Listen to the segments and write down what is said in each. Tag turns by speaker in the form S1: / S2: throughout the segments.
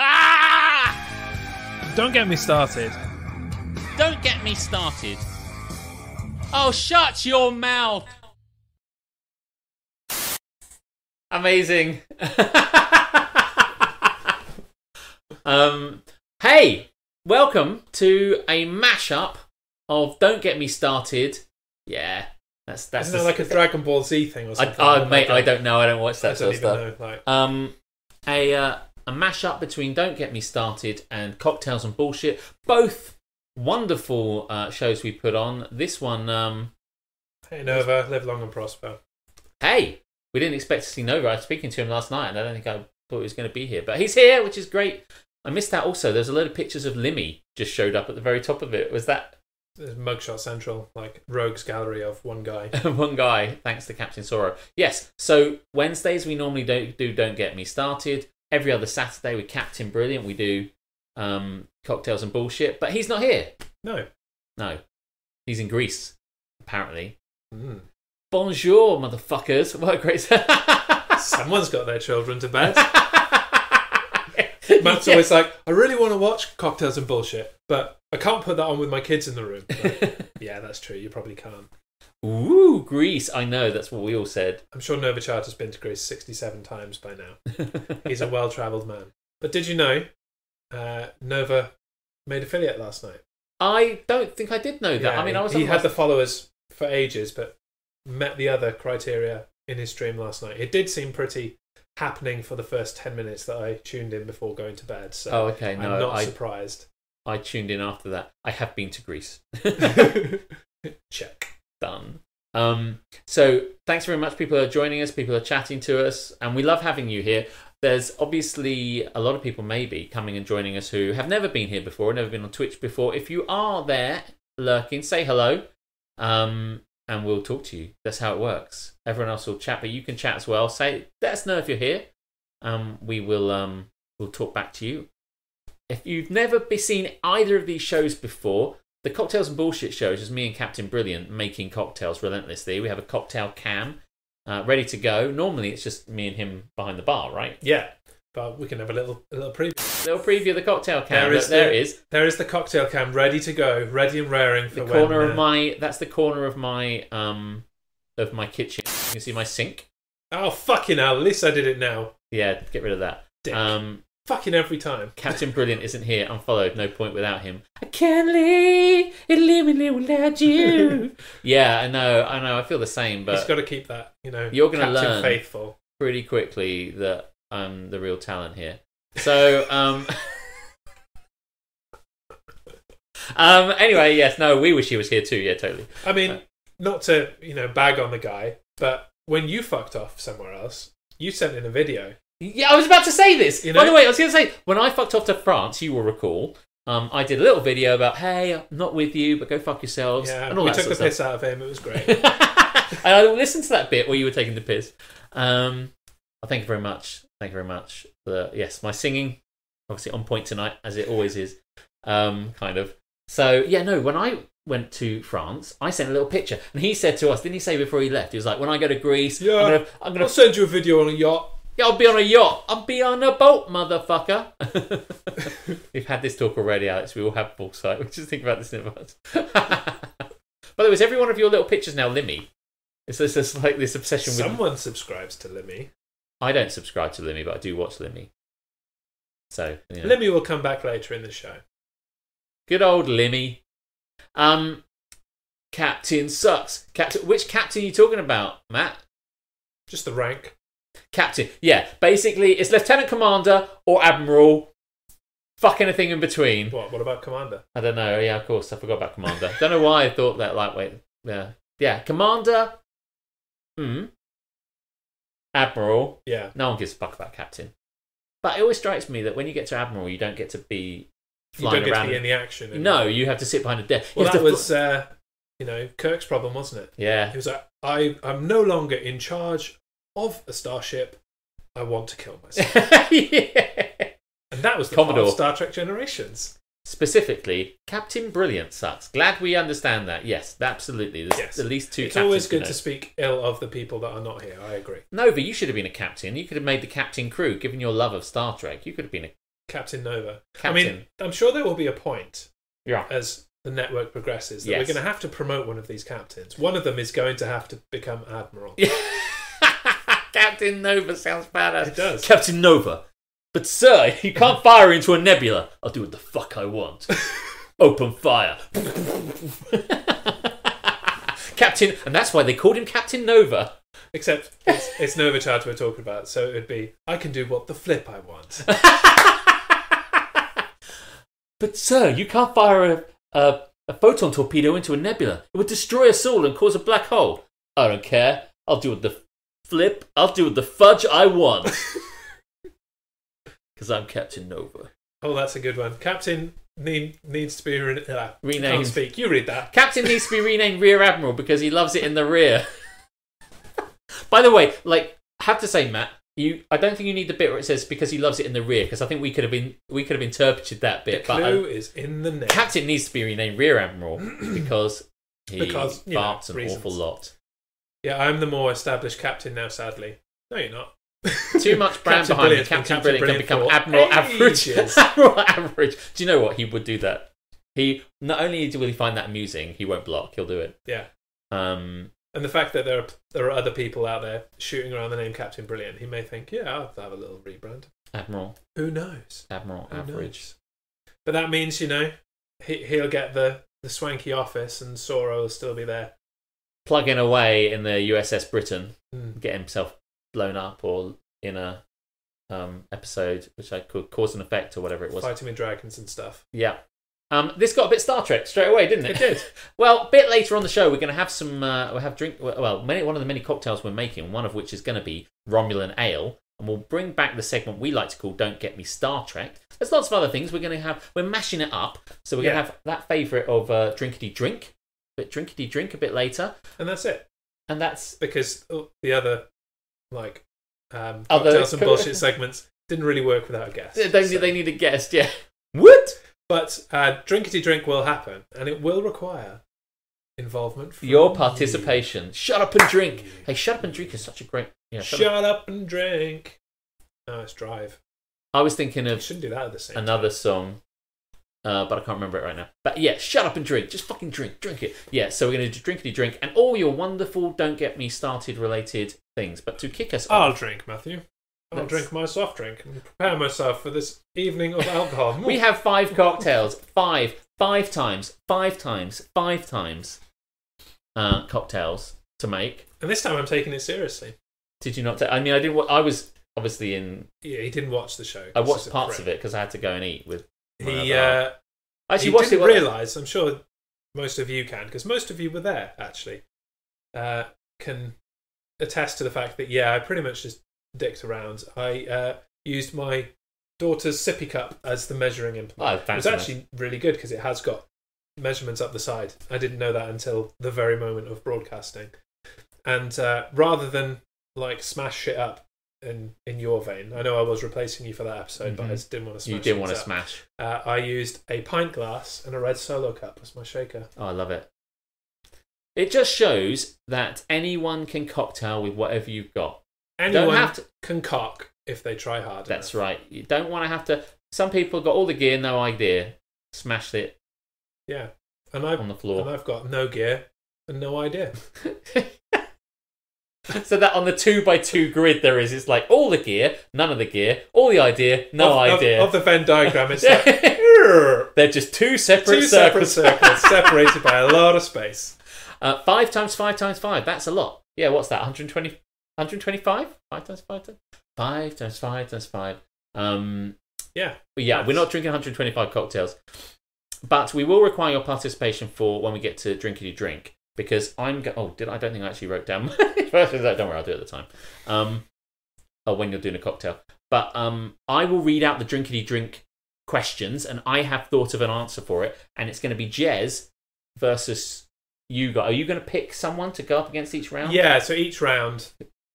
S1: Ah!
S2: Don't get me started.
S1: Don't get me started. Oh, shut your mouth. Amazing. um, hey, welcome to a mashup of "Don't Get Me Started." Yeah, that's that's.
S2: Isn't that like a Dragon Ball Z thing or
S1: I,
S2: something?
S1: oh, mate, I don't know. I don't watch
S2: I
S1: that
S2: don't
S1: sort of
S2: even
S1: stuff.
S2: know. Like,
S1: Um, a uh, a mashup between "Don't Get Me Started" and "Cocktails and Bullshit." Both wonderful uh, shows we put on. This one, um,
S2: hey, Nova, live long and prosper.
S1: hey, we didn't expect to see Nova. I was speaking to him last night, and I don't think I thought he was going to be here, but he's here, which is great. I missed that also. There's a load of pictures of Limmy just showed up at the very top of it. Was that
S2: There's Mugshot Central, like rogues gallery of one guy.
S1: one guy, thanks to Captain Sorrow. Yes, so Wednesdays we normally don't do Don't Get Me Started. Every other Saturday with Captain Brilliant we do um, cocktails and bullshit, but he's not here.
S2: No.
S1: No, he's in Greece apparently.
S2: Mm.
S1: Bonjour, motherfuckers! What a great.
S2: Someone's got their children to bed. Matt's
S1: Matt's
S2: always like, I really want to watch Cocktails and Bullshit, but I can't put that on with my kids in the room. Like, yeah, that's true. You probably can't.
S1: Ooh, Greece! I know that's what we all said.
S2: I'm sure Novichard has been to Greece 67 times by now. He's a well travelled man. But did you know uh, Nova made affiliate last night?
S1: I don't think I did know that.
S2: Yeah,
S1: I mean,
S2: he,
S1: I was.
S2: he
S1: on
S2: had the followers for ages, but met the other criteria in his stream last night. It did seem pretty happening for the first 10 minutes that I tuned in before going to bed. So
S1: Oh, okay. No,
S2: I'm not
S1: I,
S2: surprised.
S1: I tuned in after that. I have been to Greece.
S2: Check.
S1: Done. Um, so thanks very much. People are joining us. People are chatting to us, and we love having you here. There's obviously a lot of people maybe coming and joining us who have never been here before, never been on Twitch before. If you are there lurking, say hello, um, and we'll talk to you. That's how it works. Everyone else will chat, but you can chat as well. Say, let us know if you're here. Um, we will um, we'll talk back to you. If you've never be seen either of these shows before, the Cocktails and Bullshit show is just me and Captain Brilliant making cocktails relentlessly. We have a cocktail cam uh, ready to go. Normally, it's just me and him behind the bar, right?
S2: Yeah, but we can have a little a little preview.
S1: Little preview of the cocktail cam.
S2: There
S1: Look,
S2: is
S1: There
S2: the-
S1: it is.
S2: There is the cocktail cam ready to go, ready and raring for
S1: The
S2: when,
S1: corner
S2: uh,
S1: of my that's the corner of my um of my kitchen. You can see my sink.
S2: Oh fucking hell! At least I did it now.
S1: Yeah, get rid of that.
S2: Dick.
S1: Um,
S2: fucking every time.
S1: Captain Brilliant isn't here. Unfollowed. No point without him. I can't live, live without you. yeah, I know. I know. I feel the same, but
S2: He's got to keep that. You know,
S1: You're gonna
S2: Captain
S1: learn.
S2: Faithful.
S1: pretty quickly that I'm the real talent here. So, um, um, anyway, yes, no, we wish he was here too. Yeah, totally.
S2: I mean,
S1: Uh,
S2: not to you know bag on the guy, but when you fucked off somewhere else, you sent in a video.
S1: Yeah, I was about to say this.
S2: You
S1: By
S2: know-
S1: the way, I was going to say when I fucked off to France, you will recall. Um, I did a little video about, hey, I'm not with you, but go fuck yourselves,
S2: Yeah,
S1: and all
S2: we
S1: that
S2: took
S1: sort
S2: the
S1: of stuff.
S2: piss out of him. It was great.
S1: and I listened to that bit where you were taking the piss. Um, I thank you very much. Thank you very much. For the, yes, my singing, obviously on point tonight, as it always is, um, kind of. So yeah, no. When I went to France, I sent a little picture, and he said to us, didn't he say before he left? He was like, "When I go to Greece,
S2: Yeah.
S1: I'm gonna, I'm
S2: I'll
S1: gonna,
S2: send you a video on a yacht.
S1: yeah, I'll be on a yacht. I'll be on a boat, motherfucker." We've had this talk already, Alex. We all have foresight. We just think about this in advance. By the way, is every one of your little pictures now Limmy? It's this, this like this obsession with
S2: Someone subscribes to Limmy.
S1: I don't subscribe to Limmy, but I do watch Limmy. So you know.
S2: Limmy will come back later in the show.
S1: good old Limmy. Um, Captain sucks. Captain, which captain are you talking about, Matt?
S2: Just the rank.
S1: Captain, yeah. Basically, it's lieutenant commander or admiral. Fuck anything in between.
S2: What? What about Commander?
S1: I don't know. Yeah, of course, I forgot about commander. don't know why I thought that. Like, wait, yeah, yeah, commander. Hmm. Admiral.
S2: Yeah.
S1: No one gives a fuck about captain. But it always strikes me that when you get to admiral, you don't get to be
S2: You
S1: flying
S2: don't get
S1: around.
S2: to be in the action. anymore.
S1: no, you have to sit behind a desk. You have
S2: Well, that
S1: to fl-
S2: was, uh, you know, Kirk's problem, wasn't it?
S1: yeah,
S2: He was like, I, I'm no longer in charge of a starship. I want to kill myself.
S1: yeah.
S2: And that was the
S1: Commodore.
S2: part of Star Trek Generations.
S1: Specifically, Captain Brilliant sucks. Glad we understand that. Yes, absolutely. There's
S2: Yes.
S1: at least two.
S2: It's always
S1: captains we
S2: good to
S1: know.
S2: speak ill of the people that are not here. I agree.
S1: Nova, you should have been a captain. You could have made the captain crew, given your love of Star Trek. You could have been a
S2: Captain Nova.
S1: Captain.
S2: I mean, I'm sure there will be a point
S1: Yeah.
S2: as the network progresses that
S1: Yes.
S2: we're going to have to promote one of these captains. One of them is going to have to become admiral.
S1: Captain Nova sounds badass.
S2: It does.
S1: Captain Nova. But sir, you can't fire into a nebula. I'll do what the fuck I want. Open fire. Captain, and that's why they called him Captain Nova.
S2: Except it's, it's Nova Charge we're talking about, so it would be I can do what the flip I want.
S1: But sir, you can't fire a, a, a photon torpedo into a nebula. It would destroy us all and cause a black hole. I don't care. I'll do with the flip. I'll do with the fudge I want. Because I'm Captain Nova.
S2: Oh, that's a good one. Captain need, needs to be re- uh,
S1: Renamed.
S2: Can't speak. You read that.
S1: Captain needs to be renamed Rear Admiral because he loves it in the rear. By the way, like I have to say, Matt, you I don't think you need the bit where it says because he loves it in the rear because I think we could have been we could have interpreted that bit. but I-
S2: Clue is in the name.
S1: Captain needs to be renamed Rear Admiral because he
S2: Because, you know,
S1: farts an
S2: reasons.
S1: awful lot.
S2: yeah, I'm the more established captain now. Sadly, no, you're not.
S1: Too much brand
S2: Captain
S1: behind him.
S2: Brilliant's been
S1: Captain,
S2: Captain
S1: Brilliant, can
S2: Brilliant
S1: become Admiral
S2: for
S1: Average.
S2: ages.
S1: Admiral Average. Do you know what? He would do that. He not only will he find that amusing, he won't block. He'll do it.
S2: Yeah.
S1: Um.
S2: And the fact that there are there are other people out there shooting around the name Captain Brilliant, he may think, yeah, I'll have a little rebrand.
S1: Admiral.
S2: Who knows?
S1: Admiral
S2: Who
S1: Average.
S2: knows? But that means you know he he'll get the the swanky office, and Sora will still be there.
S1: Plugging away in the USS Britain,
S2: Mm.
S1: get himself blown up, or in a um episode which I called cause and effect or whatever it was.
S2: Fighting with dragons and stuff.
S1: Yeah. Um, this got a bit Star Trek straight away, didn't it? It did. well, a bit later on the show, we're going to have some. Uh, we'll have drink. Well, many, one of the many cocktails we're making, one of which is going to be Romulan ale, and we'll bring back the segment we like to call "Don't Get Me Star Trek." There's lots of other things we're going to have. We're mashing it up, so we're
S2: Yeah.
S1: going to have that favourite of uh, drinkity drink, but drinkity drink a bit later,
S2: And that's it.
S1: and that's
S2: Because oh, the other like um
S1: Other-
S2: cocktails and bullshit segments didn't really work without a guest.
S1: they,
S2: So-
S1: they need a guest. Yeah. What?
S2: But uh, drinkity drink will happen, and it will require involvement. From
S1: Your
S2: you.
S1: participation. Shut up and drink. Hey, shut up and drink is such a great. Yeah. Shut up.
S2: Shut up and drink. No, it's drive.
S1: I was thinking
S2: You
S1: of
S2: shouldn't do that at the same. time.
S1: another song, uh, but I can't remember it right now. But yeah, shut up and drink. Just fucking drink, drink it. Yeah, so we're going to do drinkity drink and all your wonderful don't get me started related things. But to kick us
S2: I'll
S1: off,
S2: drink, Matthew. I'll
S1: That's-
S2: drink my soft drink and prepare myself for this evening of alcohol.
S1: we have five cocktails, five, five times, five times, five times, uh, cocktails to make.
S2: and this time I'm taking it seriously.
S1: Did you not? ta- I mean, I did. not I was obviously in.
S2: Yeah, he didn't watch the show.
S1: I watched parts of it because I had to go and eat with. my
S2: He
S1: other half.
S2: uh,
S1: I actually
S2: he
S1: watched it.
S2: didn't
S1: while-
S2: realise. I'm sure most of you can, because most of you were there actually. Uh, can attest to the fact that yeah, I pretty much just dicked around. I uh, used my daughter's sippy cup as the measuring implement.
S1: Oh,
S2: it was
S1: fancy
S2: actually really good because it has got measurements up the side. I didn't know that until the very moment of broadcasting. And uh, rather than like smash shit up in in your vein, I know I was replacing you for that episode, but I
S1: Mhm.
S2: just didn't want to. smash
S1: You didn't
S2: things
S1: want to
S2: up.
S1: smash.
S2: Uh, I used a pint glass and a red solo cup as my shaker.
S1: Oh, I love it. It just shows that anyone can cocktail with whatever you've got.
S2: Anyone
S1: Don't have to.
S2: can cock if they try hard.
S1: That's
S2: enough.
S1: right. You don't want to have to. Some people got all the gear, no idea. Smashed it
S2: Yeah, and I've
S1: on the
S2: and
S1: floor.
S2: I've got no gear and no idea.
S1: so that on the two by two grid there is, it's like all the gear, none of the gear, all the idea, no
S2: Of- of-
S1: idea.
S2: Of, the Venn diagram, it's like "Err."
S1: They're just two separate
S2: two separate
S1: circles.
S2: circles separated by a lot of space.
S1: Uh, five times five times five. That's a lot. Yeah, what's that? 120, 125? Five times five times five times five times five. Um,
S2: Yeah,
S1: but yeah, we're
S2: Nice.
S1: not drinking 125 cocktails, but we will require your participation for when we get to drinkity drink because I'm. Go- oh, did I I don't think I actually wrote down. my versions. don't worry, I'll do it at the time. Um, oh, when you're doing a cocktail, but um, I will read out the drinkity drink questions, and I have thought of an answer for it, and it's going to be Jez versus you guys. Are you going to pick someone to go up against each round?
S2: yeah. So each round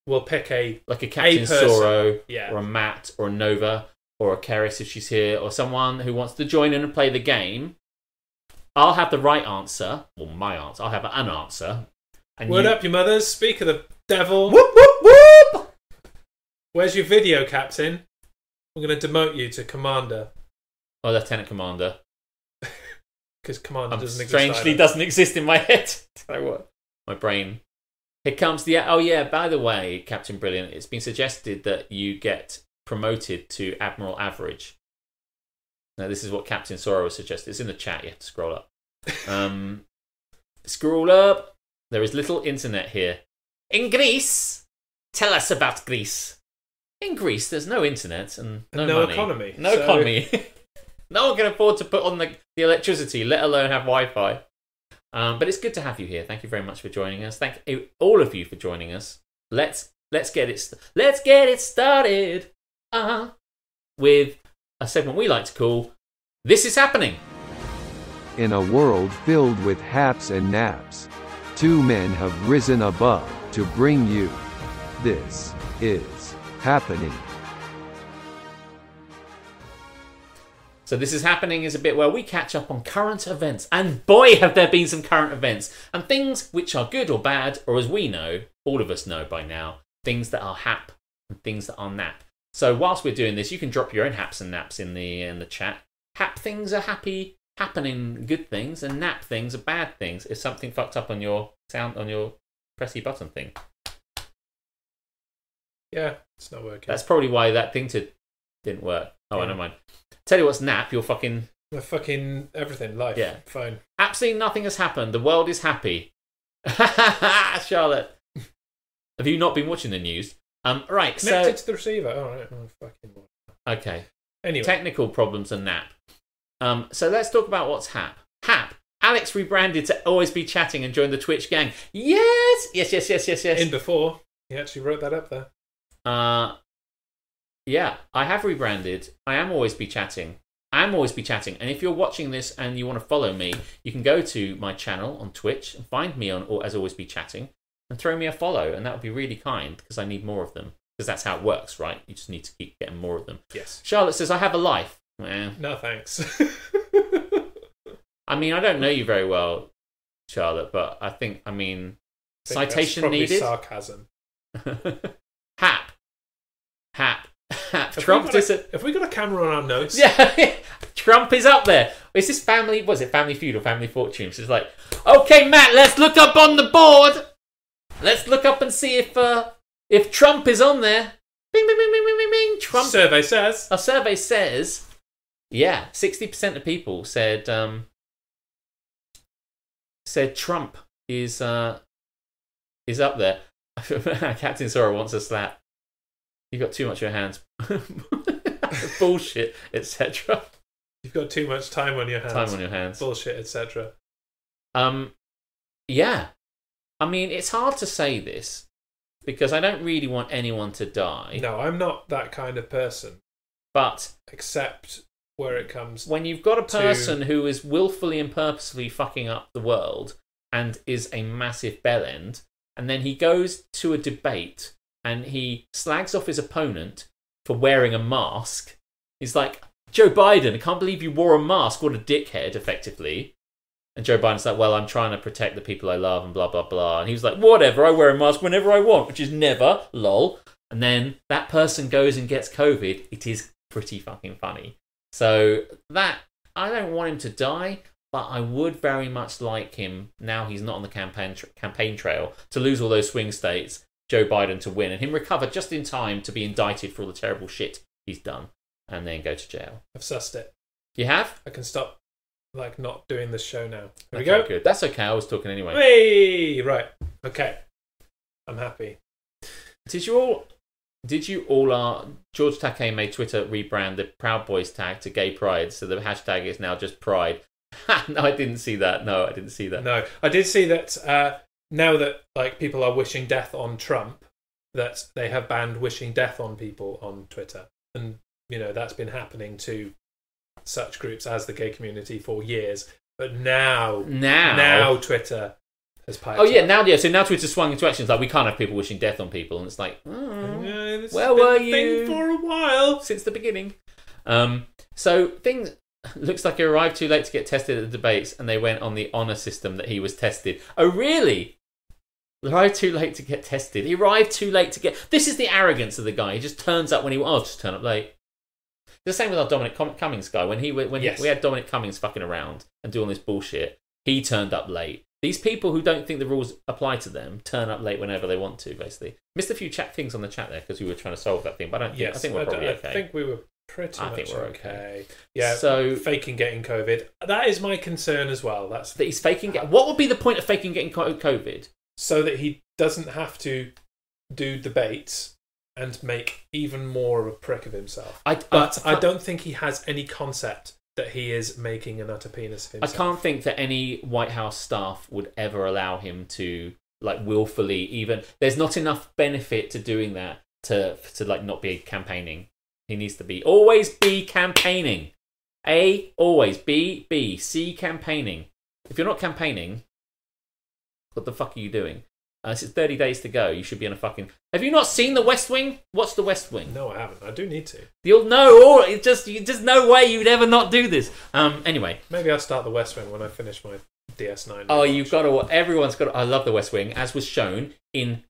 S2: we'll pick a
S1: like a Captain
S2: person.
S1: Sorrow
S2: yeah.
S1: or a Matt or a Nova or a Keris if she's here or someone who wants to join in and play the game, I'll have the right answer or my answer. I'll have an answer. And
S2: Word
S1: you-
S2: up, you mothers! Speak of the devil.
S1: Whoop whoop whoop!
S2: Where's your video, Captain? I'm going to demote you to commander
S1: or Oh, lieutenant commander.
S2: because commander
S1: Um,
S2: doesn't exist.
S1: strangely
S2: either.
S1: doesn't exist in my head. Don't know what. My brain. Here comes the. Oh yeah. By the way, Captain Brilliant, it's been suggested that you get promoted to Admiral Average. Now this is what Captain Sorrow has suggested. It's in the chat. You have to scroll up. Um, scroll up. There is little internet here. In Greece, tell us about Greece. In Greece, there's no internet and no,
S2: And no
S1: money.
S2: economy.
S1: No
S2: So-
S1: economy. no one can afford to put on the, the electricity, let alone have Wi Fi. Um, but it's good to have you here. Thank you very much for joining us. Thank you, all of you for joining us. Let's let's get it st- let's get it started uh-huh, with a segment we like to call "This Is Happening."
S3: In a world filled with haps and naps, two men have risen above to bring you. This is happening.
S1: So this is happening is a bit where we catch up on current events, and boy, have there been some current events and things which are good or bad, or as we know, all of us know by now, things that are hap and things that are nap. So whilst we're doing this, you can drop your own haps and naps in the in the chat. Hap things are happy, happening good things, and nap things are bad things. If something fucked up on your sound on your pressy button thing,
S2: Yeah, it's not working.
S1: that's probably why that thing to, didn't work. Oh,
S2: Yeah.
S1: never mind. Tell you what's nap, you're fucking
S2: My fucking everything, life,
S1: Yeah.
S2: phone.
S1: Absolutely nothing has happened. The world is happy. Charlotte, have you not been watching the news? Um, right,
S2: Connected to the receiver. All right. Oh, fucking.
S1: so okay,
S2: Anyway.
S1: technical problems and nap. Um, so let's talk about what's hap. Hap. Alex rebranded to always be chatting and joined the Twitch gang. Yes, yes, yes, yes, yes, yes.
S2: in before, he actually wrote that up there.
S1: Uh, yeah, I have rebranded. I am always be chatting. I am always be chatting. And if you're watching this and you want to follow me, you can go to my channel on Twitch and find me on or as always be chatting and throw me a follow, and that would be really kind because I need more of them because that's how it works, right? You just need to keep getting more of them.
S2: Yes.
S1: Charlotte says, "I have a life." Eh,
S2: No thanks.
S1: I mean, I don't know you very well, Charlotte, but I think I mean
S2: I think that's
S1: citation
S2: probably
S1: needed.
S2: Sarcasm.
S1: Hap, hap, hap.
S2: Have
S1: Trump
S2: we, got
S1: dis-
S2: a, have we got a camera on our notes?
S1: Yeah, Trump is up there. Is this family? Was it Family Feud or Family Fortune? So it's like, okay, Matt, let's look up on the board. Let's look up and see if uh, if Trump is on there. Bing, bing, bing, bing, bing, bing, bing. Trump.
S2: Survey says.
S1: Our survey says, yeah, sixty percent of people said um, said Trump is uh, is up there. Captain Sora wants a slap. You got too much of your hands. Bullshit, etc.
S2: You've got too much time on your hands.
S1: Time on your hands.
S2: Bullshit, etc.
S1: Um, yeah. I mean, it's hard to say this because I don't really want anyone to die.
S2: No, I'm not that kind of person,
S1: But
S2: except where it comes.
S1: when you've got a
S2: To-
S1: person who is willfully and purposely fucking up the world and is a massive bellend, and then he goes to a debate and he slags off his opponent for wearing a mask, he's like, Joe Biden, I can't believe you wore a mask. What a dickhead, effectively. And Joe Biden's like, well, I'm trying to protect the people I love and blah, blah, blah. And he was like, whatever, I wear a mask whenever I want, which is never, lol. And then that person goes and gets COVID. It is pretty fucking funny. So that, I don't want him to die, but I would very much like him, now he's not on the campaign, tr campaign trail, to lose all those swing states, Joe Biden to win, and him recover just in time to be indicted for all the terrible shit he's done and then go to jail.
S2: I've sussed it.
S1: You have?
S2: I can stop, like, not doing this show now. There we
S1: Okay,
S2: go.
S1: Good. That's okay. I was talking anyway.
S2: Hey, right. Okay. I'm happy.
S1: Did you all? Did you all? Uh, George Takei made Twitter rebrand the Proud Boys tag to Gay Pride, so the hashtag is now just Pride. no, I didn't see that. No, I didn't see that.
S2: No, I did see that uh, now that like people are wishing death on Trump, that they have banned wishing death on people on Twitter, and you know that's been happening to such groups as the gay community for years. But now,
S1: Now,
S2: now Twitter has piped.
S1: Oh yeah,
S2: up.
S1: now yeah. So now Twitter swung into actions like we can't have people wishing death on people, and it's like, mm.
S2: Yeah, this
S1: Where
S2: has been
S1: were
S2: a thing
S1: you?
S2: for a while?
S1: since the beginning. Um, so things looks like he arrived too late to get tested at the debates, and they went on the honor system that he was tested. Oh, really? Arrived too late to get tested. He arrived too late to get. This is the arrogance of the guy. He just turns up when he. Oh, I'll just turn up late. The same with our Dominic Com- Cummings guy. When he w- when he-
S2: Yes.
S1: we had Dominic Cummings fucking around and doing this bullshit, he turned up late. These people who don't think the rules apply to them turn up late whenever they want to. Basically, missed a few chat things on the chat there because we were trying to solve that thing. But I don't. Think,
S2: Yes,
S1: I think we're probably
S2: I,
S1: okay.
S2: think we were pretty
S1: I
S2: much
S1: think we're
S2: okay.
S1: okay.
S2: Yeah,
S1: So-
S2: faking getting COVID. That is my concern as well. That's
S1: that he's faking. Get- what would be the point of faking getting co- COVID?
S2: so that he doesn't have to do debates and make even more of a prick of himself.
S1: I,
S2: But I
S1: can't-
S2: don't think he has any concept that he is making an utter penis of
S1: I
S2: himself.
S1: can't think that any White House staff would ever allow him to like willfully even. There's not enough benefit to doing that to to like not be campaigning. He needs to be always be campaigning. A always B B C campaigning. If you're not campaigning, what the fuck are you doing? Uh, this is 30 days to go. You should be in a fucking. Have you not seen The West Wing? What's The West Wing?
S2: No, I haven't. I do need to.
S1: You'll know. All it's just you just no way you'd ever not do this. Um. Anyway.
S2: Maybe I'll start the West Wing when I finish my DS9.
S1: Oh, you've got to. Everyone's got. To, I love The West Wing, as was shown in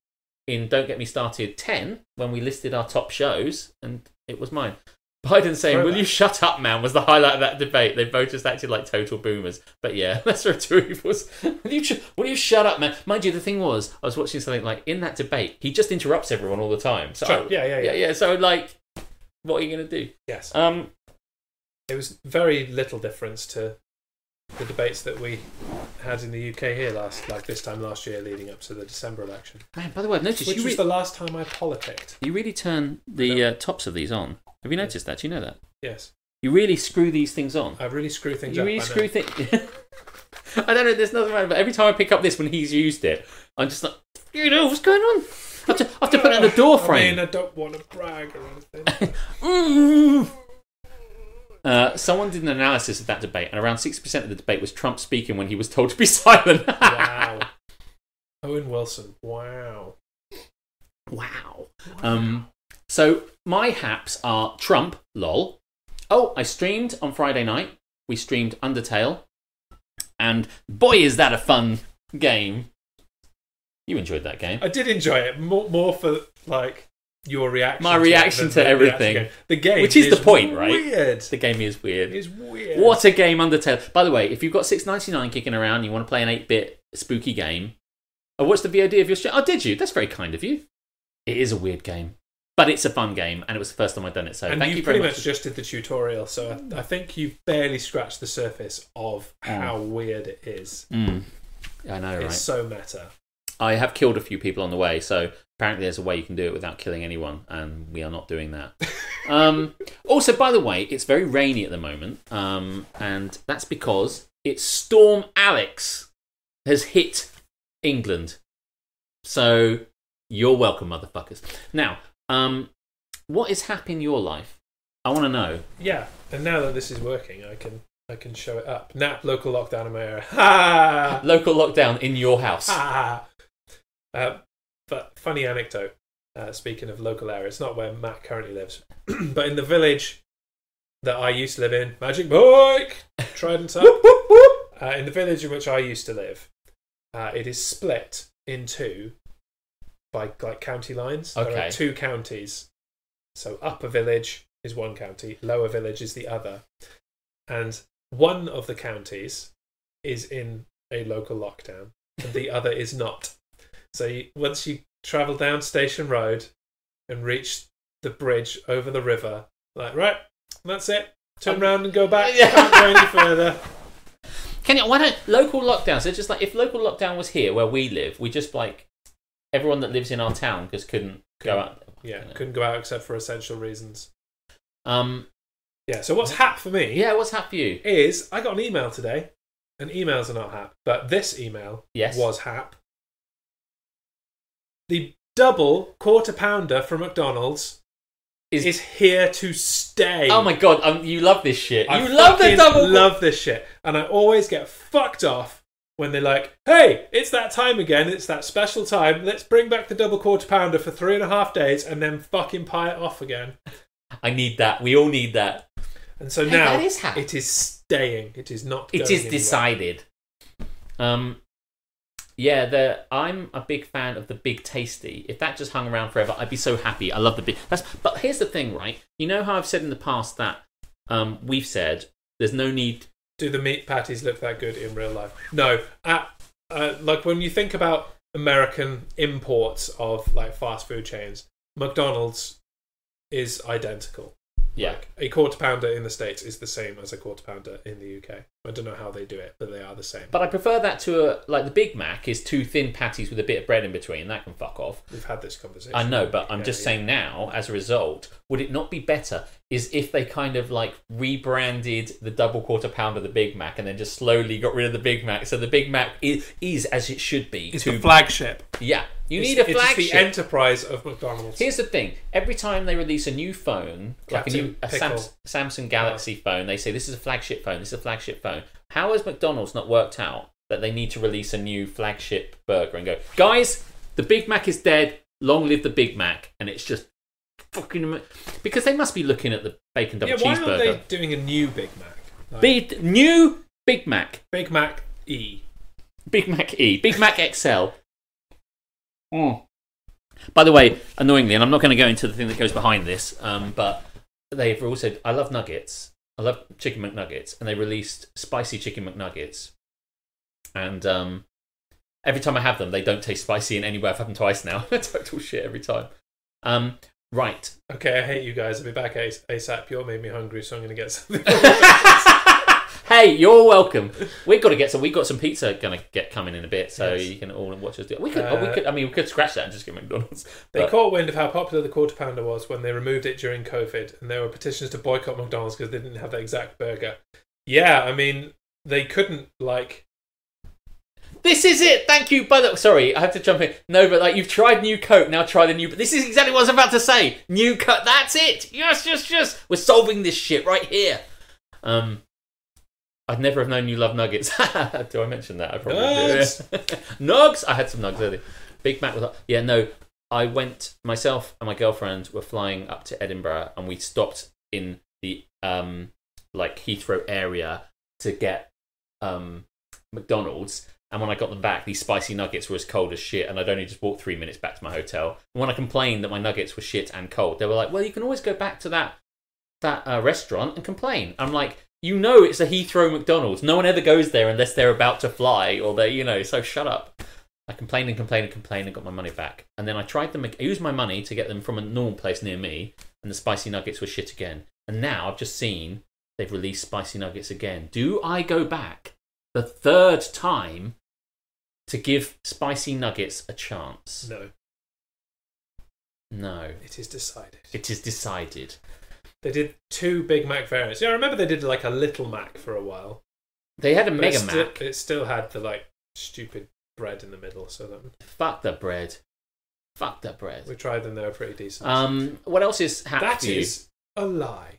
S1: in Don't Get Me Started ten when we listed our top shows, and it was mine. Biden saying,
S2: Throwback.
S1: "Will you shut up, man?" was the highlight of that debate. They both just acted like total boomers. But yeah, lesser of two evils. Will you, sh- will you shut up, man? Mind you, the thing was, I was watching something like in that debate, he just interrupts everyone all the time. So
S2: Sure.
S1: I-
S2: Yeah, yeah, yeah.
S1: yeah, yeah. So like, what are you gonna do?
S2: Yes.
S1: Um,
S2: It was very little difference to the debates that we had in the UK here last, like this time last year, leading up to the December election,
S1: man. By the way, I've noticed
S2: which
S1: you,
S2: was
S1: re-
S2: the last time I politicked.
S1: you really turn the uh, tops of these on. Have you noticed that? Do you know that?
S2: Yes,
S1: You really screw these things on.
S2: I really screw things
S1: You
S2: up.
S1: really
S2: I know.
S1: screw things. I don't know. There's nothing right. But every time I pick up this when he's used it, I'm just like, you know what's going on. I have to, I have to put it in the door
S2: I mean, uh,
S1: frame.
S2: I don't want to brag or anything.
S1: Mm. Uh, someone did an analysis of that debate, and around 60% of the debate was Trump speaking when he was told to be silent.
S2: wow. Owen Wilson. Wow.
S1: Wow. Um, so my haps are Trump, lol. Oh, I streamed on Friday night. We streamed Undertale. And boy, is that a fun game. You enjoyed that game.
S2: I did enjoy it more, more for like your reaction.
S1: My
S2: to it
S1: reaction
S2: than
S1: to
S2: the- the
S1: everything.
S2: actual game. The game,
S1: Which is the point, right?
S2: Weird.
S1: The game is weird.
S2: It's weird.
S1: What a game, Undertale. By the way, if you've got six ninety nine kicking around, and you want to play an eight bit spooky game. I watched the VOD of your show. Oh, did you? That's very kind of you. It is a weird game, but it's a fun game, and it was the first time I'd done it. So
S2: and
S1: thank
S2: you,
S1: you very
S2: pretty
S1: much.
S2: much just did the tutorial, so I, I think you've barely scratched the surface of how weird it is.
S1: Mm. I know, Hmm. right?
S2: It's so meta.
S1: I have killed a few people on the way, so apparently there's a way you can do it without killing anyone, and we are not doing that. um, also, by the way, it's very rainy at the moment, um, and that's because it's Storm Alex has hit England. So you're welcome, motherfuckers. Now, um, what is hap in your life? I want to know.
S2: Yeah, and now that this is working, I can I can show it up. Nap local lockdown in my area. Ha
S1: Local lockdown in your house.
S2: ha. Uh, but funny anecdote. Uh, speaking of local area, it's not where Matt currently lives, but in the village that I used to live in, Magic Mike, Trident's up. Uh, in the village in which I used to live, uh, it is split in two by like county lines. There
S1: Okay.
S2: are two counties. So upper village is one county, lower village is the other. And one of the counties is in a local lockdown and the other is not. So you, once you travel down Station Road and reach the bridge over the river, like, right, that's it. Turn
S1: Um,
S2: round and go back.
S1: yeah.
S2: Can't go any further.
S1: Can you? Why don't local lockdowns? They're just like if local lockdown was here where we live, we just like everyone that lives in our town just couldn't go out.
S2: Yeah, couldn't go out except for essential reasons.
S1: Um.
S2: Yeah, so what's hap for me
S1: Yeah. What's hap for you?
S2: is I got an email today, and emails are not hap, but this email
S1: Yes.
S2: was hap. The double quarter pounder from McDonald's
S1: Is-
S2: is, here to stay.
S1: Oh my god! Um, you love this shit.
S2: I
S1: you love the
S2: fucking
S1: double.
S2: Love this shit, and I always get fucked off when they're like, "Hey, it's that time again. It's that special time. Let's bring back the double quarter pounder for three and a half days, and then fucking pie it off again."
S1: I need that. We all need that.
S2: And so
S1: Hey,
S2: now
S1: that is hap.
S2: it is staying. It is not.
S1: It
S2: going
S1: is
S2: anywhere.
S1: decided. Um. Yeah, the I'm a big fan of the Big Tasty. If that just hung around forever, I'd be so happy. I love the big. That's. But here's the thing, right? You know how I've said in the past that um, we've said there's no need.
S2: do the meat patties look that good in real life? No. At, uh, like when you think about American imports of like fast food chains, McDonald's is identical.
S1: Yeah,
S2: Like a quarter pounder in the States is the same as a quarter pounder in the UK. I don't know how they do it, but they are the same.
S1: but I prefer that to a like the Big Mac is two thin patties with a bit of bread in between. That can fuck off.
S2: We've had this conversation.
S1: I know, but I'm
S2: Yeah,
S1: just
S2: yeah.
S1: saying now, as a result, would it not be better is if they kind of like rebranded the double quarter pounder the Big Mac and then just slowly got rid of the Big Mac, so the Big Mac is, is as it should be.
S2: It's
S1: to-
S2: the flagship.
S1: yeah, you need a
S2: It's-
S1: flagship.
S2: It's the enterprise of McDonald's.
S1: Here's the thing: every time they release a new phone, like a new a
S2: Captain
S1: Sams- Samsung Galaxy phone, they say this is a flagship phone. This is a flagship phone. How has McDonald's not worked out that they need to release a new flagship burger and go, guys, the Big Mac is dead. Long live the Big Mac, and it's just fucking ama- because they must be looking at the bacon double
S2: yeah, why aren't
S1: cheeseburger.
S2: they doing a new Big Mac? Like,
S1: Big new Big Mac,
S2: Big Mac E.
S1: Big Mac E, Big Mac XL. Mm. By the way, annoyingly, and I'm not going to go into the thing that goes behind this, um, but they've also. I love nuggets. I love chicken McNuggets, and they released spicy chicken McNuggets. And um, every time I have them, they don't taste spicy in any way. I've had them twice now. Total shit every time. Um, right.
S2: Okay, I hate you guys. I'll be back as- ASAP. You all made me hungry, so I'm going to get something.
S1: hey, you're welcome. We've got to get some. We've got some pizza going to get coming in a bit, so
S2: Yes.
S1: you can all watch us do. It. We could.
S2: Uh,
S1: we could. I mean, we could scratch that and just get McDonald's.
S2: They
S1: But
S2: caught wind of how popular the quarter pounder was when they removed it during COVID, and there were petitions to boycott McDonald's because they didn't have that exact burger. Yeah, I mean, they couldn't like.
S1: this is it. Thank you. By the sorry, I have to jump in. No, but like you've tried new Coke, now try the new. This is exactly what I was about to say. New Coke. That's it. Yes, yes, yes. We're solving this shit right here. Um. I'd never have known you love nuggets. do I mention that? I probably
S2: Nugs.
S1: do. nugs. I had some nugs earlier. Big Mac was yeah no. I went myself and my girlfriend were flying up to Edinburgh and we stopped in the um like Heathrow area to get um McDonald's and when I got them back these spicy nuggets were as cold as shit and I'd only just walked three minutes back to my hotel and when I complained that my nuggets were shit and cold they were like well you can always go back to that that uh, restaurant and complain. I'm like, you know, it's a Heathrow McDonald's. No one ever goes there unless they're about to fly or they, you know. So shut up. I complained and complained and complained and got my money back. And then I tried them. I used my money to get them from a normal place near me, and the spicy nuggets were shit again. And now I've just seen they've released spicy nuggets again. Do I go back the third time to give spicy nuggets a chance?
S2: No,
S1: No.
S2: it is decided.
S1: It is decided.
S2: They did two Big Mac variants. Yeah, I remember they did like a Little Mac for a while.
S1: They had a
S2: but
S1: Mega
S2: it sti-
S1: Mac.
S2: it still had the like stupid bread in the middle, so that
S1: Fuck the bread. Fuck the bread.
S2: we tried them. They were pretty decent.
S1: Um, what else is happening?
S2: That is a lie.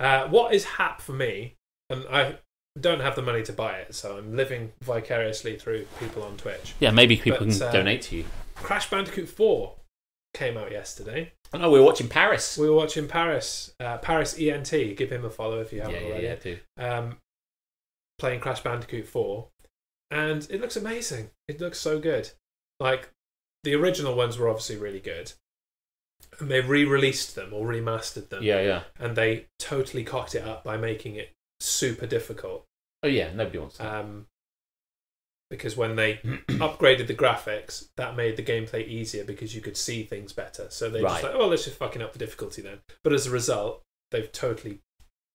S2: uh, what is hap for me, and I don't have the money to buy it, so I'm living vicariously through people on Twitch.
S1: Yeah, maybe people
S2: But,
S1: can
S2: uh,
S1: donate to you.
S2: Crash Bandicoot 4 came out yesterday.
S1: Oh, no, we were watching Paris.
S2: We were watching Paris, uh, Paris ENT. Give him a follow if you
S1: yeah,
S2: haven't
S1: yeah,
S2: already.
S1: yeah, do.
S2: Um, playing Crash Bandicoot 4, and it looks amazing. It looks so good. Like, the original ones were obviously really good, and they re released them or remastered them.
S1: Yeah, yeah.
S2: and they totally cocked it up by making it super difficult.
S1: Oh, yeah. Nobody wants that.
S2: Um, because when they upgraded the graphics, that made the gameplay easier because you could see things better. So they just
S1: Right.
S2: like, oh, let's just fucking up the difficulty then. But as a result, they've totally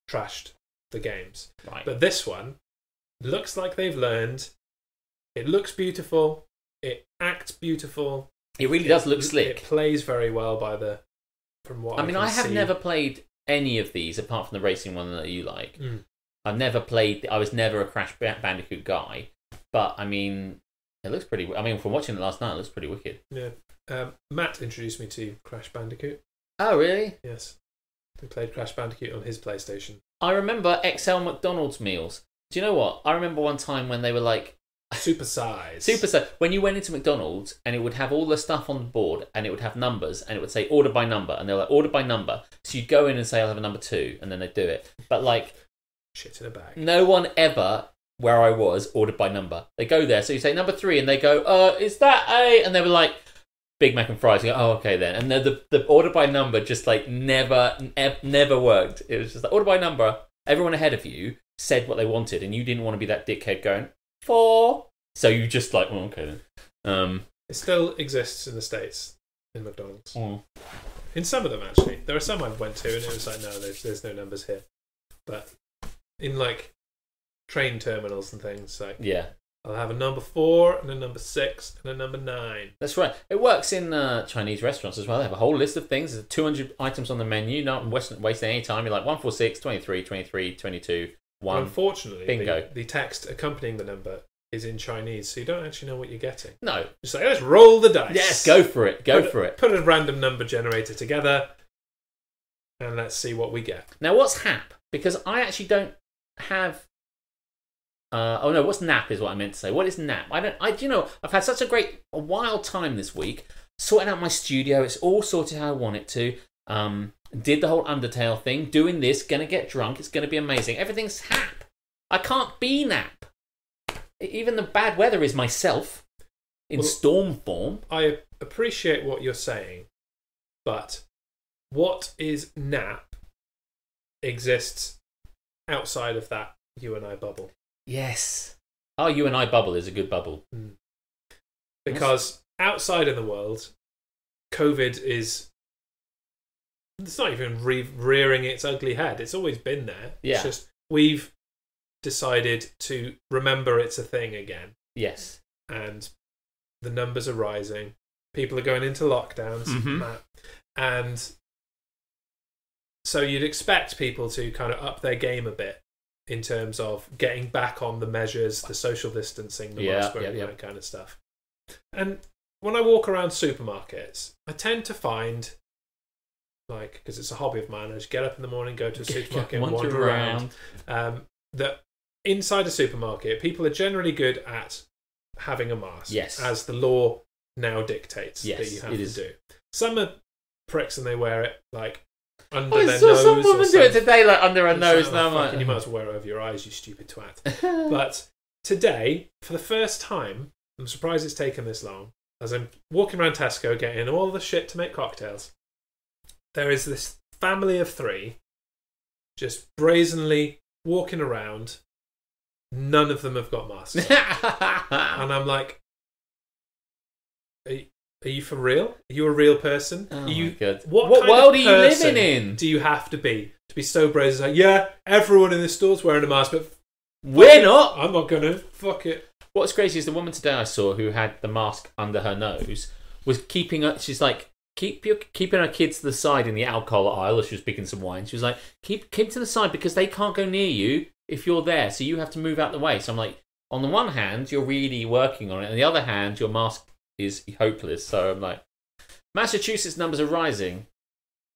S2: trashed the games.
S1: right.
S2: Uh, But this one looks like they've learned. It looks beautiful. It acts beautiful.
S1: it really does look
S2: It- It
S1: slick.
S2: plays very well by the. From what
S1: I mean,
S2: can
S1: I have
S2: see.
S1: never played any of these apart from the racing one that you like.
S2: Mm.
S1: I've never played. I was never a Crash Ba- Bandicoot guy, but I mean, it looks pretty. I mean, from watching it last night, it looks pretty wicked.
S2: Yeah. Um, Matt introduced me to Crash Bandicoot.
S1: Oh, really?
S2: Yes. We played Crash Bandicoot on his PlayStation.
S1: I remember XL McDonald's meals. Do you know what? I remember one time when they were like,
S2: Super size.
S1: Super so when you went into McDonald's and it would have all the stuff on the board and it would have numbers and it would say order by number and they're like order by number. So you'd go in and say I'll have a number two and then they'd do it. But like
S2: Shit in a bag.
S1: no one ever where I was ordered by number. They go there, so you say number three and they go, uh, is that a and they were like Big Mac and fries. You go, oh, okay then. And the, the the order by number just like never ne- never worked. It was just like order by number. Everyone ahead of you said what they wanted, and you didn't want to be that dickhead going four. So you just like, well, okay then. Um,
S2: It still exists in the States in McDonald's.
S1: mm.
S2: In some of them, actually. There are some I went to and it was like, no, there's, there's no numbers here. But in like train terminals and things, like
S1: yeah,
S2: I'll have a number four and a number six and a number nine.
S1: That's right. It works in uh, Chinese restaurants as well. They have a whole list of things. There's 200 items on the menu. Not wasting, wasting any time. You're like 146, 23, 23, 22, 1.
S2: Unfortunately, the,
S1: Bingo.
S2: the text accompanying the number is in Chinese, so you don't actually know what you're getting.
S1: No.
S2: Just like, let's roll the dice.
S1: Yes, go for it. Go
S2: Put-
S1: for it.
S2: Put a random number generator together and let's see what we get.
S1: Now, what's HAP? Because I actually don't have. Uh, oh no, what's NAP is what I meant to say. What is NAP? I don't. I do you know. I've had such a great, a wild time this week sorting out my studio. It's all sorted how I want it to. Um, did the whole Undertale thing. Doing this. Gonna get drunk. It's gonna be amazing. Everything's HAP. I can't be NAP. E- Even the bad weather is myself in
S2: Well-
S1: storm form.
S2: I appreciate what you're saying, but what is nap exists outside of that you and I bubble
S1: Yes. Oh, you and I bubble is a good bubble.
S2: because outside in the world, COVID is it's not even re- rearing its ugly head. It's always been there.
S1: Yeah.
S2: It's just we've decided to remember it's a thing again,
S1: Yes.
S2: and the numbers are rising. People are going into lockdowns.
S1: Mhm.
S2: Matt. and so you'd expect people to kind of up their game a bit in terms of getting back on the measures, the social distancing, the
S1: Yeah,
S2: mask wearing,
S1: yeah, yeah.
S2: that kind of stuff. And when I walk around supermarkets, I tend to find, like, because it's a hobby of mine, I just get up in the morning, go to a supermarket,
S1: Wander
S2: wander around um, that inside a supermarket, people are generally good at having a mask.
S1: Yes.
S2: As the law now dictates
S1: Yes,
S2: that you have
S1: it
S2: to
S1: is.
S2: do. Some are pricks and they wear it like under
S1: I
S2: their
S1: saw
S2: nose.
S1: Oh, some
S2: or
S1: woman do it
S2: something.
S1: today, like under her
S2: It's
S1: nose.
S2: like,
S1: Now
S2: "Oh,
S1: I'm
S2: fucking, you might
S1: like,
S2: as well wear it over your eyes, you stupid twat. But today, for the first time, I'm surprised it's taken this long. As I'm walking around Tesco getting all the shit to make cocktails, there is this family of three just brazenly walking around. None of them have got masks. on. and I'm like, are, are you for real? Are you a real person?
S1: Oh
S2: Are
S1: my
S2: you,
S1: God.
S2: What,
S1: What
S2: kind of
S1: world are you
S2: person
S1: living in?
S2: Do you have to be? To be so brazen, like, yeah, everyone in this store's wearing a mask, but
S1: We're not.
S2: I'm not gonna. Fuck it.
S1: What's crazy is the woman today I saw who had the mask under her nose was keeping her. She's like, keep your keeping her kids to the side in the alcohol aisle as she was picking some wine. She was like, keep keep to the side because they can't go near you if you're there, so you have to move out the way. So I'm like, on the one hand, you're really working on it, and the other hand, your mask is hopeless. So I'm like, Massachusetts numbers are rising.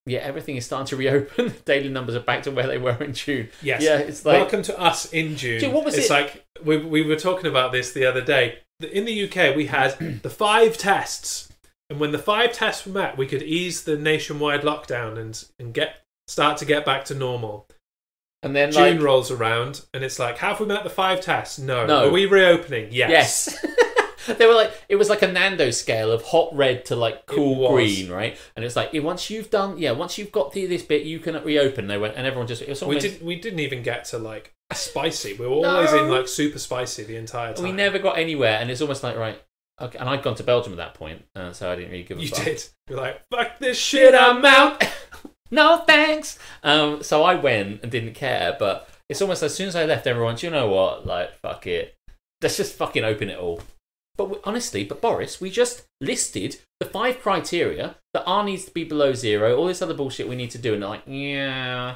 S1: Yeah, everything is starting to reopen. Daily numbers are back to where they were in June.
S2: Yes.
S1: Yeah, it's like
S2: Welcome to us in June.
S1: Dude, what was
S2: it's
S1: it-
S2: like we, we were talking about this the other day. In the UK, we had the five tests, and when the five tests were met, we could ease the nationwide lockdown and and get start to get back to normal.
S1: and then
S2: June
S1: like
S2: rolls around, and it's like, have we met the five tests? No.
S1: No.
S2: Are we reopening? Yes.
S1: Yes. they were like it was like a Nando scale of hot red to like cool
S2: was.
S1: green, right? And it's like eh, once you've done yeah, once you've got through this bit, you can reopen. They went and everyone just it was
S2: We
S1: almost, we
S2: didn't. We didn't even get to like spicy. We were always in like super spicy the entire time.
S1: never got anywhere, and it's almost like right. Okay, and I'd gone to Belgium at that point, uh, so I didn't really give a
S2: You
S1: fuck.
S2: did. You're like, fuck this shit.
S1: Shit,
S2: up.
S1: I'm out. no thanks. Um, so I went and didn't care, but it's almost as soon as I left, everyone. Do you know what? Like, fuck it. Let's just fucking open it all. But we, honestly, but Boris, we just listed the five criteria that R needs to be below zero. All this other bullshit we need to do, and they're like, yeah,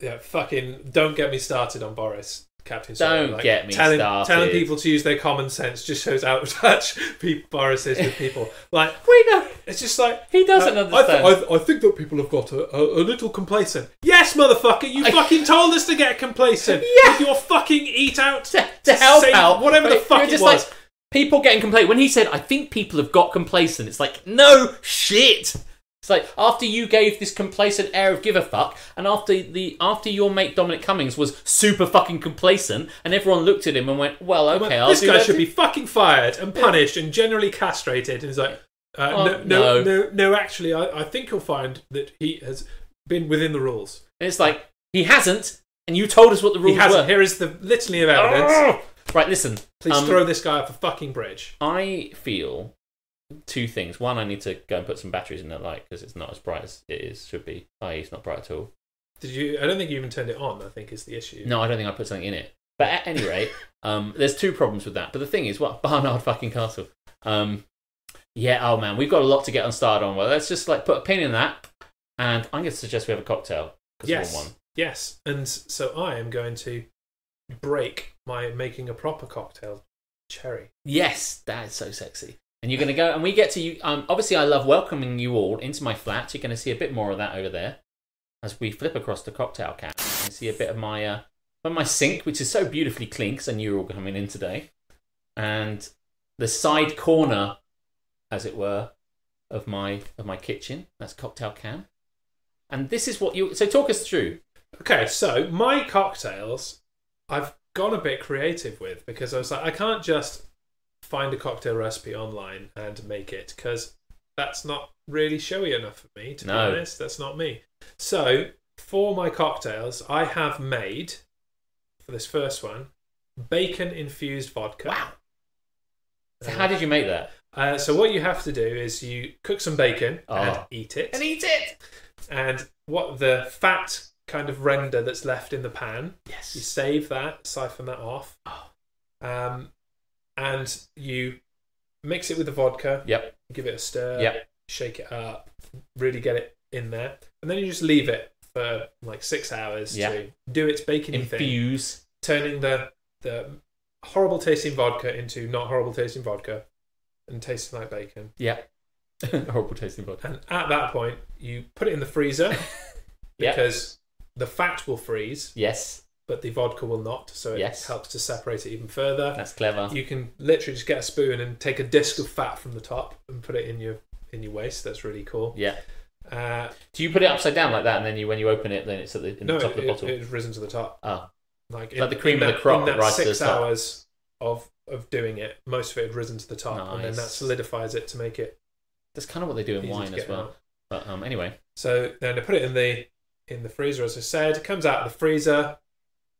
S2: Yeah, fucking don't get me started on Boris, Captain.
S1: Don't
S2: Solo. Like,
S1: get me
S2: telling,
S1: started.
S2: Telling people to use their common sense just shows out of touch people, Boris is with people. Like
S1: we know
S2: it's just like
S1: he doesn't
S2: uh, I,
S1: understand.
S2: th- I, th- I think that people have got a, a, a little complacent. Yes, motherfucker, you
S1: I-
S2: fucking told us to get complacent
S1: Yeah.
S2: with your fucking eat out
S1: to, to help
S2: save-
S1: out,
S2: whatever the
S1: but
S2: fuck
S1: you're
S2: it
S1: just
S2: was.
S1: Like, people getting complacent. When he said, "I think people have got complacent," it's like, no shit. It's like after you gave this complacent air of give a fuck, and after the after your mate Dominic Cummings was super fucking complacent, and everyone looked at him and went, "Well, okay,
S2: Well,
S1: I'll
S2: this
S1: do
S2: guy
S1: that
S2: should
S1: too."
S2: be fucking fired and punished and generally castrated. And he's like, Uh,
S1: Oh,
S2: no, no,
S1: no.
S2: no, no. Actually, I, I think you'll find that he has been within the rules.
S1: And it's like he hasn't, and you told us what the rules
S2: he hasn't.
S1: were.
S2: Here is the litany of evidence.
S1: Ah! Right, listen.
S2: Please
S1: um,
S2: throw this guy off a fucking bridge.
S1: I feel two things. One, I need to go and put some batteries in that light because it's not as bright as it is should be. I.e., it's not bright at all.
S2: Did you? I don't think you even turned it on. I think is the issue.
S1: No, I don't think I put something in it. But at any rate, um, there's two problems with that. But the thing is, what Barnard fucking Castle? Um, yeah, oh man, we've got a lot to get on started on. Well, let's just like put a pin in that, and I'm going to suggest we have a cocktail because
S2: Yes.
S1: we're on one.
S2: Yes. And so I am going to break my making a proper cocktail cherry.
S1: Yes, that is so sexy. And you're going to go, and we get to you. Um, obviously, I love welcoming you all into my flat. You're going to see a bit more of that over there as we flip across the cocktail cap and see a bit of my uh, of my sink, which is so beautifully clean because I knew you were all coming in today, and the side corner, as it were, of my of my kitchen. That's cocktail can. And this is what you. So talk us through.
S2: Okay, so my cocktails, I've gone a bit creative with because I was like, I can't just find a cocktail recipe online and make it because that's not really showy enough for me, to
S1: No.
S2: be honest. That's not me. So for my cocktails, I have made, for this first one, bacon infused vodka.
S1: Wow. So how did you make that?
S2: Uh, so what you have to do is you cook some bacon and
S1: Oh.
S2: eat it,
S1: eat it.
S2: and what the fat kind of render that's left in the pan, you
S1: Yes.
S2: save that, siphon that off,
S1: Oh.
S2: um, and you mix it with the vodka,
S1: Yep.
S2: give it a stir,
S1: Yep.
S2: shake it up, really get it in there, and then you just leave it for like six hours
S1: Yeah.
S2: to do its bacon thing,
S1: Infuse.
S2: turning the the horrible tasting vodka into not horrible tasting vodka, and tasting like bacon.
S1: Yeah. Horrible tasting vodka.
S2: And at that point, you put it in the freezer
S1: Yeah.
S2: because the fat will freeze,
S1: Yes,
S2: but the vodka will not. So it
S1: Yes.
S2: helps to separate it even further.
S1: that's clever.
S2: You can literally just get a spoon and take a disc of fat from the top and put it in your in your waist. That's really cool.
S1: Yeah.
S2: Uh,
S1: Do you put it upside down like that, and then you, when you open it, then it's at the, in
S2: no,
S1: the top of
S2: it,
S1: the bottle?
S2: it- it's risen to the top.
S1: oh,
S2: Like,
S1: Like the cream of the crop
S2: in
S1: that
S2: that
S1: rises to the
S2: six
S1: top.
S2: hours of of doing it, most of it had risen to the top, and then that
S1: Nice.
S2: solidifies it to make it
S1: that's kind of what they do in
S2: easy
S1: wine
S2: to
S1: as
S2: get
S1: well.
S2: out.
S1: But um, anyway,
S2: So then I put it in the in the freezer, as I said. It comes out of the freezer.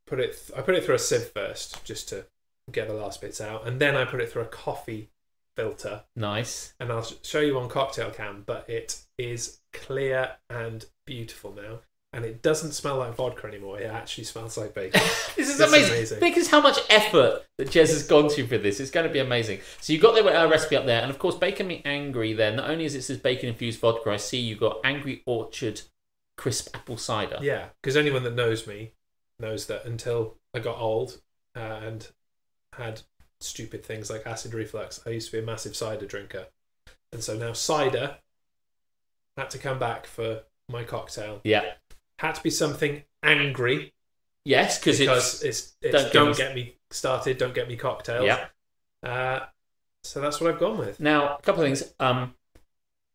S2: Put it. I put it through a sieve first, just to get the last bits out, and then I put it through a coffee filter.
S1: nice.
S2: And I'll sh- show you on cocktail cam, but it is clear and beautiful now, and it doesn't smell like vodka anymore. It actually smells like bacon.
S1: This is
S2: That's
S1: amazing.
S2: amazing.
S1: Because how much effort that Jez has gone to for this, it's going to be amazing. So you got the uh, recipe up there, and of course, bacon me angry. There, not only is it says bacon infused vodka, I see you got angry orchard crisp apple cider.
S2: yeah, because anyone that knows me knows that until I got old uh, and had stupid things like acid reflux, I used to be a massive cider drinker. And so now cider had to come back for my cocktail.
S1: Yeah.
S2: Had to be something angry
S1: Yes, because it's
S2: because it's, it's
S1: don't
S2: don't,
S1: get me-
S2: get me started, don't get me cocktails.
S1: yeah.
S2: Uh, so that's what I've gone with.
S1: Now, a couple of things. Um,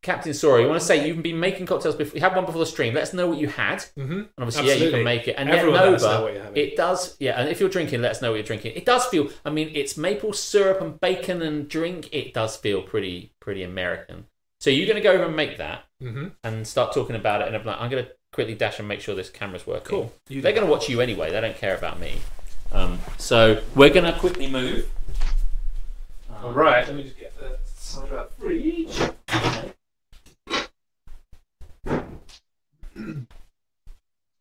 S1: Captain Sora, you want to say you've been making cocktails before? You had one before the stream. Let us know what you had.
S2: hmm
S1: And obviously, yeah, you
S2: Absolutely.
S1: can make it. And
S2: Everyone
S1: yeah,
S2: let us
S1: Nova,
S2: know what you're having.
S1: it does. Yeah, and if you're drinking, let us know what you're drinking. It does feel. I mean, it's maple syrup and bacon and drink. It does feel pretty, pretty American. So you're going to go over and make that
S2: hmm
S1: and start talking about it. And I'm like, I'm going to quickly dash and make sure this camera's working.
S2: Cool. You
S1: They're going to watch you anyway. They don't care about me. Um, so we're going to quickly move. Um,
S2: Let me just get the cider out fridge.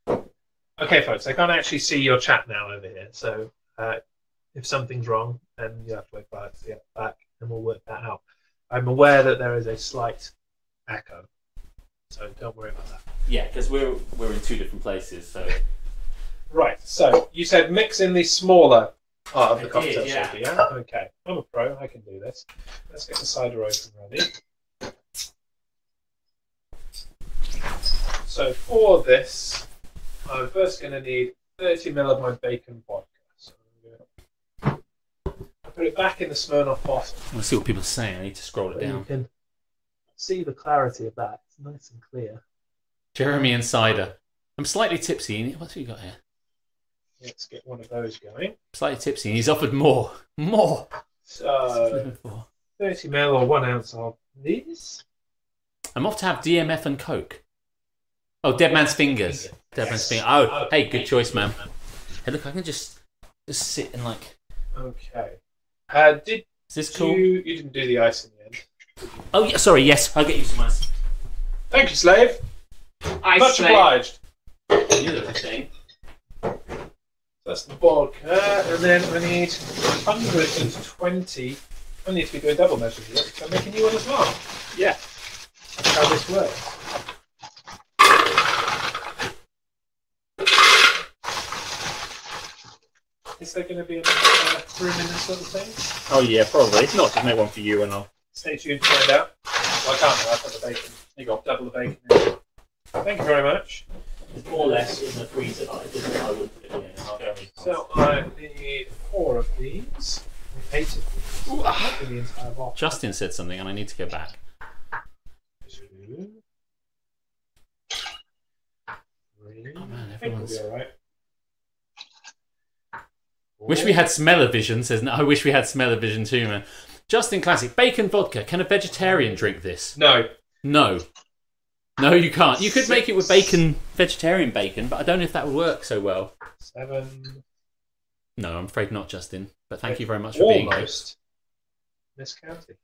S2: Okay, folks, I can't actually see your chat now over here, so uh, if something's wrong, then you have to wait for us to get back, and we'll work that out. I'm aware that there is a slight echo, so don't worry about that.
S1: Yeah, because we're we're in two different places. So
S2: Right, so you said mix in the smaller part of the
S1: I
S2: cocktail
S1: did, yeah.
S2: shaker, yeah? Okay, I'm a pro, I can do this. Let's get the cider open ready. So for this, I'm first going to need 30 ml of my bacon vodka. So I'm gonna- I put it back in the Smirnoff bottle.
S1: let's see what people are saying. I need to scroll it
S2: but You
S1: down.
S2: can see the clarity of that. It's nice and clear.
S1: Jeremy and cider. I'm slightly tipsy. What's he got here?
S2: Let's get one of those going.
S1: Slightly tipsy, and he's offered more. More.
S2: So.
S1: Four.
S2: 30 ml or one ounce of these.
S1: I'm off to have DMF and Coke. Oh, Dead Man's Fingers. Dead Man's Fingers. Oh, hey, good choice, man. Hey, look, I can just just sit and like.
S2: Okay. Uh, did
S1: Is this cool?
S2: you? You didn't do the ice in the end.
S1: Oh, yeah, sorry. Yes, I'll get you some ice.
S2: Thank you, slave.
S1: Ice
S2: Much
S1: mate.
S2: obliged.
S1: You look the same.
S2: That's the vodka, and then I need 120. I need to be doing double measures here. So I'm making you one as well.
S1: Yeah.
S2: That's how this works. Is there going to be enough uh, room in this little thing?
S4: Oh yeah, probably. If not, just make one for you and I'll.
S2: Stay tuned to find out. Well, I can't. I've got the bacon. You got double the bacon. in. Thank you very much.
S1: More or less in the freezer. I didn't. I wouldn't. So,
S2: So I need four of these. Eight of these. Ooh, ah. The entire bottle.
S1: Justin said something, and I need to go back.
S2: Two. Three.
S1: Oh man,
S2: I think we'll
S1: everyone's.
S2: be alright.
S1: Wish we had smell-o-vision, says I wish we had smell-o-vision too, man. Justin Classic, bacon vodka. Can a vegetarian drink this?
S2: No.
S1: No. No, you can't. You could make it with bacon, vegetarian bacon, but I don't know if that would work so well.
S2: Seven.
S1: No, I'm afraid not, Justin. But thank you very much for being here.
S2: Almost. Miscounted.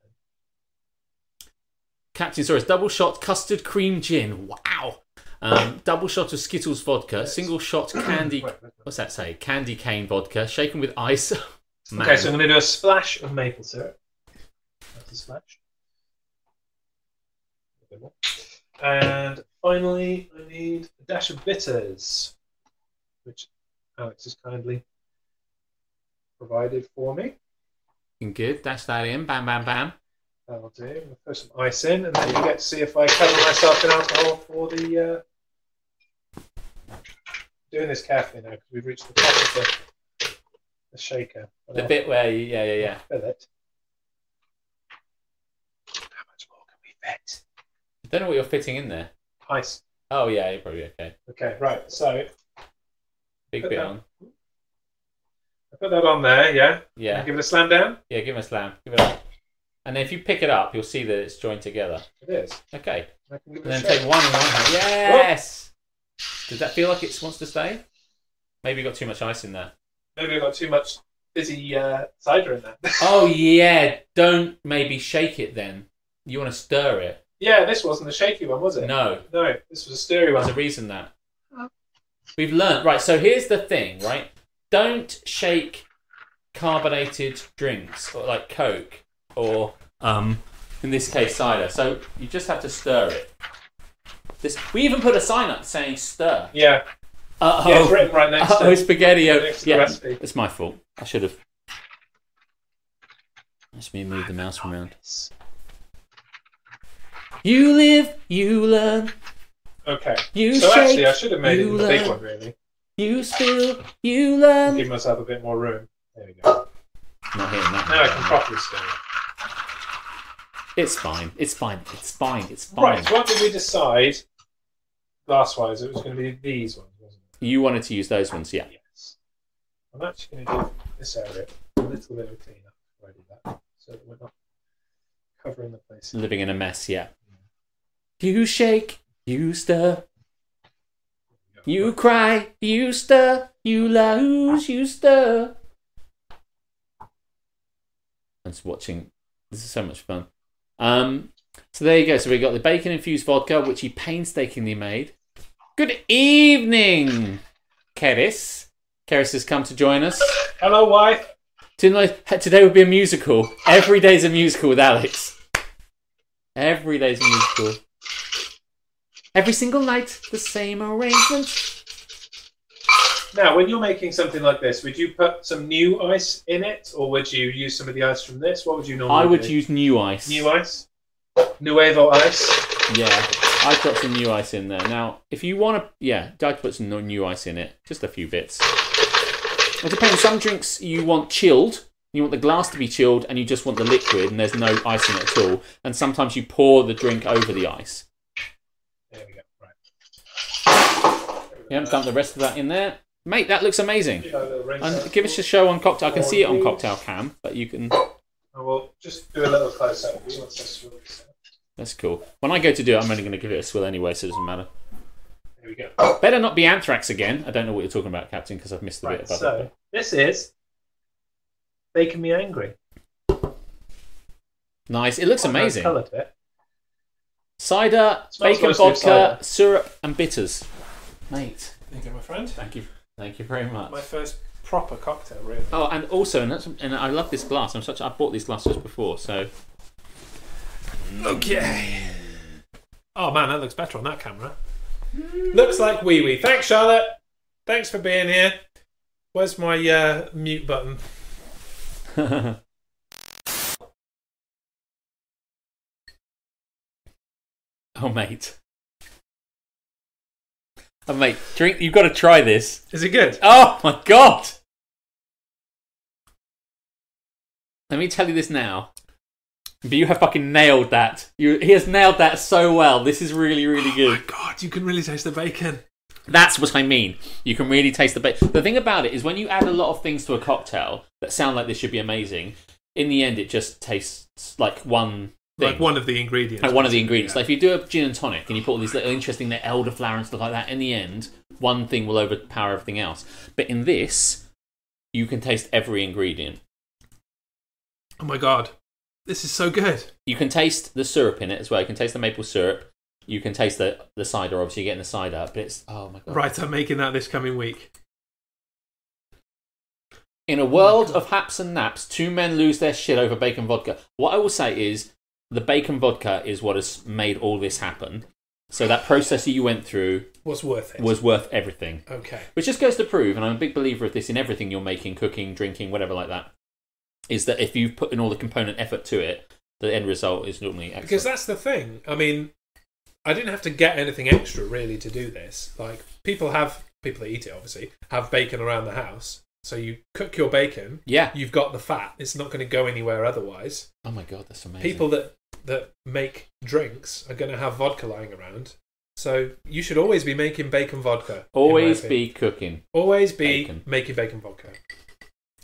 S1: Captain Soros, double shot custard cream gin. Wow. Um, double shot of Skittles vodka, single shot candy.
S2: Wait, wait, wait.
S1: What's that say? Candy cane vodka, shaken with ice. Man.
S2: Okay, so I'm going to do a splash of maple syrup. That's a splash. A bit more. And finally, I need a dash of bitters, which Alex has kindly provided for me.
S1: Looking good. Dash that in. Bam, bam, bam.
S2: That'll do. We'll throw some ice in, and then you get to see if I cover myself in alcohol for the. Uh... Doing this carefully now because we've reached the top of the, the shaker.
S1: The bit where, you, yeah, yeah, yeah.
S2: Fill it. How much more can we fit?
S1: I don't know what you're fitting in there.
S2: Ice.
S1: Oh yeah, you're probably okay.
S2: Okay, right. So I
S1: Big
S2: Put
S1: bit
S2: that-
S1: on.
S2: put that on there. Yeah.
S1: Yeah,
S2: Give it a slam down.
S1: yeah. Give him a slam. Give it up. And then if you pick it up, you'll see that it's joined together.
S2: It is.
S1: Okay.
S2: I can give
S1: And
S2: it
S1: then
S2: a shake.
S1: take one in one hand. Yes. Does that feel like it wants to stay? Maybe you got too much ice in there.
S2: Maybe I've got too much fizzy uh, cider in there.
S1: Oh yeah. Don't maybe shake it then. You want to stir it.
S2: yeah, this wasn't a shaky one, was it?
S1: No.
S2: No, this was a stirry
S1: There's
S2: one.
S1: a reason that we've learned. Right. So here's the thing. Right. Don't shake carbonated drinks or like Coke or um, in this case cider. So you just have to stir it. This we even put a sign up saying stir.
S2: Yeah.
S1: Uh
S2: Yeah, it's written right next
S1: Oh,
S2: to
S1: spaghetti.
S2: Next to the
S1: Yeah,
S2: recipe.
S1: it's my fault. I should have. Let me move the mouse around. You live, you learn,
S2: Okay.
S1: you
S2: so
S1: shake,
S2: actually, I should have made it
S1: you
S2: in the big
S1: learn,
S2: one, really.
S1: you spill, you learn.
S2: Give myself a bit more room. There we go.
S1: Not hearing that.
S2: Now I can properly stir it.
S1: It's fine. It's fine. It's fine. It's fine.
S2: Right, so what did we decide last wise? It was going to be these ones, wasn't
S1: You wanted to use those ones, yeah.
S2: it? Yes. I'm actually going to do this area a little bit of a clean up before I do that, so that we're not covering the place.
S1: Living in a mess, yeah. You shake, you stir, you cry, you stir, you lose, you stir. I'm just watching. This is so much fun. Um, so there you go. So we got the bacon infused vodka, which he painstakingly made. Good evening, Keris. Keris has come to join us.
S2: Hello, wife.
S1: Tonight, today would be a musical. Every day's a musical with Alex. Every day's a musical. Every single night, the same arrangement.
S2: Now, when you're making something like this, would you put some new ice in it, or would you use some of the ice from this? What would you normally
S1: I would
S2: do?
S1: use new ice.
S2: new ice, Nuevo ice.
S1: Yeah, I've got some new ice in there. Now, if you want to, yeah, I'd put some new ice in it. Just a few bits. It depends. Some drinks you want chilled. You want the glass to be chilled, and you just want the liquid, and there's no ice in it at all. And sometimes you pour the drink over the ice.
S2: There we go. Right.
S1: Yeah, dump the rest of that in there. Mate, that looks amazing.
S2: Give that a little rinse
S1: And
S2: out.
S1: give us a show on cocktail. I can see it on cocktail cam, but you can.
S5: And we'll just do a little close up. See what's this really say.
S1: That's cool. When I go to do it, I'm only going to give it a swill anyway, so it doesn't matter.
S5: There we go.
S1: Better not be anthrax again. I don't know what you're talking about, Captain, because I've missed the bit
S5: Right,
S1: about
S5: so
S1: it.
S5: this is Making Me Angry.
S1: Nice. It looks
S5: Quite a nice
S1: amazing.
S5: coloured bit.
S1: Cider,
S5: Smells
S1: bacon
S5: mostly of
S1: vodka, syrup, and bitters. Mate,
S2: Thank you, my friend.
S1: thank you, thank you very much.
S2: My first proper cocktail, really.
S1: Oh, and also, and, that's, and I love this glass. I'm such. I bought these glasses before, so
S2: Okay. Oh man, that looks better on that camera. Looks like wee wee. Thanks, Charlotte. Thanks for being here. Where's my uh, mute button?
S1: oh, mate. Oh, mate, drink. You've got to try this.
S2: Is it good?
S1: Oh my god! Let me tell you this now. But you have fucking nailed that. You, he has nailed that so well. This is really, really
S2: Oh my
S1: good.
S2: god, you can really taste the bacon.
S1: That's what I mean. You can really taste the bacon. The thing about it is, when you add a lot of things to a cocktail that sound like this should be amazing, in the end, it just tastes like one thing.
S2: Like one of the ingredients.
S1: Like one of the ingredients. Like if you do a gin and tonic and you put all these little interesting little elderflower and stuff like that, in the end, one thing will overpower everything else. But in this, you can taste every ingredient.
S2: Oh my god, this is so good.
S1: You can taste the syrup in it as well. You can taste the maple syrup. You can taste the, the cider, obviously, you're getting the cider. But it's, oh my God.
S2: Right, I'm making that this coming week.
S1: In a world of haps and naps, two men lose their shit over bacon vodka. What I will say is the bacon vodka is what has made all this happen. So that process that you went through
S2: What's worth it?
S1: was worth everything.
S2: okay.
S1: Which just goes to prove, and I'm a big believer of this in everything you're making, cooking, drinking, whatever like that, is that if you put in all the component effort to it, the end result is normally excellent.
S2: Because that's the thing. I mean, I didn't have to get anything extra really to do this. Like people have people that eat it obviously have bacon around the house. So you cook your bacon,
S1: yeah.
S2: you've got the fat. It's not going to go anywhere otherwise.
S1: Oh my god, that's amazing.
S2: people that that make drinks are going to have vodka lying around. So you should always be making bacon vodka. in my
S1: always
S2: opinion.
S1: be cooking.
S2: always be
S1: bacon.
S2: making bacon vodka.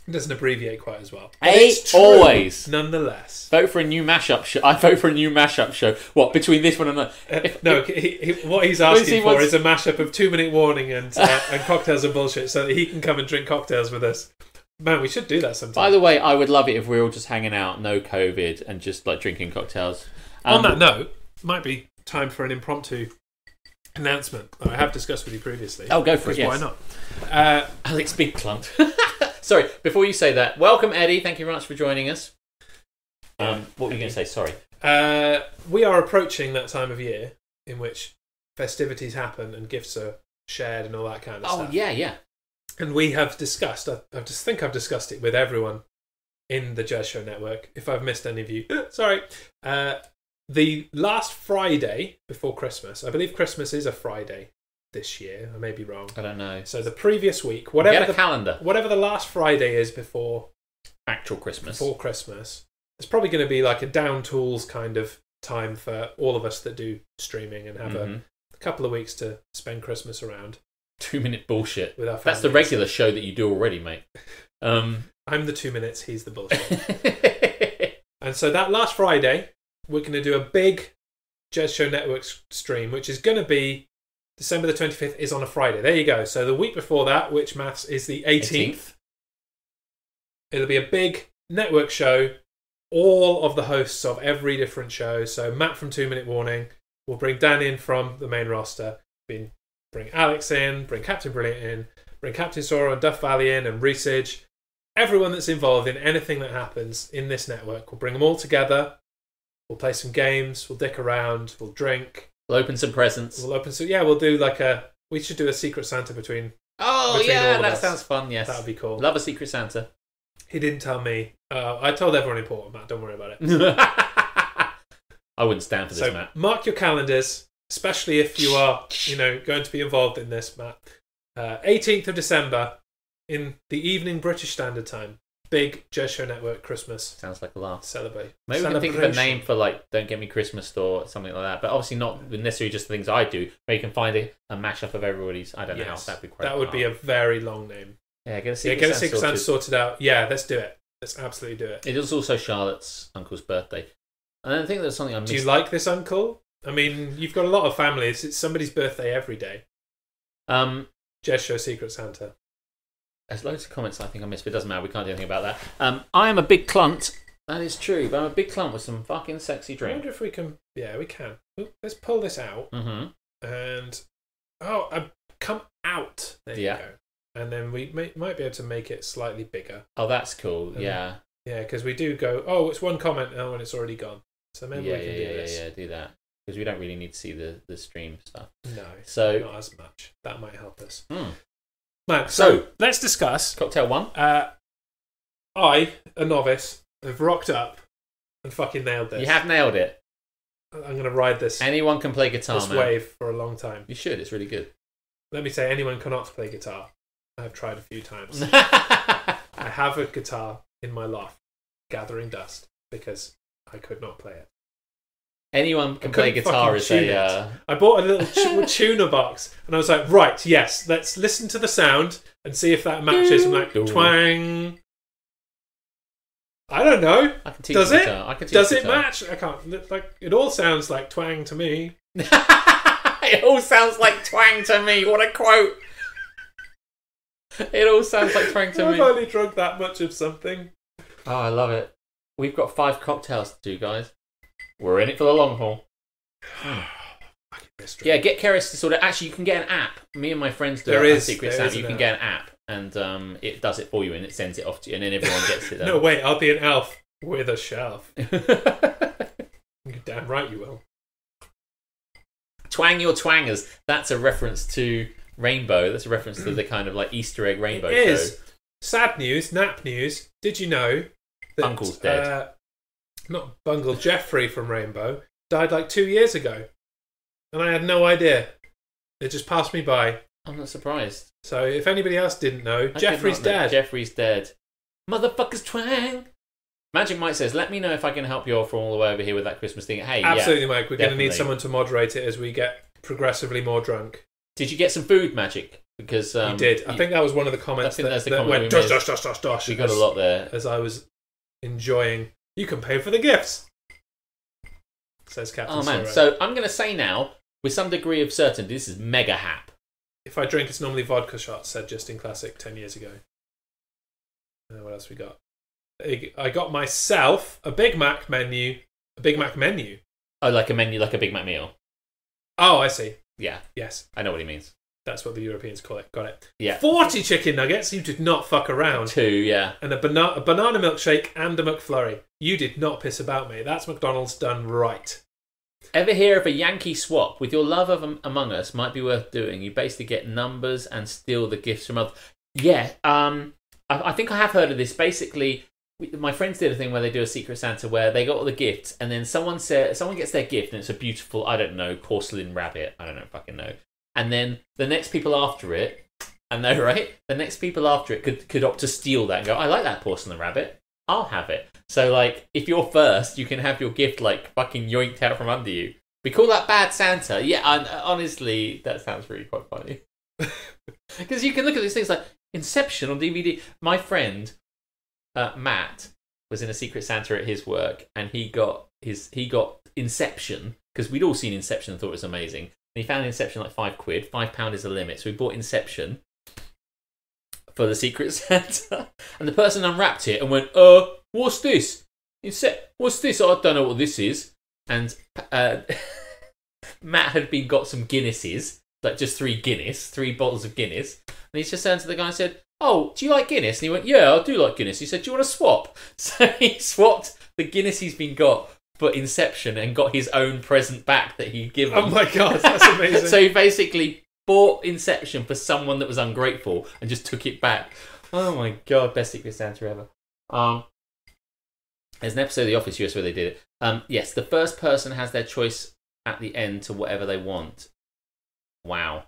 S2: It doesn't abbreviate quite as well.
S1: Hey,
S2: it's true,
S1: always.
S2: nonetheless.
S1: Vote for a new mashup show. I vote for a new mashup show. What between this one and that?
S2: Uh, no, he, he, what he's
S1: Well, you
S2: asking
S1: see,
S2: for
S1: what's-
S2: is a mashup of Two Minute Warning and uh, and cocktails and bullshit, so that he can come and drink cocktails with us. Man, we should do that sometime.
S1: By the way, I would love it if we are all just hanging out, no COVID, and just like drinking cocktails. Um,
S2: On that note, might be time for an impromptu announcement that I have discussed with you previously.
S1: Oh, go for it,
S2: Because Why
S1: yes.
S2: not? Uh,
S1: Alex, big clump. Sorry, before you say that, welcome Eddie. Thank you very much for joining us. Um, what were you going to say? Sorry.
S2: Uh, we are approaching that time of year in which festivities happen and gifts are shared and all that kind of
S1: Oh
S2: stuff.
S1: yeah, yeah.
S2: And we have discussed, I, I just think I've discussed it with everyone in the Jazz Show Network. If I've missed any of you, sorry. Uh, the last Friday before Christmas, I believe Christmas is a Friday this year. I may be wrong.
S1: I don't know.
S2: So the previous week, whatever
S1: Get a
S2: the,
S1: calendar.
S2: whatever the last Friday is before
S1: Actual Christmas.
S2: before Christmas. It's probably going to be like a down tools kind of time for all of us that do streaming and have
S1: Mhm.
S2: a couple of weeks to spend Christmas around
S1: Two minute bullshit.
S2: with our families.
S1: That's the regular show that you do already, mate. Um.
S2: I'm the two minutes, he's the bullshit. and so that last Friday, we're going to do a big Jazz Show Network s- stream, which is going to be December the 25th is on a Friday. There you go. So the week before that, which maths is the 18th.
S1: 18th.
S2: It'll be a big network show. All of the hosts of every different show. So Matt from Two Minute Warning. We'll bring Dan in from the main roster. Bring, bring Alex in. Bring Captain Brilliant in. Bring Captain Sora and Duff Valley in and Reesage. Everyone that's involved in anything that happens in this network, we'll bring them all together. We'll play some games. We'll dick around. We'll drink.
S1: We'll open some presents.
S2: We'll open. So yeah, we'll do like a. We should do a Secret Santa between.
S1: Oh
S2: Between all
S1: yeah,
S2: of
S1: that
S2: us.
S1: sounds fun. Yes.
S2: That would be cool.
S1: Love a secret Santa.
S2: He didn't tell me. Uh, I told everyone important, Matt. Don't worry about it.
S1: I wouldn't stand for this,
S2: So
S1: Matt.
S2: mark your calendars, especially if you are, you know, going to be involved in this, Matt. Eighteenth of December, in the evening British Standard Time. Big Jazz Show Network Christmas
S1: Sounds like a laugh.
S2: celebrate.
S1: Maybe we can think of a name
S2: celebration.
S1: for like "Don't Get Me Christmas" or something like that. But obviously not necessarily just the things I do. But you can find a, a mashup of everybody's. I don't know.
S2: Yes.
S1: That'd be quite.
S2: That would be a very long name.
S1: yeah. Get a
S2: Yeah,
S1: secret
S2: get a
S1: Santa
S2: Secret Santa
S1: sorted.
S2: sorted out. Yeah, let's do it. Let's absolutely do it.
S1: It is also Charlotte's uncle's birthday. And I think there's something I missed.
S2: Do you like this uncle? I mean, you've got a lot of families. It's somebody's birthday every day.
S1: um,
S2: Jez show Secret Santa.
S1: there's loads of comments I think I missed, but it doesn't matter. We can't do anything about that. Um, I am a big clunt. That is true, but I'm a big clunt with some fucking sexy
S2: I
S1: drink.
S2: wonder if we can. Yeah, we can. Let's pull this out
S1: Mm-hmm.
S2: and oh, I come out. There
S1: Yeah.
S2: you go. And then we may, might be able to make it slightly bigger.
S1: Oh, that's cool.
S2: Um,
S1: yeah.
S2: Yeah, because we do go. Oh, it's one comment now and it's already gone. So maybe
S1: yeah,
S2: we can
S1: yeah,
S2: do
S1: yeah,
S2: this.
S1: yeah, yeah, do that. Because we don't really need to see the, the stream stuff.
S2: No,
S1: So-
S2: not as much. That might help us.
S1: Hmm.
S2: Max,
S1: So-
S2: so, let's discuss.
S1: Cocktail one.
S2: Uh, I, a novice, have rocked up and fucking nailed this.
S1: You have nailed it.
S2: I'm gonna ride this
S1: Anyone can play guitar,
S2: this
S1: man.
S2: wave for a long time.
S1: You should. It's really good.
S2: Let me say, anyone cannot play guitar. I have tried a few times. I have a guitar in my loft, gathering dust because I could not play it.
S1: Anyone can
S2: I
S1: play
S2: couldn't
S1: guitar
S2: fucking
S1: as
S2: tune
S1: a.
S2: it.
S1: Uh,
S2: I bought a little tu- tuner box and I was like, right, yes, let's listen to the sound and see if that matches. I'm like,
S1: Cool.
S2: twang. I don't know.
S1: I can teach
S2: Does
S1: you
S2: it?
S1: guitar. I can teach
S2: Does
S1: you
S2: it
S1: guitar.
S2: match? I can't. Like, it all sounds like twang to me.
S1: it all sounds like twang to me. What a quote. It all sounds like twang to
S2: I've
S1: me. Oh,
S2: only drunk that much of something.
S1: Ah, I love it. We've got five cocktails to do, guys. We're in it for the long haul.
S2: Fucking mystery.
S1: Yeah, get Keris to sort it. Actually, you can get an app. Me and my friends do
S2: There
S1: it on
S2: is-
S1: Secret
S2: there
S1: Santa.
S2: is
S1: You can
S2: an app.
S1: get an app, and um, it does it for you, and it sends it off to you, and then everyone gets it.
S2: No, wait, I'll be an elf with a shelf.
S1: um.
S2: You're damn right you will.
S1: Twang your twangers. That's a reference to Rainbow. That's a reference to the kind of like Easter egg Rainbow
S2: it is.
S1: show.
S2: Sad news, nap news. Did you know that
S1: Bungle's dead.
S2: Uh, not Bungle, Jeffrey from Rainbow died like two years ago, and I had no idea. It just passed me by.
S1: I'm not surprised.
S2: So if anybody else didn't know,
S1: I did
S2: Jeffrey's
S1: not know.
S2: dead.
S1: Jeffrey's dead. Motherfuckers twang. Magic Mike says, "Let me know if I can help you all from all the way over here with that Christmas thing." Hey, yeah.
S2: Absolutely, Mike. We're going to need
S1: definitely.
S2: someone to moderate it as we get progressively more drunk.
S1: Did you get some food, Magic? Because um,
S2: you did. I
S1: you-
S2: think that was one of the comments
S1: I think
S2: that,
S1: that's the
S2: that
S1: comment
S2: went
S1: we
S2: dosh
S1: made.
S2: dosh dosh dosh dosh.
S1: you got a
S2: as-
S1: lot there.
S2: as I was enjoying. You can pay for the gifts, says Captain.
S1: Oh man!
S2: Sorrow.
S1: So I'm going to say now, with some degree of certainty, this is mega hap.
S2: If I drink, it's normally vodka shots, said Justin Classic 10 years ago. Uh, what else we got? I I got myself a Big Mac menu. A Big Mac menu.
S1: Oh, like a menu, like a Big Mac meal.
S2: Oh, I see.
S1: Yeah,
S2: Yes,
S1: I know what he means.
S2: that's what the Europeans call it. Got it.
S1: Yeah.
S2: 40 chicken nuggets. You did not fuck around.
S1: Two, yeah.
S2: And a, bana- a banana milkshake and a McFlurry. You did not piss about, mate. That's McDonald's done right.
S1: Ever hear of a Yankee swap? With your love of Am- Among Us, might be worth doing. You basically get numbers and steal the gifts from others. Yeah, um, I, I think I have heard of this. Basically, we- my friends did a thing where they do a Secret Santa where they got all the gifts, and then someone said someone gets their gift, and it's a beautiful, I don't know, porcelain rabbit. I don't know, fucking know. And then the next people after it, I know, right? The next people after it could could opt to steal that and go, I like that porcelain rabbit. I'll have it. So like, if you're first, you can have your gift like fucking yoinked out from under you. We call that bad Santa. Yeah, and uh, honestly, that sounds really quite funny. Because you can look at these things like Inception on DVD. My friend uh, Matt was in a Secret Santa at his work, and he got his he got Inception because we'd all seen Inception and thought it was amazing. And he found Inception like five quid. Five pound is the limit, so we bought Inception for the Secret Santa, and the person unwrapped it and went, "Uh, what's this? Ince- what's this? I don't know what this is." And uh, Matt had been got some Guinnesses, like just three Guinness, three bottles of Guinness, and he just turned to the guy and said, "Oh, do you like Guinness?" And he went, "Yeah, I do like Guinness." He said, "Do you want to swap?" So he swapped the Guinness he's been got for Inception and got his own present back that he'd given.
S2: Oh my God, that's amazing.
S1: so he basically bought Inception for someone that was ungrateful and just took it back. Oh my god, best Secret Santa ever. Um, there's an episode of The Office US where they did it. Um, yes, the first person has their choice at the end to whatever they want. Wow.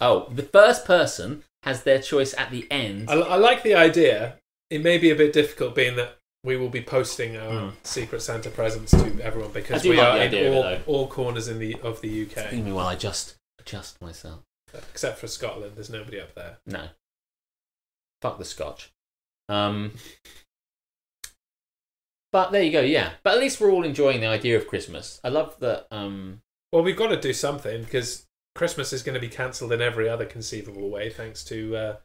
S1: Oh, the first person has their choice at the end.
S2: I, I like the idea. It may be a bit difficult being that we will be posting our Secret Santa presents to everyone because
S1: Hmm. I do
S2: we
S1: like
S2: are
S1: the idea
S2: in
S1: of it,
S2: all,
S1: though.
S2: all corners in the of the UK
S1: Excuse me while I just adjust myself.
S2: except for Scotland. There's nobody up there.
S1: No. Fuck the Scotch. Um, But there you go, yeah. But at least we're all enjoying the idea of Christmas. I love that. Um,
S2: Well, we've got to do something because Christmas is going to be cancelled in every other conceivable way thanks to uh,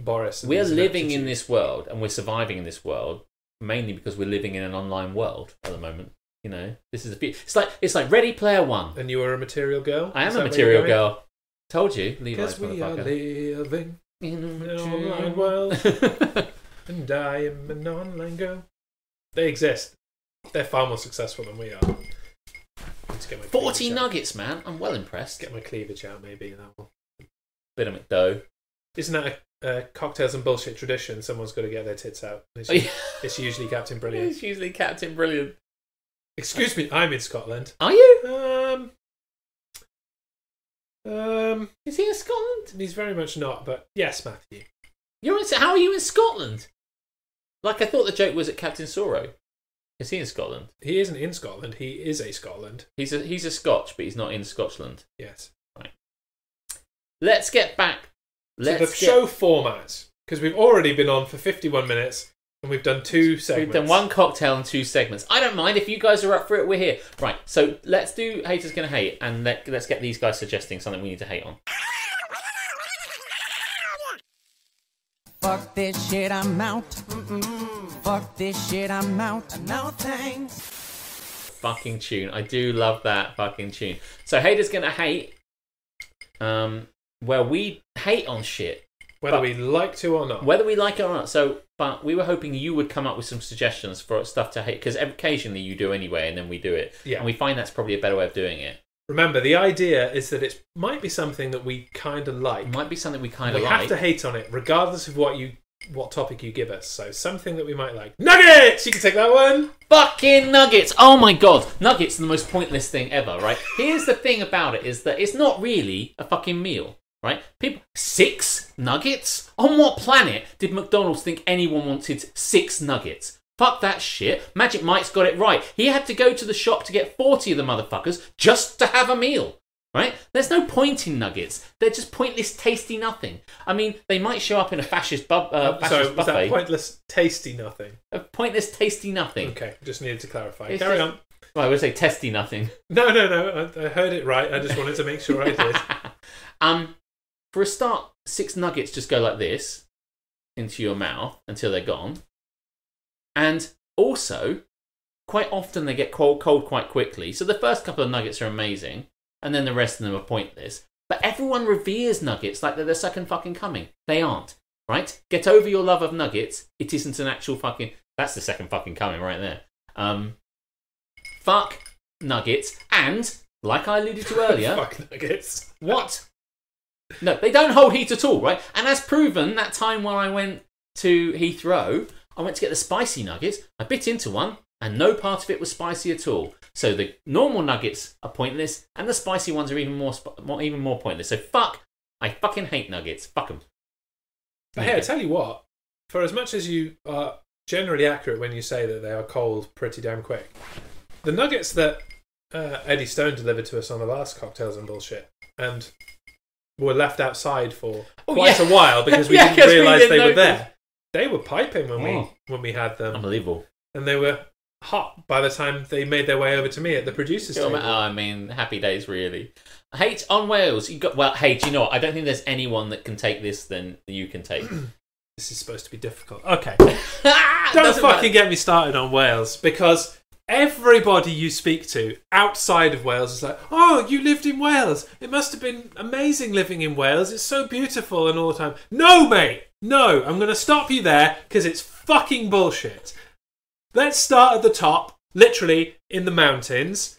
S2: Boris. and
S1: we're
S2: his
S1: living in
S2: ineptitude.
S1: this world and we're surviving in this world mainly because we're living in an online world at the moment. You know, this is the future. It's like it's like Ready Player One.
S2: And you are a material girl?
S1: I am
S2: Is that
S1: a
S2: where
S1: material
S2: you're going?
S1: girl. Told you, Levi's
S2: Because we are
S1: motherfucker.
S2: living
S1: in
S2: in
S1: a
S2: an online
S1: material-
S2: world. And I am an online girl. They exist. They're far more successful than we are. Let's get my
S1: Forty
S2: cleavage out.
S1: nuggets, man. I'm well impressed.
S2: Get my cleavage out, maybe. and That will.
S1: Bit of McDo.
S2: Isn't that a, a cocktails and bullshit tradition? Someone's got to get their tits out. It's,
S1: Oh, yeah.
S2: it's usually Captain Brilliant.
S1: It's usually Captain Brilliant.
S2: Excuse me, I'm in Scotland.
S1: Are you?
S2: Um, um,
S1: Is he in Scotland?
S2: he's very much not, but yes, Matthew.
S1: You're in. How are you in Scotland? Like I thought the joke was at Captain Sorrow. Is he in Scotland?
S2: He isn't in Scotland. He is a Scotland.
S1: He's a he's a Scotch, but he's not in Scotland.
S2: Yes.
S1: Let's get back. Let's
S2: so the
S1: get,
S2: show format, because we've already been on for 51 minutes and we've done two segments.
S1: We've done one cocktail and two segments. I don't mind if you guys are up for it. We're here, right? So let's do haters gonna hate, and let, let's get these guys suggesting something we need to hate on.
S6: Fuck this shit, I'm out. Fuck this shit, I'm out. No thanks.
S1: Fucking tune. I do love that fucking tune. So haters gonna hate. Um, where we hate on shit,
S2: Whether
S1: but-
S2: we like to or not.
S1: whether we like it or not. So, but we were hoping you would come up with some suggestions for stuff to hate because occasionally you do anyway, and then we do it.
S2: Yeah.
S1: And we find that's probably a better way of doing it.
S2: Remember, the idea is that it might be something that we kind of like.
S1: It might be something we kind
S2: We
S1: of like.
S2: have to hate on it, regardless of what you what topic you give us. So something that we might like. Nuggets! You can take that one.
S1: Fucking nuggets! Oh my god, nuggets are the most pointless thing ever, right? Here's the thing about it is that it's not really a fucking meal, right? People six nuggets? On what planet did McDonald's think anyone wanted six nuggets? Fuck that shit. Magic Mike's got it right. He had to go to the shop to get 40 of the motherfuckers just to have a meal. Right? There's no point in nuggets. They're just pointless, tasty nothing. I mean, they might show up in a fascist, bu- uh,
S2: so
S1: fascist
S2: was that
S1: buffet.
S2: pointless, tasty nothing?
S1: a pointless, tasty nothing.
S2: Okay, just needed to clarify.
S1: It's
S2: Carry
S1: just-
S2: on.
S1: Well, I would say testy nothing.
S2: No, no, no. I, I heard it right. I just wanted to make sure I did.
S1: um, for a start, six nuggets just go like this into your mouth until they're gone. And also, quite often they get cold, cold quite quickly. So the first couple of nuggets are amazing, and then the rest of them are pointless. But everyone reveres nuggets like they're the second fucking coming. They aren't, right? Get over your love of nuggets. It isn't an actual fucking. That's the second fucking coming right there. Um, fuck nuggets, and like I alluded to earlier,
S2: Fuck nuggets.
S1: what? No, they don't hold heat at all, right? And as proven, that time when I went to Heathrow, I went to get the spicy nuggets. I bit into one, and no part of it was spicy at all. So the normal nuggets are pointless, and the spicy ones are even more, sp- more even more pointless. So fuck, I fucking hate nuggets. Fuck them.
S2: But hey, I tell you what. For as much as you are generally accurate when you say that they are cold pretty damn quick, the nuggets that uh, Eddie Stone delivered to us on the last cocktails and bullshit, and were left outside for
S1: Oh,
S2: quite
S1: yeah.
S2: a while because we
S1: Yeah, 'cause
S2: didn't
S1: we
S2: realise
S1: didn't
S2: they were
S1: notice.
S2: there. They were piping when
S1: Oh.
S2: we when we had them,
S1: Unbelievable.
S2: and they were hot by the time they made their way over to me at the producers'
S1: Oh,
S2: table.
S1: I mean, happy days, really. Hate on Wales. You got well. Hey, do you know what? I don't think there's anyone that can take this than you can take.
S2: This is supposed to be difficult. Okay, don't
S1: Doesn't
S2: fucking
S1: matter.
S2: get me started on Wales because everybody you speak to outside of Wales is like, "Oh, you lived in Wales. It must have been amazing living in Wales. It's so beautiful and all the time." No, mate. No, I'm going to stop you there because it's fucking bullshit. Let's start at the top, literally in the mountains.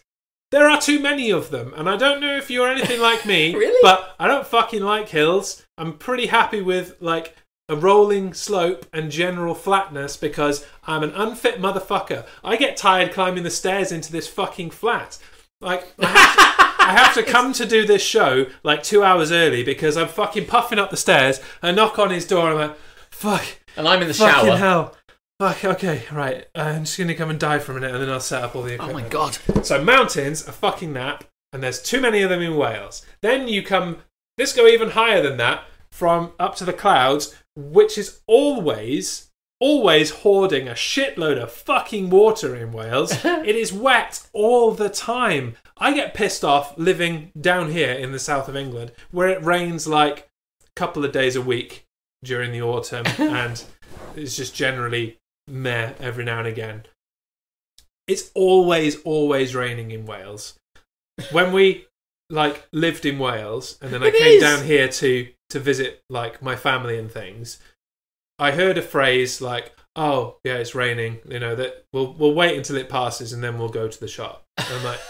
S2: There are too many of them, and I don't know if you're anything like me,
S1: Really?
S2: but I don't fucking like hills. I'm pretty happy with like a rolling slope and general flatness because I'm an unfit motherfucker. I get tired climbing the stairs into this fucking flat. Like I have to, I have to come to do this show like 2 hours early because I'm fucking puffing up the stairs. I knock on his door and I'm like, "Fuck,
S1: And I'm in the
S2: Fucking
S1: shower.
S2: hell. Fuck, okay, right. I'm just going to come and die for a minute and then I'll set up all the
S1: Oh
S2: equipment.
S1: my god.
S2: So, mountains, a fucking nap, and there's too many of them in Wales. Then you come, let's go even higher than that, from up to the clouds, which is always always hoarding a shitload of fucking water in Wales. it is wet all the time. I get pissed off living down here in the south of England where it rains like a couple of days a week during the autumn and it's just generally meh every now and again. It's always, always raining in Wales. When we like lived in Wales and then I
S1: It
S2: came
S1: is.
S2: down here to to visit like my family and things, I heard a phrase like, "Oh, yeah, it's raining." You know that we'll we'll wait until it passes and then we'll go to the shop. And I'm like,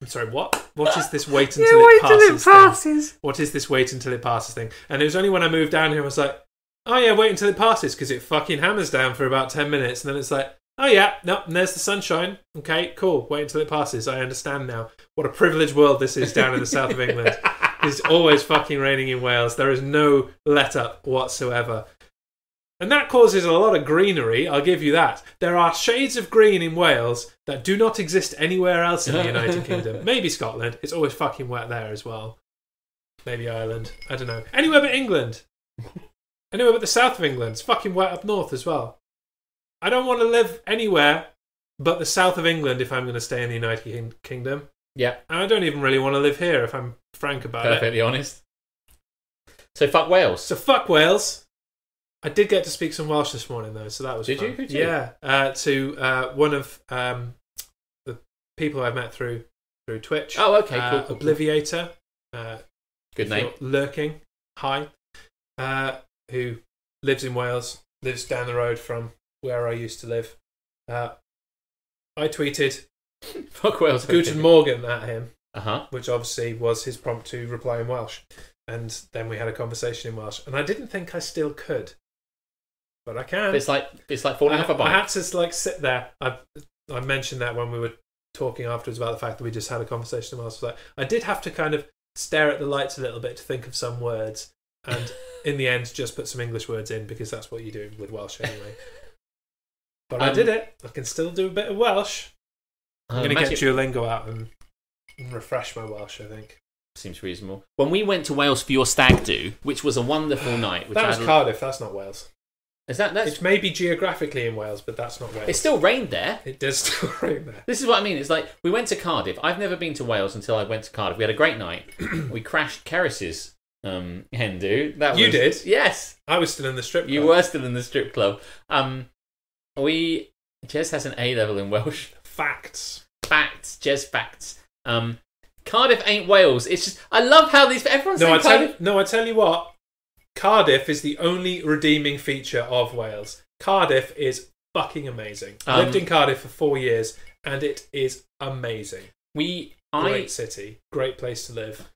S2: "I'm sorry, what? What is this? Wait until it passes." thing? What is this? Wait until it passes thing. And it was only when I moved down here, I was like, "Oh yeah, wait until it passes," because it fucking hammers down for about ten minutes, and then it's like. Oh yeah, no, and there's the sunshine. Okay, cool. Wait until it passes. I understand now. What a privileged world this is down in the south of England. It's always fucking raining in Wales. There is no let up whatsoever. And that causes a lot of greenery, I'll give you that. There are shades of green in Wales that do not exist anywhere else in the United Kingdom. Maybe Scotland. It's always fucking wet there as well. Maybe Ireland. I don't know. Anywhere but England. Anywhere but the south of England. It's fucking wet up north as well. I don't want to live anywhere but the south of England if I'm going to stay in the United King- Kingdom.
S1: Yeah,
S2: And I don't even really want to live here if I'm frank about it.
S1: perfectly honest. So fuck Wales.
S2: So fuck Wales. I did get to speak some Welsh this morning though, so that was
S1: Did
S2: fun.
S1: you? Who'd you?
S2: Yeah, uh, to uh, one of um, the people I've met through through Twitch.
S1: Oh, okay, cool,
S2: Uh,
S1: cool, cool.
S2: Obliviator. Uh,
S1: Good
S2: if
S1: name.
S2: you're Lurking. Hi. Uh, who lives in Wales, lives down the road from where I used to live. Uh, I tweeted
S1: Fuck Wales.
S2: Guten Morgen at him
S1: Uh huh.
S2: which obviously was his prompt to reply in Welsh. And then we had a conversation in Welsh, and I didn't think I still could, but I can.
S1: It's like it's like falling
S2: I,
S1: off a
S2: I
S1: bike.
S2: had to like sit there. I I mentioned that when we were talking afterwards about the fact that we just had a conversation in Welsh. Like I did have to kind of stare at the lights a little bit to think of some words, and in the end, just put some English words in because that's what you do with Welsh anyway. But I
S1: Um,
S2: did it. I can still do a bit of Welsh.
S1: Uh,
S2: I'm going to
S1: magic-
S2: get Duolingo out and refresh my Welsh. I think.
S1: Seems reasonable. When we went to Wales for your stag do, which was a wonderful night, which
S2: that
S1: I
S2: was
S1: had-
S2: Cardiff. That's not Wales.
S1: is that that's,
S2: It may be geographically in Wales, but that's not Wales.
S1: it still rained there.
S2: it does still rain there.
S1: This is what I mean. It's like we went to Cardiff. I've never been to Wales until I went to Cardiff. We had a great night. we crashed Keris's um, hen do. That
S2: You
S1: was,
S2: did?
S1: Yes,
S2: I was still in the strip.
S1: you
S2: club.
S1: were still in the strip club. Um, we Jez has an A level in Welsh.
S2: Facts.
S1: Facts, Jez facts. Um, Cardiff ain't Wales. It's just I love how these everyone's
S2: No, I
S1: saying
S2: tell
S1: Cardiff.
S2: no, I tell you what. Cardiff is the only redeeming feature of Wales. Cardiff is fucking amazing. I
S1: Um,
S2: lived in Cardiff for four years, and it is amazing.
S1: We I
S2: Great city, great place to live.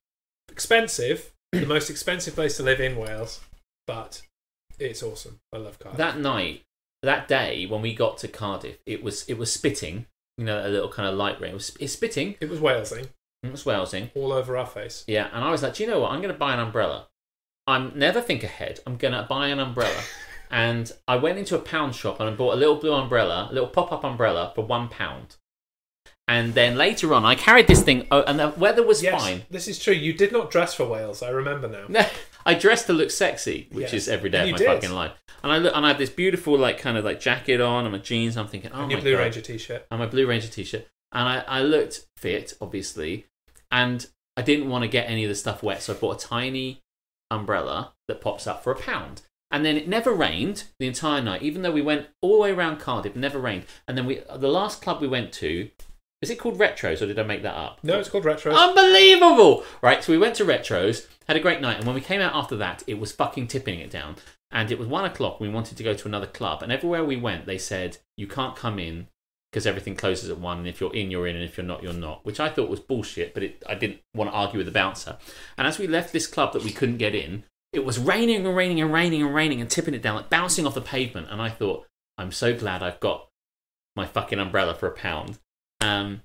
S2: Expensive, the most expensive place to live in Wales, but it's awesome. I love Cardiff.
S1: that night, that day when we got to Cardiff, it was it was spitting. You know, a little kind of light rain. It was it's spitting.
S2: it was Walesing
S1: It was Welsing.
S2: all over our face.
S1: Yeah, and I was like, do you know what? I'm going to buy an umbrella. I'm never think ahead. I'm going to buy an umbrella. and I went into a pound shop and I bought a little blue umbrella, a little pop up umbrella for one pound. And then later on, I carried this thing, oh, and the weather was
S2: Yes,
S1: fine.
S2: This is true. You did not dress for Wales. I remember now.
S1: No, I dressed to look sexy, which
S2: Yes.
S1: is every day
S2: And
S1: of
S2: you
S1: my
S2: did.
S1: fucking life. And I look, and I have this beautiful like kind of like jacket on and my jeans. I'm thinking, oh
S2: and
S1: my
S2: your Blue
S1: God.
S2: Ranger T-shirt.
S1: and my Blue Ranger t-shirt, and I, I looked fit, obviously, and I didn't want to get any of the stuff wet, so I bought a tiny umbrella that pops up for a pound. And then it never rained the entire night, even though we went all the way around Cardiff, it never rained. And then we, the last club we went to, is it called Retros, or did I make that up?
S2: No, it's called retro.
S1: Oh, Unbelievable! Right, so we went to Retros, had a great night, and when we came out after that, it was fucking tipping it down. And it was one o'clock, we wanted to go to another club, and everywhere we went, they said, you can't come in because everything closes at one, and if you're in, you're in, and if you're not, you're not, which I thought was bullshit, but it, I didn't want to argue with the bouncer. And as we left this club that we couldn't get in, it was raining and raining and raining and raining and tipping it down, like bouncing off the pavement. And I thought, I'm so glad I've got my fucking umbrella for a pound. Um,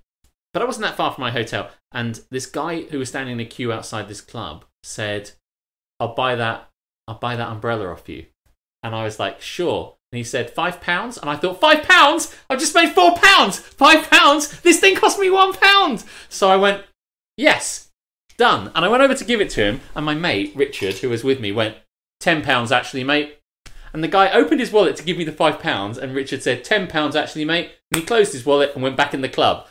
S1: but I wasn't that far from my hotel, and this guy who was standing in a queue outside this club said, "I'll buy that. I'll buy that umbrella off you." And I was like, "Sure." And he said, five pounds? And I thought, five pounds? I've just made four pounds! Five pounds? This thing cost me one pound! So I went, yes, done. And I went over to give it to him, and my mate, Richard, who was with me, went, ten pounds actually, mate. And the guy opened his wallet to give me the five pounds, and Richard said, ten pounds actually, mate. And he closed his wallet and went back in the club.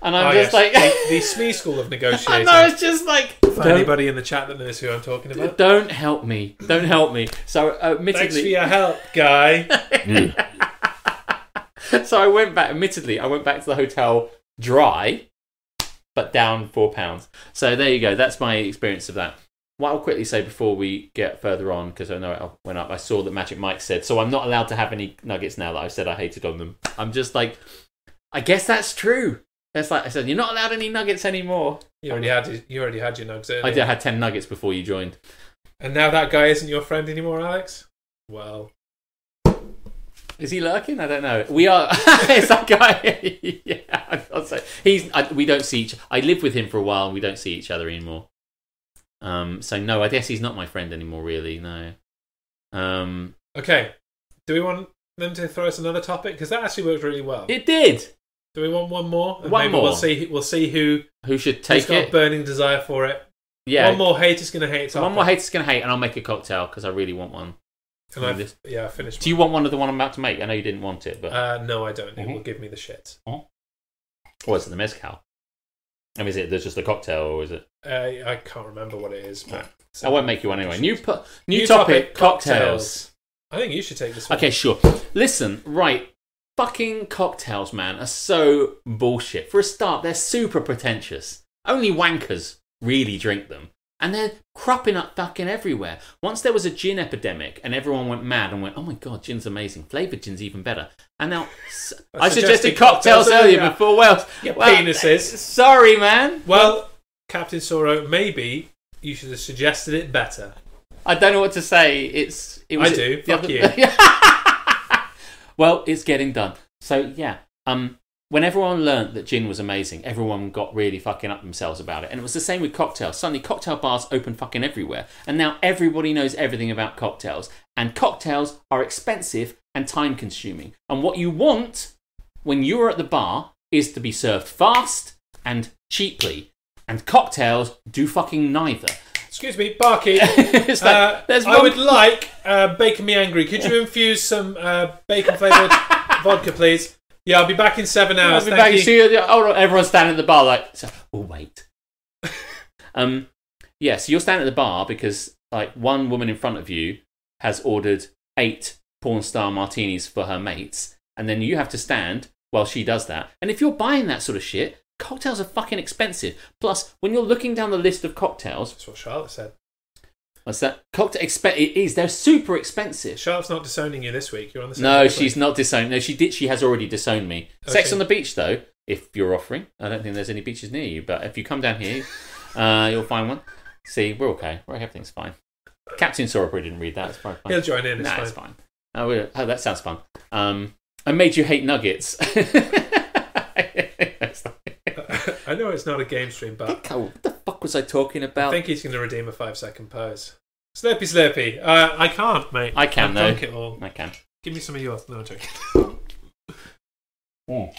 S1: And I'm
S2: Oh,
S1: just
S2: yes. the,
S1: like,
S2: the SME school of
S1: I
S2: negotiating.
S1: know, it's just like,
S2: For
S1: don't-
S2: anybody in the chat that knows who I'm talking about,
S1: don't help me, don't help me. So
S2: thanks for
S1: admittedly,
S2: your help, guy.
S1: so I went back. Admittedly, I went back to the hotel dry, but down four pounds. So there you go. That's my experience of that. What I'll quickly say before we get further on, because I know it went up. I saw that Magic Mike said, so I'm not allowed to have any nuggets now that I've said I hated on them. I'm just like, I guess that's true. That's like I said, you're not allowed any nuggets anymore.
S2: You already had you already had your nugs earlier.
S1: I did I had ten nuggets before you joined.
S2: And now that guy isn't your friend anymore, Alex. Well,
S1: Is he lurking? I don't know. We are. it's that guy. yeah, I I'll say he's. I, we don't see each. I lived with him for a while, and we don't see each other anymore. Um. So no, I guess he's not my friend anymore. Really, no. Um.
S2: okay. Do we want them to throw us another topic? Because that actually worked really well.
S1: It did.
S2: Do we want one more?
S1: One
S2: maybe
S1: more.
S2: We'll see. We'll see who
S1: Who should
S2: who's
S1: take
S2: got a
S1: it?
S2: burning desire for it.
S1: yeah.
S2: One more hater's gonna hate.
S1: So one more hater's gonna hate, and I'll make a cocktail because I really want one.
S2: And I've,
S1: This-
S2: yeah, I finished.
S1: Do you want one of the one I'm about to make? I know you didn't want it, but
S2: Uh, no, I don't. It
S1: Mhm.
S2: will give me the shit.
S1: or is it the mezcal? I mean, is it there's just a cocktail, or is it?
S2: Uh, I can't remember what it is, but
S1: I won't make you one anyway. New po- new,
S2: New
S1: topic,
S2: topic,
S1: cocktails.
S2: cocktails. I think you should take this one.
S1: Okay, sure. Listen, right. Fucking cocktails, man, are so bullshit. For a start, they're super pretentious. Only wankers really drink them. And they're cropping up fucking everywhere. Once there was a gin epidemic and everyone went mad and went, oh my god, gin's amazing. Flavoured gin's even better. And now, s-
S2: I
S1: I suggested
S2: suggested
S1: cocktails,
S2: cocktails
S1: earlier
S2: earlier.
S1: before Wells.
S2: Your
S1: Well,
S2: penises.
S1: Sorry, man.
S2: Well, Captain Soro, maybe you should have suggested it better.
S1: I don't know what to say. It's it was
S2: I do.
S1: the
S2: Fuck
S1: you. well, it's getting done. So yeah, um, when everyone learnt that gin was amazing, everyone got really fucking up themselves about it, and it was the same with cocktails. Suddenly, cocktail bars open fucking everywhere, and now everybody knows everything about cocktails. And cocktails are expensive and time consuming. And what you want when you're at the bar is to be served fast and cheaply. And cocktails do fucking neither.
S2: Excuse me, barkeep.
S1: It's like,
S2: uh,
S1: there's
S2: I
S1: one-
S2: would like uh, bacon me angry. Could you infuse some uh, bacon flavored vodka, please? Yeah, I'll be back in seven hours.
S1: I'll be
S2: Thank
S1: back.
S2: you.
S1: See you. Oh, everyone's standing at the bar like, so, we'll wait. um, yeah, so you're standing at the bar because like one woman in front of you has ordered eight porn star martinis for her mates, and then you have to stand while she does that. And if you're buying that sort of shit, cocktails are fucking expensive. Plus, when you're looking down the list of cocktails,
S2: That's what Charlotte said.
S1: what's that? Cocktail expen- it is. They're super expensive.
S2: Charlotte's not disowning you this week. You're on the same
S1: No,
S2: wavelength.
S1: she's not disowned. No, she did. She has already disowned me. Sex
S2: Okay.
S1: on the beach, though, if you're offering. I don't think there's any beaches near you, but if you come down here, uh, you'll find one. See, we're okay. We're, everything's fine. Captain Sorapri didn't read that. It's fine. fine.
S2: He'll join in. It's
S1: Nah,
S2: fine.
S1: it's fine. Oh, we're- oh, that sounds fun. Um, I made you hate nuggets. It's like,
S2: I know it's not a game stream, but
S1: fuck, what the fuck was I talking
S2: I
S1: about?
S2: think he's going to redeem a five second pose. Slurpy, Slurpy. Uh, I can't, mate.
S1: I can,
S2: I've
S1: though.
S2: drunk it all.
S1: I can.
S2: Give me some of yours. No, I'm joking.
S1: Mm.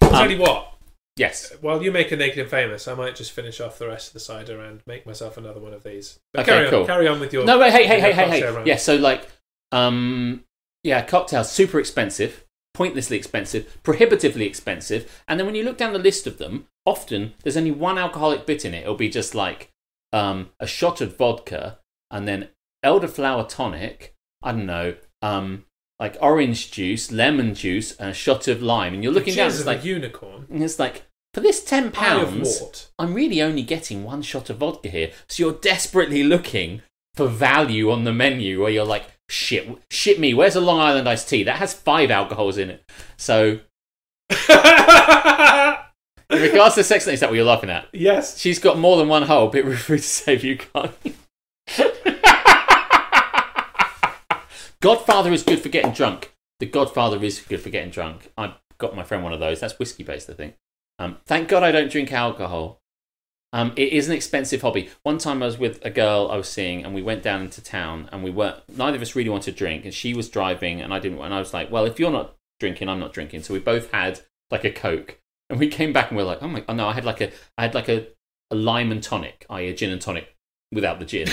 S2: Tell
S1: Um,
S2: you what.
S1: Yes.
S2: While you make a naked and famous, I might just finish off the rest of the cider and make myself another one of these. But
S1: Okay,
S2: carry on,
S1: cool.
S2: carry on with your.
S1: No, wait, hey, hey,
S2: your
S1: hey, hey,
S2: cocktail
S1: hey.
S2: round.
S1: Yeah, so like, um, yeah, cocktails super expensive, pointlessly expensive, prohibitively expensive, and then when you look down the list of them, often there's only one alcoholic bit in it. It'll be just like um, a shot of vodka and then elderflower tonic. I don't know, um, like orange juice, lemon juice, and a shot of lime. And you're
S2: The
S1: looking down,
S2: cheers
S1: it's
S2: of
S1: like,
S2: the unicorn.
S1: and it's like for this ten
S2: Eye of
S1: pounds.
S2: Wart.
S1: I'm really only getting one shot of vodka here. So you're desperately looking for value on the menu where you're like, shit, shit me, where's a Long Island iced tea? That has five alcohols in it. So, in regards to sex, is that what you're laughing at?
S2: yes.
S1: She's got more than one hole, bit rude to save you can't. Godfather is good for getting drunk. The Godfather is good for getting drunk. I got my friend one of those. That's whiskey based, I think. Um, thank God I don't drink alcohol. Um, it is an expensive hobby. One time I was with a girl I was seeing, and we went down into town, and we weren't. Neither of us really wanted to drink, and she was driving, and I didn't. And I was like, "Well, if you're not drinking, I'm not drinking." So we both had like a coke, and we came back and we are like, "Oh my! Oh no, I had like a, I had like a, a lime and tonic, i.e., a gin and tonic without the gin."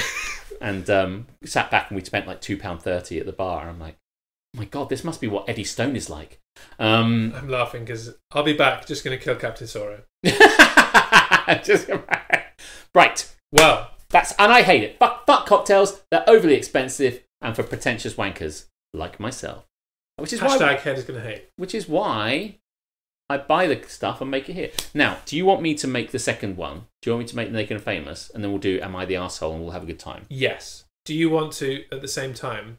S1: and um, sat back and we spent like two pound thirty at the bar. I'm like, my god, this must be what Eddie Stone is like. Um,
S2: I'm laughing because I'll be back. Just going to kill Captain Sorrow.
S1: just- right,
S2: Well,
S1: that's and I hate it. Fuck, fuck cocktails. They're overly expensive and for pretentious wankers like myself. Which is
S2: hashtag
S1: why,
S2: head is going to hate.
S1: which is why I buy the stuff and make it here. Now, do you want me to make the second one? Do you want me to make Naked and Famous, and then we'll do Am I the Asshole, and we'll have a good time.
S2: Yes. Do you want to at the same time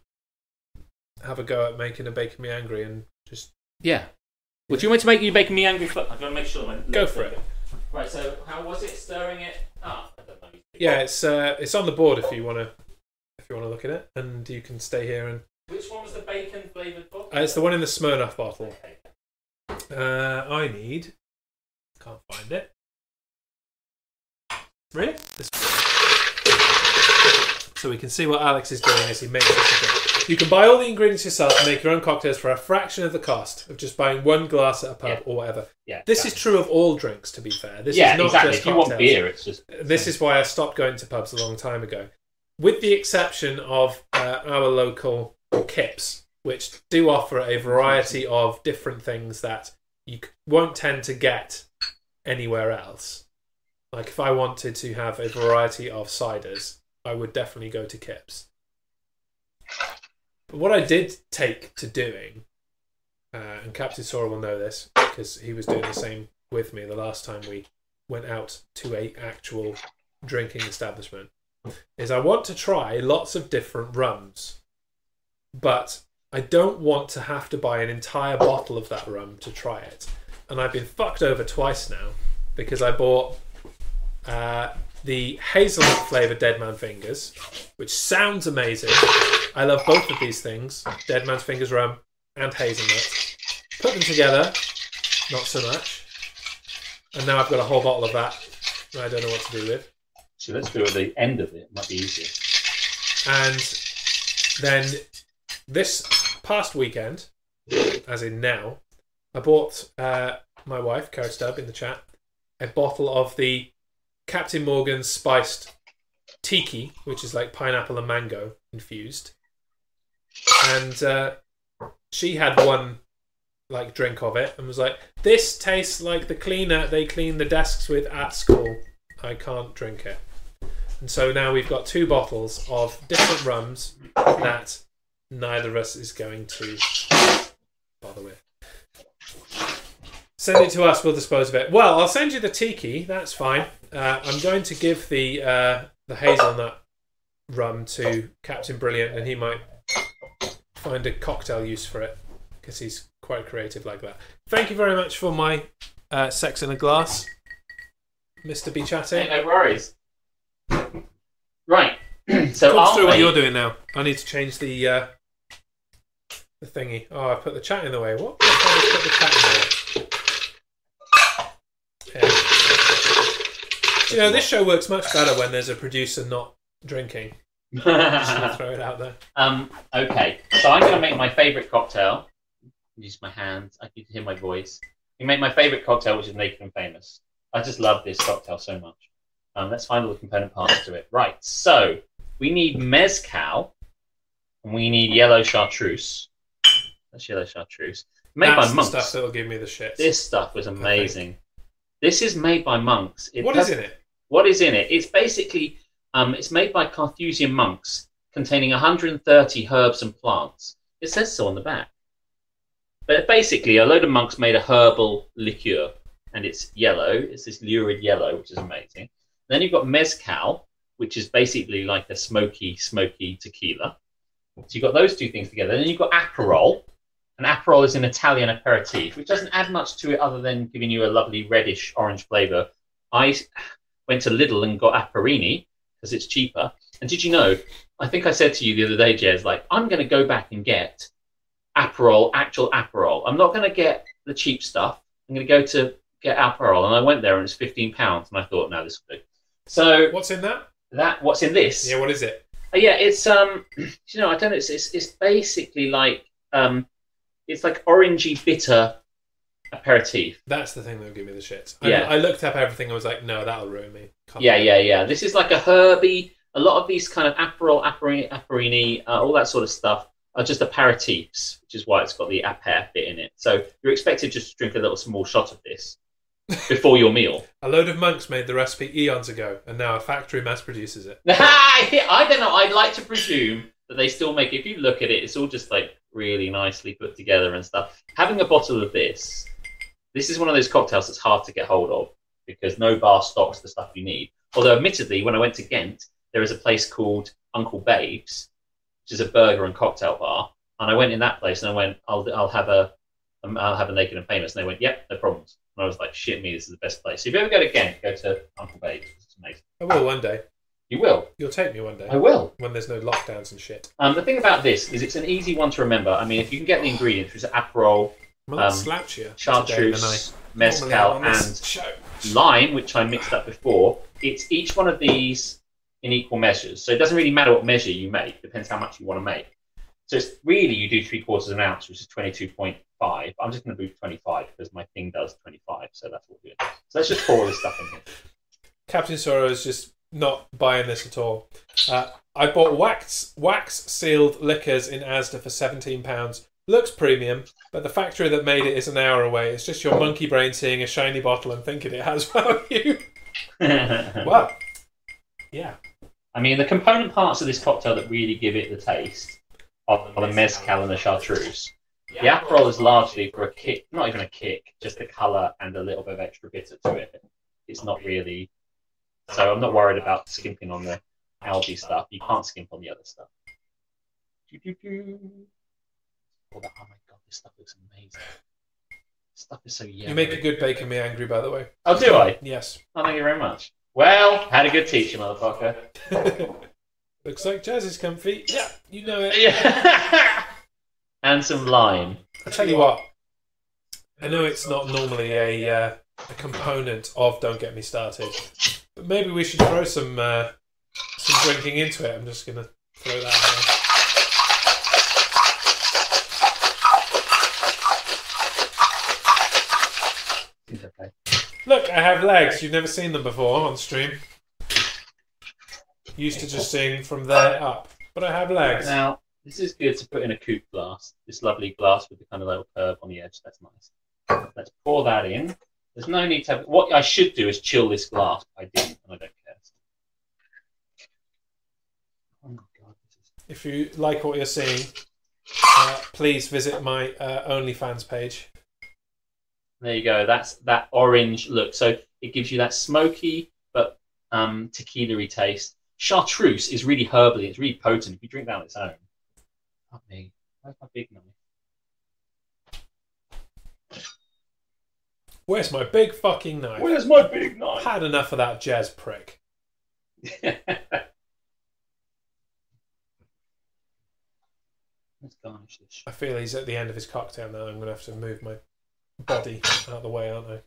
S2: have a go at making a bacon me angry and just
S1: Yeah. Well, do you want me to make you baking me angry? I've got to make sure. My
S2: go for it?
S1: Right. So, how was it stirring it up? I don't know.
S2: Yeah, it's uh, it's on the board if you want to if you want to look at it, and you can stay here and
S1: Which one was the bacon flavored vodka?
S2: uh, it's the one in the Smirnoff bottle. Uh, I need. Can't find it. Really? This- So we can see what Alex is doing as he makes this drink. You can buy all the ingredients yourself and make your own cocktails for a fraction of the cost of just buying one glass at a pub
S1: Yeah.
S2: or whatever.
S1: Yeah.
S2: This is true of all drinks, to be fair. This
S4: yeah,
S2: is not
S4: exactly.
S2: just
S4: If you want
S2: cocktails.
S4: beer, it's just
S2: This is why I stopped going to pubs a long time ago, with the exception of uh, our local Kips, which do offer a variety of different things that you c- won't tend to get anywhere else. Like if I wanted to have a variety of ciders, I would definitely go to Kips. But what I did take to doing, uh, and Captain Sora will know this because he was doing the same with me the last time we went out to a actual drinking establishment is I want to try lots of different rums, but I don't want to have to buy an entire bottle of that rum to try it. And I've been fucked over twice now because I bought uh, the hazelnut flavour Dead Man Fingers, which sounds amazing. I love both of these things Dead Man's Fingers rum and hazelnut. Put them together, not so much. And now I've got a whole bottle of that that I don't know what to do with.
S4: So let's do it at the end of it. It might be easier.
S2: And then this past weekend, as in now, I bought uh, my wife, Cara Stubb, in the chat, a bottle of the Captain Morgan spiced tiki, which is like pineapple and mango infused. And uh, she had one like drink of it and was like, "This tastes like the cleaner they clean the desks with at school. I can't drink it." And so now we've got two bottles of different rums that neither of us is going to bother with. Send it to us. We'll dispose of it. Well, I'll send you the tiki. That's fine. Uh, I'm going to give the uh, the hazelnut rum to Captain Brilliant, and he might find a cocktail use for it because he's quite creative like that. Thank you very much for my uh, sex in a glass, Mister B Chatting.
S1: no worries. Right. so
S2: Talk us
S1: I'll
S2: through what
S1: make-
S2: you're doing now. I need to change the uh, the thingy. Oh, I put the chat in the way. What? I just put the chat in the way. Yeah. You know, this show works much better when there's a producer not drinking. Just gonna throw it out there.
S1: um, okay. So I'm going to make my favorite cocktail. Use my hands. I can hear my voice. You make my favorite cocktail, which is Naked and Famous. I just love this cocktail so much. Um, let's find all the component parts to it. Right. So we need mezcal, and we need yellow chartreuse. That's yellow chartreuse. Made
S2: That's
S1: by
S2: the
S1: monks.
S2: stuff that'll give me the shits.
S1: This stuff was amazing. This is made by monks.
S2: what is in it?
S1: What is in it? It's basically um, it's made by Carthusian monks, containing 130 herbs and plants. It says so on the back. But basically, a load of monks made a herbal liqueur, and it's yellow. It's this lurid yellow, which is amazing. Then you've got mezcal, which is basically like a smoky, smoky tequila. So you've got those two things together. Then you've got Aperol. And Aperol is an Italian aperitif, which doesn't add much to it other than giving you a lovely reddish orange flavour. I s- went to Lidl and got Aperini because it's cheaper. And did you know? I think I said to you the other day, Jez, like, I'm going to go back and get Aperol, actual Aperol. I'm not going to get the cheap stuff. I'm going to go to get Aperol. And I went there and it's £15. And I thought, no, this will do. So
S2: What's in that?
S1: that what's in this
S2: Yeah, what is it?
S1: Uh, yeah it's um you know i don't know it's it's, it's basically like um it's like orangey bitter aperitif
S2: That's the thing that'll give me the shits. I,
S1: Yeah.
S2: I looked up everything. I was like, no, that'll ruin me. Can't
S1: yeah
S2: do it.
S1: yeah yeah this is like a herby
S4: a lot of these kind of Aperol, Aperini, Aperini uh, all that sort of stuff are just aperitifs, which is why it's got the aper bit in it. So you're expected just to drink a little small shot of this before your meal.
S2: A load of monks made the recipe eons ago, and now a factory mass produces it.
S4: I don't know. I'd like to presume that they still make. If you look at it, it's all just like really nicely put together and stuff. Having a bottle of this, this is one of those cocktails that's hard to get hold of because no bar stocks the stuff you need. Although, admittedly, when I went to Ghent, there is a place called Uncle Babe's, which is a burger and cocktail bar. And I went in that place and I went, I'll, I'll have a, um, I'll have a naked and famous. And they went, yep, no problems. And I was like, shit me, this is the best place. So if you ever go to Ghent, go to Uncle Babe's. It's amazing.
S2: I will one day.
S4: You will.
S2: You'll take me one day
S4: I will.
S2: when there's no lockdowns and shit.
S4: Um, the thing about this is it's an easy one to remember. I mean, if you can get the ingredients, which is Aperol,
S2: I'm not
S4: Um,
S2: slouchier today than I
S4: chartreuse,
S2: normally am
S4: mezcal,
S2: on this
S4: and
S2: show.
S4: lime, which I mixed up before, it's each one of these in equal measures. So it doesn't really matter what measure you make; depends how much you want to make. So it's really you do three quarters of an ounce, which is twenty-two point five. I'm just going to do twenty-five because my thing does twenty-five, so that's what we're doing. So let's just pour all this stuff in here.
S2: Captain Sorrow is just not buying this at all. Uh, I bought wax wax sealed liquors in Asda for seventeen pounds. Looks premium, but the factory that made it is an hour away. It's just your monkey brain seeing a shiny bottle and thinking it has value. well, yeah,
S4: I mean, the component parts of this cocktail that really give it the taste are the mezcal and the chartreuse. The Aperol is largely for a kick, not even a kick, just the colour and a little bit of extra bitter to it. It's not really. So I'm not worried about skimping on the algae stuff. You can't skimp on the other stuff. Doo-doo-doo. Oh, that- oh my god, this stuff looks amazing. This stuff is so yummy.
S2: you make a good bacon me angry, by the way.
S4: Oh, do I?
S2: Yes,
S4: Oh, thank you very much. Well, had a good teacher, motherfucker.
S2: looks like jazz is comfy. Yeah, you know it.
S4: Yeah. and some lime.
S2: I tell you what, I know it's not normally a uh, a component of "Don't Get Me Started," but maybe we should throw some uh, some drinking into it. I'm just gonna throw that. out
S4: It's okay.
S2: there. Look, I have legs. You've never seen them before on stream. Used to just seeing from there up, but I have legs.
S4: Now, this is good to put in a coupe glass. This lovely glass with the kind of little curve on the edge. That's nice. Let's pour that in. There's no need to have. What I should do is chill this glass. but I didn't, and I don't care. Oh my god, this is
S2: If you like what you're seeing, uh, please visit my uh, OnlyFans page.
S4: There you go. That's that orange look. So it gives you that smoky but um, tequila-y taste. Chartreuse is really herbally. It's really potent. If you drink that on its own, not me. Where's my big knife?
S2: Where's my big fucking knife?
S4: Where's my big knife?
S2: Had enough of that jazz prick.
S4: Let's garnish this.
S2: I feel he's at the end of his cocktail now. I'm going to have to move my body out of the way, aren't I?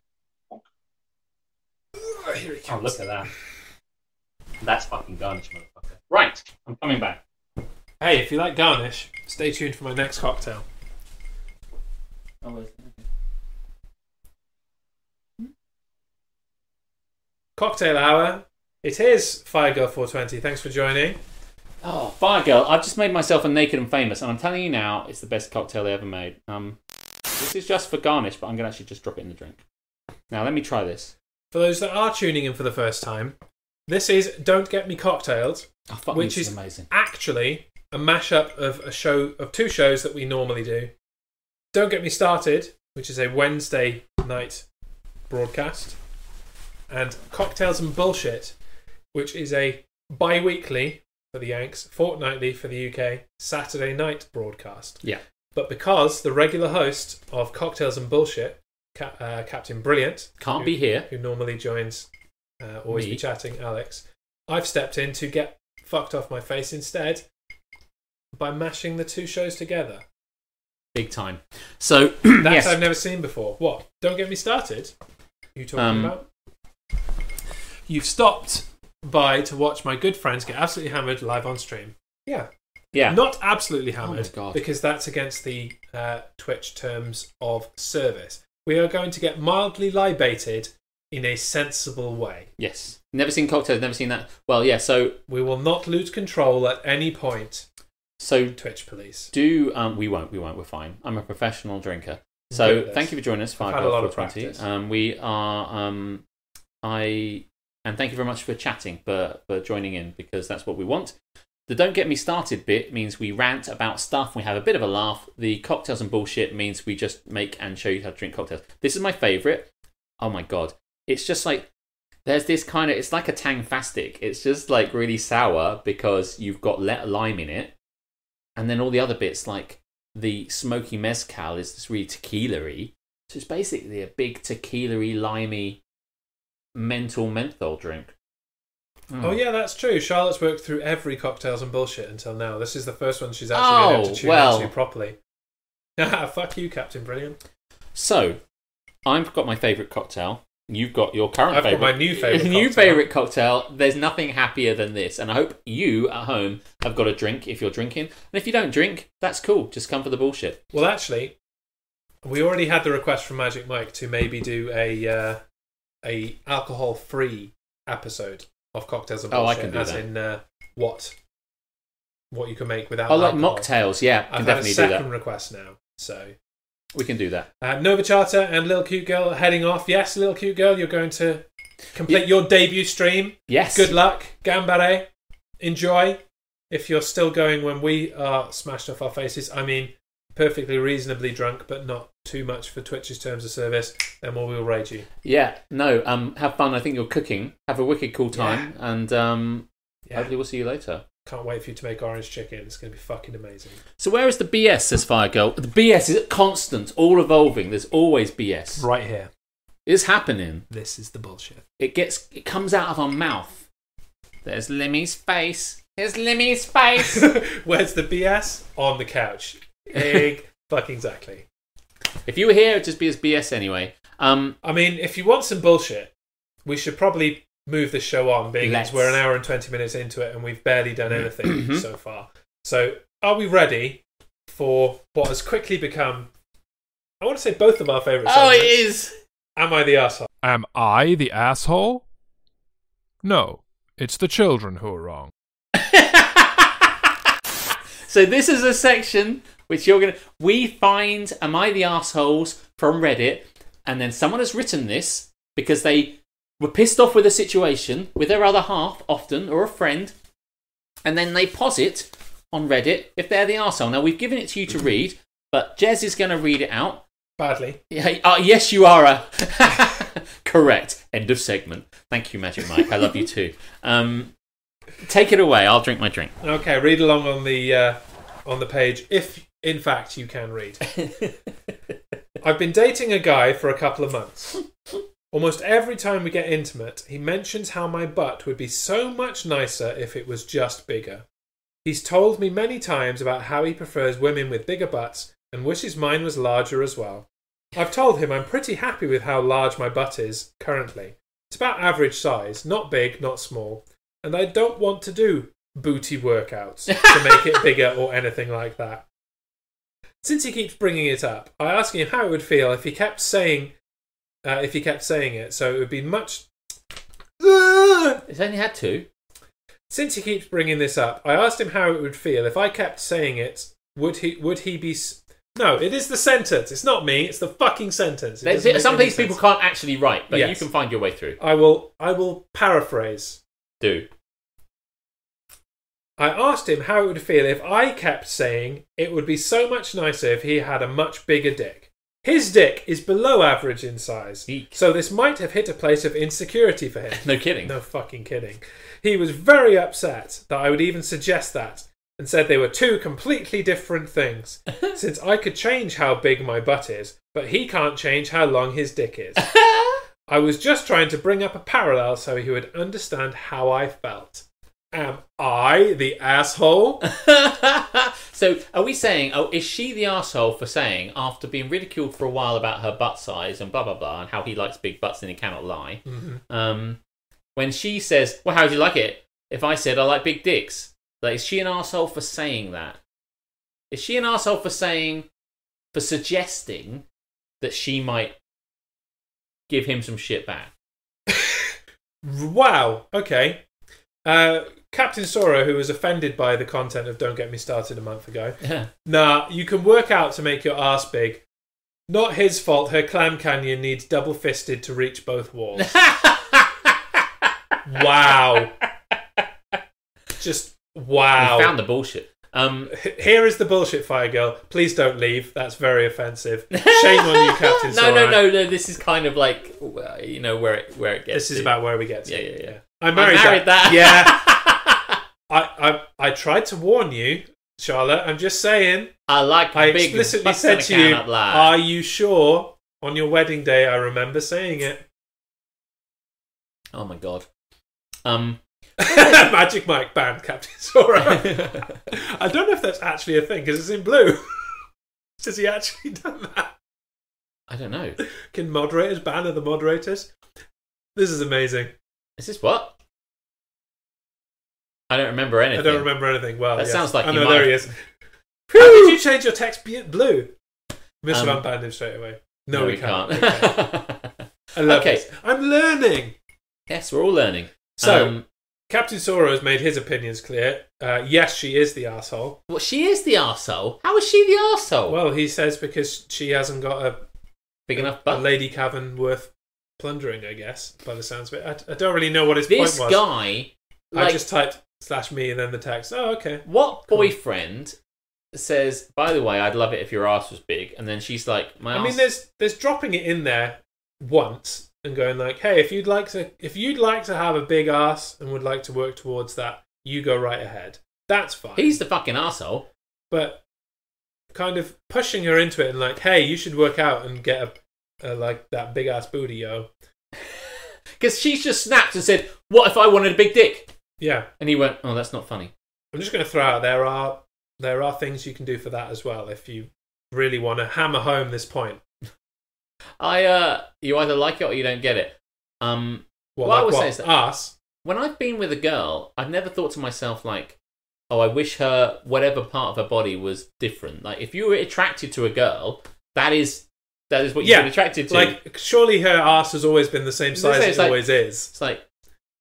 S2: Ugh, Here he
S4: Oh,
S2: comes.
S4: look at that. That's fucking garnish, motherfucker. Right, I'm coming back.
S2: hey, if you like garnish, stay tuned for my next cocktail. Cocktail hour. It is Girl 420. Thanks for joining.
S1: Oh, Fire Girl, I've just made myself a naked and famous, and I'm telling you now, it's the best cocktail they ever made. Um, this is just for garnish, but I'm going to actually just drop it in the drink. Now, let me try this.
S2: For those that are tuning in for the first time, this is Don't Get Me Cocktails,
S1: Oh, fuck,
S2: Which
S1: this is
S2: is-
S1: amazing.
S2: actually a mashup of a show of two shows that we normally do. Don't Get Me Started, which is a Wednesday night broadcast, and Cocktails and Bullshit, which is a bi weekly for the Yanks, fortnightly for the UK, Saturday night broadcast.
S1: Yeah.
S2: But because the regular host of Cocktails and Bullshit, Cap- uh, Captain Brilliant,
S1: Can't
S2: who-
S1: be here.
S2: who normally joins uh, Always Be
S1: Me.
S2: Chatting, Alex, I've stepped in to get fucked off my face instead by mashing the two shows together.
S1: Big time. So,
S2: That
S1: yes.
S2: I've never seen before. What? Don't get me started. You talking
S1: Um,
S2: about? You've stopped by to watch my good friends get absolutely hammered live on stream. Yeah.
S1: yeah.
S2: Not absolutely
S1: Oh my
S2: hammered
S1: God.
S2: because that's against the uh, Twitch terms of service. We are going to get mildly libated in a sensible way.
S1: Yes. Never seen cocktails. Never seen that. Well, yeah. So
S2: We will not lose control at any point,
S1: so
S2: Twitch police.
S1: do um, we won't we won't we're fine. I'm a professional drinker. So
S2: Goodness.
S1: thank you for joining us. Five
S2: had a lot
S1: Girl
S2: of
S1: 420.
S2: practice.
S1: Um, we are um, I and thank you very much for chatting for for joining in because that's what we want. The don't get me started bit means we rant about stuff. We have a bit of a laugh. The cocktails and bullshit means we just make and show you how to drink cocktails. This is my favorite. Oh my god! It's just like there's this kind of it's like a tang fastic. It's just like really sour because you've got let lime in it, and then all the other bits like the smoky mezcal is this really tequila-y. So it's basically a big tequila-y, limey, mental menthol drink. Mm.
S2: Oh yeah, that's true. Charlotte's worked through every cocktails and bullshit until now. This is the first one she's actually been able
S1: Oh,
S2: to tune
S1: well.
S2: into properly. Fuck you, Captain Brilliant.
S1: So I've got my favourite cocktail. You've got your current
S2: I've got
S1: favourite.
S2: my new favourite
S1: New
S2: cocktail.
S1: favourite cocktail. There's nothing happier than this. And I hope you at home have got a drink if you're drinking. And if you don't drink, that's cool. Just come for the bullshit.
S2: Well, actually, we already had the request from Magic Mike to maybe do a uh, a alcohol free episode of cocktails and
S1: Oh, I
S2: bullshit,
S1: can do
S2: as
S1: that.
S2: in uh, what what you can make without.
S1: Oh, like
S2: alcohol.
S1: mocktails. Yeah, can
S2: I've had a
S1: definitely do
S2: second
S1: that.
S2: request now, so
S1: We can do that.
S2: Um, Nova Charter and Lil Cute Girl are heading off. Yes, Lil Cute Girl, you're going to complete
S1: Yeah.
S2: your debut stream.
S1: Yes.
S2: Good luck. Gambare. Enjoy. If you're still going when we are smashed off our faces, I mean, perfectly reasonably drunk, but not too much for Twitch's terms of service, then we'll, we'll rage you.
S1: Yeah. No. Um. Have fun. I think you're cooking. Have a wicked cool time. And um.
S2: Yeah.
S1: Hopefully we'll see you later.
S2: Can't wait for you to make orange chicken. It's going to be fucking amazing.
S1: So where is the BS? Says Fire Girl. The BS is constant, all evolving. There's always BS.
S2: Right here.
S1: It's happening.
S2: This is the bullshit.
S1: It gets it comes out of our mouth. There's Limmy's face. Here's Limmy's face.
S2: Where's the BS? On the couch. Egg. fucking exactly.
S1: if you were here, it'd just be his BS anyway. Um,
S2: I mean, if you want some bullshit, we should probably move the show on, being
S1: Let's.
S2: as we're an hour and 20 minutes into it and we've barely done anything
S1: Mhm.
S2: so far. So, are we ready for what has quickly become, I want to say, both of our favourite
S1: oh, it
S2: segments?
S1: is.
S2: Am I the asshole?
S7: Am I the asshole? No, it's the children who are wrong.
S1: so this is a section which you're gonna. We find "Am I the assholes?" from Reddit, and then someone has written this because they were pissed off with a situation with their other half, often or a friend, and then they posit on Reddit if they're the asshole. Now we've given it to you to read, but Jez is going to read it out.
S2: Badly.
S1: Yeah, uh, yes, you are. A... Correct. End of segment. Thank you, Magic Mike. I love you too. Um, take it away. I'll drink my drink.
S2: Okay, read along on the uh, on the page if, in fact, you can read. I've been dating a guy for a couple of months. Almost every time we get intimate, he mentions how my butt would be so much nicer if it was just bigger. He's told me many times about how he prefers women with bigger butts and wishes mine was larger as well. I've told him I'm pretty happy with how large my butt is currently. It's about average size, not big, not small, and I don't want to do booty workouts to make it bigger or anything like that. Since he keeps bringing it up, I ask him how it would feel if he kept saying, uh, if he kept saying it. So it would be much.
S1: It's only had two.
S2: Since he keeps bringing this up, I asked him how it would feel if I kept saying it. Would he? Would he be? s- No, it is the sentence. It's not me. It's the fucking sentence. It
S1: There's-
S2: doesn't make
S1: some of
S2: any
S1: these people
S2: sense.
S1: can't actually write, but you
S2: Yes.
S1: can find your way through.
S2: I will. I will paraphrase.
S1: Do.
S2: I asked him how it would feel if I kept saying it would be so much nicer if he had a much bigger dick. His dick is below average in size,
S1: Eek.
S2: so this might have hit a place of insecurity for him.
S1: No kidding.
S2: No fucking kidding. He was very upset that I would even suggest that and said they were two completely different things. since I could change how big my butt is, but he can't change how long his dick is. I was just trying to bring up a parallel so he would understand how I felt. Am I the asshole?
S1: so, are we saying, oh, is she the asshole for saying, after being ridiculed for a while about her butt size and blah, blah, blah, and how he likes big butts and he cannot lie, um, when she says, well, how do you like it? If I said, I like big dicks, like, is she an asshole for saying that? Is she an asshole for saying, for suggesting that she might give him some shit back?
S2: Wow. Okay. Uh, Captain Sora, who was offended by the content of Don't Get Me Started a month ago.
S1: Yeah.
S2: Nah, you can work out to make your ass big. Not his fault her clam canyon needs double fisted to reach both walls. wow. Just wow.
S1: We found the bullshit. Um,
S2: H- Here is the bullshit fire girl. Please don't leave. That's very offensive. Shame on you, Captain
S1: no,
S2: Sora.
S1: no, no, no. This is kind of like uh, you know where it where it gets.
S2: This is
S1: to.
S2: about where we get to.
S1: Yeah, yeah, yeah.
S2: I married,
S1: I married that.
S2: Yeah. I, I I tried to warn you, Charlotte. I'm just saying.
S1: I like.
S2: I
S1: big
S2: explicitly
S1: butts
S2: said
S1: and a
S2: to
S1: can
S2: you, "Ah."
S1: up lad.
S2: "Are you sure?" On your wedding day, I remember saying it.
S1: Oh my god. Um.
S2: Magic Mike band, Captain Sora. I don't know if that's actually a thing because it's in blue. Has he actually done that?
S1: I don't know.
S2: Can moderators ban other moderators? This is amazing.
S1: Is this what? I don't remember anything.
S2: I don't remember anything. Well,
S1: That
S2: yes.
S1: sounds like
S2: I
S1: you
S2: know
S1: might-
S2: there he is. How did you change your text be- blue? Must
S1: Um,
S2: have unbanned him straight away. No, we, can't. We can't.
S1: can't.
S2: I love
S1: Okay.
S2: this. I'm learning.
S1: yes, we're all learning.
S2: So
S1: um,
S2: Captain Sora has made his opinions clear. Uh, yes, she is the asshole.
S1: well, she is the arsehole. How is she the arsehole?
S2: Well, he says because she hasn't got a,
S1: Big enough
S2: a
S1: butt.
S2: lady cavern worth plundering, I guess. By the sounds of it, I, I don't really know what his
S1: this
S2: point was.
S1: guy, like,
S2: I just typed slash me and then the text. Oh, okay.
S1: what boyfriend says? By the way, I'd love it if your ass was big, and then she's like, my.
S2: I
S1: arse-
S2: mean, there's there's dropping it in there once and going like, hey, if you'd like to if you'd like to have a big ass and would like to work towards that, you go right ahead. That's fine.
S1: He's the fucking arsehole.
S2: but kind of pushing her into it and like, hey, you should work out and get a, a like that big ass booty, yo.
S1: Because she's just snapped and said, What if I wanted a big dick?
S2: Yeah,
S1: And he went, Oh, that's not funny.
S2: I'm just going to throw out there are there are things you can do for that as well if you really want to hammer home this point.
S1: I uh you either like it or you don't get it. Um
S2: What,
S1: Well, I
S2: like
S1: would
S2: what?
S1: say is that-
S2: ass?
S1: when I've been with a girl, I've never thought to myself like, oh, I wish her whatever part of her body was different. Like if you were attracted to a girl, that is that is what you've
S2: Yeah,
S1: been attracted to.
S2: Like surely her ass has always been the same
S1: It's
S2: size
S1: like-
S2: it always is.
S1: it's like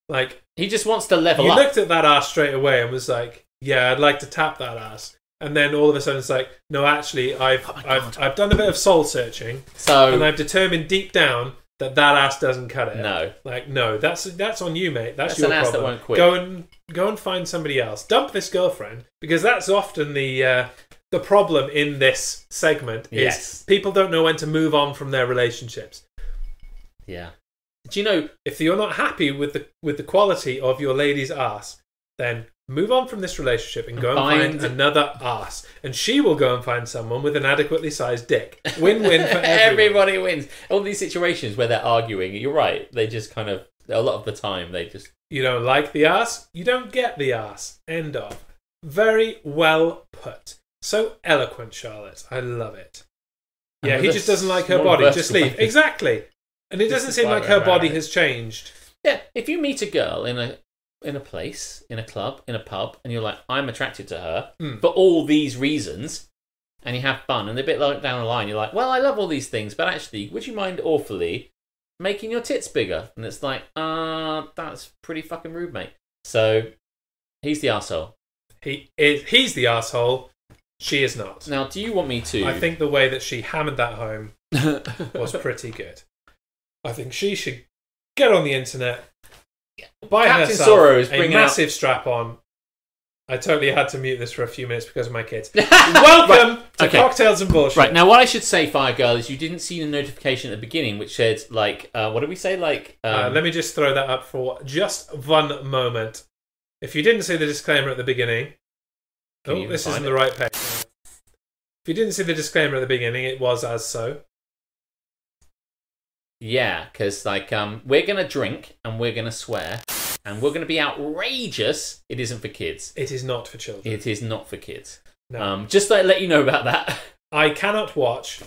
S2: Like
S1: he just wants to level
S2: you
S1: up.
S2: looked at that ass straight away and was like, "Yeah, I'd like to tap that ass." And then all of a sudden, it's like, "No, actually, I've
S1: Oh
S2: I've, I've done a bit of soul searching, and
S1: so
S2: I've determined deep down that that ass doesn't cut it."
S1: no.
S2: like no, that's that's on you, mate. That's,
S1: That's
S2: your
S1: an ass that
S2: problem.
S1: won't quit.
S2: Go and go and find somebody else. Dump this girlfriend because that's often the uh, the problem in this segment is
S1: Yes.
S2: people don't know when to move on from their relationships.
S1: Yeah. Do you know
S2: If you're not happy with the with the quality of your lady's ass, then move on from this relationship and go and
S1: Find-
S2: find, another ass. And she will go and find someone with an adequately sized dick. Win win for everyone.
S1: everybody wins. All these situations where they're arguing, you're right. They just kind of a lot of the time they just
S2: You don't like the ass, you don't get the ass. End of. Very well put. So eloquent, Charlotte. I love it.
S1: And
S2: Yeah,
S1: with
S2: he
S1: a
S2: just doesn't like her
S1: small
S2: body. Just
S1: vertical
S2: leave.
S1: body.
S2: Exactly. And it
S1: This
S2: doesn't
S1: is
S2: seem
S1: why
S2: like
S1: we're
S2: her body
S1: married.
S2: has changed.
S1: Yeah, if you meet a girl in a in a place, in a club, in a pub, and you're like, I'm attracted to her
S2: Hmm.
S1: for all these reasons, and you have fun, and a bit like down the line, you're like, well, I love all these things, but actually, would you mind awfully making your tits bigger? And it's like, uh, that's pretty fucking rude, mate. So he's the arsehole.
S2: He is he's the asshole. She is not.
S1: Now, do you want me to?
S2: I think the way that she hammered that home was pretty good. I think she should get on the internet, buy
S1: Captain
S2: herself
S1: Sorrow is
S2: a
S1: bringing out-
S2: massive strap on. I totally had to mute this for a few minutes because of my kids. Welcome to
S1: okay.
S2: Cocktails and Bullshit.
S1: Right now, what I should say, Fire Girl, is you didn't see the notification at the beginning, which said like, uh, what did we say? Like, um,
S2: uh, let me just throw that up for just one moment. If you didn't see the disclaimer at the beginning,
S1: Can you
S2: oh,
S1: even
S2: this
S1: find
S2: isn't
S1: it?
S2: the right page. If you didn't see the disclaimer at the beginning, it was as so.
S1: Yeah, because like um, we're gonna drink and we're gonna swear and we're gonna be outrageous. It isn't for kids.
S2: It is not for children.
S1: It is not for kids.
S2: No.
S1: Um, just to let you know about that.
S2: I cannot watch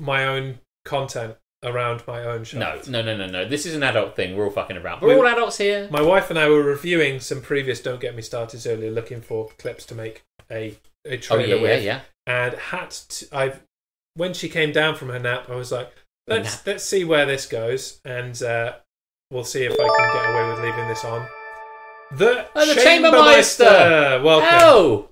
S2: my own content around my own show.
S1: No, no, no, no, no. This is an adult thing. We're all fucking about. We're
S2: We-
S1: all adults here.
S2: My wife and I were reviewing some previous Don't Get Me Started earlier, looking for clips to make a, a
S1: Oh
S2: trailer
S1: yeah, yeah,
S2: with.
S1: yeah.
S2: And had to, I've when she came down from her nap, I was like,
S1: A
S2: let's let's see where this goes. And uh, We'll see if I can get away with leaving this on. The,
S1: Oh, the
S2: Chambermeister!
S1: Chambermeister!
S2: Welcome.
S1: Oh,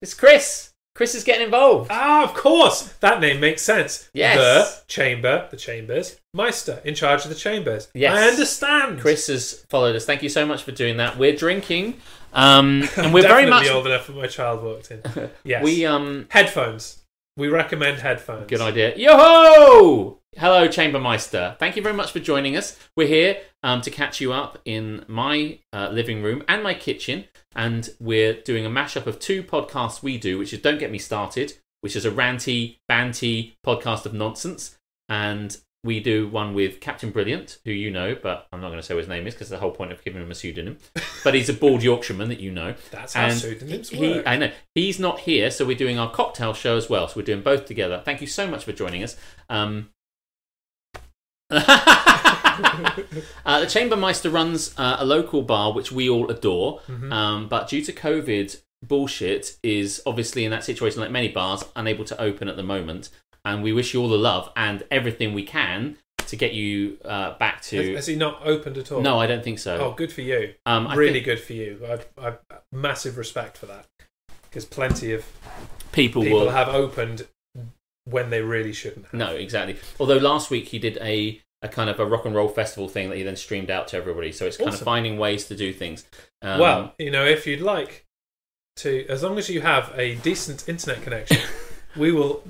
S1: it's Chris. Chris is getting involved.
S2: Ah, of course. That name makes sense.
S1: Yes.
S2: The chamber, the chambers, Meister, in charge of the chambers.
S1: Yes.
S2: I understand.
S1: Chris has followed us. Thank you so much for doing that. We're drinking, um, and we're very
S2: Definitely
S1: much
S2: old enough when my child walked in. Yes.
S1: we um.
S2: headphones. We recommend headphones.
S1: Good idea. Yo ho! Hello, Chambermeister. Thank you very much for joining us. We're here um, to catch you up in my uh, living room and my kitchen, and we're doing a mashup of two podcasts we do, which is Don't Get Me Started, which is a ranty, banty podcast of nonsense, and we do one with Captain Brilliant, who you know, but I'm not going to say what his name is because the whole point of giving him a pseudonym. But he's a bald Yorkshireman that you know.
S2: That's how
S1: And
S2: pseudonyms
S1: he,
S2: work.
S1: I know. He's not here, so we're doing our cocktail show as well. So we're doing both together. Thank you so much for joining us. Um, uh, the Chambermeister runs uh, a local bar which we all adore,
S2: Mm-hmm.
S1: um, but due to COVID bullshit, is obviously in that situation like many bars, unable to open at the moment. And we wish you all the love and everything we can to get you uh, back
S2: Has,
S1: to.
S2: has he not opened at all?
S1: No, I don't think so.
S2: Oh, good for you.
S1: Um, I
S2: really
S1: think-
S2: good for you. I, I massive respect for that because plenty of
S1: people,
S2: people
S1: will
S2: have opened when they really shouldn't. Have.
S1: No, exactly. Although last week he did a, a kind of a rock and roll festival thing that he then streamed out to everybody. So it's kind of
S2: Awesome.
S1: finding ways to do things. Um,
S2: well, you know, if you'd like to, as long as you have a decent internet connection, we will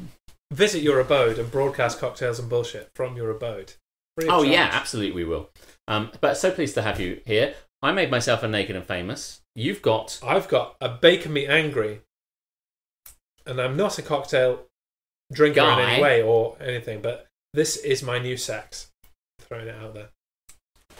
S2: visit your abode and broadcast cocktails and bullshit from your abode. Free of
S1: oh
S2: charge.
S1: yeah, absolutely we will. Um, but so pleased to have you here. I made myself a naked and famous. You've got
S2: I've got a Baker Me Angry, and I'm not a cocktail drinker in
S1: Guy.
S2: any way or anything, but this is my new sex. Throwing it out there.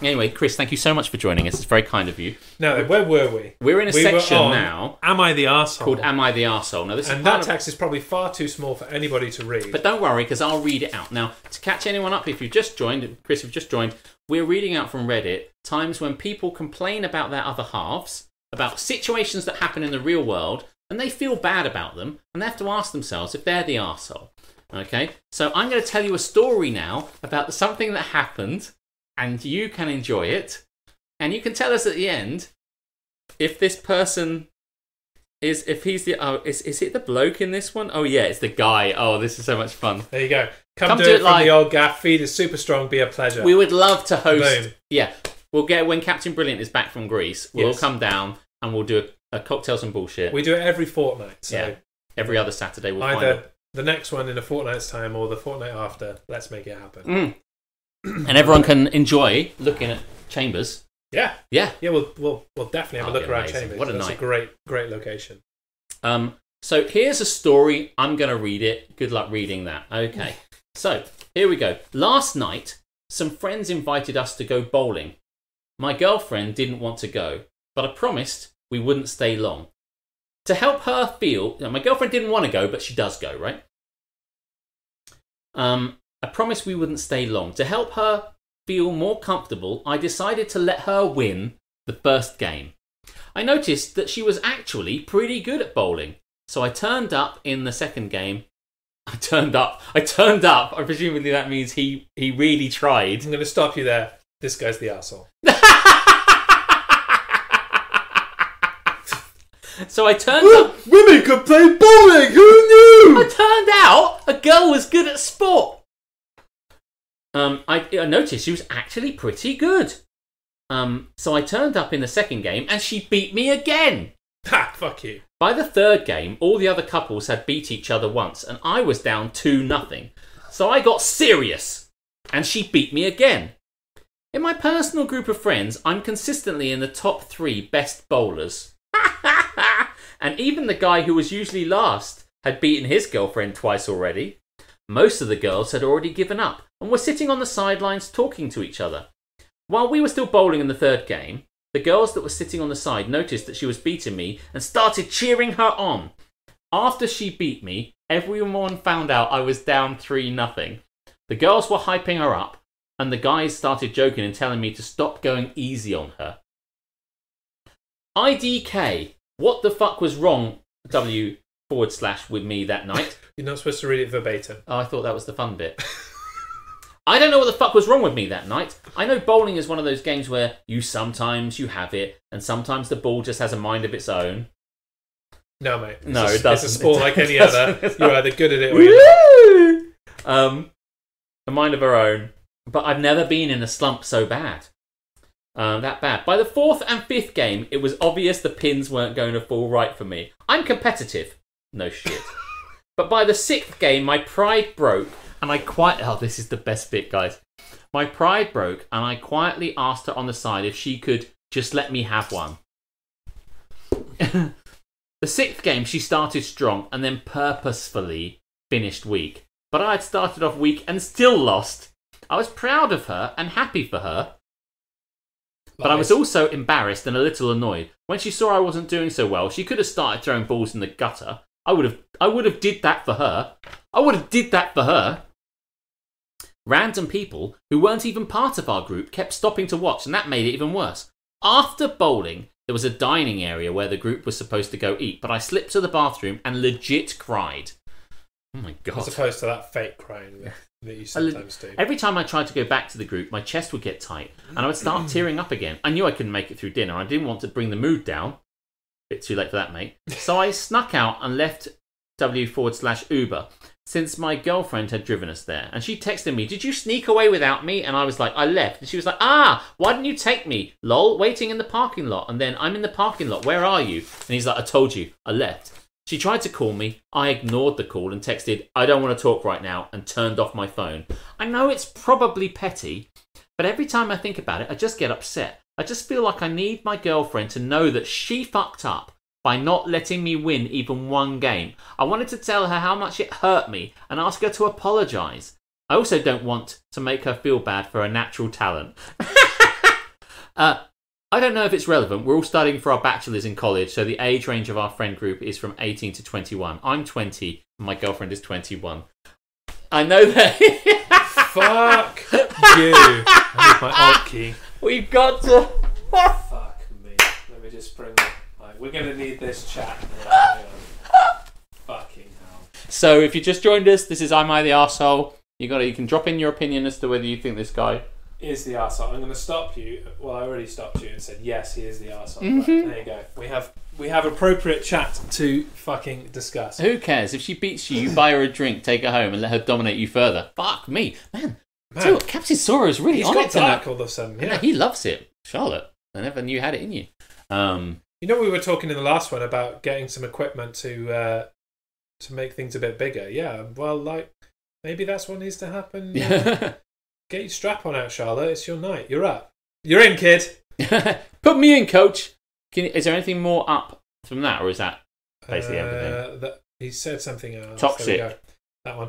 S1: anyway, Chris. Thank you so much for joining us. It's very kind of you.
S2: Now, then, where were we?
S1: We're in a
S2: We were
S1: section
S2: on
S1: now
S2: Am I the asshole?
S1: called "Am I the Arsehole? Now this is
S2: and
S1: part
S2: that
S1: of-
S2: text is probably far too small for anybody to read.
S1: But don't worry, because I'll read it out. Now, to catch anyone up, if you've just joined, Chris, if you've just joined, we're reading out from Reddit times when people complain about their other halves, about situations that happen in the real world, and they feel bad about them, and they have to ask themselves if they're the arsehole. Okay? So I'm going to tell you a story now about something that happened, and you can enjoy it, and you can tell us at the end if this person is if he's the oh is is it the bloke in this one? Oh yeah, it's the guy. Oh, this is so much fun.
S2: there you go. Come,
S1: Come
S2: do,
S1: do
S2: it,
S1: it
S2: from
S1: live.
S2: the old gaff. Feed is super strong. Be a pleasure.
S1: We would love to host.
S2: Boom.
S1: Yeah, we'll get when Captain Brilliant is back from Greece. We'll
S2: Yes.
S1: come down and we'll do a, a cocktails and bullshit.
S2: We do it every fortnight. So
S1: yeah, every other Saturday we'll find
S2: either
S1: it.
S2: the next one in a fortnight's time or the fortnight after. Let's make it happen.
S1: Mm. and everyone can enjoy looking at chambers.
S2: Yeah,
S1: Yeah.
S2: yeah. We'll we'll, we'll definitely have
S1: That'll
S2: a look
S1: be
S2: around
S1: amazing.
S2: chambers.
S1: What a
S2: That's
S1: night.
S2: a great great location.
S1: Um, so here's a story. I'm going to read it. Good luck reading that. Okay. So here we go. Last night, some friends invited us to go bowling. My girlfriend didn't want to go, but I promised we wouldn't stay long. To help her feel, now, my girlfriend didn't want to go, but she does go, right? Um, I promised we wouldn't stay long. To help her feel more comfortable, I decided to let her win the first game. I noticed that she was actually pretty good at bowling. So I turned up in the second game. I turned up. I turned up. I presumably that means he he really tried.
S2: I'm going to stop you there. This guy's the asshole.
S1: so I turned up.
S7: Women could play bowling! Who knew?
S1: I turned out a girl was good at sport. Um, I, I noticed she was actually pretty good. Um, so I turned up in the second game and she beat me again.
S2: Ha! Fuck you.
S1: By the third game, all the other couples had beat each other once, and I was down 2 nothing. So I got serious, and she beat me again. In my personal group of friends, I'm consistently in the top three best bowlers. and even the guy who was usually last had beaten his girlfriend twice already. Most of the girls had already given up and were sitting on the sidelines talking to each other. While we were still bowling in the third game, the girls that were sitting on the side noticed that she was beating me and started cheering her on. After she beat me, everyone found out I was down 3 nothing. The girls were hyping her up, and the guys started joking and telling me to stop going easy on her. IDK, what the fuck was wrong, W forward slash with me that night?
S2: You're not supposed to read it verbatim.
S1: Oh, I thought that was the fun bit. I don't know what the fuck was wrong with me that night. I know bowling is one of those games where you sometimes you have it, and sometimes the ball just has a mind of its own.
S2: No, mate. It's
S1: No,
S2: a,
S1: it
S2: It's
S1: doesn't.
S2: a sport like any
S1: It doesn't.
S2: other.
S1: It's
S2: You're
S1: not.
S2: either good at it or you're not.
S1: Woo! um, a mind of her own. But I've never been in a slump so bad. Um, that bad. By the fourth and fifth game, it was obvious the pins weren't going to fall right for me. I'm competitive. No shit. but by the sixth game, my pride broke, and I quite. Oh, this is the best bit, guys. My pride broke, and I quietly asked her on the side if she could just let me have one. The sixth game, she started strong and then purposefully finished weak. But I had started off weak and still lost. I was proud of her and happy for her, but I was
S2: Lies.
S1: also embarrassed and a little annoyed. When she saw I wasn't doing so well, she could have started throwing balls in the gutter. I would have I would have did that for her. I would have did that for her. Random people who weren't even part of our group kept stopping to watch, and that made it even worse. After bowling, there was a dining area where the group was supposed to go eat, but I slipped to the bathroom and legit cried. Oh my god.
S2: As opposed to that fake crying that, that you
S1: I li-
S2: sometimes do.
S1: Every time I tried to go back to the group, my chest would get tight and I would
S2: Mm.
S1: start tearing up again. I knew I couldn't make it through dinner. I didn't want to bring the mood down. Bit too late for that, mate. So I snuck out and left W forward slash Uber since my girlfriend had driven us there. And she texted me, Did you sneak away without me? And I was like, I left. And she was like, Ah, why didn't you take me? Lol, waiting in the parking lot. And then I'm in the parking lot. Where are you? And he's like, I told you, I left. She tried to call me. I ignored the call and texted, I don't want to talk right now, and turned off my phone. I know it's probably petty, but every time I think about it, I just get upset. I just feel like I need my girlfriend to know that she fucked up by not letting me win even one game. I wanted to tell her how much it hurt me and ask her to apologise. I also don't want to make her feel bad for her natural talent. uh, I don't know if it's relevant. We're all studying for our bachelors in college, so the age range of our friend group is from 18 to 21. I'm 20, and my girlfriend is 21. I know that.
S2: Fuck you. I need my alt key.
S1: We've got to.
S2: Fuck me. Let me just bring that. Like, we're going to need this chat. Fucking hell.
S1: So if you just joined us, this is I'm I the arsehole. You got to you can drop in your opinion as to whether you think this guy.
S2: Is the arsehole. I'm going to stop you. Well, I already stopped you and said, yes, he is the arsehole.
S1: Mm-hmm.
S2: Right, there you go. We have we have appropriate chat to fucking discuss.
S1: Who cares if she beats you? You buy her a drink, take her home, and let her dominate you further. Fuck me, man.
S2: Man.
S1: Dude, Captain Sora is really
S2: He's
S1: on
S2: got
S1: it tonight.
S2: dark all of a sudden.
S1: Yeah,
S2: Yeah.
S1: he loves it, Charlotte. I never knew you had it in you. Um,
S2: You know, we were talking in the last one about getting some equipment to uh, to make things a bit bigger. Yeah, well, like maybe that's what needs to happen. Get your strap on out, Charlotte. It's your night. You're up. You're in, kid.
S1: put me in, coach. Can, is there anything more up from that, or is that Basically everything.
S2: Uh, That, he said something else.
S1: Toxic.
S2: There we go. That one.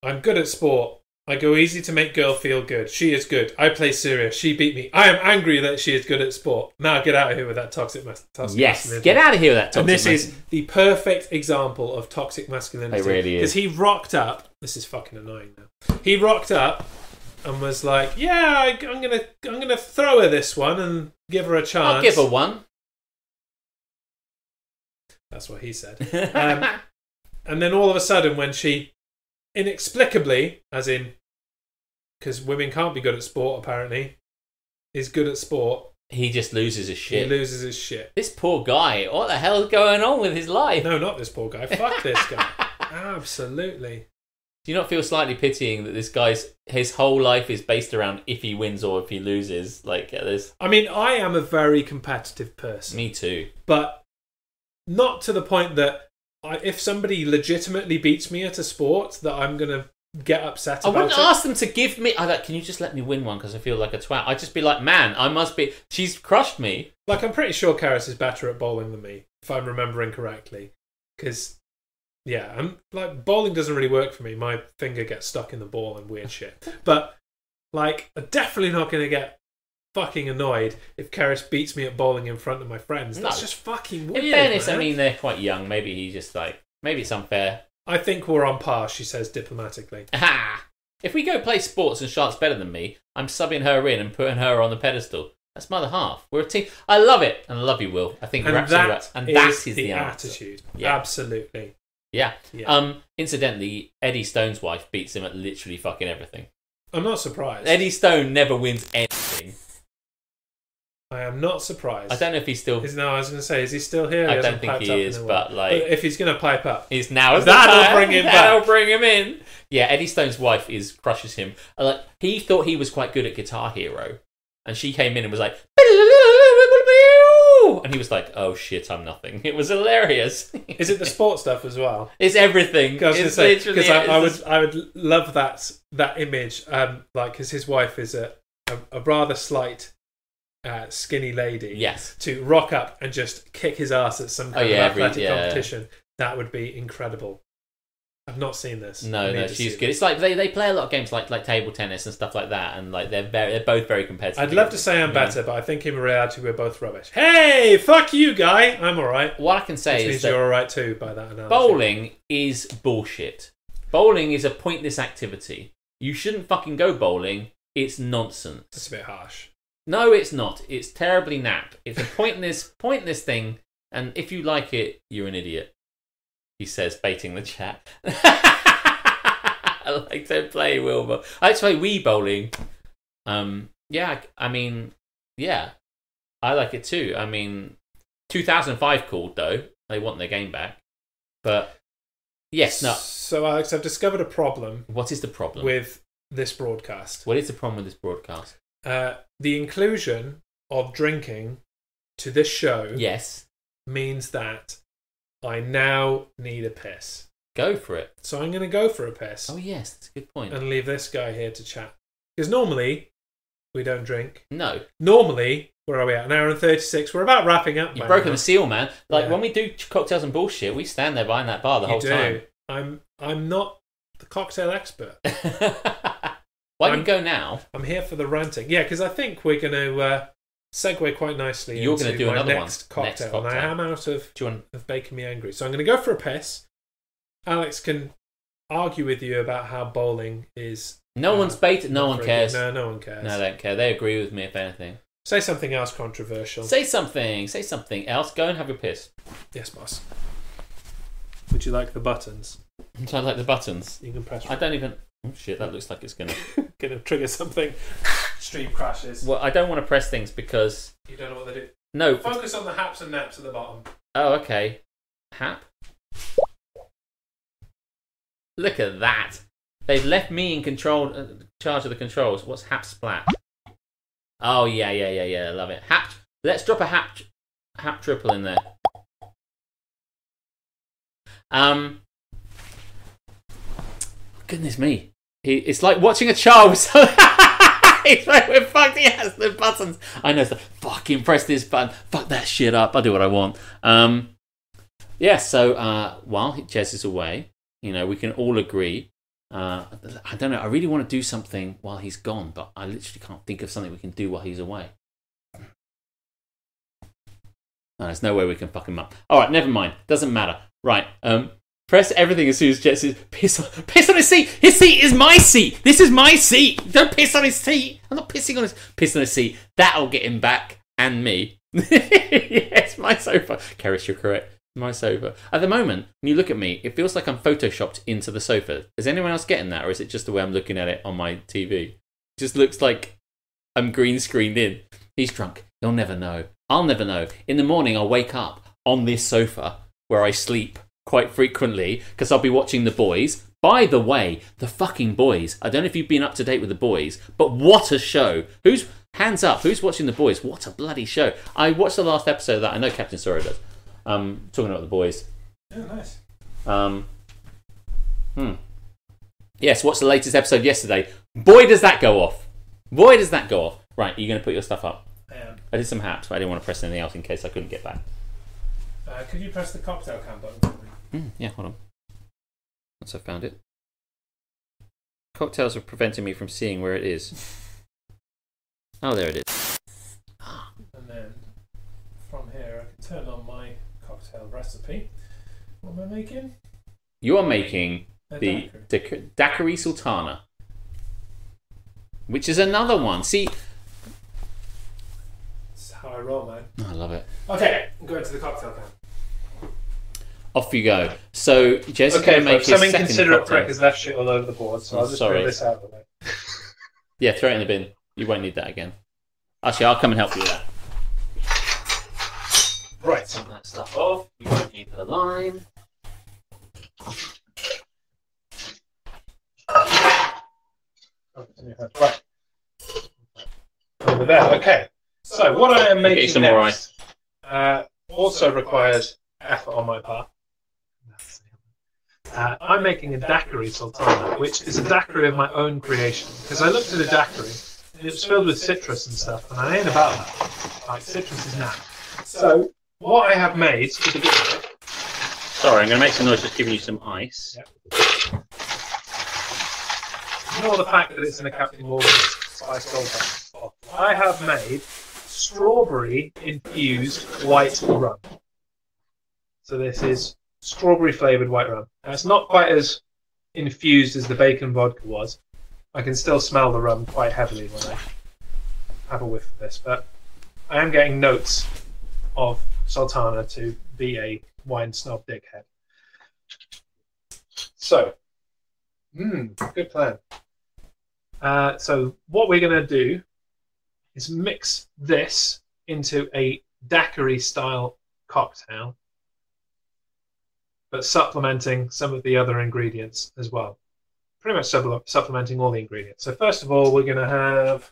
S2: I'm good at sport. I go easy to make girl feel good. She is good. I play serious. She beat me. I am angry that she is good at sport. Now get out of here with that toxic, mas- toxic
S1: yes?
S2: masculinity.
S1: Get out of here with that. toxic
S2: and this
S1: mess.
S2: is the perfect example of toxic masculinity.
S1: It really is.
S2: Because he rocked up. This is fucking annoying now. He rocked up and was like, "Yeah, I, I'm gonna, I'm gonna throw her this one and give her a chance."
S1: I'll give her one.
S2: That's what he said. Um, and then all of a sudden, when she inexplicably, as in, because women can't be good at sport apparently, is good at sport,
S1: he just loses his
S2: he
S1: shit.
S2: loses his shit.
S1: this poor guy, what the hell's going on with his life?
S2: No, not this poor guy. Fuck this guy. Absolutely.
S1: Do you not feel slightly pitying that this guy's his whole life is based around if he wins or if he loses? Like uh, there's
S2: I mean, I am a very competitive person.
S1: me too.
S2: but not to the point that I, if somebody legitimately beats me at a sport, that I'm gonna get upset
S1: I
S2: about
S1: wouldn't
S2: it.
S1: ask them to give me. I like, can you just let me win one because I feel like a twat? I'd just be like, man, I must be. She's crushed me.
S2: Like, I'm pretty sure Karras is better at bowling than me, if I'm remembering correctly. Because, yeah, I'm like bowling doesn't really work for me. My finger gets stuck in the ball and weird shit. But like, I'm definitely not gonna get fucking annoyed if Karras beats me at bowling in front of my friends. That's
S1: No.
S2: just fucking
S1: In
S2: weird.
S1: fairness,
S2: man.
S1: I mean they're quite young. Maybe he just like maybe it's unfair.
S2: I think we're on par. She says diplomatically.
S1: Aha! If we go play sports and Charlotte's better than me, I'm subbing her in and putting her on the pedestal. That's mother half. We're a team. I love it, and I love you, Will. I think we're
S2: and
S1: absolutely
S2: that
S1: right. And
S2: is
S1: that is
S2: the,
S1: answer.
S2: attitude.
S1: Yeah.
S2: Absolutely.
S1: Yeah.
S2: Yeah.
S1: Um. Incidentally, Eddie Stone's wife beats him at literally fucking everything.
S2: I'm not surprised.
S1: Eddie Stone never wins anything.
S2: I am not surprised.
S1: I don't know if he's still
S2: Is no, I was going to say, is he still here? He
S1: I
S2: hasn't
S1: don't think
S2: piped
S1: he
S2: up in
S1: is,
S2: a while.
S1: but, like-
S2: if he's going to pipe up,
S1: is now. Is
S2: That'll
S1: the time.
S2: bring him
S1: That'll
S2: back.
S1: bring him in. Yeah, Eddie Stone's wife is crushes him. Uh, Like he thought he was quite good at Guitar Hero, and she came in and was like, and he was like, "Oh shit, I'm nothing." It was hilarious.
S2: is it the sport stuff as well?
S1: It's everything. It's
S2: Because I, was gonna say,
S1: literally
S2: 'cause I,
S1: it.
S2: I
S1: It's
S2: would,
S1: just-
S2: I would love that that image. Um, like, because his wife is a a, a rather slight, uh, skinny lady.
S1: yes.
S2: To rock up and just kick his ass at some kind
S1: Oh, yeah,
S2: of
S1: every-
S2: athletic
S1: yeah.
S2: competition. That would be incredible. I've not seen this. I
S1: No,
S2: need
S1: no,
S2: to
S1: she's
S2: see
S1: good.
S2: this.
S1: It's like they, they play a lot of games like like table tennis and stuff like that, and like they're very, they're both very competitive.
S2: I'd love to say I'm
S1: Yeah.
S2: better, but I think in reality we're both rubbish. Hey, fuck you, guy. I'm all right.
S1: What I can say
S2: Which
S1: is
S2: means
S1: that
S2: you're all right too by that analogy.
S1: Bowling is bullshit. Bowling is a pointless activity. You shouldn't fucking go bowling. It's nonsense.
S2: That's a bit harsh.
S1: No, it's not. It's terribly nap. It's a pointless, pointless thing. And if you like it, you're an idiot. He says, baiting the chat. I like to play Wilbur. I play Wii bowling. Um, yeah, I I mean, yeah, I like it too. I mean, 2005 called though. They want their game back. But yes, no.
S2: So, Alex, I've discovered a problem
S1: What is the problem?
S2: with this broadcast.
S1: what is the problem with this broadcast?
S2: Uh, the inclusion of drinking to this show
S1: Yes,
S2: means that I now need a piss.
S1: go for it.
S2: So I'm going to go for a piss
S1: Oh yes, that's a good point.
S2: and leave this guy here to chat. Because normally we don't drink.
S1: no,
S2: Normally, where are we at? An hour and 36. We're about wrapping up.
S1: You've
S2: by
S1: broken
S2: now.
S1: the seal, man. Like
S2: Yeah.
S1: when we do cocktails and bullshit, we stand there behind that bar the
S2: you
S1: whole
S2: do.
S1: time.
S2: I'm, I'm not the cocktail expert.
S1: Why don't
S2: I'm-
S1: you go now?
S2: I'm here for the ranting. Yeah, because I think we're going to uh, segue quite nicely.
S1: You're
S2: going
S1: gonna
S2: to
S1: do
S2: my
S1: another one.
S2: next cocktail,
S1: Next
S2: and I
S1: cocktail.
S2: am out of,
S1: Do you want?
S2: of baking me angry, so I'm going to go for a piss. Alex can argue with you about how bowling is.
S1: No
S2: uh,
S1: one's baited. No
S2: not
S1: one
S2: very
S1: cares.
S2: good.
S1: No,
S2: No, no one cares.
S1: they don't care. They agree with me if anything.
S2: Say something else controversial.
S1: Say something. Say something else. Go and have your piss.
S2: yes, boss. Would you like the buttons?
S1: I like the buttons.
S2: You can press.
S1: I don't even. Oh shit! That looks like it's gonna.
S2: Going to trigger something. Stream crashes.
S1: well, I don't want to press things because
S2: You don't know what they do.
S1: no.
S2: Focus on the haps and naps at the bottom.
S1: Oh, okay. Hap. Look at that. They've left me in control, uh, charge of the controls. What's hap splat? Oh yeah, yeah, yeah, yeah. I love it. Hap. Let's drop a hap, hap triple in there. Um. Goodness me. He, it's like watching a child. with some- It's like we're fucked. He has the buttons. I know. It's like, fucking press this button. Fuck that shit up. I do what I want. Um, yeah. So uh, while Jez is away, you know, we can all agree. Uh, I don't know. I really want to do something while he's gone, but I literally can't think of something we can do while he's away. No, there's no way we can fuck him up. All right, never mind. Doesn't matter. Right. Um, press everything as soon as Jets is piss on piss on his seat. His seat is my seat. This is my seat. Don't piss on his seat. I'm not pissing on his piss on his seat. That'll get him back and me. yes, my sofa. Keris, you're correct. My sofa. At the moment, when you look at me, it feels like I'm photoshopped into the sofa. Is anyone else getting that, or is it just the way I'm looking at it on my TV? just looks like I'm green screened in. He's drunk. He'll never know. I'll never know. In the morning, I'll wake up on this sofa where I sleep quite frequently because I'll be watching the boys. By the way, the fucking boys. I don't know if you've been up to date with the boys, but what a show. Who's hands up? Who's watching the boys? What a bloody show. I watched the last episode of that. I know Captain Sorrow does. Um, talking about the boys. Oh,
S2: Yeah, nice.
S1: Um, hmm. Yes, what's the latest episode yesterday? Boy, does that go off. Boy, does that go off. Right, you're going to put your stuff up.
S2: I am.
S1: I did some hats, but I didn't want to press anything else in case I couldn't get back.
S2: Uh, could you press the cocktail can button for me?
S1: Hmm, yeah, hold on. Once I found it. Cocktails are preventing me from seeing where it is. Oh, there it is.
S2: And then from here, I can turn on my cocktail recipe. What am I making?
S1: You are making
S2: A
S1: the
S2: daiquiri.
S1: Dac- Daiquiri Sultana, which is another one. See,
S2: That's how I roll, man.
S1: I love it.
S2: Okay, go into the cocktail can.
S1: Off you go. So Jez is
S5: Okay,
S1: going to make
S5: folks,
S1: his
S5: some
S1: second
S5: inconsiderate
S1: cocktail.
S5: prick has left shit all over the board, so
S1: I'm
S5: I'll just
S1: sorry.
S5: throw this out of the way.
S1: Yeah, throw it in the bin. You won't need that again. Actually, I'll come and help you with that.
S5: Right.
S4: Some of that stuff off. You won't need the lime.
S5: Right. Over there. Okay. So what I am
S4: Get you
S5: making
S4: some more
S5: next uh, also requires effort on my part. Uh, I'm making a daiquiri sultana, which is a daiquiri of my own creation. Because I looked at a daiquiri and it was filled with citrus and stuff, and I ain't about that. Like citrus is now. So what I have made to begin with
S4: Sorry, I'm going to make some noise just giving you some ice.
S5: ignore the fact that it's in a Captain Morgan spiced gold bottle. I have made strawberry infused white rum. So this is strawberry flavored white rum. Now it's not quite as infused as the bacon vodka was. I can still smell the rum quite heavily when I have a whiff of this, but I am getting notes of Sultana to be a wine snob dickhead. So, mm, good plan. Uh, so what we're going to do is mix this into a daiquiri style cocktail, but supplementing some of the other ingredients as well. Pretty much supple- supplementing all the ingredients. So first of all, we're going to have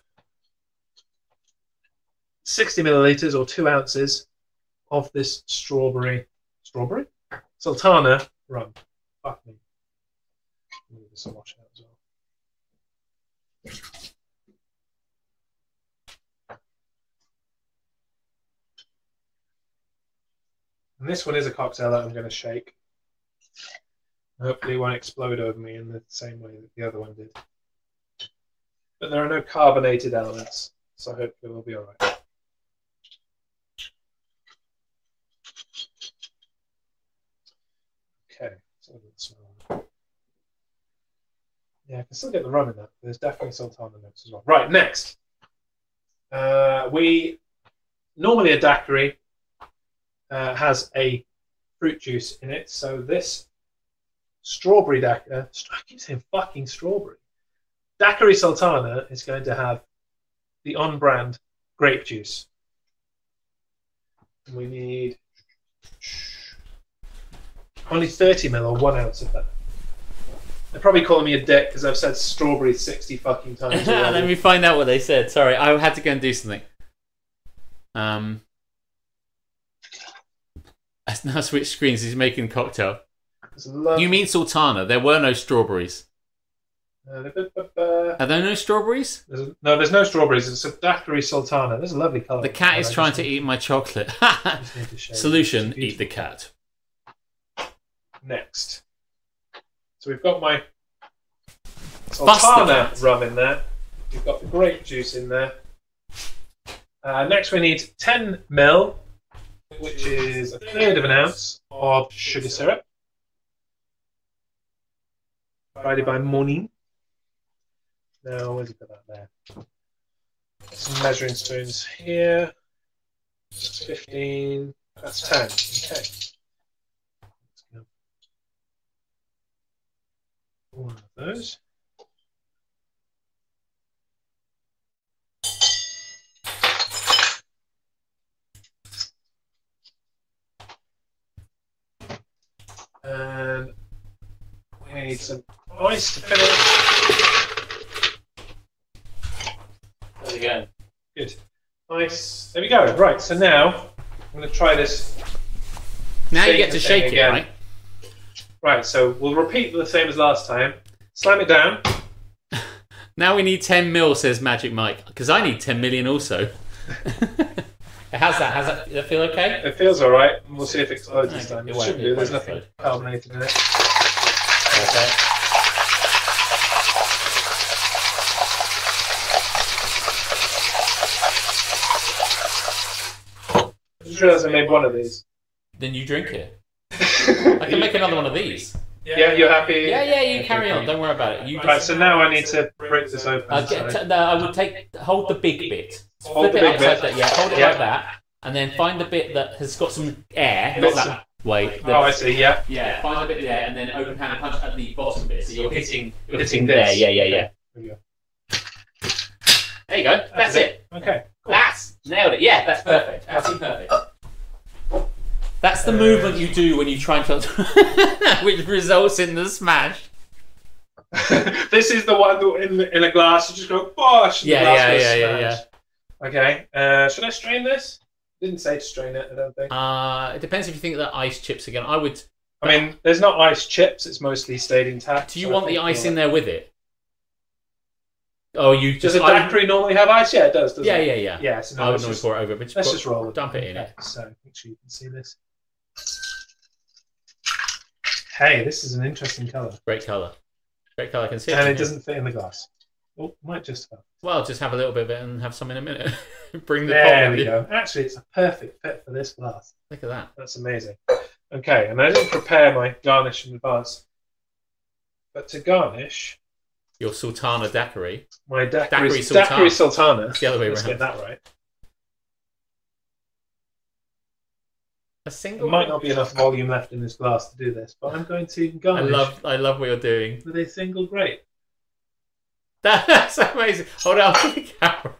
S5: 60 milliliters or two ounces of this strawberry, strawberry sultana rum. Fuck me. Move this wash out as well. And this one is a cocktail that I'm going to shake. Hopefully, it won't explode over me in the same way that the other one did. But there are no carbonated elements, so hopefully, we'll be alright. Okay, so that's, uh, yeah, I can still get the rum in that. There's definitely Sultana notes as well. Right, next. Uh, we normally a daiquiri uh, has a fruit juice in it. So this strawberry daiquiri, uh, st- I keep saying fucking strawberry, daiquiri sultana is going to have the on-brand grape juice. And we need only 30 ml or one ounce of that. They're probably calling me a dick because I've said strawberry 60 fucking times.
S1: Let
S5: already.
S1: me find out what they said. Sorry, I had to go and do something. Um, I've now switched screens. He's making cocktail.
S5: It's lovely.
S1: You mean sultana? There were no strawberries.
S5: Uh, bu- bu- bu- bu-
S1: Are there no strawberries?
S5: There's, no, there's no strawberries. It's a daiquiri sultana. There's a lovely colour.
S1: The cat
S5: And
S1: is
S5: I
S1: trying
S5: just
S1: to
S5: need-
S1: eat my chocolate.
S5: just need to show you.
S1: Solution:
S5: It's
S1: Eat the
S5: beautiful.
S1: cat.
S5: Next. So we've got my
S1: Bust the
S5: sultana
S1: cat.
S5: rum in there. We've got the grape juice in there. Uh, next, we need 10 mil, which is a third of an ounce of sugar syrup, divided by morning. Now, where's it put that there? Some measuring spoons here. That's 15. That's 10. Okay. One of those. And we need some ice to finish.
S4: There we go.
S5: Good. Ice. There we go. Right, so now I'm going to try this
S1: Now you
S5: Shake
S1: get to
S5: the thing
S1: shake it,
S5: again.
S1: right?
S5: Right, so we'll repeat the same as last time. Slam it down.
S1: Now we need 10 mil, says Magic Mike, because I need 10 million also. How's that? How's that? Does that feel okay?
S5: It feels all right. and We'll see if it explodes this time.
S1: It
S5: It,
S1: won't,
S5: should
S1: it
S5: do. There's
S1: won't
S5: nothing
S1: explode.
S5: carbonated in it.
S1: Okay.
S5: I just realised I made one of these.
S1: Then you drink it. I
S5: I
S1: can make another one of these.
S5: Yeah, you're happy.
S1: Yeah, yeah, you carry on. Don't worry about it. You
S5: Right,
S1: just.
S5: so now I need to break this open.
S1: I'll get,
S5: so-
S1: t- no, I would take. Hold the big bit.
S5: Hold
S1: Flip
S5: the
S1: it
S5: big
S1: upside
S5: bit.
S1: down. Yeah, hold it
S5: Yeah.
S1: like that. And then find the bit that has got some air. Not
S5: Bits
S1: that, Wait.
S5: Oh, I see. Yeah.
S1: Yeah, find a bit there and then open hand punch at the bottom bit. So you're hitting, you're
S5: Hitting
S1: there.
S5: this.
S4: Yeah, yeah, yeah.
S5: There we go.
S4: There you go. That's,
S5: That's
S4: it.
S5: Okay. Cool.
S4: That's nailed it. Yeah, that's perfect. Absolutely perfect.
S1: That's the movement you do when you try and transfer, which results in the smash.
S5: this is the one that in, in a glass you just go bosh. and the
S1: Yeah,
S5: glass
S1: yeah,
S5: goes
S1: yeah, yeah,
S5: smash. Okay. Uh, should I strain this? Didn't say to strain it. I don't think.
S1: Uh, it depends if you think that ice chips again. I would.
S5: I mean, there's not ice chips. It's mostly stayed intact.
S1: Do you want the ice in there with it? Oh, you
S5: Does
S1: just.
S5: a
S1: I-
S5: daiquiri normally have ice? Yeah, it does. Doesn't
S1: yeah,
S5: it?
S1: yeah, yeah.
S5: Yeah. So no,
S1: I would
S5: let's
S1: normally
S5: just-
S1: pour it over, it, but just,
S5: Let's
S1: pour-
S5: just roll it.
S1: dump it in
S5: Okay,
S1: it.
S5: So make sure you can see this. Hey, this is an interesting colour,
S1: Great color, great color. I can see it.
S5: and
S1: in
S5: it
S1: here.
S5: doesn't fit in the glass. Oh, might just. Have.
S1: Well, just have a little bit of it and have some in a minute. Bring the pot
S5: There
S1: with
S5: we
S1: you.
S5: go. Actually, it's a perfect fit for this glass.
S1: Look at that.
S5: That's amazing. Okay, and I didn't prepare my garnish in advance, but to garnish
S1: Your sultana daiquiri.
S5: my
S1: Daiquiri
S5: daiquiri,
S1: sultana.
S5: daiquiri sultana.
S1: It's the other way
S5: Let's get
S1: around.
S5: that right.
S1: A single.
S5: There might not be enough volume left in this glass to do this, but I'm going to
S1: I
S5: garnish
S1: love, I love what you're doing.
S5: with a single grape.
S1: That's amazing. Hold on to the camera.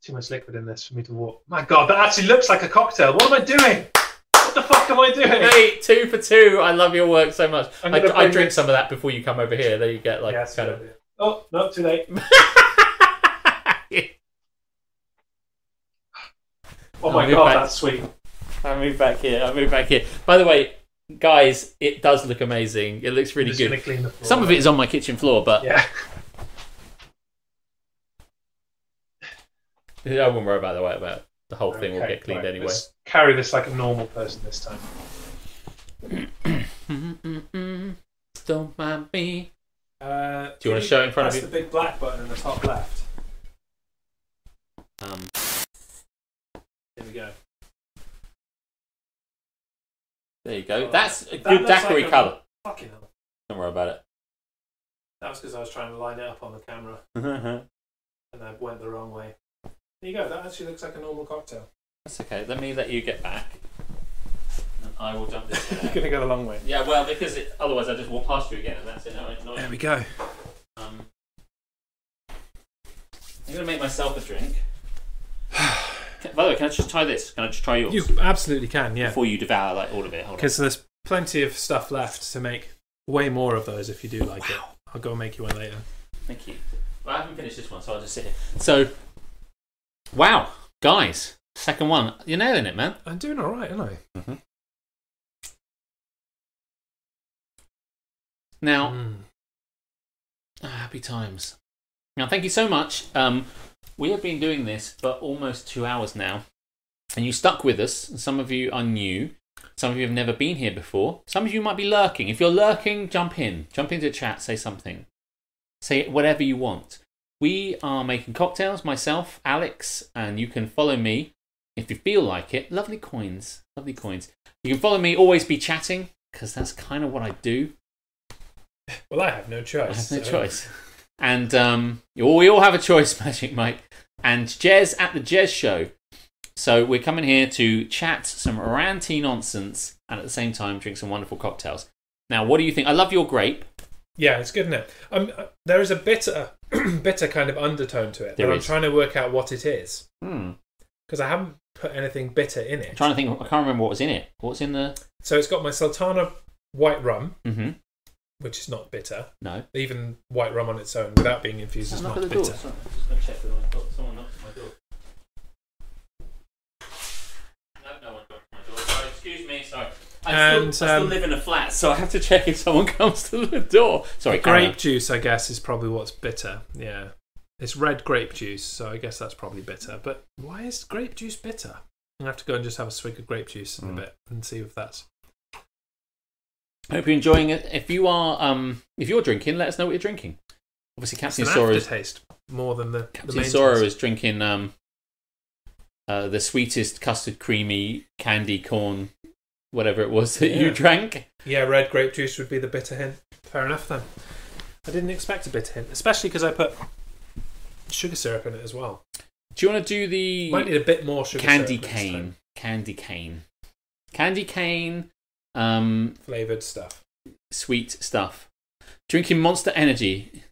S5: Too much liquid in this for me to walk. My God, that actually looks like a cocktail. What am I doing? What the fuck am I doing?
S1: Hey, two for two. I love your work so much.
S5: I'm
S1: I,
S5: gonna
S1: I
S5: bring
S1: drink
S5: it-
S1: some of that before you come over here. Then you get like
S5: Yeah, that's a
S1: kind
S5: good
S1: of.
S5: idea. Oh, no, too late. Oh
S1: I'll
S5: my
S1: move
S5: God,
S1: back.
S5: that's sweet.
S1: I move back here. I move back here. By the way, guys, it does look amazing. It looks
S5: I'm
S1: really
S5: just
S1: good.
S5: gonna clean the floor.
S1: Some of it is on my kitchen floor, but
S5: Yeah.
S1: I wouldn't worry about the way about it. the whole thing will
S5: Okay,
S1: get cleaned
S5: right,
S1: anyway.
S5: Let's carry this like a normal person this time.
S1: Mm-mm-mm. Don't mind me.
S2: Uh,
S1: Do you wanna show it in front of
S2: that's
S1: you?
S2: the big black button in the top left.
S1: Um,
S2: Here we go.
S1: there you go. That's a
S2: That
S1: good
S2: looks like
S1: daiquiri
S2: a-
S1: colour.
S2: Fucking hell.
S1: Don't worry about
S2: That was because I was trying to line it up on the camera Uh-huh.
S1: it.
S2: and I went the wrong way. There you go. That actually looks like a normal cocktail.
S1: That's okay. Let me let you get back, and I will dump this.
S2: You're gonna go the long way.
S1: Yeah, well, because it, otherwise I just walk past you again, and that's it. No, no,
S2: we go.
S1: um, I'm gonna make myself a drink. Can- By the way, can I just try this? Can I just try yours
S2: You absolutely can, yeah.
S1: before you devour like all of it? Hold on.
S2: Because there's plenty of stuff left to make. Way more of those if you do like it. I'll go and make you one later.
S1: Thank you. Well, I haven't finished this one, so I'll just sit here. So, wow, guys, second one, you're nailing it, man.
S2: I'm doing all right, aren't I?
S1: Now, Hmm. Ah, happy times. Now, thank you so much. Um, we have been doing this for almost two hours now, and you stuck with us. And Some of you are new. Some of you have never been here before. Some of you might be lurking. If you're lurking, jump in. Jump into the chat, say something. Say whatever you want. We are making cocktails, myself, Alex, and you can follow me if you feel like it. Lovely coins. Lovely coins. You can follow me, always be chatting, because that's kind of what I do.
S2: Well, I have no choice.
S1: I have no
S2: so-
S1: choice. And um, you all- we all have a choice, Magic Mike. And Jez at the Jez Show. So we're coming here to chat some ranty nonsense and at the same time drink some wonderful cocktails. Now, what do you think? I love your grape.
S2: Yeah, it's good, isn't it? Um, uh, there is a bitter, bitter kind of undertone to it.
S1: There
S2: but I'm
S1: is.
S2: trying to work out what it is
S1: Hmm.
S2: because I haven't put anything bitter in
S1: I'm
S2: it.
S1: trying to think. I can't remember what was in it. What's in the?
S2: So it's got my Sultana white rum,
S1: Mm-hmm.
S2: which is not bitter.
S1: No.
S2: Even white rum on its own, without being infused, is
S1: Knock
S2: not
S1: at the
S2: bitter.
S1: door. Sorry, I'm just gonna check for someone. Oh, Someone knocked at my door. No, no one knocked at my door. Sorry, excuse me. Sorry. I
S2: And,
S1: still, I still
S2: um,
S1: live in a flat, so I have to check if someone comes to the door. Sorry, carry on.
S2: grape juice, I guess, is probably what's bitter. Yeah, it's red grape juice, so I guess that's probably bitter. But why is grape juice bitter? I'm gonna have to go and just have a swig of grape juice in a bit and see if that's.
S1: Hope you're enjoying it. If you are, um, if you're drinking, let us know what you're drinking. Obviously,
S2: It's
S1: Captain
S2: an
S1: Sora is
S2: aftertaste more than the the
S1: Captain
S2: main
S1: Sora
S2: taste.
S1: is drinking um, uh, the sweetest custard creamy candy corn, whatever it was that you
S2: Yeah.
S1: drank.
S2: Yeah, red grape juice would be the bitter hint. Fair enough then. I didn't expect a bitter hint, especially because I put sugar syrup in it as well.
S1: Do you want to do the
S2: Might need a bit more sugar.
S1: Mm. candy
S2: syrup next time.
S1: cane? Candy cane. candy cane, um,
S5: Flavoured stuff.
S1: sweet stuff. Drinking Monster Energy.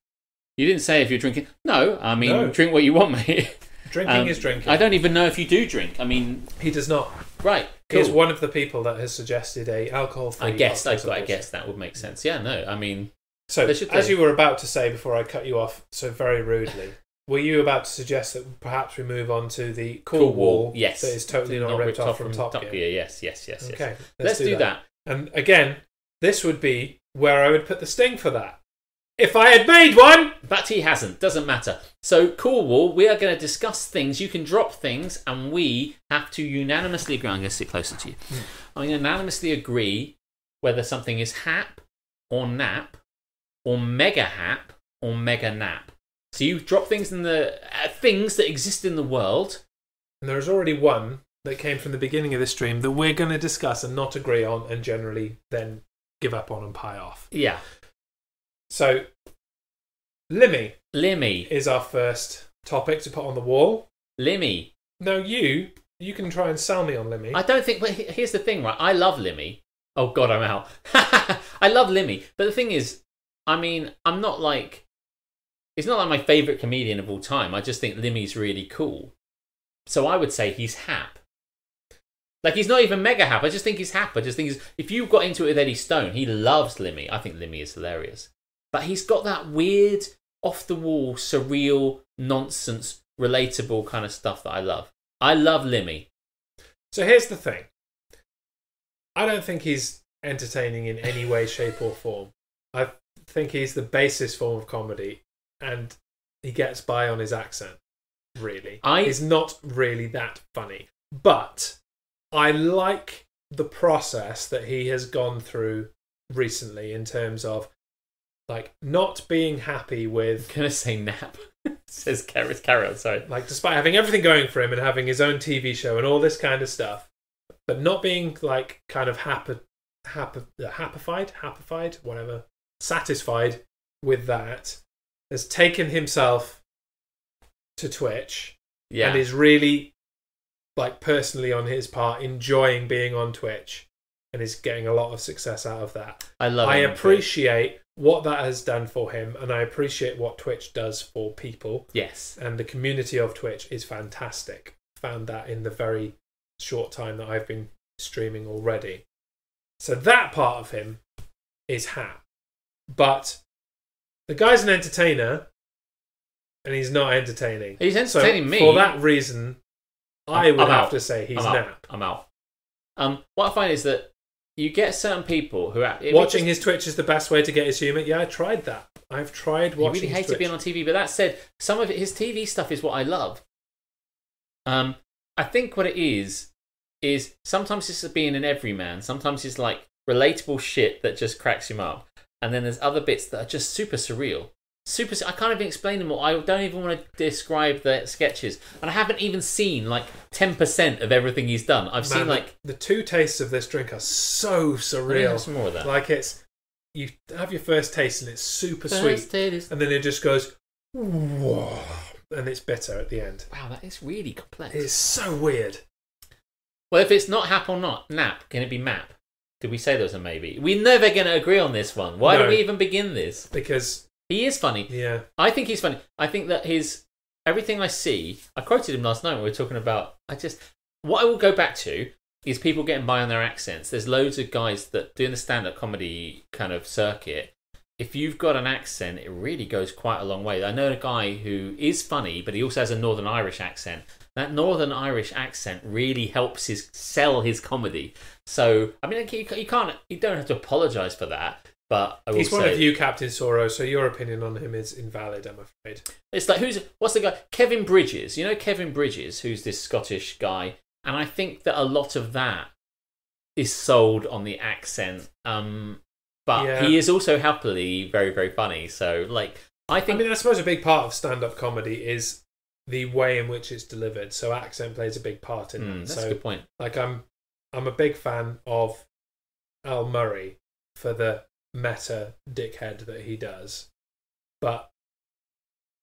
S1: You didn't say if you're drinking. No, I mean
S5: No.
S1: drink what you want, mate.
S5: Drinking
S1: Um,
S5: is drinking.
S1: I don't even know if you do drink. I mean,
S5: He does not.
S1: right?
S5: He is
S1: cool.
S5: one of the people that has suggested a alcohol-free.
S1: I guess I, I
S5: cocktail
S1: guess that would make sense. Yeah, no, I mean,
S5: So,
S1: They should
S5: as
S1: do.
S5: you were about to say before I cut you off so very rudely, were you about to suggest that perhaps we move on to the cool,
S1: Cool
S5: wall,
S1: Wall, yes.
S5: that is totally not, ripped, off from Top, Gear?
S1: Yes, yes, yes, yes.
S5: Okay,
S1: Let's, do, that.
S5: And again, this would be where I would put the sting for that. If I had made one,
S1: But he hasn't. Doesn't matter. So, Cool Wall, we are going to discuss things. You can drop things, and we have to unanimously agree. I'm going to sit closer to you.
S5: Hmm.
S1: I unanimously agree whether something is hap or nap, or mega hap or mega nap. So you drop things in the uh, things that exist in the world.
S5: and there's already one that came from the beginning of this stream that we're going to discuss and not agree on, and generally then give up on and pie off.
S1: Yeah,
S5: So, Limmy
S1: Limmy,
S5: is our first topic to put on the wall.
S1: Limmy.
S5: Now you you can try and sell me on Lemmy.
S1: I don't think. But he- here's the thing, right? I love Limmy. Oh God, I'm out. I love Limmy, but the thing is, I mean, I'm not like. It's not like my favorite comedian of all time. I just think Limmy's really cool. So I would say he's hap. Like he's not even mega hap. I just think he's hap. I just think he's. If you got into it with Eddie Stone, he loves Limmy. I think Limmy is hilarious. But he's got that weird, off the wall, surreal, nonsense, relatable kind of stuff that I love. I love Limmy.
S5: So here's the thing. I don't think he's entertaining in any way, shape, or form. I think he's the basest form of comedy, and he gets by on his accent. Really,
S1: I-
S5: he's not really that funny, but I like the process that he has gone through recently in terms of like not being happy with
S1: gonna say nap. Says carrot carrot. Sorry.
S5: like despite having everything going for him and having his own TV show and all this kind of stuff, but not being like kind of happy, happy, happified, happified, whatever, satisfied with that, has taken himself to Twitch
S1: Yeah.
S5: and is really like personally on his part enjoying being on Twitch and is getting a lot of success out of that.
S1: I love.
S5: I
S1: it on
S5: appreciate what that has done for him and I appreciate what Twitch does for people
S1: Twitch. Yes.
S5: and the community of Twitch is fantastic. Found that in the very short time that I've been streaming already. So that part of him is hat. But the guy's an entertainer and he's not entertaining.
S1: He's entertaining
S5: so
S1: me.
S5: For that reason, I
S1: I'm-
S5: would
S1: I'm
S5: have
S1: out.
S5: to say he's
S1: I'm out.
S5: nap.
S1: I'm out. Um, what I find is that you get certain people who are it
S5: Watching
S1: really
S5: his Twitch is the best way to get his humour. Yeah, I tried that. I've tried
S1: He
S5: watching
S1: really
S5: his
S1: hated
S5: Twitch.
S1: being on TV, but that said, some of his TV stuff is what I love. Um, I think what it is is sometimes it's being an everyman. Sometimes it's like relatable shit that just cracks him up, and then there's other bits that are just super surreal. Super. I can't even explain them all. I don't even want to describe the sketches, and I haven't even seen like ten percent of everything he's done. I've
S5: Man,
S1: seen
S5: the-
S1: like
S5: the two tastes of this drink are so
S1: I need to
S5: surreal.
S1: have some more of that.
S5: Like it's you have your first taste and it's super sweet,
S1: Thursday this-
S5: and then it just goes whoa, and it's bitter at the end.
S1: Wow, that is really complex.
S5: It's so weird.
S1: Well, if it's not hap or not nap, can it be map? Did we say there was a maybe? We're never going to agree on this one. Why
S5: No.
S1: do we even begin this?
S5: Because
S1: He is funny.
S5: yeah,
S1: I think he's funny. I think that his everything I see. I quoted him last night when we were talking about. I just what I will go back to is people getting by on their accents. There's loads of guys that doing the stand-up comedy kind of circuit. If you've got an accent, it really goes quite a long way. I know a guy who is funny, but he also has a Northern Irish accent. That Northern Irish accent really helps his sell his comedy. So I mean, you you can't, you don't have to apologise for that. But I will
S5: he's one
S1: say-
S5: of you, Captain Soro. So your opinion on him is invalid. I'm afraid.
S1: It's like who's what's the guy? Kevin Bridges. You know Kevin Bridges, who's this Scottish guy, and I think that a lot of that is sold on the accent. Um, but
S5: Yeah.
S1: he is also happily very very funny. So like I
S5: I
S1: think
S5: mean, I suppose a big part of stand-up comedy is the way in which it's delivered. So accent plays a big part in
S1: Hmm,
S5: that.
S1: that's
S5: So
S1: a good point.
S5: like I'm I'm a big fan of Al Murray for the meta dickhead that he does. But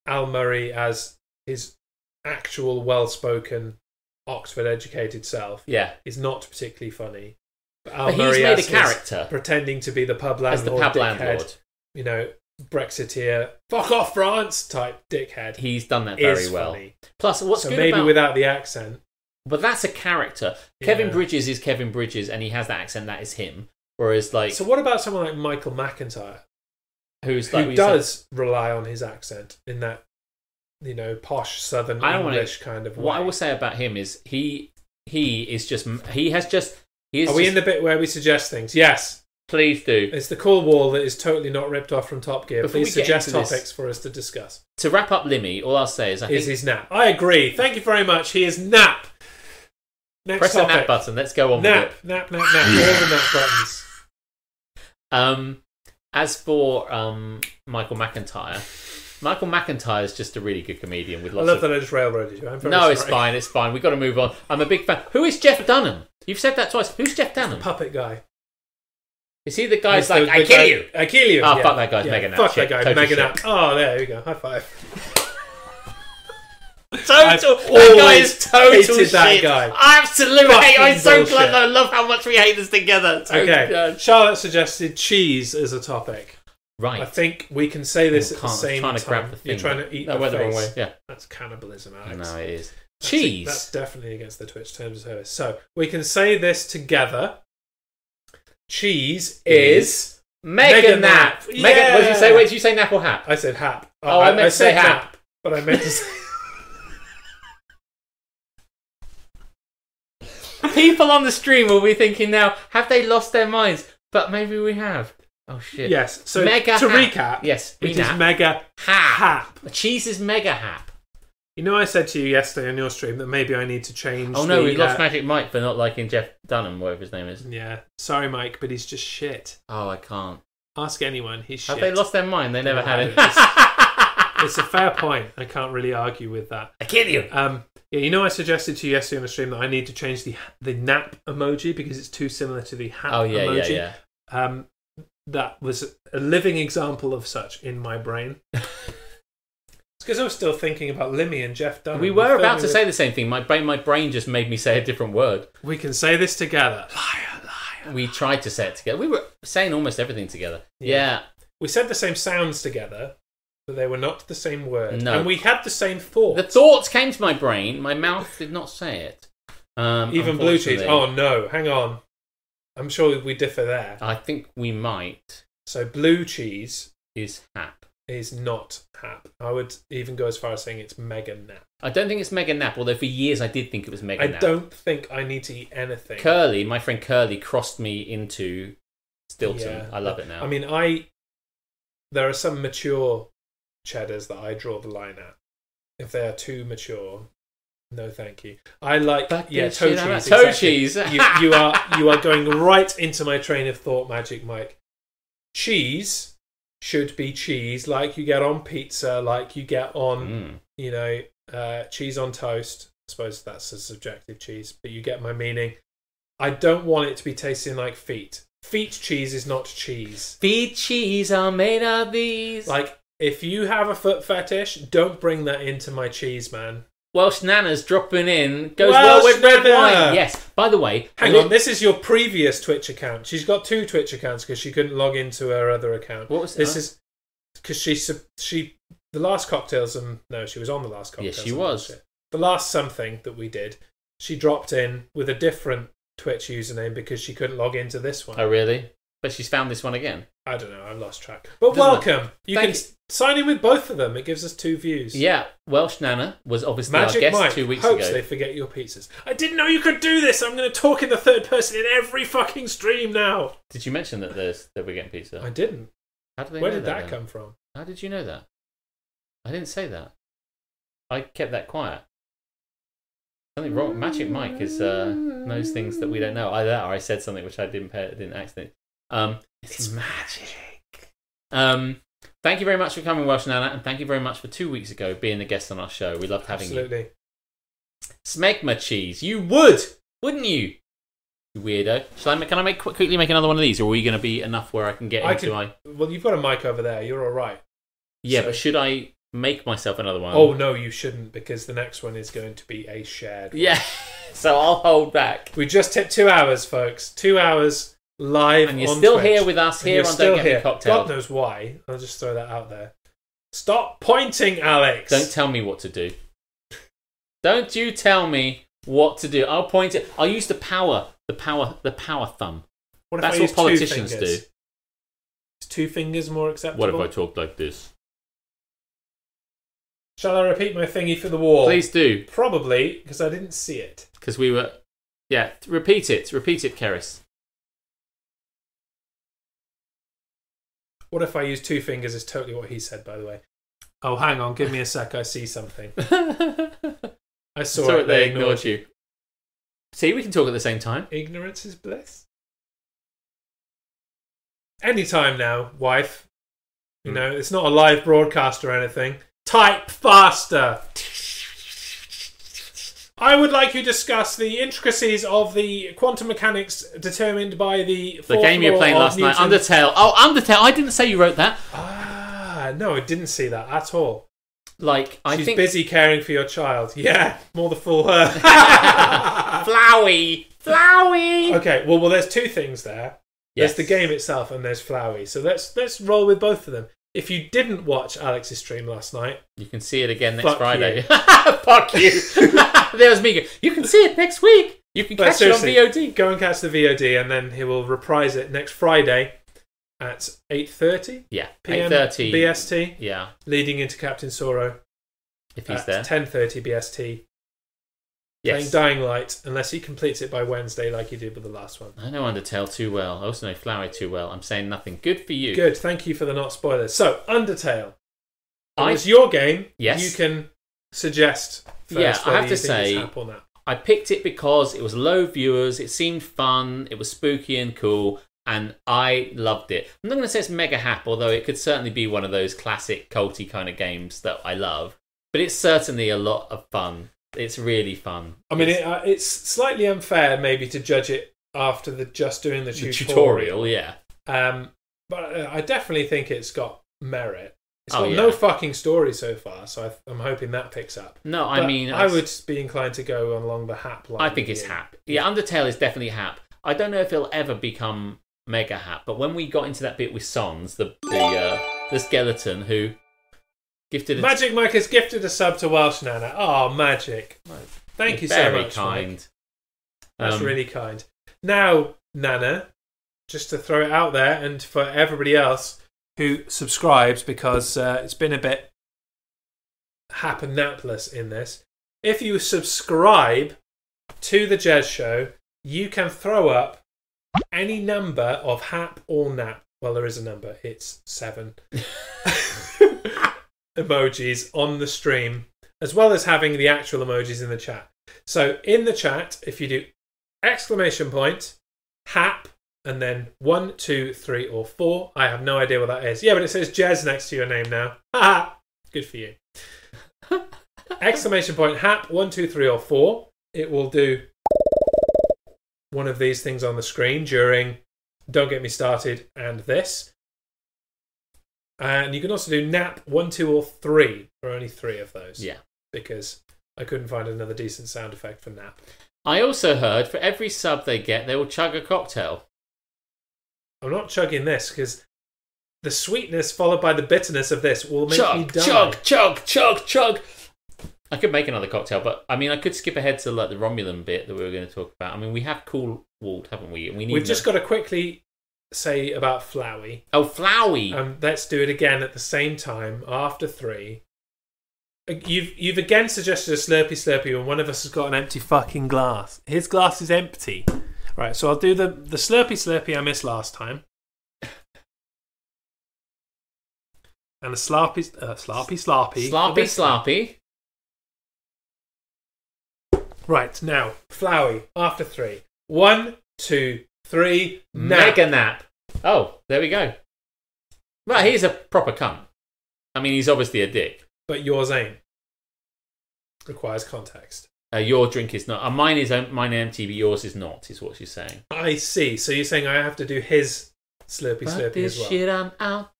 S5: Al Murray as his actual well spoken Oxford educated self
S1: Yeah,
S5: is not particularly funny. Al
S1: he's made
S5: Murray
S1: a
S5: as his-
S1: character.
S5: pretending to be the pub landlord,
S1: as the pub
S5: dickhead,
S1: landlord.
S5: you know, Brexiteer, fuck off France type dickhead.
S1: He's done that very
S5: is
S1: well.
S5: funny.
S1: Plus, what's
S5: so
S1: good
S5: maybe
S1: about
S5: without the accent,
S1: but that's a character. Kevin
S5: Yeah.
S1: Bridges is Kevin Bridges, and he has that accent. That is him. Whereas, like,
S5: So what about someone like Michael McIntyre,
S1: who's like
S5: who
S1: we said-
S5: does rely on his accent in that, you know, posh Southern
S1: I don't wanna-
S5: English kind of way?
S1: What I will say about him is he he is just he has just he is.
S5: Are we
S1: just-
S5: in the bit where we suggest things? Yes,
S1: please do
S5: it's the cool wall that is totally not ripped off from Top Gear.
S1: Before
S5: Please
S1: we get
S5: suggest
S1: into this-
S5: topics for us to discuss.
S1: to wrap up Limmy. All I'll say is I
S5: Is
S1: think
S5: his nap? I agree. Thank you very much. He is nap. Next
S1: press the
S5: topic.
S1: nap button. Let's go on with
S5: Nap,
S1: it.
S5: nap, nap, nap. All the nap buttons.
S1: Um, as for um, Michael McIntyre, Michael McIntyre is just a really good comedian with
S5: I
S1: lots
S5: love
S1: of.
S5: that I just railroaded you. I'm very
S1: no, it's
S5: sorry.
S1: fine. It's fine. We've got to move on. I'm a big fan. Who is Jeff Dunham? You've said that twice. Who's Jeff Dunham?
S5: Puppet guy.
S1: Is he the guy who's
S5: The-
S1: like,
S5: the
S1: I kill
S5: guy-
S1: you?
S5: I kill you.
S1: Ah,
S5: yeah.
S1: fuck that guy's
S5: yeah.
S1: mega nap.
S5: Fuck
S1: Shit.
S5: that guy,
S1: Total
S5: mega
S1: shit.
S5: nap. Oh, there you go. High five.
S1: Total. That
S5: I've
S1: guy
S5: always
S1: is total
S5: hated
S1: shit.
S5: that guy.
S1: I absolutely
S5: Fucking
S1: hate. I'm so
S5: bullshit.
S1: glad. I love how much we hate this together. So
S5: Okay.
S1: good.
S5: Charlotte suggested cheese as a topic. I
S1: Right.
S5: think we can say this at
S1: Can't-
S5: the same
S1: trying
S5: time.
S1: to grab the thing.
S5: You're trying to eat
S1: no,
S5: the
S1: we're the wrong way.
S5: face.
S1: Yeah.
S5: That's cannibalism, Alex.
S1: No, it is.
S5: That's-
S1: Cheese.
S5: That's definitely against the Twitch terms of service. So we can say this together. Cheese is.
S1: Mega,
S5: Mega
S1: nap.
S5: nap.
S1: Mega. What did you say?
S5: Yeah.
S1: Wait, did you say nap or hap?
S5: I said hap.
S1: Oh, I meant to say
S5: said
S1: hap.
S5: but I meant to say.
S1: People on the stream will be thinking now, have they lost their minds? But maybe we have. Oh shit.
S5: yes. So
S1: Mega
S5: to
S1: hap.
S5: recap,
S1: Yes,
S5: it
S1: renap.
S5: is mega
S1: hap.
S5: hap.
S1: Cheese is mega hap.
S5: You know, I said to you yesterday on your stream that maybe I need to change.
S1: Oh no,
S5: the,
S1: we lost
S5: uh,
S1: Magic Mike for not liking Jeff Dunham, whatever his name is.
S5: Yeah, sorry, Mike, but he's just shit.
S1: Oh, I can't.
S5: Ask anyone, he's shit.
S1: Have they lost their mind? They never
S5: No,
S1: had it.
S5: it's-
S1: I
S5: It's a fair point. I can't really argue with that.
S1: kill you.
S5: Um, yeah, you know, I suggested to you yesterday on the stream that I need to change the the nap emoji because it's too similar to the hat
S1: Oh yeah, yeah,
S5: emoji.
S1: yeah.
S5: Um, that was a living example of such in my brain. it's because I was still thinking about Limmy and Jeff Dunham.
S1: We were about to
S5: filming this-
S1: say the same thing. My brain, my brain just made me say a different word.
S5: we can say this together. Liar, liar.
S1: We tried to say it together. We were saying almost everything together. Yeah,
S5: Yeah. We said the same sounds together, but they were not the same word.
S1: No.
S5: and we had the same thought.
S1: the thoughts came to my brain. My mouth did not say it. Um,
S5: Even blue cheese.
S1: unfortunately.
S5: Oh no, hang on. I'm sure we differ there.
S1: I think we might
S5: So blue cheese
S1: is hap.
S5: is not hap. I would even go as far as saying it's mega nap.
S1: I don't think it's mega nap. Although for years I did think it was mega
S5: I
S1: nap.
S5: don't think I need to eat anything.
S1: Curly, my friend Curly, crossed me into Stilton.
S5: Yeah.
S1: I love it now.
S5: I mean, I there are some mature cheddars that I draw the line at. If they are too mature, no, thank you. I like
S1: Fuck
S5: yeah,
S1: this
S5: toe
S1: shit,
S5: cheese.
S1: I like toe
S5: exactly.
S1: cheese.
S5: you, you are you are going right into my train of thought, Magic Mike. Cheese should be cheese, like you get on pizza, like you get on
S1: Mm.
S5: you know, uh, cheese on toast. I suppose that's a subjective cheese, but you get my meaning. I don't want it to be tasting like feet. Feet cheese is not cheese.
S1: Feed cheese are made of these.
S5: Like, if you have a foot fetish, don't bring that into my cheese, man.
S1: Welsh Nana's dropping in goes well
S5: Welsh
S1: with red
S5: Nana!
S1: wine. Yes. By the way,
S5: Hang
S1: li-
S5: on, this is your previous Twitch account. She's got two Twitch accounts because she couldn't log into her other account.
S1: What was-
S5: this?
S1: huh?
S5: Is because she sub- she the last cocktails and no, she was on the last cocktails.
S1: Yes, she
S5: and
S1: was.
S5: bullshit. The last something that we did, she dropped in with a different Twitch username because she couldn't log into this one.
S1: Oh really? But she's found this one again.
S5: I don't know. I've lost track. But
S1: Doesn't matter.
S5: welcome. You
S1: Thank
S5: can s- sign in with both of them. It gives us two views.
S1: Yeah, Welsh Nana was obviously our
S5: Magic
S1: guest
S5: Mike
S1: two weeks
S5: hopes
S1: ago.
S5: they forget your pizzas. I didn't know you could do this. I'm going to talk in the third person in every fucking stream now.
S1: Did you mention that there's that we're getting pizza?
S5: I didn't.
S1: How did they
S5: Where
S1: know
S5: did that,
S1: then?
S5: come from?
S1: How did you know that? I didn't say that. I kept that quiet. Something wrong. Magic Mike is uh, knows things that we don't know. Either that or I said something which I didn't pay, didn't accident. Um, it's magic. Um, thank you very much for coming, Welsh Nana, and thank you very much for two weeks ago being a guest on our show. We loved having you.
S5: Absolutely.
S1: Smegma cheese. You would, wouldn't you? You weirdo. Shall I? ma- Can I make quickly make another one of these, or are we going to be enough where I can get
S5: I
S1: into
S5: can-
S1: my?
S5: Well, you've got a mic over there. You're all right.
S1: Yeah,
S5: so-
S1: but should I make myself another one?
S5: oh no, you shouldn't because the next one is going to be a shared. one.
S1: Yeah. so I'll hold back.
S5: We just hit two hours, folks. Two hours live.
S1: And you're
S5: on
S1: still
S5: Twitch.
S1: here with us
S5: And
S1: here
S5: you're
S1: on
S5: still
S1: Don't Get Me
S5: here.
S1: Cocktail.
S5: God knows why. I'll just throw that out there. Stop pointing, Alex.
S1: Don't tell me what to do. Don't you tell me what to do. I'll point it. I'll use the power, the power, the power thumb.
S5: What if
S1: That's
S5: I
S1: what
S5: use two
S1: politicians do.
S5: fingers? Is two fingers more acceptable?
S1: What if I talk like this?
S5: Shall I repeat my thingy for the wall?
S1: Please do,
S5: Probably, because I didn't see it.
S1: because we were. Yeah, repeat it. Repeat it, Keris.
S5: What if I use two fingers is totally what he said, by the way. Oh, hang on. Give me a sec. I see something. I saw,
S1: Sorry,
S5: it.
S1: they ignored you. See, we can talk at the same time.
S5: Ignorance is bliss. Anytime now, wife.
S1: Hmm.
S5: You know, it's not a live broadcast or anything. Type faster. I would like you to discuss the intricacies of the quantum mechanics determined by the
S1: The
S5: fourth
S1: game you were
S5: law
S1: playing
S5: of
S1: last night,
S5: Newton's-
S1: Undertale. Oh, Undertale! I didn't say you wrote that.
S5: Ah, no, I didn't see that at all.
S1: Like, I
S5: She's
S1: think
S5: busy caring for your child. Yeah, more the fool her.
S1: Flowey, Flowey.
S5: okay, well, well, there's two things there.
S1: Yes.
S5: There's Uh, the game itself, and there's Flowey. So let's let's roll with both of them. If you didn't watch Alex's stream last night,
S1: You can see it again next
S5: Fuck
S1: Friday.
S5: you.
S1: Fuck you. There's me. go, You can see it next week. You can
S5: But
S1: catch it on
S5: seriously,
S1: VOD.
S5: go and catch the VOD, and then he will reprise it next Friday at 8:30
S1: Yeah, eight
S5: p.m.
S1: thirty.
S5: BST,
S1: Yeah,
S5: leading into Captain Sorrow
S1: if he's
S5: at
S1: there.
S5: 10:30 BST.
S1: Yes.
S5: Playing Dying Light, unless he completes it by Wednesday, like he did with the last one.
S1: I know Undertale too well. I also know Flowery too well. I'm saying nothing. Good for you.
S5: Good. Thank you for the not spoilers. So, Undertale.
S1: I-
S5: It's your game.
S1: Yes.
S5: You can suggest. First
S1: Yeah, I
S5: whether
S1: have
S5: you
S1: to
S5: think it's
S1: say-
S5: Hap or not.
S1: I picked it because it was low viewers. It seemed fun. It was spooky and cool, and I loved it. I'm not going to say it's mega hap, although it could certainly be one of those classic culty kind of games that I love. But it's certainly a lot of fun. It's really fun.
S5: I mean,
S1: It's-
S5: it, uh, it's slightly unfair maybe to judge it after the just doing the
S1: the
S5: tutorial.
S1: tutorial, yeah.
S5: Um, but uh, I definitely think it's got merit. It's
S1: Oh,
S5: got
S1: yeah.
S5: no fucking story so far, so I, I'm hoping that picks up.
S1: No, I
S5: But
S1: mean,
S5: I
S1: it's-
S5: would be inclined to go along the hap line.
S1: I think
S5: with
S1: it's
S5: you.
S1: hap. Yeah, Undertale is definitely hap. I don't know if it'll ever become mega hap, but when we got into that bit with Sons, the the uh, the skeleton who gifted a
S5: Magic Mike has gifted a sub to Welsh Nana. Oh, magic! Thank you so
S1: very
S5: much, Mike.
S1: kind.
S5: That's
S1: Um,
S5: really kind. Now, Nana, just to throw it out there, and for everybody else who subscribes, because uh, it's been a bit happanapless in this. If you subscribe to the Jez Show, you can throw up any number of hap or nap. Well, there is a number. It's seven emojis on the stream, as well as having the actual emojis in the chat. So in the chat, if you do exclamation point, hap, and then one, two, three, or four. I have no idea what that is. Yeah, but it says Jez next to your name now. Ha! Good for you. exclamation point, hap, one, two, three, or four. It will do one of these things on the screen during Don't Get Me Started and this. And you can also do nap one, two, or three. There are only three of those.
S1: Yeah.
S5: Because I couldn't find another decent sound effect for nap.
S1: I also heard for every sub they get, they will chug a cocktail.
S5: I'm not chugging this because the sweetness followed by the bitterness of this will make me
S1: chug,
S5: die.
S1: chug, chug, chug, chug. I could make another cocktail, but I mean, I could skip ahead to like the Romulan bit that we were going to talk about. I mean, we have Cool Walled, haven't we? And we need
S5: We've just
S1: the-
S5: got to quickly say about Flowey.
S1: Oh, Flowey.
S5: Um, let's do it again at the same time after three. Uh, You've you've again suggested a Slurpee Slurpee when one of us has got an empty fucking glass. His glass is empty. Right, so I'll do the the Slurpee Slurpee I missed last time. And a Slurpee uh, Slurpee Slurpee.
S1: Sloppy, sloppy.
S5: Right, now, Flowey, after three. One, two, three, nap.
S1: Mega nap. Oh, there we go. Right, he's a proper cunt. I mean, he's obviously a dick.
S5: But yours ain't. Requires context.
S1: Uh, your drink is not. Uh, mine is um, mine empty, but yours is not. Is what she's saying.
S5: I see. So you're saying I have to do his Slurpee
S1: Fuck
S5: Slurpee as
S1: this
S5: well.
S1: shit, I'm out.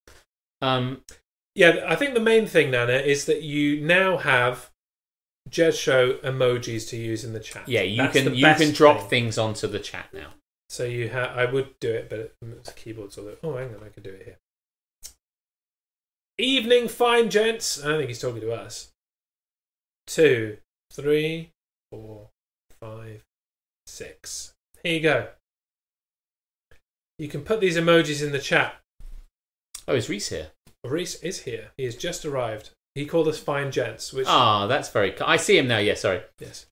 S1: Um,
S5: Yeah, I think the main thing, Nana, is that you now have Jed Show emojis to use in the chat.
S1: Yeah, you
S5: That's the
S1: can you
S5: best
S1: can drop
S5: thing.
S1: things onto the chat now.
S5: So you ha I would do it, but it's keyboard so that. Oh, hang on, I can do it here. Evening, fine gents. I think he's talking to us. Two, three, four, five, six. Here you go. You can put these emojis in the chat.
S1: Oh, is Reese here?
S5: Reese is here. He has just arrived. He called us fine gents, which
S1: Ah, that's very. ki- I see him now. Yeah, sorry.
S5: yes,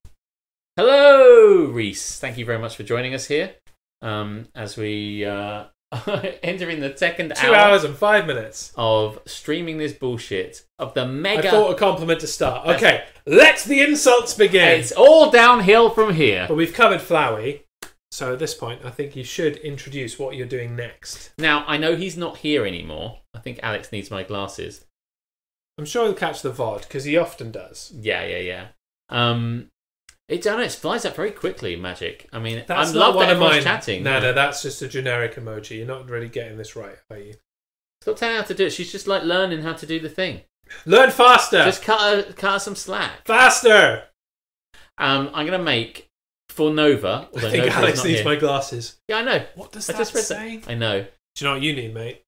S1: Hello, Reese. Thank you very much for joining us here. Um, as we uh, enter in the second
S5: two
S1: hour
S5: hours and five minutes.
S1: of streaming this bullshit of the mega.
S5: I thought a compliment to start. Okay, let the insults begin.
S1: It's all downhill from here.
S5: But we've covered Flowey, so at this point, I think you should introduce what you're doing next.
S1: Now I know he's not here anymore. I think Alex needs my glasses.
S5: I'm sure he'll catch the VOD because he often does.
S1: Yeah, yeah, yeah. Um, it I don't know. It flies up very quickly. Magic. I mean,
S5: That's
S1: I'm
S5: not
S1: love
S5: one
S1: that
S5: of mine.
S1: everyone's chatting.
S5: No, no, that's just a generic emoji. You're not really getting this right, are you?
S1: Stop telling her how to do it. She's just like learning how to do the thing.
S5: Learn faster,
S1: Just cut her, cut her some slack.
S5: faster.
S1: Um, I'm gonna make for Nova.
S5: I
S1: although
S5: think
S1: Nova's
S5: Alex
S1: not
S5: needs
S1: here.
S5: my glasses.
S1: Yeah, I know.
S5: What does
S1: I
S5: that
S1: just read
S5: say?
S1: that. I know.
S5: Do you know what you need, mate?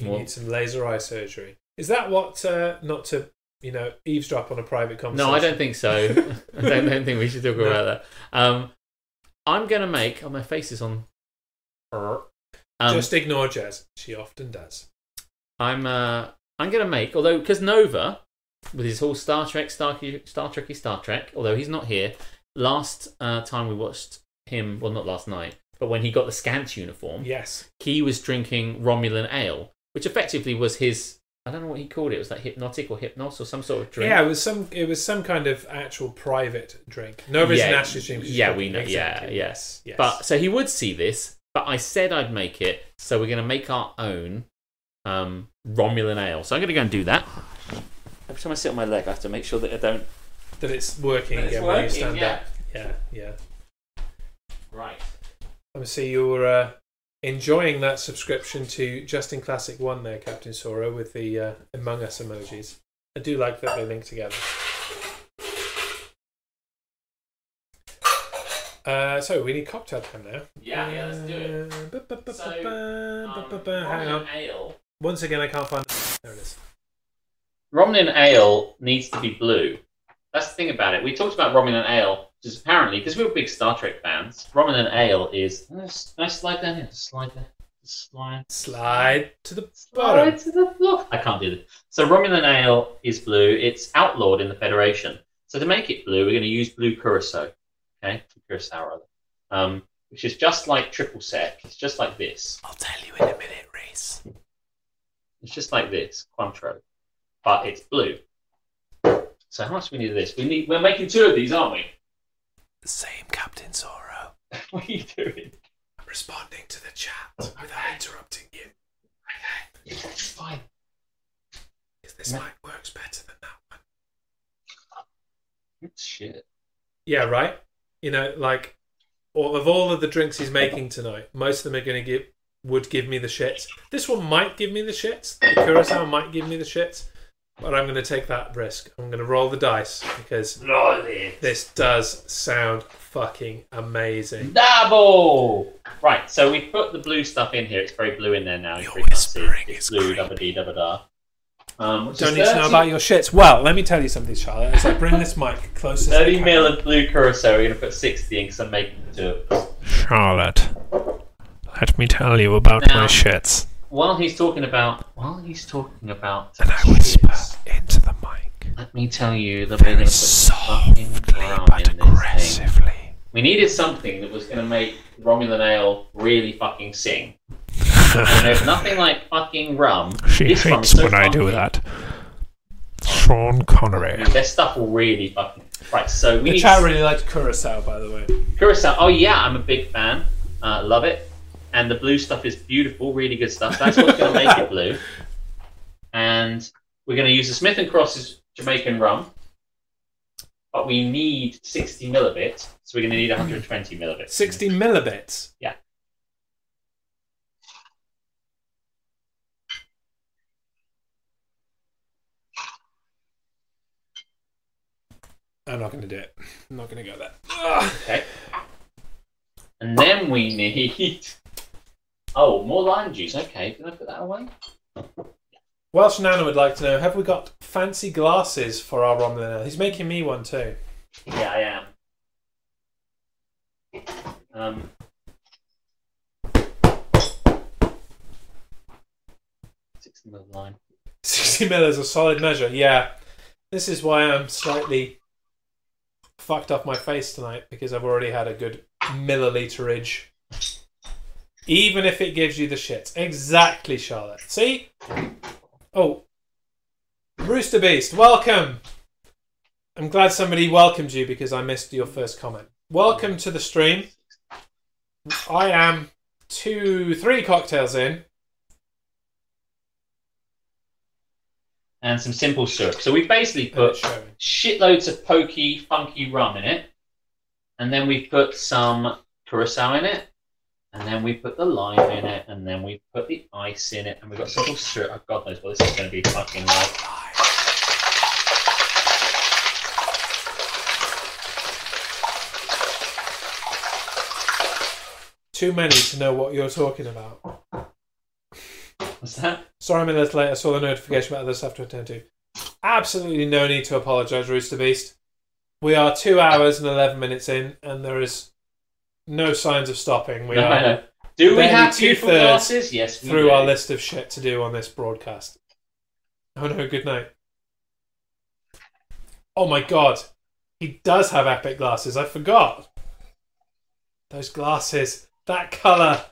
S5: You
S1: What?
S5: need some laser eye surgery. Is that what? Uh, not to you know eavesdrop on a private conversation.
S1: No, I don't think so. I don't, don't think we should talk
S5: No.
S1: about that. Um, I'm gonna make. Oh, my face is on. Um,
S5: Just ignore Jez. She often does.
S1: I'm uh, I'm gonna make although because Nova with his whole Star Trek Star Star Trekky Star Trek although he's not here last uh, time we watched him well not last night but when he got the scant uniform
S5: Yes.
S1: he was drinking Romulan ale which effectively was his I don't know what he called it it was like hypnotic or hypnos or some sort of drink
S5: Yeah, it was some. It was some kind of actual private drink. No reason
S1: Yeah,
S5: Ashley's drink.
S1: yeah, we know. Yeah, yeah. But so he would see this, but I said I'd make it, so we're going to make our own um, Romulan ale. So I'm going to go and do that. Every time I sit on my leg, I have to make sure that I don't.
S5: that it's working
S1: That it's
S5: again when you
S1: working,
S5: stand
S1: yeah.
S5: up. Yeah, yeah.
S1: Right.
S5: I see you're uh, enjoying that subscription to Justin Classic One there, Captain Sora, with the uh, Among Us emojis. I do like that they link together. Uh, so we need cocktail time now. Uh,
S1: um,
S4: Uh,
S5: Hang on.
S1: ale.
S5: Once again, I can't find. There it is.
S4: Romulan ale needs to be blue. That's the thing about it. We talked about Romulan ale, which is apparently because we were big Star Trek fans. Romulan ale is. Can I s- can I slide down here? Slide there. Slide.
S5: Slide to the bottom.
S4: Slide to the floor. I can't do this. So Romulan ale is blue. It's outlawed in the Federation. So to make it blue, we're going to use blue curacao. Okay, curacao rather. Um, which is just like triple sec. It's just like this.
S1: I'll tell you in a minute, Reese.
S4: It's just like this, Cointreau, but it's blue. So how much do we need of this? We need. We're making two of these, aren't we?
S5: Same Captain Sora.
S4: What are you doing?
S5: responding to the chat without interrupting you. Okay,
S4: It's fine.
S5: because this
S4: Yeah.
S5: mic works better than that one.
S4: It's shit.
S5: Yeah, right. You know, like all, of all of the drinks he's making tonight, most of them are going to give would give me the shits. This one might give me the shits. The curacao might give me the shits, but I'm going to take that risk. I'm going to roll the dice because this does sound fucking amazing.
S4: Double. Right. So we put the blue stuff in here. It's very blue in there now. You pretty much see it. It's blue. Double D. Double da. Um, which
S5: Don't
S4: is
S5: need to
S4: 30
S5: know about your shits. Well, let me tell you something, Charlotte. As I bring this mic closer, to the
S4: 30 mil
S5: camera.
S4: of blue curacao. We're going to put 60 in because I'm making two of them.
S8: Charlotte, let me tell you about
S4: Now-
S8: my shits.
S4: While he's talking about, while he's talking about,
S8: And I whisper
S4: shits,
S8: into the mic,
S4: let me tell you that we're going to put
S8: softly
S4: fucking brown
S8: but
S4: in this thing.
S8: aggressively.
S4: We needed something that was going to make Romulan ale really fucking sing. And if nothing like fucking rum,
S8: She
S4: this rum is
S8: hates
S4: so
S8: when I do
S4: funky.
S8: that. Sean Connery.
S4: Their stuff will really fucking right. So we
S5: The
S4: need
S5: chat really liked curacao, by the way.
S4: curacao. Oh yeah, I'm a big fan. Uh, love it. And the blue stuff is beautiful. Really good stuff. That's what's going to make it blue. And we're going to use the Smith and Cross's Jamaican rum, but we need 60 mil of it. So we're going to need 120 mil of it.
S5: 60 millibits. I'm not going to do it. I'm not going to go there. Ugh.
S4: Okay. And then we need. Oh, more lime juice. Okay, can I put that away?
S5: Welsh Nana would like to know: Have we got fancy glasses for our Romulan? ale? He's making me one too.
S4: Yeah, I am. Um. Sixty mil lime.
S5: 60 mil is a solid measure. Yeah, this is why I'm slightly fucked off my face tonight because I've already had a good milliliterage. Even if it gives you the shits, exactly, Charlotte. See? Oh, Rooster Beast, welcome. I'm glad somebody welcomed you because I missed your first comment. Welcome to the stream. I am two, three cocktails in.
S4: And some simple syrup. So we basically
S5: and
S4: put
S5: it's showing.
S4: shitloads of pokey, funky rum in it, and then we put some curacao in it, and then we put the lime in it, and then we put the ice in it, and we've got simple syrup. Oh, God knows what this is going to be fucking like.
S5: Too many to know what you're talking about.
S4: What's that?
S5: Sorry, I'm a little late. I saw the notification about other stuff to attend to. Absolutely no need to apologise, Rooster Beast. We are two hours and 11 minutes in, and there is no signs of stopping. We
S4: No,
S5: are
S4: no. Do we
S5: Barely
S4: have beautiful
S5: two-thirds
S4: glasses? Yes, we
S5: through
S4: do.
S5: our list of shit to do on this broadcast. Oh no, good night. Oh my god. He does have epic glasses. I forgot. Those glasses. That colour.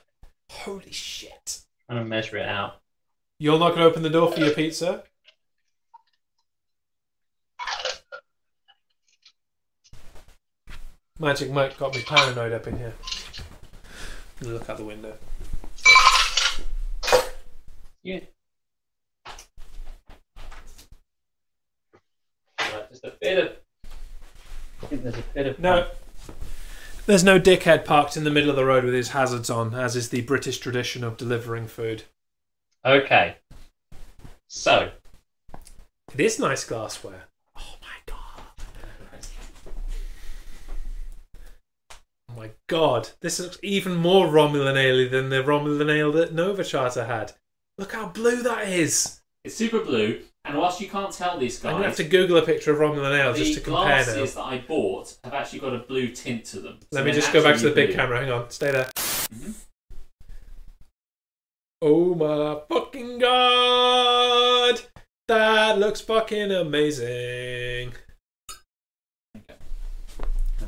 S5: Holy shit.
S4: I'm going to measure it out.
S5: You're not going to open the door for your pizza? Magic Mike got me paranoid up in here. Look out the window.
S4: Yeah. Right, Just a bit of. I think there's a bit of.
S5: No. There's no dickhead parked in the middle of the road with his hazards on, as is the British tradition of delivering food.
S4: Okay. So.
S5: It is nice glassware. Oh my god. Oh my god. This looks even more Romulan ale than the Romulan ale that Nova Charter had. Look how blue that is.
S1: It's super blue, and whilst you can't tell these
S5: I'm gonna
S1: guys,
S5: have to Google a picture of Romulan ale
S1: the
S5: just to compare now.
S1: glasses that I bought have actually got a blue tint to them. So
S5: Let me
S1: they're
S5: just go back to the
S1: naturally
S5: big
S1: blue.
S5: camera. Hang on, stay there.
S1: Mm-hmm.
S5: Oh my fucking god! That looks fucking amazing.
S1: That's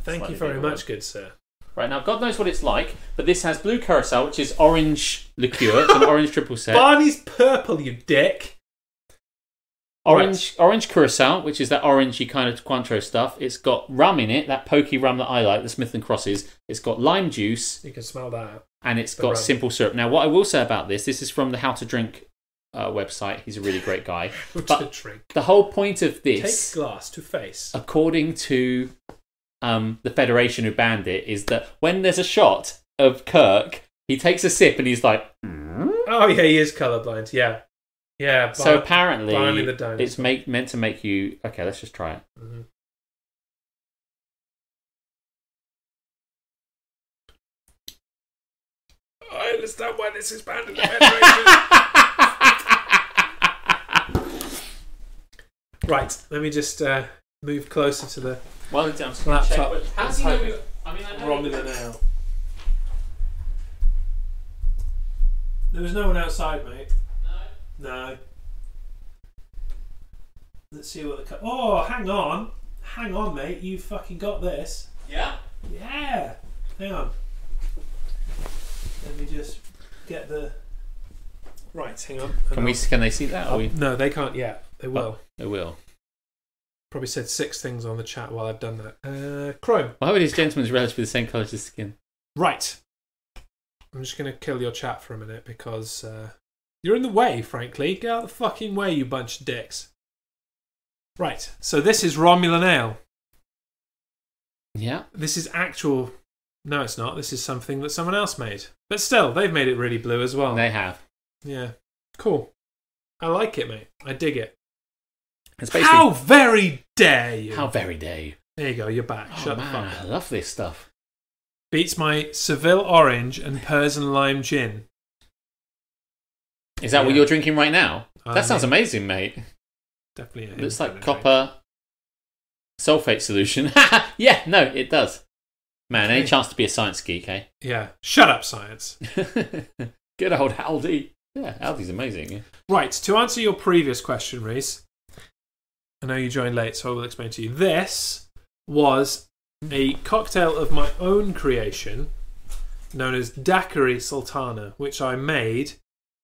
S5: Thank
S1: slightly
S5: you very
S1: different.
S5: much, good sir.
S1: Right now, God knows what it's like, but this has blue curacao, which is orange liqueur. It's an orange triple sec.
S5: Barney's purple, you dick.
S1: Orange, orange curacao, which is that orangey kind of Cointreau stuff. It's got rum in it, that pokey rum that I like, the Smith and Crosses. It's got lime juice
S5: You can smell that.
S1: and it's
S5: The
S1: got
S5: rum.
S1: simple syrup. Now, what I will say about this, this is from the How to Drink uh, website. He's a really great guy.
S5: to
S1: but
S5: drink.
S1: the whole point of
S5: Take
S1: this,
S5: glass to face.
S1: according to um, the Federation who banned it, is that when there's a shot of Kirk, he takes a sip and he's like,
S5: Oh yeah, he is colorblind. Yeah, yeah. Bar-
S1: so apparently
S5: Barney the dinosaur.
S1: it's make, meant to make you. Okay, let's just try it.
S5: Mhm. I understand why this is banned in the Federation. right, let me just uh, move closer to the
S1: well, I'm just gonna check
S5: laptop.
S1: what- How do you know? we- I mean, I know
S5: Romulan ale. There was no one outside, mate. No. No. Let's see what the. Co- oh, hang on. Hang on, mate. You fucking got this.
S1: Yeah.
S5: Yeah. Hang on. Let me just get the. Right, hang on.
S1: Can we? Can they see that? Or we?
S5: oh, No, they can't yet. They will.
S1: They will.
S5: Probably said six things on the chat while I've done that. Uh, Chrome.
S1: Why would these gentlemen's relish be the same colour as his skin?
S5: Right. I'm just going to kill your chat for a minute because uh, you're in the way, frankly. Get out of the fucking way, you bunch of dicks. Right, so this is Romulan Ale.
S1: Yeah.
S5: This is actual. No, it's not. This is something that someone else made. But still, they've made it really blue as well.
S1: They have.
S5: Yeah. Cool. I like it, mate. I dig it.
S1: It's basically
S5: How very dare you?
S1: How very dare you?
S5: There you go. You're back.
S1: Oh,
S5: Shut the
S1: man,
S5: fuck
S1: I
S5: up.
S1: love this stuff.
S5: Beats my Seville orange and Persian lime gin.
S1: Is that what
S5: Yeah.
S1: you're drinking right now?
S5: Um,
S1: that sounds amazing, mate.
S5: Definitely. a
S1: Looks
S5: hint
S1: like
S5: kind of drink.
S1: copper sulfate solution. yeah, no, it does. Man, any
S5: Okay.
S1: chance to be a science geek, eh?
S5: Yeah. Shut up, science.
S1: Good old Aldi. Yeah, Aldi's amazing. yeah.
S5: Right, to answer your previous question, Reese, I know you joined late, so I will explain to you. This was a cocktail of my own creation known as Daiquiri Sultana, which I made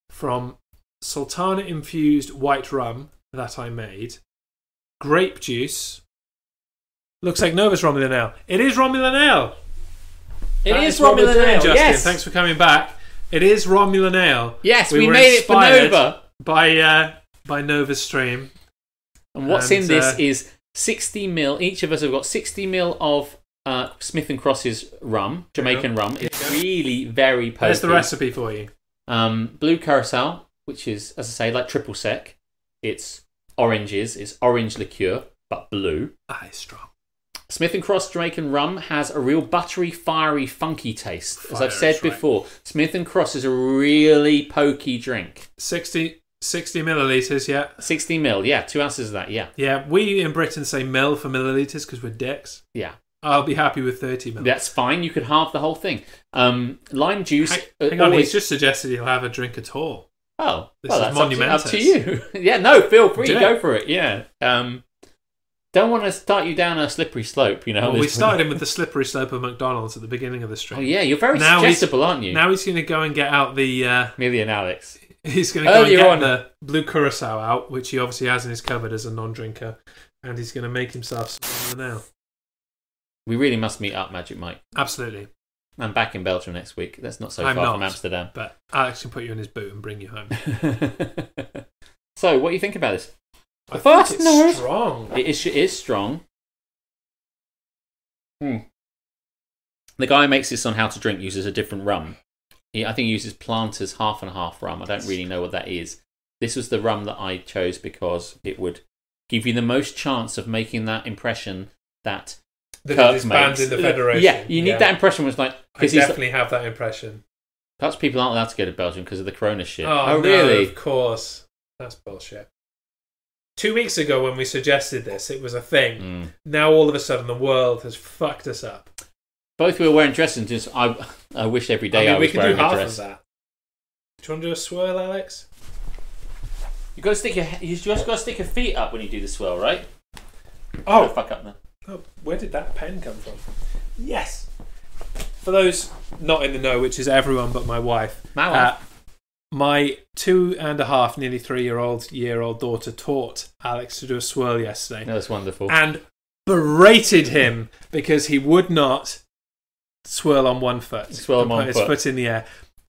S5: from sultana infused white rum that I made, grape juice. Looks like Nova's Romulan Ale. It is Romulan Ale.
S1: It
S5: That
S1: is
S5: what we're
S1: Romulan
S5: doing,
S1: Ale.
S5: Justin.
S1: Yes,
S5: Thanks for coming back. It is Romulan Ale.
S1: yes, we,
S5: were
S1: made it for
S5: inspired
S1: Nova.
S5: by uh, by Nova Stream.
S1: And what's
S5: And,
S1: in this
S5: uh,
S1: is 60 mil. Each of us have got 60 mil of uh, Smith and Cross's rum, Jamaican rum. It's really very potent.
S5: There's the recipe for you.
S1: Um, blue curacao, which is, as I say, like triple sec. It's oranges. It's orange liqueur, but blue.
S5: Ah, it's strong.
S1: Smith and Cross Jamaican rum has a real buttery, fiery, funky taste. as
S5: Fire,
S1: I've said
S5: that's right.
S1: before, Smith and Cross is a really pokey drink.
S5: 60, 60 milliliters. Yeah,
S1: 60 mil, yeah, two ounces of that, yeah,
S5: yeah. We in Britain say mil for milliliters because we're dicks.
S1: yeah.
S5: I'll be happy with thirty mil.
S1: That's fine. You could halve the whole thing. Um, lime juice.
S5: Hang,
S1: uh,
S5: hang on,
S1: always-
S5: he's just suggested he'll have a drink at all.
S1: Oh,
S5: This
S1: well,
S5: is
S1: that's up to, up to you.
S5: monumentous.
S1: yeah, no, feel free.
S5: Do it.
S1: Go for it. Yeah. Um, don't want to start you down a slippery slope, you know.
S5: Well,
S1: at
S5: we
S1: this point.
S5: started him with the slippery slope of McDonald's at the beginning of the stream.
S1: Oh yeah, you're very
S5: Now he's-
S1: suggestible, aren't you?
S5: Now he's going to go and get out the. Uh,
S1: Millie and Alex.
S5: he's going to go
S1: Earlier on-
S5: and get the blue curacao out, which he obviously has in his cupboard as a non-drinker, and he's going to make himself some now.
S1: We really must meet up, Magic Mike.
S5: Absolutely,
S1: I'm back in Belgium next week. That's not so
S5: I'm
S1: far
S5: not.
S1: from Amsterdam.
S5: but Alex can put you in his boot and bring you home.
S1: so, what do you think about this?
S5: I
S1: First
S5: think it's
S1: nerve.
S5: strong.
S1: It is, it is strong. Hmm. The guy who makes this on How to Drink uses a different rum. He, I think he uses Planters half and half rum. I don't really know what that is. This was the rum that I chose because it would give you the most chance of making that impression that
S5: that
S1: Kirk
S5: it disbanded
S1: makes.
S5: the Federation.
S1: Yeah, you need that impression was like
S5: I
S1: because he's
S5: definitely have that impression.
S1: perhaps people aren't allowed to go to Belgium because of the Corona shit.
S5: Oh, no,
S1: really?
S5: Of course. That's bullshit. Two weeks ago, when we suggested this, it was a thing.
S1: Mm.
S5: Now, all of a sudden, the world has fucked us up.
S1: Both were wearing dresses. Just I, I wish every day I,
S5: I mean, we
S1: was
S5: can do
S1: wearing
S5: half
S1: a dress.
S5: of that. Do you want to do a swirl, Alex?
S1: You got to stick your you just got to stick your feet up when you do the swirl, right? Don't
S5: Oh,
S1: fuck up now.
S5: oh, where did that pen come from? Yes. For those not in the know, which is everyone but my wife,
S1: My
S5: Uh, my two and a half, nearly three year old year old daughter taught Alex to do a swirl yesterday
S1: no, that's wonderful.
S5: and berated him because he would not swirl on one foot.
S1: Swirl
S5: and
S1: on
S5: put
S1: one
S5: his
S1: foot.
S5: in the air.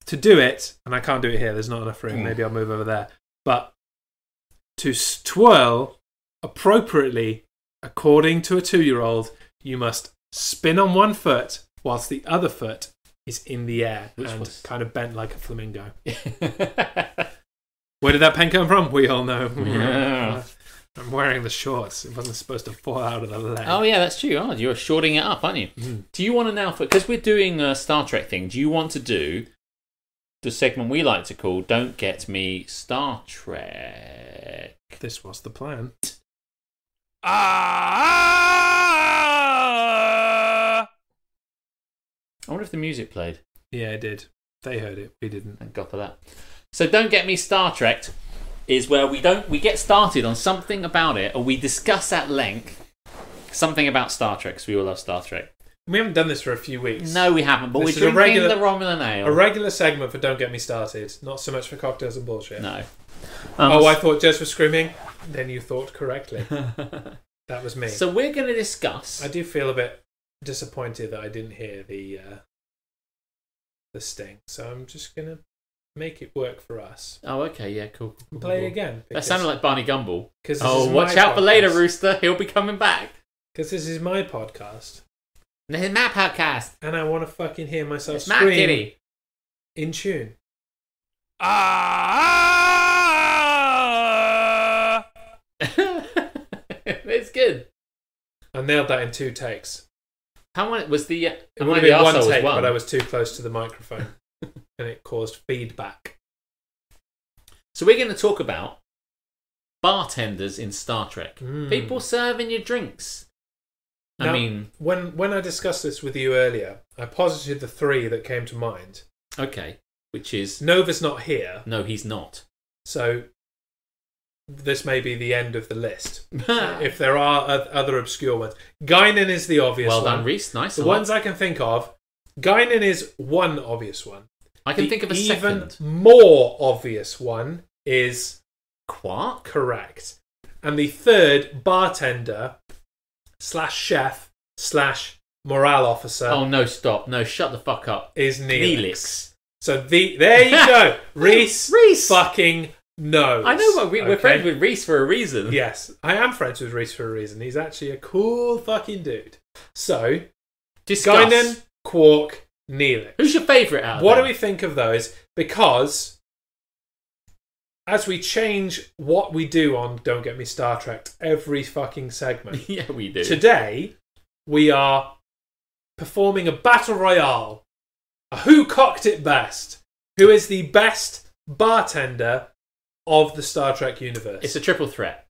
S5: To do it, and I can't do it here, there's not enough room.
S1: Mm.
S5: Maybe I'll move over there. But to s- twirl appropriately, according to a two year old, you must spin on one foot whilst the other foot is in the air
S1: Which
S5: and
S1: was-
S5: kind of bent like a flamingo. Where did that pen come from? We all know.
S1: Yeah.
S5: I'm wearing the shorts. It wasn't supposed to fall out of the leg.
S1: oh yeah, that's true. Oh, you're shorting it up, aren't you?
S5: Mhm.
S1: Do you want to now? Because we're doing a Star Trek thing. Do you want to do the segment we like to call "Don't Get Me Star Trek"?
S5: This was the plan.
S9: Ah!
S1: I wonder if the music played.
S5: Yeah, I did. They heard it. We didn't.
S1: Thank God for that. So don't get me Star Trek is where we don't we get started on something about it, or we discuss at length something about Star Trek. 'cause we all love Star Trek.
S5: We haven't done this for a few weeks.
S1: No, we haven't. But
S5: This is a
S1: we're drinking
S5: regular-
S1: the Romulan ale.
S5: A regular segment for Don't Get Me Started, not so much for cocktails and bullshit.
S1: no. Um,
S5: Oh, I thought Jez was screaming. Then you thought correctly. that was me.
S1: So we're going to
S5: I
S1: discuss.
S5: do feel a bit disappointed that I didn't hear the uh, the sting. So I'm just gonna make it work for us.
S1: Oh, okay, yeah, cool. cool, cool,
S5: Play
S1: cool.
S5: again.
S1: That sounded like Barney Gumble.
S5: Because 'cause this
S1: Oh,
S5: is
S1: watch
S5: my
S1: out for later,
S5: podcast.
S1: Rooster. He'll be coming back.
S5: Because this is my podcast,
S1: This is my podcast.
S5: and I want to fucking hear myself
S1: It's my
S5: scream
S1: kitty.
S5: in tune.
S9: Ah!
S1: it's good.
S5: I nailed that in two takes.
S1: How much was the? It
S5: It would have been one take, but I was too close to the microphone, and it caused feedback.
S1: So we're going to talk about bartenders in Star Trek.
S5: Mm.
S1: People serving you drinks. I
S5: Now-
S1: mean,
S5: When when I discussed this with you earlier, I posited the three that came to mind.
S1: okay, which is
S5: Nova's not here,
S1: no, he's not.
S5: so this may be the end of the list. if there are oth- other obscure ones, Guinan is the obvious
S1: well
S5: one.
S1: done, Reese. Nice
S5: The
S1: one.
S5: ones I can think of, Guinan is one obvious one.
S1: I can
S5: The
S1: think of a
S5: even
S1: second.
S5: more obvious one is
S1: Quark.
S5: correct, and the third bartender slash chef slash morale officer
S1: oh no! Stop! No! Shut the fuck up.
S5: is Uh, Neelix.
S1: Neelix.
S5: So the there you go, Reese.
S1: Reese.
S5: fucking knows.
S1: I know. but We, We're
S5: Okay?
S1: friends with Reese for a reason.
S5: Yes, I am friends with Reese for a reason. He's actually a cool fucking dude. So
S1: Discuss.
S5: Guinan, Quark, Neelix.
S1: Who's your favourite out? of
S5: What do
S1: them?
S5: we think of those? Because as we change what we do on Don't Get Me Star Trek every fucking segment,
S1: yeah, we do.
S5: today we are performing a battle royale. A Who cocked it best? Who is the best bartender of the Star Trek universe?
S1: It's a triple threat.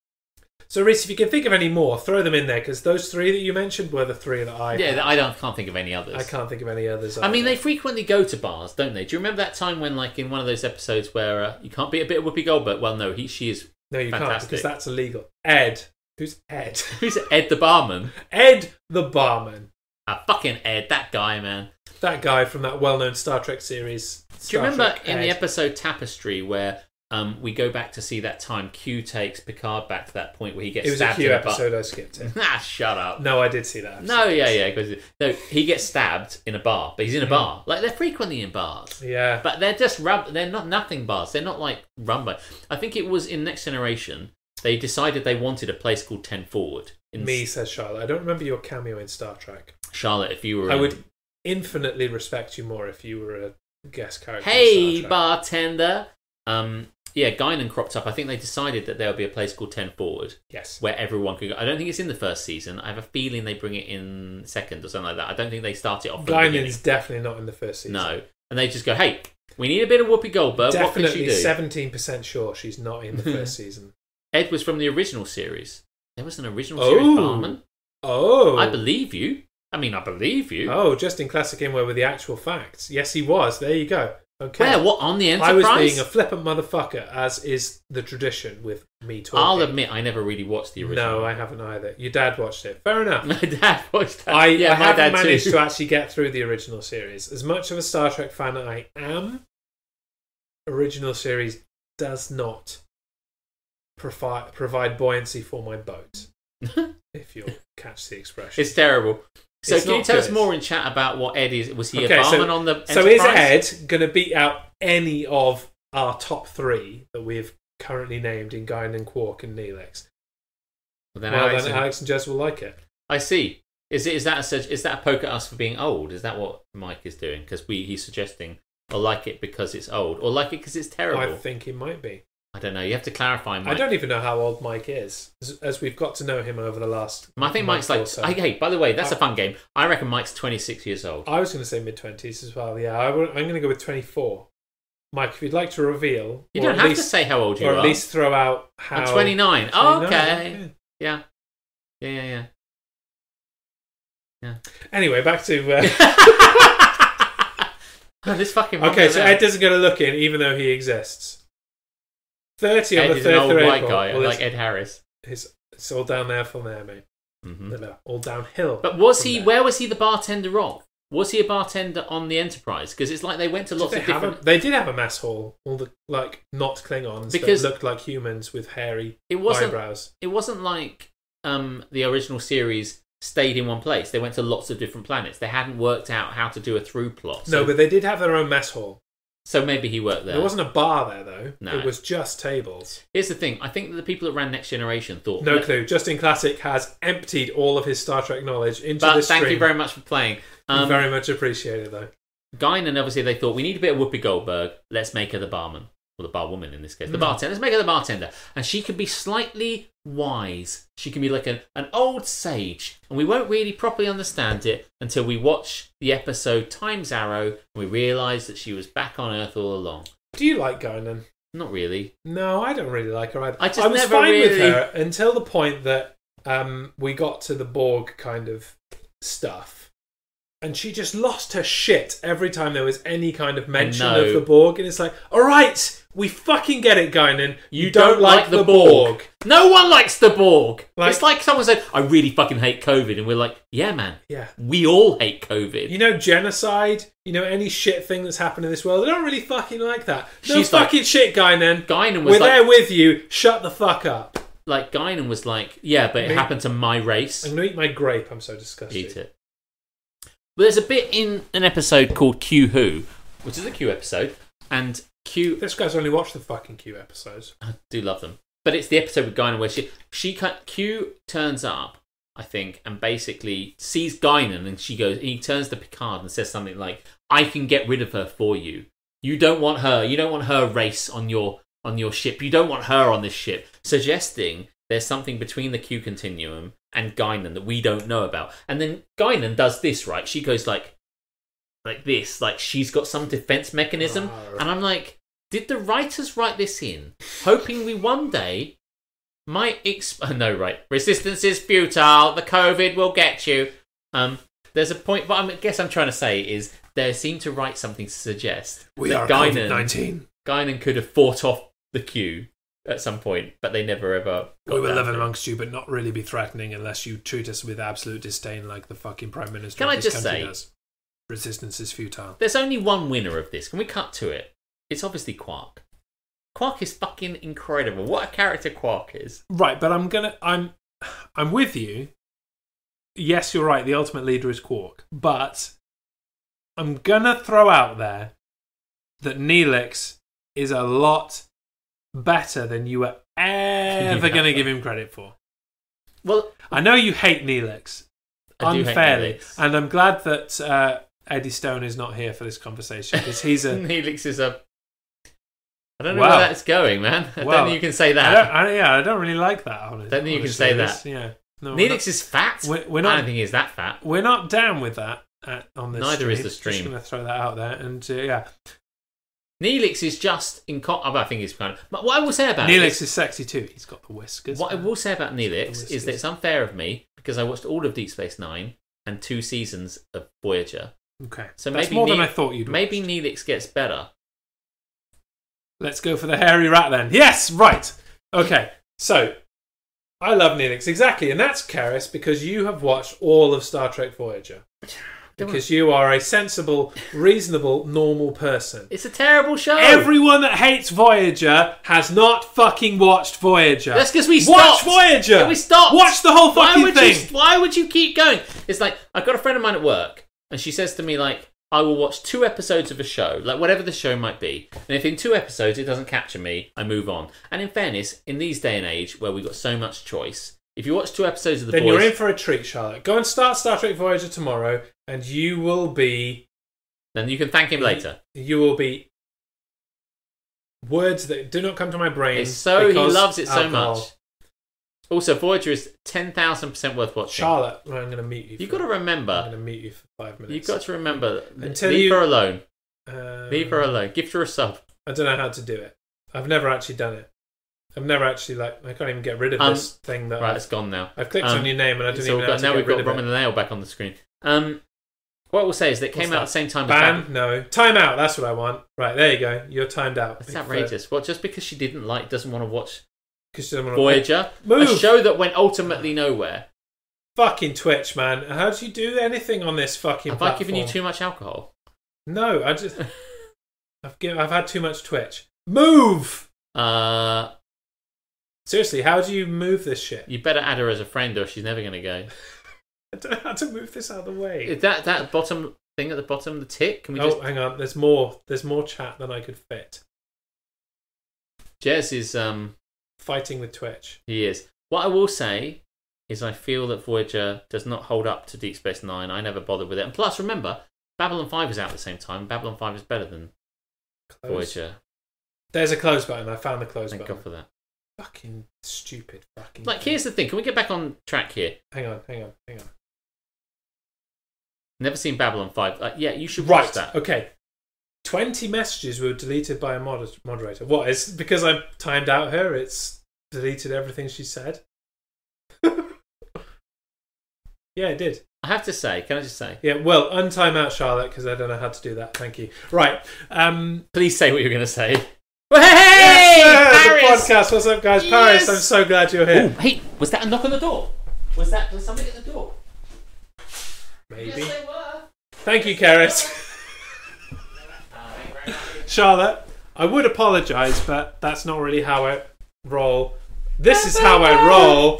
S5: so, Reese, if you can think of any more, throw them in there because those three that you mentioned were the three that I
S1: yeah, I don't can't think of any others.
S5: I can't think of any others.
S1: I mean,
S5: either.
S1: they frequently go to bars, don't they? Do you remember that time when, like, in one of those episodes where uh, you can't beat a bit of Whoopi Goldberg? Well, no, he she is.
S5: no, you
S1: fantastic.
S5: can't because that's illegal. Ed, who's Ed?
S1: Who's it? Ed the barman?
S5: Ed the barman,
S1: Ah, fucking Ed, that guy, man.
S5: that guy from that well-known Star Trek series.
S1: Do you
S5: Star
S1: remember
S5: Trek
S1: in the
S5: Ed.
S1: episode Tapestry where um, we go back to see that time Q takes Picard back to that point where he gets
S5: It was a
S1: stabbed
S5: Q
S1: in the butt?
S5: episode. I skipped it.
S1: Nah, shut up.
S5: No, I did see that. episode.
S1: No, yeah, yeah. 'cause- No, he gets stabbed in a bar, but he's
S5: Mm-hmm.
S1: in a bar. Like they're frequently in bars.
S5: Yeah.
S1: But they're just rub. They're not nothing bars. They're not like run by. I think it was in Next Generation they decided they wanted a place called Ten Forward in
S5: Me says Charlotte. I don't remember your cameo in Star Trek.
S1: Charlotte. If you were,
S5: I
S1: in-
S5: would infinitely respect you more if you were a guest character. in
S1: Hey,
S5: Star Trek.
S1: bartender. Um, yeah, Guinan cropped up. I think they decided that there would be a place called Ten Forward
S5: Yes.
S1: where everyone could go. I don't think it's in the first season. I have a feeling they bring it in second or something like that. I don't think they start it off. from the beginning.
S5: Guinan's definitely not in the first season.
S1: no, and they just go, hey. We need a bit of Whoopi Goldberg. what could she
S5: Definitely
S1: do?
S5: seventeen percent sure she's not in the first season.
S1: Ed was from the original series. There was an original
S5: Oh.
S1: series barman.
S5: Oh,
S1: I believe you. I mean, I believe you.
S5: Oh, just in classic Imwe with the actual facts. Yes, he was. There you go. Okay.
S1: Where? What on the
S5: I
S1: Enterprise?
S5: was being a flippant motherfucker, as is the tradition with me talking.
S1: I'll admit, I never really watched the original.
S5: No, I haven't either. Your dad watched it. Fair enough.
S1: my dad watched that.
S5: I,
S1: yeah,
S5: I
S1: my
S5: haven't
S1: dad
S5: managed
S1: too.
S5: to actually get through the original series. As much of a Star Trek fan I am, original series does not provide provide buoyancy for my boat. if you'll catch the expression.
S1: It's terrible. So
S5: It's
S1: can you
S5: not
S1: tell us
S5: good.
S1: more in chat about what Ed is? Was he a
S5: Okay, so-
S1: barman on the Enterprise?
S5: So is Ed going to beat out any of our top three that we've currently named in Guinan, Quark, and Neelix?
S1: Well, then
S5: well,
S1: Alex
S5: then
S1: and-
S5: Alex and Jez will like it.
S1: I see. Is it is that a, sug- is that a poke at us for being old? Is that what Mike is doing? Because we he's suggesting I like it because it's old, or like it because it's terrible.
S5: I think it might be.
S1: I don't know. You have to clarify, Mike.
S5: I don't even know how old Mike is, as, as we've got to know him over the last.
S1: I think
S5: month
S1: Mike's
S5: or
S1: like, I,
S5: so.
S1: hey, by the way, that's a
S5: I-
S1: fun game. I reckon Mike's 26 years old.
S5: I was going to say mid twenties as well. Yeah, I am going to go with twenty four. Mike, if you'd like to reveal,
S1: You
S5: or
S1: don't
S5: at
S1: have
S5: least,
S1: to say how old you
S5: or
S1: are.
S5: at least throw out how.
S1: I'm 29. Oh,
S5: 29,
S1: okay.
S5: yeah.
S1: Yeah. Yeah, yeah, yeah.
S5: Anyway, back to. Uh,
S1: Oh, this fucking
S5: Okay,
S1: woman
S5: so
S1: there.
S5: Ed doesn't get a look in, even though he exists. Thirty on
S1: Ed
S5: the
S1: is an
S5: third
S1: old
S5: of
S1: white
S5: April.
S1: guy,
S5: Well,
S1: like
S5: it's,
S1: Ed Harris.
S5: it's, it's all down there from there, mate.
S1: hmm
S5: No, no, all downhill.
S1: But was
S5: from
S1: he?
S5: there.
S1: Where was he the bartender of? Was he a bartender on the Enterprise? Because it's like they went to
S5: Did
S1: lots
S5: they
S1: of
S5: have a-
S1: different.
S5: they did have a mass hall. All the like not Klingons
S1: Because-
S5: that looked like humans with hairy
S1: It wasn't.
S5: eyebrows.
S1: It wasn't like um, the original series stayed in one place. They went to lots of different planets. They hadn't worked out how to do a through plot. So,
S5: no, but they did have their own mess hall.
S1: so maybe he worked there.
S5: There wasn't a bar there though.
S1: No.
S5: It was just tables.
S1: Here's the thing. I think that the people that ran Next Generation thought.
S5: No clue. Justin Classic has emptied all of his Star Trek knowledge into
S1: But
S5: this
S1: thank
S5: stream.
S1: you very much for playing. Um,
S5: very much appreciated though.
S1: Guinan, obviously, they thought we need a bit of Whoopi Goldberg. Let's make her the barman, or the barwoman in this case, the
S5: Mm.
S1: bartender. Let's make her the bartender, and she could be slightly wise. She can be like an, an old sage, and we won't really properly understand it until we watch the episode Time's Arrow and we realise that she was back on Earth all along.
S5: Do you like Guinan?
S1: Not really.
S5: No, I don't really like her either.
S1: I just
S5: was
S1: never
S5: fine with
S1: really-
S5: her until the point that um, we got to the Borg kind of stuff, and she just lost her shit every time there was any kind of mention
S1: know.
S5: of the Borg, and it's like, all right, we fucking get it, Guinan.
S1: You don't like the Borg." No one likes the Borg.
S5: Like-
S1: it's like someone said, I really fucking hate COVID. And we're like, yeah, man,
S5: Yeah.
S1: we all hate COVID.
S5: You know genocide. You know any shit thing that's happened in this world. I don't really fucking like that. No
S1: She's like-
S5: fucking shit, Guinan.
S1: Guinan was
S5: We're
S1: like,
S5: there with you. Shut the fuck up.
S1: like, Guinan was like, yeah, but it
S5: Me-
S1: happened to my race.
S5: I'm gonna eat my grape. I'm so disgusted.
S1: Eat it. But there's a bit in an episode called Q Who, which is a Q episode, and Q
S5: This guy's only watched the fucking Q episodes.
S1: I do love them. But it's the episode with Guinan where she she cut- Q turns up, I think, and basically sees Guinan, and she goes. He turns to Picard and says something like, "I can get rid of her for you. You don't want her. You don't want her race on your on your ship. You don't want her on this ship." Suggesting there's something between the Q continuum and Guinan that we don't know about. And then Guinan does this right. She goes like like this, like she's got some defense mechanism,
S5: Rawr.
S1: and I'm like. Did the writers write this in, hoping we one day might exp- oh, no right resistance is futile. The COVID will get you. Um, there's a point, but I guess I'm trying to say is they seem to write something to suggest that Guinan,
S5: nineteen.
S1: Guinan could have fought off the queue at some point, but they never ever. got
S5: We will
S1: down
S5: live
S1: to it.
S5: amongst you, but not really be threatening unless you treat us with absolute disdain, like the fucking prime minister
S1: Can
S5: of
S1: I
S5: this
S1: just
S5: country
S1: say-
S5: does. Resistance is futile.
S1: There's only one winner of this. Can we cut to it? It's obviously Quark. Quark is fucking incredible. What a character Quark is.
S5: Right, but I'm gonna, I'm, I'm with you. Yes, you're right. The ultimate leader is Quark, but I'm gonna throw out there that Neelix is a lot better than you were ever
S1: Yeah.
S5: gonna give him credit for.
S1: Well,
S5: I know you hate Neelix
S1: I do hate
S5: unfairly,
S1: Neelix.
S5: and I'm glad that uh, Eddie Stone is not here for this conversation because he's a.
S1: Neelix is a. I don't know
S5: uh, Wow.
S1: where that's going, man. I
S5: Wow.
S1: don't think you can say
S5: I
S1: that.
S5: don't, I, yeah, I don't really like that. Honestly,
S1: Don't think you can
S5: honestly,
S1: say
S5: this-
S1: that.
S5: Yeah, no, we're
S1: Neelix is fat.
S5: We're- we're
S1: I
S5: not-
S1: don't think he's that fat.
S5: not, we're not down with that at, on this.
S1: Neither is the
S5: Just
S1: stream.
S5: going to throw that out there, and uh, yeah,
S1: Neelix is just in. Co- I think he's kind of. But what I will say about
S5: Neelix is sexy too. He's got the whiskers.
S1: What I will say about Neelix
S5: Whiskers.
S1: is that it's unfair of me because I watched all of Deep Space Nine and two seasons of Voyager.
S5: Okay,
S1: So
S5: that's
S1: maybe
S5: more
S1: Ne-
S5: than I thought you'd.
S1: Maybe
S5: watched.
S1: Neelix gets better.
S5: Let's go for the hairy rat then. Yes, right. Okay, so I love Neelix exactly, and that's Karis because you have watched all of Star Trek Voyager. Because you are a sensible, reasonable, normal person.
S1: It's a terrible show.
S5: Everyone that hates Voyager has not fucking watched Voyager.
S1: That's because we
S5: watch
S1: stopped.
S5: Voyager.
S1: Yeah, we stopped.
S5: Watch the whole
S1: why
S5: fucking
S1: would
S5: thing.
S1: You, why would you keep going? It's like I've got a friend of mine at work, and she says to me like, "I will watch two episodes of a show, like whatever the show might be, and if in two episodes it doesn't capture me, I move on." And in fairness, in these day and age where we've got so much choice, if you watch two episodes of the
S5: then
S1: boys,
S5: you're in for a treat, Charlotte. Go and start Star Trek Voyager tomorrow, and you will be
S1: then you can thank him later.
S5: you will be words that do not come to my brain.
S1: It's so he
S5: because
S1: loves it so
S5: alcohol.
S1: much. Also, Voyager is ten thousand percent worth watching.
S5: Charlotte, I'm going to mute you.
S1: You've
S5: for-
S1: got to
S5: I'm
S1: remember.
S5: going to mute you for five minutes.
S1: You've got to remember.
S5: Until
S1: leave
S5: you-
S1: her alone.
S5: Um,
S1: Leave her alone. Give her a sub.
S5: I don't know how to do it. I've never actually done it. I've never actually like I can't even get rid of
S1: Um,
S5: this thing that
S1: Right,
S5: I've
S1: it's gone now.
S5: I've clicked
S1: Um,
S5: on your name and I
S1: it's
S5: didn't
S1: all
S5: even know
S1: got-
S5: how to
S1: now
S5: get
S1: we've
S5: rid
S1: got
S5: of
S1: Roman
S5: it.
S1: the Nail back on the screen. Um, what we'll say is that it came out
S5: What's that?
S1: at the same time as
S5: Ban?
S1: that.
S5: No. Time out. That's what I want. Right, there you go. You're timed out.
S1: That's outrageous. Well, just because she didn't like, doesn't want to watch
S5: Because you don't want to
S1: Voyager,
S5: Move.
S1: a show that went ultimately nowhere.
S5: Fucking Twitch, man. How do you do anything on this fucking
S1: Have I
S5: platform?
S1: given you too much alcohol?
S5: No, I just... I've, given, I've had too much Twitch. Move!
S1: Uh,
S5: Seriously, how do you move this shit?
S1: you better add her as a friend, or she's never going to go.
S5: I don't know how to move this out of the way.
S1: Is that that bottom thing at the bottom, the tick? Can we
S5: oh,
S1: just?
S5: hang on. There's more. There's more chat than I could fit.
S1: Jez is um
S5: Fighting with Twitch.
S1: He is. What I will say is, I feel that Voyager does not hold up to Deep Space Nine. I never bothered with it. And plus, remember, Babylon Five is out at the same time. Babylon Five is better than
S5: Close.
S1: Voyager.
S5: There's a close button. I found the close
S1: Thank
S5: button.
S1: God for that.
S5: Fucking stupid fucking.
S1: Like, here's the thing. Can we get back on track here?
S5: Hang on, hang on, hang on.
S1: Never seen Babylon Five. Like, yeah, you should watch
S5: Right.
S1: that.
S5: Okay. 20 messages were deleted by a mod- moderator. What? It's because I timed out her, it's deleted everything she said? yeah, it did.
S1: I have to say. Can I just say?
S5: Yeah, well, untime out Charlotte because I don't know how to do that. Thank you. Right. Um,
S1: Please say what you were going to say.
S5: Hey,
S1: Hey,
S5: the podcast. What's up, guys? Paris,
S1: Yes.
S5: I'm so glad you're
S1: Ooh,
S5: here.
S1: hey, was that a knock on the door? Was that was somebody at the door?
S5: Maybe.
S1: Yes, they were.
S5: Thank you, Karis. Charlotte, I would apologise, but that's not really how I roll. This is how I roll.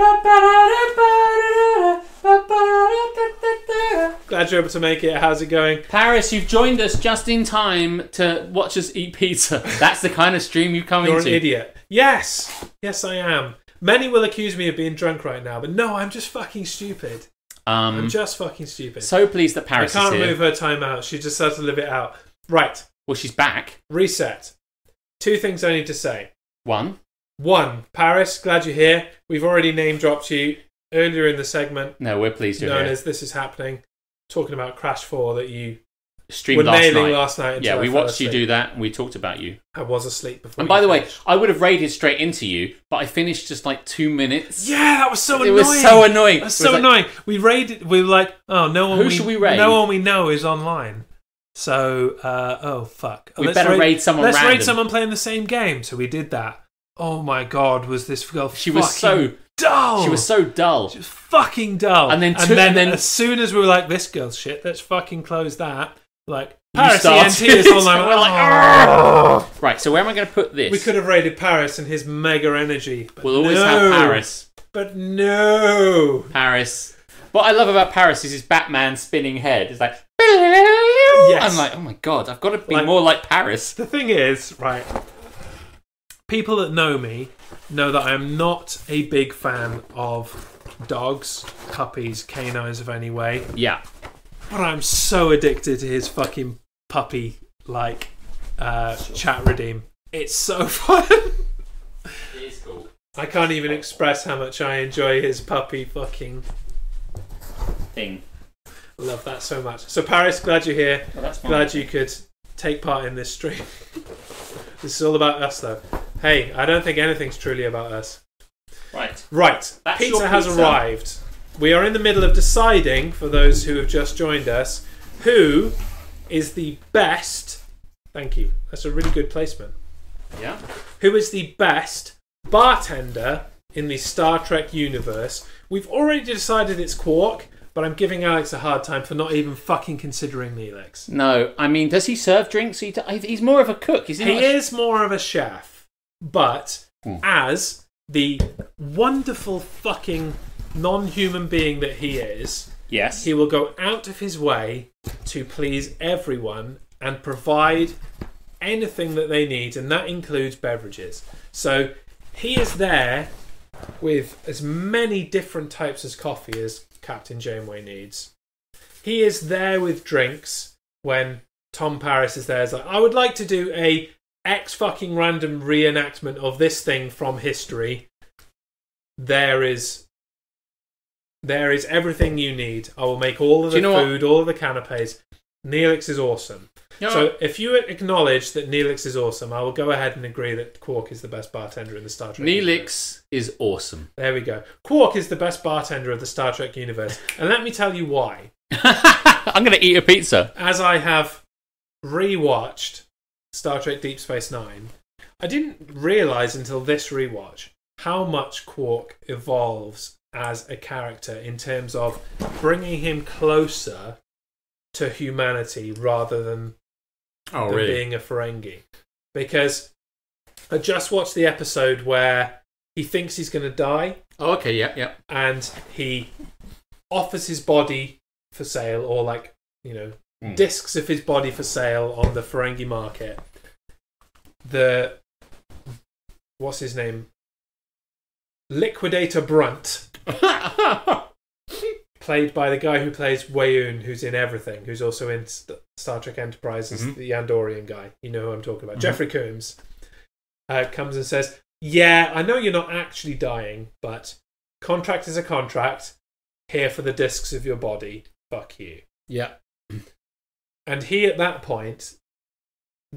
S5: Glad you're able to make it. How's it going?
S1: Paris, you've joined us just in time to watch us eat pizza. That's the kind of stream you come
S5: You're an
S1: into.
S5: idiot. Yes, yes, I am. Many will accuse me of being drunk right now, but no, I'm just fucking stupid. I'm
S1: Um,
S5: just fucking stupid.
S1: so pleased that
S5: I
S1: Paris is
S5: can't
S1: here.
S5: move her time out. She just had to live it out. Right,
S1: Well, she's back.
S5: reset. Two things I need to say.
S1: One.
S5: One, Paris, glad you're here. We've already name dropped you earlier in the segment,
S1: No, we're pleased you're
S5: known
S1: here.
S5: as This Is Happening, talking about Crash 4 that you
S1: Streamed
S5: were
S1: last
S5: nailing
S1: night.
S5: last night. until
S1: yeah,
S5: I
S1: we
S5: fell
S1: watched you
S5: asleep.
S1: do that. and We talked about you.
S5: I was asleep before.
S1: And
S5: you
S1: by the way,
S5: finished.
S1: I would have raided straight into you, but I finished just like two minutes.
S5: yeah, that was so
S1: it
S5: annoying.
S1: was so annoying.
S5: That was
S1: It
S5: so
S1: like,
S5: annoying. We raided. We were like, oh, no one.
S1: Who
S5: we,
S1: should we raid?
S5: No one we know is online. So, uh, oh fuck.
S1: We better raid someone
S5: Let's
S1: random.
S5: raid someone playing the same game. So we did that. Oh my god, was this girl?
S1: She was so
S5: fucking dull.
S1: she was so dull.
S5: She was fucking dull.
S1: And then two- and then-
S5: as soon as we were like, this girl's shit, let's fucking close that. Like, Paris ENT
S1: started.
S5: is online.
S1: So we're like,
S5: "Oh."
S1: Right, so where am I going to put this?
S5: We could have raided Paris and his mega energy. But
S1: We'll always
S5: no,
S1: have Paris.
S5: But no.
S1: Paris. What I love about Paris is his Batman spinning head. It's like. I'm like, oh my god, I've got to be
S5: Like-
S1: more like Paris.
S5: The thing is, right, people that know me know that I am not a big fan of dogs, puppies, canines of any way.
S1: Yeah.
S5: But I'm so addicted to his fucking puppy like uh, chat redeem. It's so fun.
S1: It is cool.
S5: I can't even express how much I enjoy his puppy fucking
S1: Thing.
S5: love that so much. So Paris, glad you're here.
S1: Well, that's fine.
S5: Glad you could take part in this stream. this is all about us though. Hey, I don't think anything's truly about us.
S1: Right.
S5: Right,
S1: That's
S5: pizza,
S1: your
S5: has
S1: pizza.
S5: arrived. We are in the middle of deciding, for those who have just joined us, who is the best. Thank you. That's a really good placement.
S1: Yeah.
S5: Who is the best bartender in the Star Trek universe? We've already decided it's Quark, but I'm giving Alex a hard time for not even fucking considering Neelix.
S1: No, I mean, does he serve drinks? He, I- he's more of a cook. He's
S5: He is more of a chef, but as the wonderful fucking non human being that he is,
S1: Yes.
S5: he will go out of his way to please everyone and provide anything that they need, and that includes beverages. So he is there with as many different types of coffee as Captain Janeway needs. He is there with drinks when Tom Paris is there. He's like, I would like to do a X fucking random reenactment of this thing from history. There is there is everything you need. I will make all
S1: Do
S5: of the
S1: you know what-
S5: food, all of the canapes. Neelix is awesome.
S1: You know
S5: So
S1: what?
S5: if you acknowledge that Neelix is awesome, I will go ahead and agree that Quark is the best bartender in the Star Trek. universe.
S1: Neelix is awesome.
S5: There we go. Quark is the best bartender of the Star Trek universe, and let me tell you why.
S1: I'm going to eat a pizza.
S5: As I have rewatched Star Trek Deep Space Nine, I didn't realize until this rewatch how much Quark evolves as a character in terms of bringing him closer to humanity rather than
S1: Oh,
S5: than being a Ferengi. Because I just watched the episode where he thinks he's going to die
S1: Oh, okay. Yeah, yeah.
S5: and he offers his body for sale or, like, you know,
S1: Mm.
S5: discs of his body for sale on the Ferengi market. The. What's his name? Liquidator Brunt, played by the guy who plays Wayoon, who's in everything, who's also in St- Star Trek Enterprise, is
S1: Mhm.
S5: the Andorian guy. You know who I'm talking about.
S1: Mhm.
S5: Jeffrey Coombs uh, comes and says, yeah, I know you're not actually dying, but contract is a contract. Here for the discs of your body. Fuck you.
S10: Yeah.
S5: And he, at that point,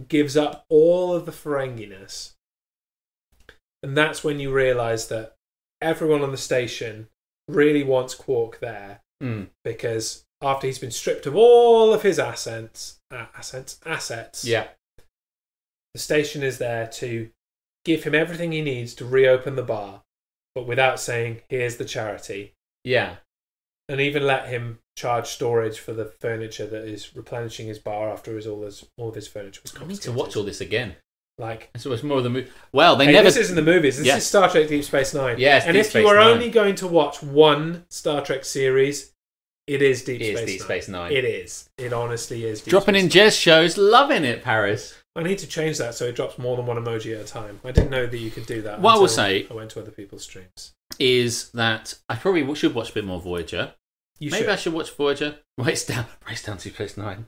S5: gives up all of the Ferenginess. And that's when you realise that everyone on the station really wants Quark there
S1: Mm.
S5: because after he's been stripped of all of his assets, uh, assets, assets,
S1: Yeah.
S5: the station is there to give him everything he needs to reopen the bar, but without saying, here's the charity,
S1: Yeah.
S5: and even let him charge storage for the furniture that is replenishing his bar after his, all, his, all of his furniture was
S1: I need
S5: confiscated.
S1: to watch all this again.
S5: Like,
S1: So it's more of the movie. Well, they
S5: hey,
S1: never.
S5: this isn't the movies, this
S1: Yeah.
S5: is Star Trek Deep Space Nine.
S1: Yes,
S5: and
S1: Deep
S5: if
S1: Space
S5: you are
S1: Nine.
S5: only going to watch one Star Trek series, it is Deep,
S1: It is
S5: Space,
S1: Deep
S5: Nine.
S1: Space Nine.
S5: It is. It honestly is. Deep
S1: dropping
S5: Space
S1: in
S5: Nine.
S1: jazz shows, loving it, Paris.
S5: I need to change that so it drops more than one emoji at a time. I didn't know that you could do that.
S1: What I will
S5: until
S1: say-
S5: I went to other people's streams.
S1: Is that I probably should watch a bit more Voyager.
S5: You
S1: Maybe
S5: should.
S1: I should watch Voyager. Race down, race down Deep Space Nine.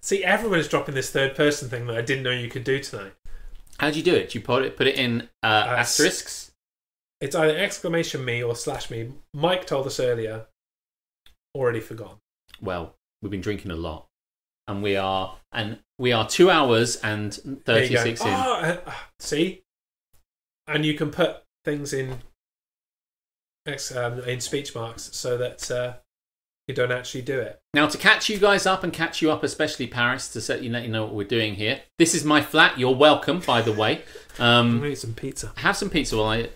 S5: See, everyone is dropping this third person thing that I didn't know you could do tonight.
S1: How do you do it? Do you put it put it in uh,
S5: That's-
S1: asterisks?
S5: It's either exclamation me or slash me. Mike told us earlier. Already forgotten.
S1: Well, we've been drinking a lot, and we are and we are two hours and
S5: There you
S1: thirty
S5: go.
S1: six in.
S5: Oh, uh, uh, see, and you can put things in ex- um, in speech marks so that uh, you don't actually do it.
S1: Now, to catch you guys up and catch you up, especially Paris, to set you let you know what we're doing here. This is my flat. You're welcome, by the way.
S5: I'm
S1: Um,
S5: gonna eat some pizza.
S1: have some pizza while I uh,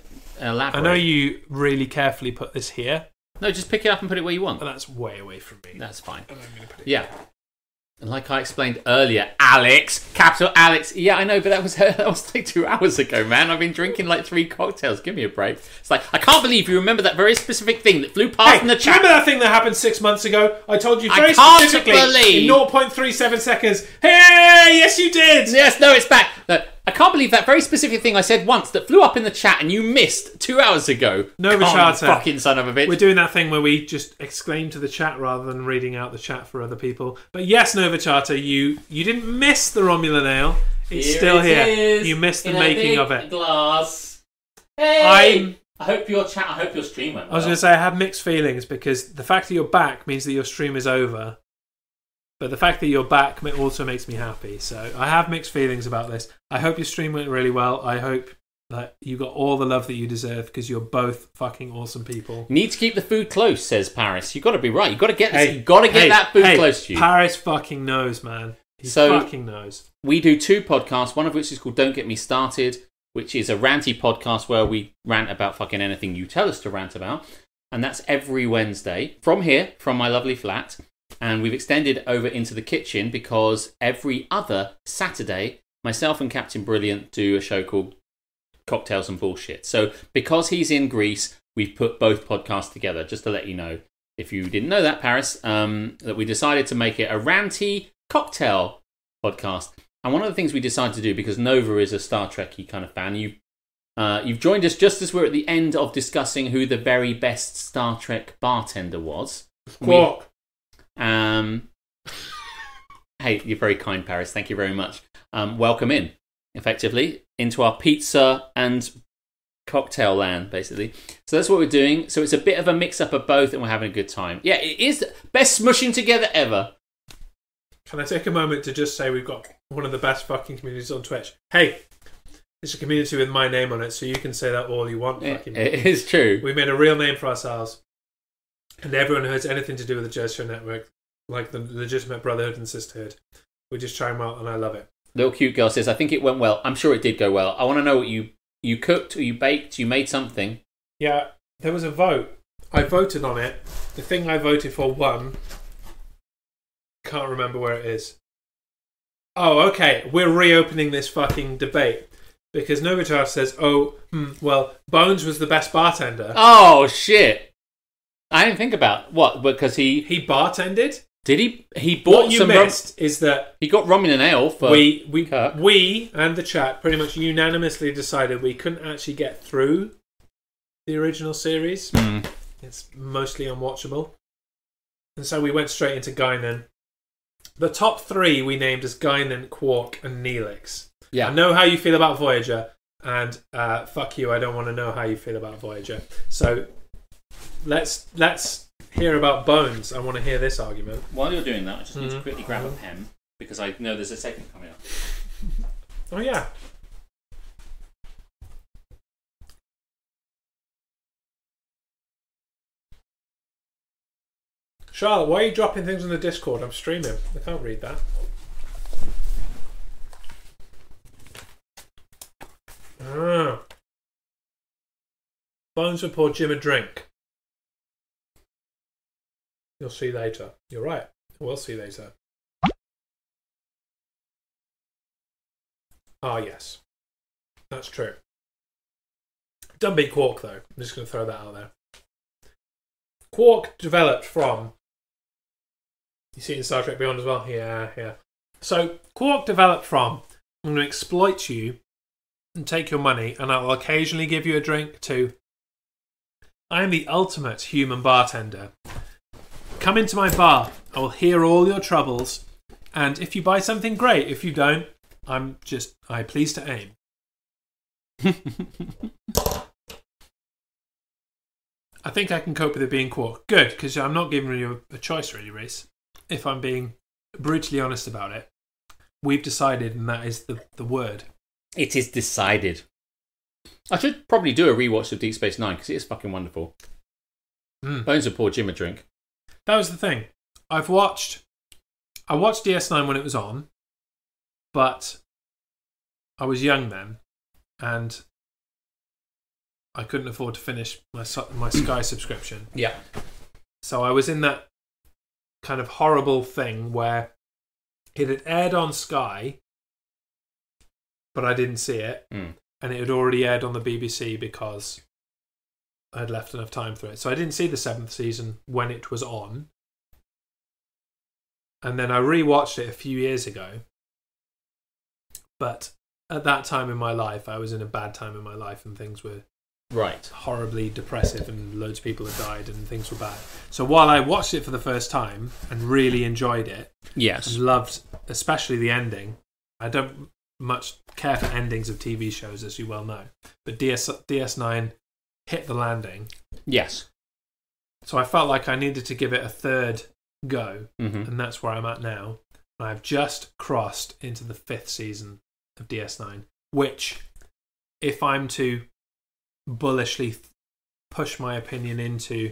S1: elaborate.
S5: I know you really carefully put this here,
S1: No, just pick it up and put it where you want.
S5: but that's way away from me.
S1: That's fine.
S5: And I'm gonna put it.
S1: Yeah. And like I explained earlier, Alex, capital Alex. Yeah, I know, but that was that was like two hours ago, man. I've been drinking like three cocktails. Give me a break. It's like I can't believe you remember that very specific thing that flew past
S5: Hey,
S1: in the
S5: do you
S1: chat.
S5: remember that thing that happened six months ago? I told you
S1: I
S5: very
S1: can't
S5: specifically
S1: believe-
S5: in 0.37 seconds. Hey, yes, you did.
S1: Yes, no, it's back. No, I can't believe that very specific thing I said once that flew up in the chat and you missed two hours ago.
S5: No,
S1: Con,
S5: Richata.
S1: fucking son of a bitch.
S5: We're doing that thing where we just exclaim to the chat rather than reading out the chat for other people. But yes, Nova Charter, you you didn't miss the Romulan ale. It's still
S1: it
S5: here.
S1: is,
S5: You missed the
S1: in a
S5: making
S1: big
S5: of it.
S1: Glass. Hey,
S5: I'm-
S1: i hope your chat. I hope your stream went.
S5: I was
S1: well.
S5: going to say I have mixed feelings because the fact that you're back means that your stream is over. But the fact that you're back ma- also makes me happy. So I have mixed feelings about this. I hope your stream went really well. I hope that you got all the love that you deserve because you're both fucking awesome people.
S1: Need to keep the food close, says Paris. You got to be right. You got to get this.
S5: Hey,
S1: You got to get
S5: hey,
S1: that food
S5: hey,
S1: close to you.
S5: Paris fucking knows, man. He
S1: So-
S5: fucking knows.
S1: we do two podcasts. One of which is called "Don't Get Me Started," which is a ranty podcast where we rant about fucking anything you tell us to rant about, and that's every Wednesday from here, from my lovely flat. And we've extended over into the kitchen because every other Saturday, myself and Captain Brilliant do a show called cocktails and bullshit. So because he's in Greece, we've put both podcasts together. Just to let you know, if you didn't know that, Paris, um, that we decided to make it a ranty cocktail podcast. And one of the things we decided to do because Nova is a Star Trekky kind of fan, you. Uh, you've joined us just as we're at the end of discussing who the very best Star Trek bartender was. We-
S5: Quark.
S1: um, hey, you're very kind, Paris. Thank you very much. Um, welcome in, effectively, into our pizza and cocktail land, basically. So that's what we're doing. So it's a bit of a mix up of both, and we're having a good time. Yeah, it is best smushing together ever.
S5: Can I take a moment to just say we've got one of the best fucking communities on Twitch? Hey, it's a community with my name on it, so you can say that all you want.
S1: It-
S5: fucking
S1: it is true.
S5: we made a real name for ourselves, and everyone who has anything to do with the Jazz Show Network, like the legitimate brotherhood and sisterhood, we just try 'em out, and I love it.
S1: Little cute girl says, "I think it went well. I'm sure it did go well. I want to know what you you cooked, or you baked, you made something.
S5: Yeah, there was a vote. I voted on it. The thing I voted for won. Can't remember where it is. Oh, okay. We're reopening this fucking debate because Novichar says, "Oh, hmm, well, Bones was the best bartender.
S1: Oh shit! I didn't think about what because he
S5: He bartended.
S1: did he he bought
S5: What you
S1: some rum-
S5: missed is that
S1: He got Romulan ale for
S5: we we
S1: Oh, Kirk.
S5: we and the chat pretty much unanimously decided we couldn't actually get through the original series.
S1: Mm.
S5: It's mostly unwatchable, and so we went straight into Guinan. The top three we named as Guinan, Quark, and Neelix.
S1: Yeah.
S5: I know how you feel about Voyager, and uh, fuck you. I don't want to know how you feel about Voyager. So let's let's hear about Bones. I want to hear this argument.
S1: While you're doing that, I just need to
S5: Mm.
S1: quickly grab a pen because I know there's a segment coming up.
S5: Oh yeah. Charlotte, why are you dropping things on the Discord? I'm streaming. I can't read that. Ah. Bones would pour Jim a drink. You'll see later. You're right. We'll see later. Ah, yes. That's true. Don't beat Quark, though. I'm just going to throw that out there. Quark developed from. You see it in Star Trek Beyond as well? Yeah, yeah. So, Quark developed from I'm going to exploit you and take your money, and I will occasionally give you a drink, too. I am the ultimate human bartender. Come into my bar. I will hear all your troubles. And if you buy something, great. If you don't, I'm just I please to aim. I think I can cope with it being quark. Good, because I'm not giving you a choice really, Reese. If I'm being brutally honest about it, we've decided, and that is the the word.
S1: It is decided. I should probably do a rewatch of Deep Space Nine because it is fucking wonderful.
S5: Mm.
S1: Bones would pour Jim a drink.
S5: That was the thing. I've watched. I watched DS9 when it was on, but I was young then, and I couldn't afford to finish my Su- my Sky subscription.
S1: Yeah.
S5: So I was in that kind of horrible thing where it had aired on Sky, but I didn't see it,
S1: Mm.
S5: and it had already aired on the BBC because I'd left enough time for it. So I didn't see the seventh season when it was on. And then I rewatched it a few years ago. But at that time in my life, I was in a bad time in my life and things were
S1: Right.
S5: horribly depressive and loads of people had died and things were bad. So while I watched it for the first time and really enjoyed it and
S1: Yes.
S5: loved especially the ending, I don't much care for endings of TV shows as you well know. But DS DS9 hit the landing.
S1: Yes.
S5: So I felt like I needed to give it a third go
S1: hmm
S5: and that's where I'm at now. And I've just crossed into the fifth season of DS9, which, if I'm to bullishly th- push my opinion into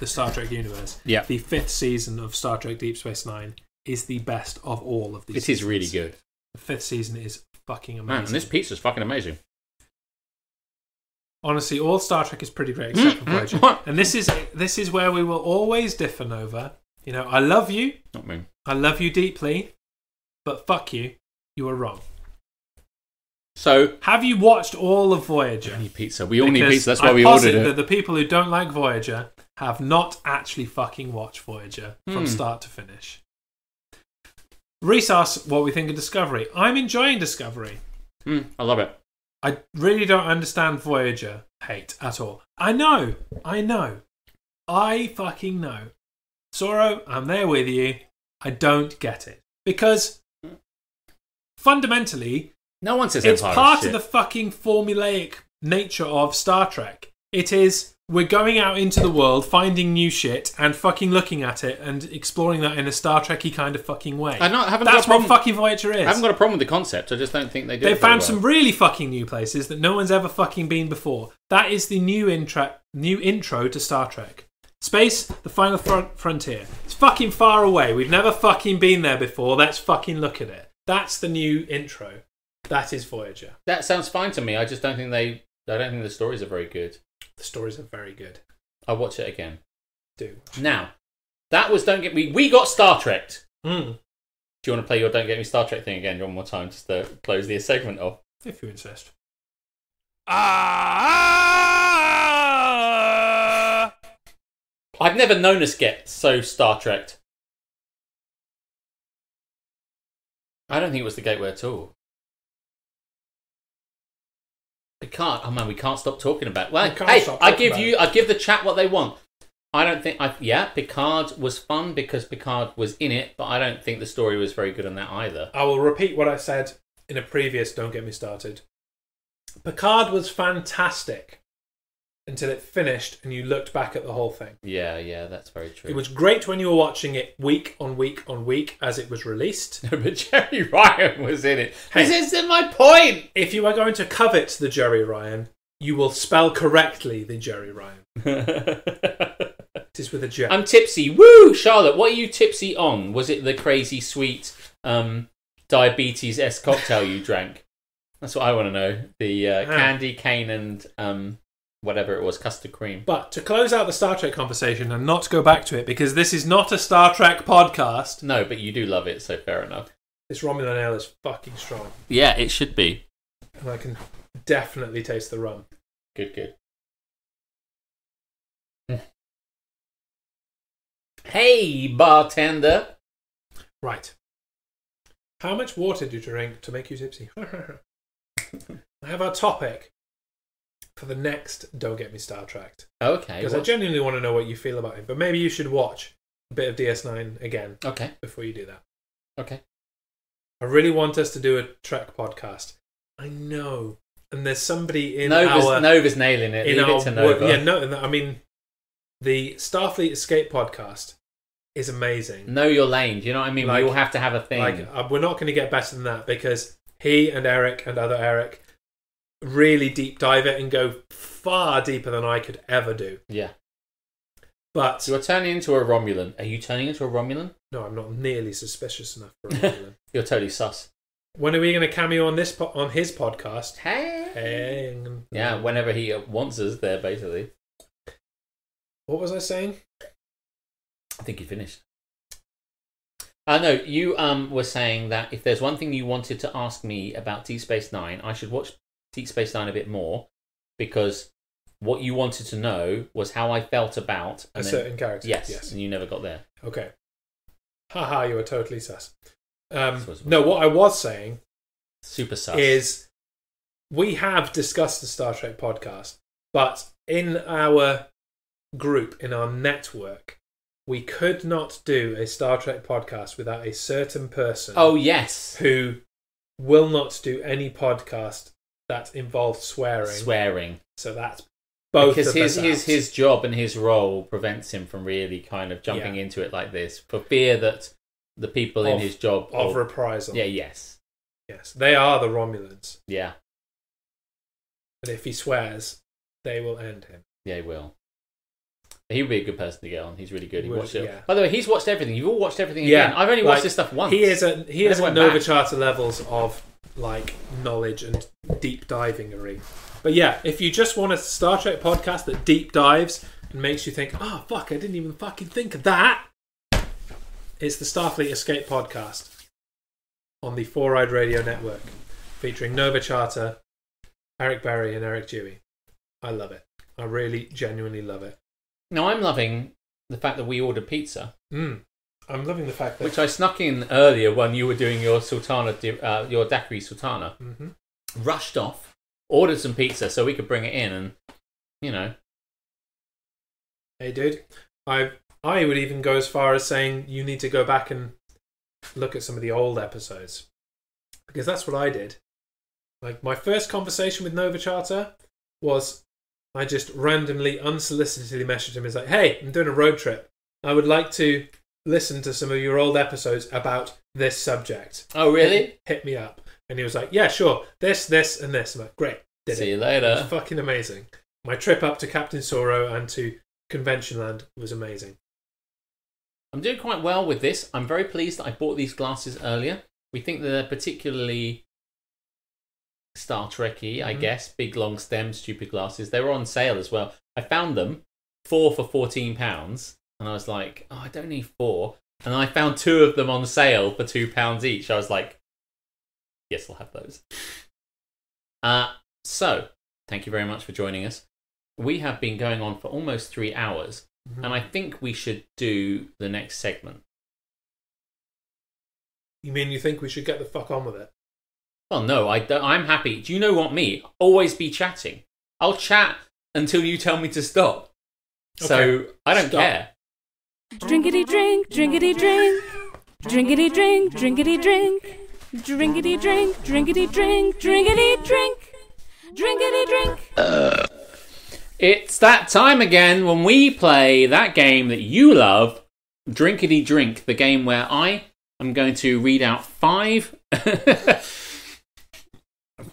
S5: the Star Trek universe,
S1: Yeah.
S5: the fifth season of Star Trek Deep Space Nine is the best of all of these.
S1: It is really
S5: seasons.
S1: good.
S5: The fifth season is fucking amazing.
S1: Man, and this pizza's fucking amazing.
S5: Honestly, all Star Trek is pretty great
S1: Mm,
S5: except for Voyager. and this is this is where we will always differ, Nova. You know, I love you.
S1: Not me.
S5: I love you deeply, but fuck you. You are wrong.
S1: So,
S5: Have you watched all of
S1: we
S5: Voyager?
S1: need pizza. We all need
S5: Because
S1: pizza. That's why
S5: I
S1: we
S5: posit
S1: ordered it.
S5: That the people who don't like Voyager have not actually fucking watched Voyager from
S1: Hmm.
S5: start to finish. Reese asks what we think of Discovery. I'm enjoying Discovery.
S1: Mm, I love it.
S5: I really don't understand Voyager hate at all. I know. I know. I fucking know. Sorrow, I'm there with you. I don't get it. Because fundamentally,
S1: No one says
S5: it's
S1: Empire
S5: part of
S1: shit.
S5: the fucking formulaic nature of Star Trek. It is we're going out into the world, finding new shit, and fucking looking at it and exploring that in a Star Trekky kind of fucking way.
S1: I know- I haven't
S5: That's
S1: got a
S5: what
S1: problem-
S5: fucking Voyager
S1: I haven't
S5: is.
S1: got a problem with the concept. I just don't think they do.
S5: They
S1: it very
S5: found
S1: well.
S5: some really fucking new places that no one's ever fucking been before. That is the new intro, new intro to Star Trek. Space, the final front frontier. It's fucking far away. We've never fucking been there before. Let's fucking look at it. That's the new intro. That is Voyager.
S1: That sounds fine to me. I just don't think they. I don't think the stories are very good.
S5: The stories are very good.
S1: I'll watch it again.
S5: do.
S1: Now, that was don't get me. We got Star Trek.
S5: Mm.
S1: Do you want to play your don't get me Star Trek thing again one more time just to close the segment off?
S5: If you insist.
S1: I've never known us get so Star Trek. I don't think it was the gateway at all. We can't. Oh man, we can't stop talking about. It. Well,
S5: We can't
S1: hey,
S5: stop
S1: I
S5: talking
S1: give
S5: about
S1: you, I give the chat what they want. I don't think. I yeah, Picard was fun because Picard was in it, but I don't think the story was very good on that either.
S5: I will repeat what I said in a previous Don't Get Me Started. Picard was fantastic until it finished and you looked back at the whole thing.
S1: Yeah, yeah, that's very true.
S5: It was great when you were watching it week on week on week as it was released.
S1: No, but Jerry Ryan was in it.
S5: Hey.
S1: This isn't my point.
S5: If you are going to covet the Jerry Ryan, you will spell correctly the Jerry Ryan. It is with a J.
S1: I'm tipsy. Woo, Charlotte. What are you tipsy on? Was it the crazy sweet um, diabetes s cocktail you drank? That's what I want to know. The uh,
S5: Ah.
S1: candy cane and um, whatever it was, custard cream.
S5: But to close out the Star Trek conversation and not go back to it, because this is not a Star Trek podcast,
S1: No, but you do love it, so fair enough.
S5: this Romulan ale is fucking strong.
S1: Yeah, it should be
S5: And I can definitely taste the rum.
S1: good. Good. hey, bartender.
S5: Right. How much water do you drink to make you tipsy? I have our topic for the next Don't Get Me Star Trek.
S1: Okay.
S5: Because I
S1: well-
S5: genuinely want to know what you feel about it. But maybe you should watch a bit of DS9 again
S1: Okay.
S5: before you do that.
S1: Okay.
S5: I really want us to do a Trek podcast. I know. And there's somebody in
S1: Nova's,
S5: our
S1: Nova's nailing it.
S5: in
S1: Leave
S5: our
S1: it to
S5: wo-
S1: Nova.
S5: yeah no. and I mean, the Starfleet Escape podcast is amazing.
S1: Know your lane. Do you know what I mean?
S5: Like-
S1: we all have to have a thing.
S5: Like uh, we're not going to get better than that because he and Eric and other Eric really deep dive it and go far deeper than I could ever do.
S1: yeah.
S5: But
S1: So you're turning into a Romulan. Are you turning into a Romulan?
S5: no, I'm not nearly suspicious enough for a Romulan.
S1: You're totally sus.
S5: when are we going to cameo on this po- on his podcast?
S1: Hey.
S5: Hang.
S1: Yeah, whenever he wants us there, basically.
S5: What was I saying?
S1: I think you finished. I know you um were saying that if there's one thing you wanted to ask me about Deep Space Nine, I should watch Deep Space Nine a bit more because what you wanted to know was how I felt about
S5: A
S1: and then-
S5: certain character.
S1: yes,
S5: Yes.
S1: and you never got there.
S5: Okay. Haha, you were totally sus. Um,
S1: This was-
S5: no, what I was saying
S1: Super sus.
S5: is we have discussed the Star Trek podcast, but in our group, in our network, we could not do a Star Trek podcast without a certain person
S1: oh yes,
S5: who will not do any podcast that involves swearing.
S1: swearing.
S5: So that's both
S1: because
S5: of
S1: his
S5: us
S1: his
S5: out.
S1: his job and his role prevents him from really kind of jumping
S5: Yeah.
S1: into it like this for fear that the people in
S5: Of-
S1: his job
S5: of
S1: will-
S5: reprisal.
S1: oh. yeah yes
S5: Yes, they are the Romulans.
S1: yeah
S5: But if he swears, they will end him.
S1: yeah he will he would be a good person to get on he's really good he
S5: Would,
S1: watched it
S5: yeah.
S1: by the way he's watched everything you've all watched everything
S5: Yeah,
S1: again I've only
S5: like,
S1: watched this stuff once
S5: He is at he
S1: And then
S5: is at
S1: went
S5: Nova
S1: back.
S5: Charter levels of like knowledge and deep divingery. But yeah, if you just want a Star Trek podcast that deep dives and makes you think, oh fuck, I didn't even fucking think of that. It's the Starfleet Escape podcast on the Four Eyed Radio Network, featuring Nova Charter, Eric Berry, and Eric Dewey. I love it. I really genuinely love it.
S1: now I'm loving the fact that we ordered pizza
S5: Mm. I'm loving the fact that
S1: which I snuck in earlier when you were doing your sultana di- uh, your daiquiri sultana
S5: Mhm.
S1: rushed off ordered some pizza so we could bring it in and you know
S5: Hey, dude. I I would even go as far as saying you need to go back and look at some of the old episodes because that's what I did. Like my first conversation with Nova Charter was I just randomly, unsolicitedly messaged him. He's like, "Hey, I'm doing a road trip. I would like to listen to some of your old episodes about this subject.
S1: oh really
S5: Hit me up." And he was like, "Yeah, sure. This, this, and this." I'm like, "Great, did it."
S1: see you
S5: It was
S1: later
S5: fucking amazing. My trip up to Captain Soro and to Convention Land was amazing.
S1: I'm doing quite well with this. I'm very pleased that I bought these glasses earlier. We think that they're particularly Star Trekky, I
S5: Mhm.
S1: guess. Big long stem, stupid glasses. They were on sale as well. I found them four for fourteen pounds, and I was like, oh, I don't need four. And I found two of them on sale for two pounds each. I was like, yes, I'll have those. Uh, so thank you very much for joining us. We have been going on for almost three hours, and I think we should do the next segment.
S5: You mean you think we should get the fuck on with it?
S1: Well, no, I don't, I'm happy. Do you know what me? Always be chatting. I'll chat until you tell me to stop. So
S5: Okay.
S1: I don't
S5: Stop.
S1: care.
S11: Drinkity drink, drinkity drink. Drinkity drink, drinkity drink. Drinkity drink, drinkity drink, drinkity drink. drinkity drink.
S1: It's that time again when we play that game that you love, Drinkity Drink, the game where I am going to read out five,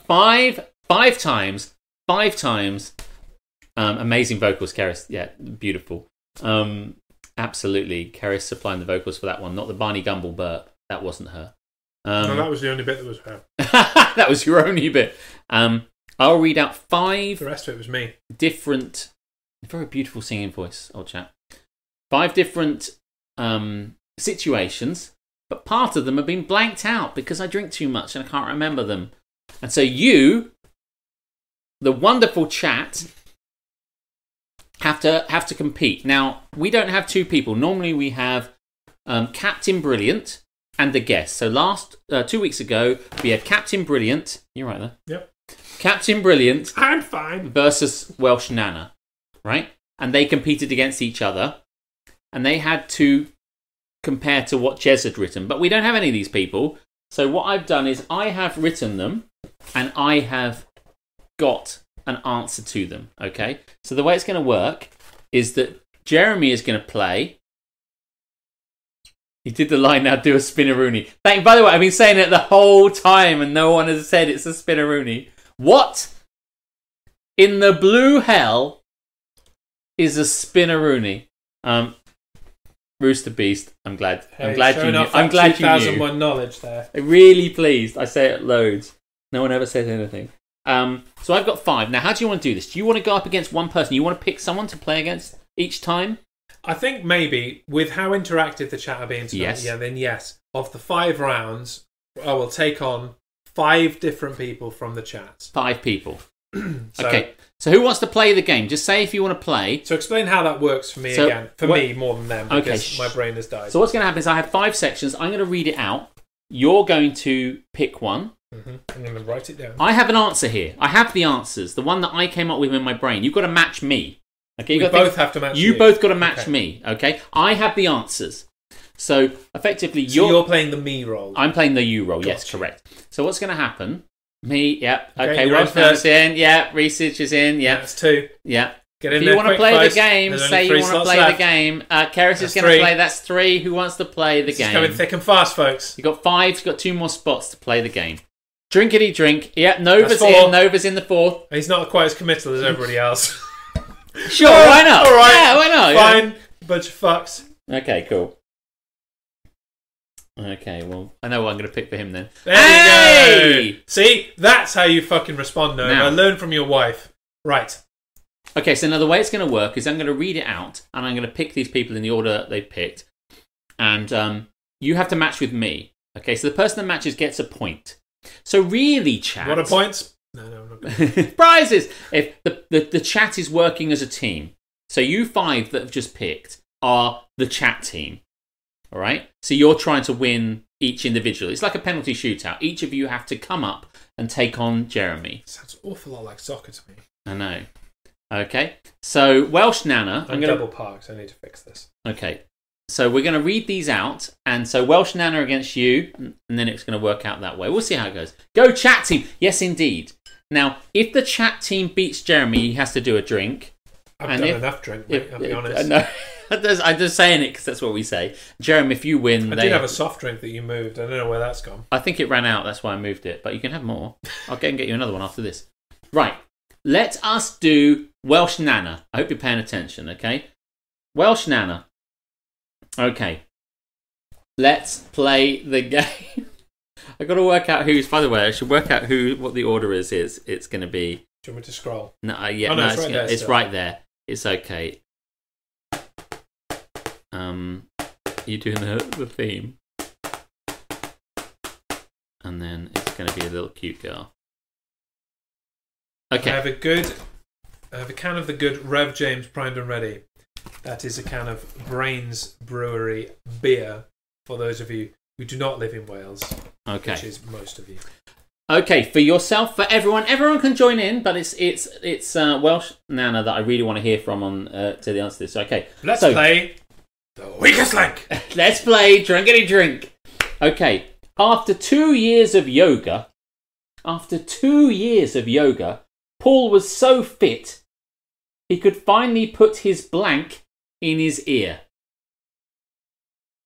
S1: five, five times, five times. Um, amazing vocals, Keris. Yeah, beautiful. Um, absolutely, Keris supplying the vocals for that one, not the Barney Gumble burp. That wasn't her. Um,
S5: No, that was the only bit that was her.
S1: that was your only bit. Um, I'll read out five
S5: The rest of it was me.
S1: different, very beautiful singing voice, old chap. Five different um, situations, but part of them have been blanked out because I drink too much and I can't remember them. And so you, the wonderful chat, have to have to compete. Now we don't have two people. Normally we have um, Captain Brilliant and a guest. So last uh, two weeks ago we had Captain Brilliant. You're right there.
S5: Yep.
S1: Captain Brilliant
S5: I'm fine.
S1: versus Welsh Nana, right? And they competed against each other, and they had to compare to what Jez had written. But we don't have any of these people, so what I've done is I have written them, and I have got an answer to them. Okay, so the way it's going to work is that Jeremy is going to play. He did the line now. Do a spinneroonie. Thank. By the way, I've been saying it the whole time, and no one has said it's a spinneroonie. What in the blue hell is a spinneroonie? Um, Rooster Beast. I'm glad. I'm glad you.
S5: showing
S1: Knew.
S5: off
S1: I'm
S5: that
S1: glad you knew.
S5: 2001 knowledge there.
S1: I'm really pleased. I say it loads. No one ever says anything. Um, so I've got five. Now, how do you want to do this? Do you want to go up against one person? You want to pick someone to play against each time?
S5: I think maybe with how interactive the chat are being tonight,
S1: Yes.
S5: yeah, then yes, of the five rounds, I will take on five different people from the chat.
S1: Five people.
S5: So,
S1: okay. So who wants to play the game? Just say if you want to play.
S5: So explain how that works for me
S1: So,
S5: again. For
S1: what-
S5: me more than them
S1: Okay,
S5: because
S1: sh-
S5: my brain has died.
S1: So what's going to happen is I have five sections. I'm going to read it out. You're going to pick one.
S5: hmm I'm going to write it down.
S1: I have an answer here. I have the answers. The one that I came up with in my brain. You've got to match me. Okay.
S5: We
S1: You've got to
S5: both
S1: think-
S5: have to match.
S1: You both got to match
S5: Okay.
S1: me. Okay. I have the answers. So effectively,
S5: So you're, playing the me role.
S1: I'm playing the U roll. Yes,
S5: Gotcha.
S1: correct. So what's going to happen? Me, yep.
S5: Okay,
S1: Okay,
S5: you're
S1: Rob's
S5: on
S1: Nana's in. Yeah, research is in. Yeah,
S5: That's two.
S1: yeah.
S5: Get in
S1: If
S5: there
S1: you want to
S5: quick,
S1: play
S5: guys.
S1: the game,
S5: There's only
S1: say you
S5: three
S1: want to
S5: slots
S1: play
S5: left.
S1: the game. Uh, Keris is
S5: That's
S1: going
S5: three.
S1: to play. That's three. Who wants to play the
S5: It's
S1: game?
S5: coming thick and fast, folks.
S1: You've got five. You've got two more spots to play the game. Drinkity drink. Yep, Nova's
S5: That's four.
S1: in. Nova's in the fourth.
S5: He's not quite as committal as everybody else.
S1: Sure, Oh, why not?
S5: All right.
S1: Yeah, why not? Yeah.
S5: Fine. Bunch of fucks.
S1: Okay, cool. Okay, well, I know what I'm going to pick for him then.
S5: There
S1: hey!
S5: you go. See, that's how you fucking respond, Nova.
S1: Now.
S5: Learn from your wife. Right.
S1: Okay, so now the way it's going to work is I'm going to read it out and I'm going to pick these people in the order that they picked. And um, you have to match with me. Okay, so the person that matches gets a point. So really, chat.
S5: What are points? No, no, I'm not. Gonna...
S1: prizes. If the, the, the chat is working as a team. So you five that have just picked are the chat team. All right? So you're trying to win each individual. It's like a penalty shootout. Each of you have to come up and take on Jeremy.
S5: Sounds an awful lot like soccer to me.
S1: I know. Okay. So Welsh Nana,
S5: I'm,
S1: I'm, going to
S5: double parked. I need to fix this.
S1: Okay. So we're going to read these out. And so Welsh Nana against you. And and then it's going to work out that way. We'll see how it goes. Go chat team. Yes, indeed. Now, if the chat team beats Jeremy, he has to do a drink.
S5: I've
S1: And
S5: done
S1: if-
S5: enough drink, mate.
S1: If-
S5: I'll be
S1: if-
S5: honest.
S1: No, I'm just- I'm just saying it because that's what we say. Jeremy, if you win,
S5: I
S1: they,
S5: did have a soft drink that you moved. I don't know where that's gone.
S1: I think it ran out. That's why I moved it. But you can have more. I'll go and get you another one after this. Right. Let us do Welsh Nana. I hope you're paying attention, okay? Welsh Nana. Okay. Let's play the game. i got to work out who's, by the way, I should work out who, what the order is. Is It's going to be.
S5: Do you want me to scroll?
S1: No, uh, yeah,
S5: Oh,
S1: no, it's, right, there, it's
S5: still.
S1: right there. It's okay. Um, you doing the, the theme, and then it's going to be a little cute girl.
S5: I
S1: Okay,
S5: have a good. I have a can of the good Rev James primed and ready. That is a can of Brains Brewery beer for those of you who do not live in Wales, which
S1: okay,
S5: is most of you.
S1: okay. For yourself, for everyone, everyone can join in, but it's it's it's uh, Welsh Nana that I really want to hear from on uh, to the answer to this. Okay,
S5: Let's
S1: So-
S5: play the weakest link.
S1: Let's play Drinkity Drink. Okay, after two years of yoga, after two years of yoga, Paul was so fit, he could finally put his blank in his ear.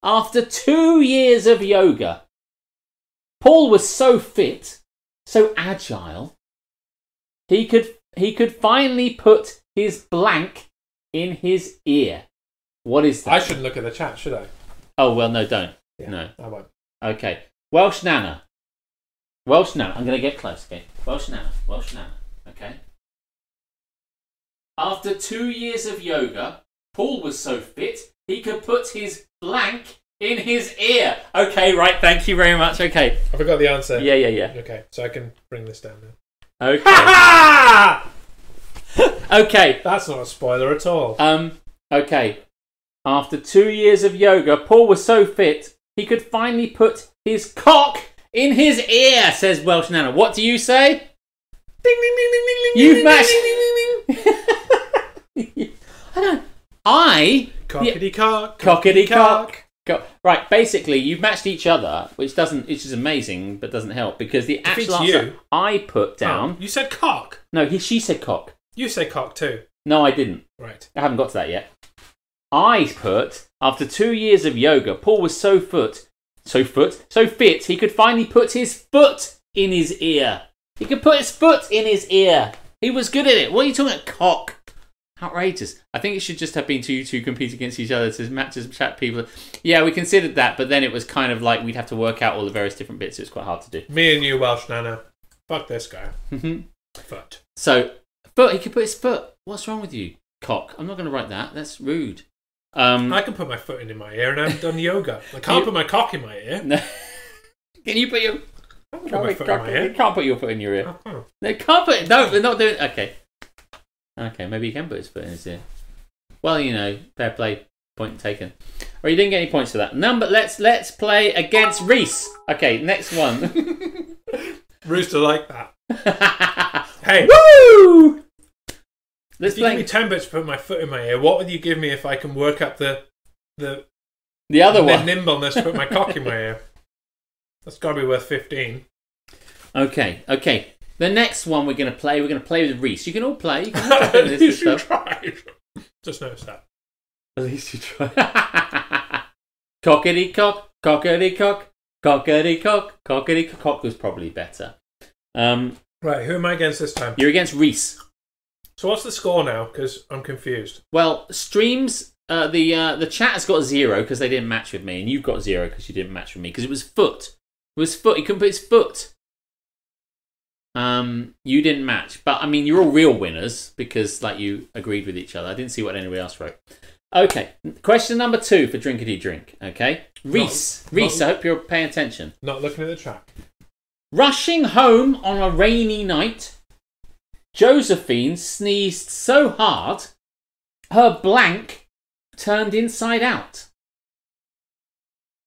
S1: After two years of yoga, Paul was so fit, so agile, he could, he could finally put his blank in his ear. What is that?
S5: I shouldn't look at the chat, should I?
S1: Oh, well, no, don't. No.
S5: I won't.
S1: Okay. Welsh Nana. Welsh Nana. I'm going to get close, okay? Welsh Nana. Welsh Nana. Okay? After two years of yoga, Paul was so fit, he could put his blank in his ear. Okay, right. Thank you very much. Okay.
S5: I forgot the answer.
S1: Yeah, yeah, yeah.
S5: Okay, so I can bring this down now.
S1: Okay. okay.
S5: That's not a spoiler at all.
S1: Um, okay. After two years of yoga, Paul was so fit, he could finally put his cock in his ear, says Welsh Nana. What do you say?
S5: ding, ding, ding, ding, ding, ding,
S1: You've
S5: ding,
S1: matched-
S5: ding, ding, ding, ding.
S1: I don't. I
S5: Cockety cock.
S1: cockety cock. Go. Right, basically, you've matched each other, which doesn't, which is amazing, but doesn't help because the actual
S5: Defeats
S1: answer
S5: you. Oh.
S1: I put down.
S5: You said cock.
S1: No, he, she said cock.
S5: You say cock too.
S1: No, I didn't.
S5: Right.
S1: I haven't got to that yet. I put after two years of yoga, Paul was so foot, so foot, so fit he could finally put his foot in his ear. He could put his foot in his ear. He was good at it. What are you talking about, cock? Outrageous. I think it should just have been two two compete against each other to match as chat people. Yeah, we considered that, but then it was kind of like we'd have to work out all the various different bits. It was quite hard to do.
S5: Me and you, Welsh Nana. Fuck this guy.
S1: hmm
S5: Foot.
S1: So, foot. He could put his foot. What's wrong with you, cock? I'm not going to write that. That's rude. Um,
S5: I can put my foot in my ear and I haven't done yoga. I can't
S1: You-
S5: put my cock in my ear.
S1: No. Can you put your
S5: I can put my
S1: can't,
S5: foot in my
S1: you
S5: ear.
S1: can't put your foot in your ear.
S5: Oh,
S1: They can't put no, they're not doing okay. Okay, maybe he can put his foot in his ear. Well, you know, fair play, point taken. Or you didn't get any points for that. Number let's let's play against Reese. Okay, next one.
S5: Rooster like that. Hey,
S1: Woo! Let's
S5: if you give
S1: play
S5: me ten bits to put my foot in my ear, what would you give me if I can work up the the,
S1: the other
S5: the
S1: one.
S5: nimbleness to put my cock in my ear? That's got to be worth fifteen.
S1: Okay, okay. The next one we're gonna play, we're gonna play with Reese. You can all play. You can all play with
S5: you
S1: this
S5: should
S1: stuff.
S5: try. Just notice that.
S1: At least you try. cockety cock, cockety cock, cockety cock, cockety cock. Cock was probably better. Um,
S5: Right, who am I against this time?
S1: you're against Reese.
S5: So what's the score now? Because I'm confused.
S1: Well, streams. Uh, the uh, the chat has got zero because they didn't match with me, and you've got zero because you didn't match with me because it was foot. It was foot. He couldn't put his foot. Um, you didn't match, but I mean, you're all real winners because like you agreed with each other. I didn't see what anybody else wrote. Okay, question number two for Drinkety Drink. Okay, Reese,
S5: Not- not-
S1: Reese, I hope you're paying attention.
S5: Not looking at the track.
S1: Rushing home on a rainy night, Josephine sneezed so hard her blank turned inside out.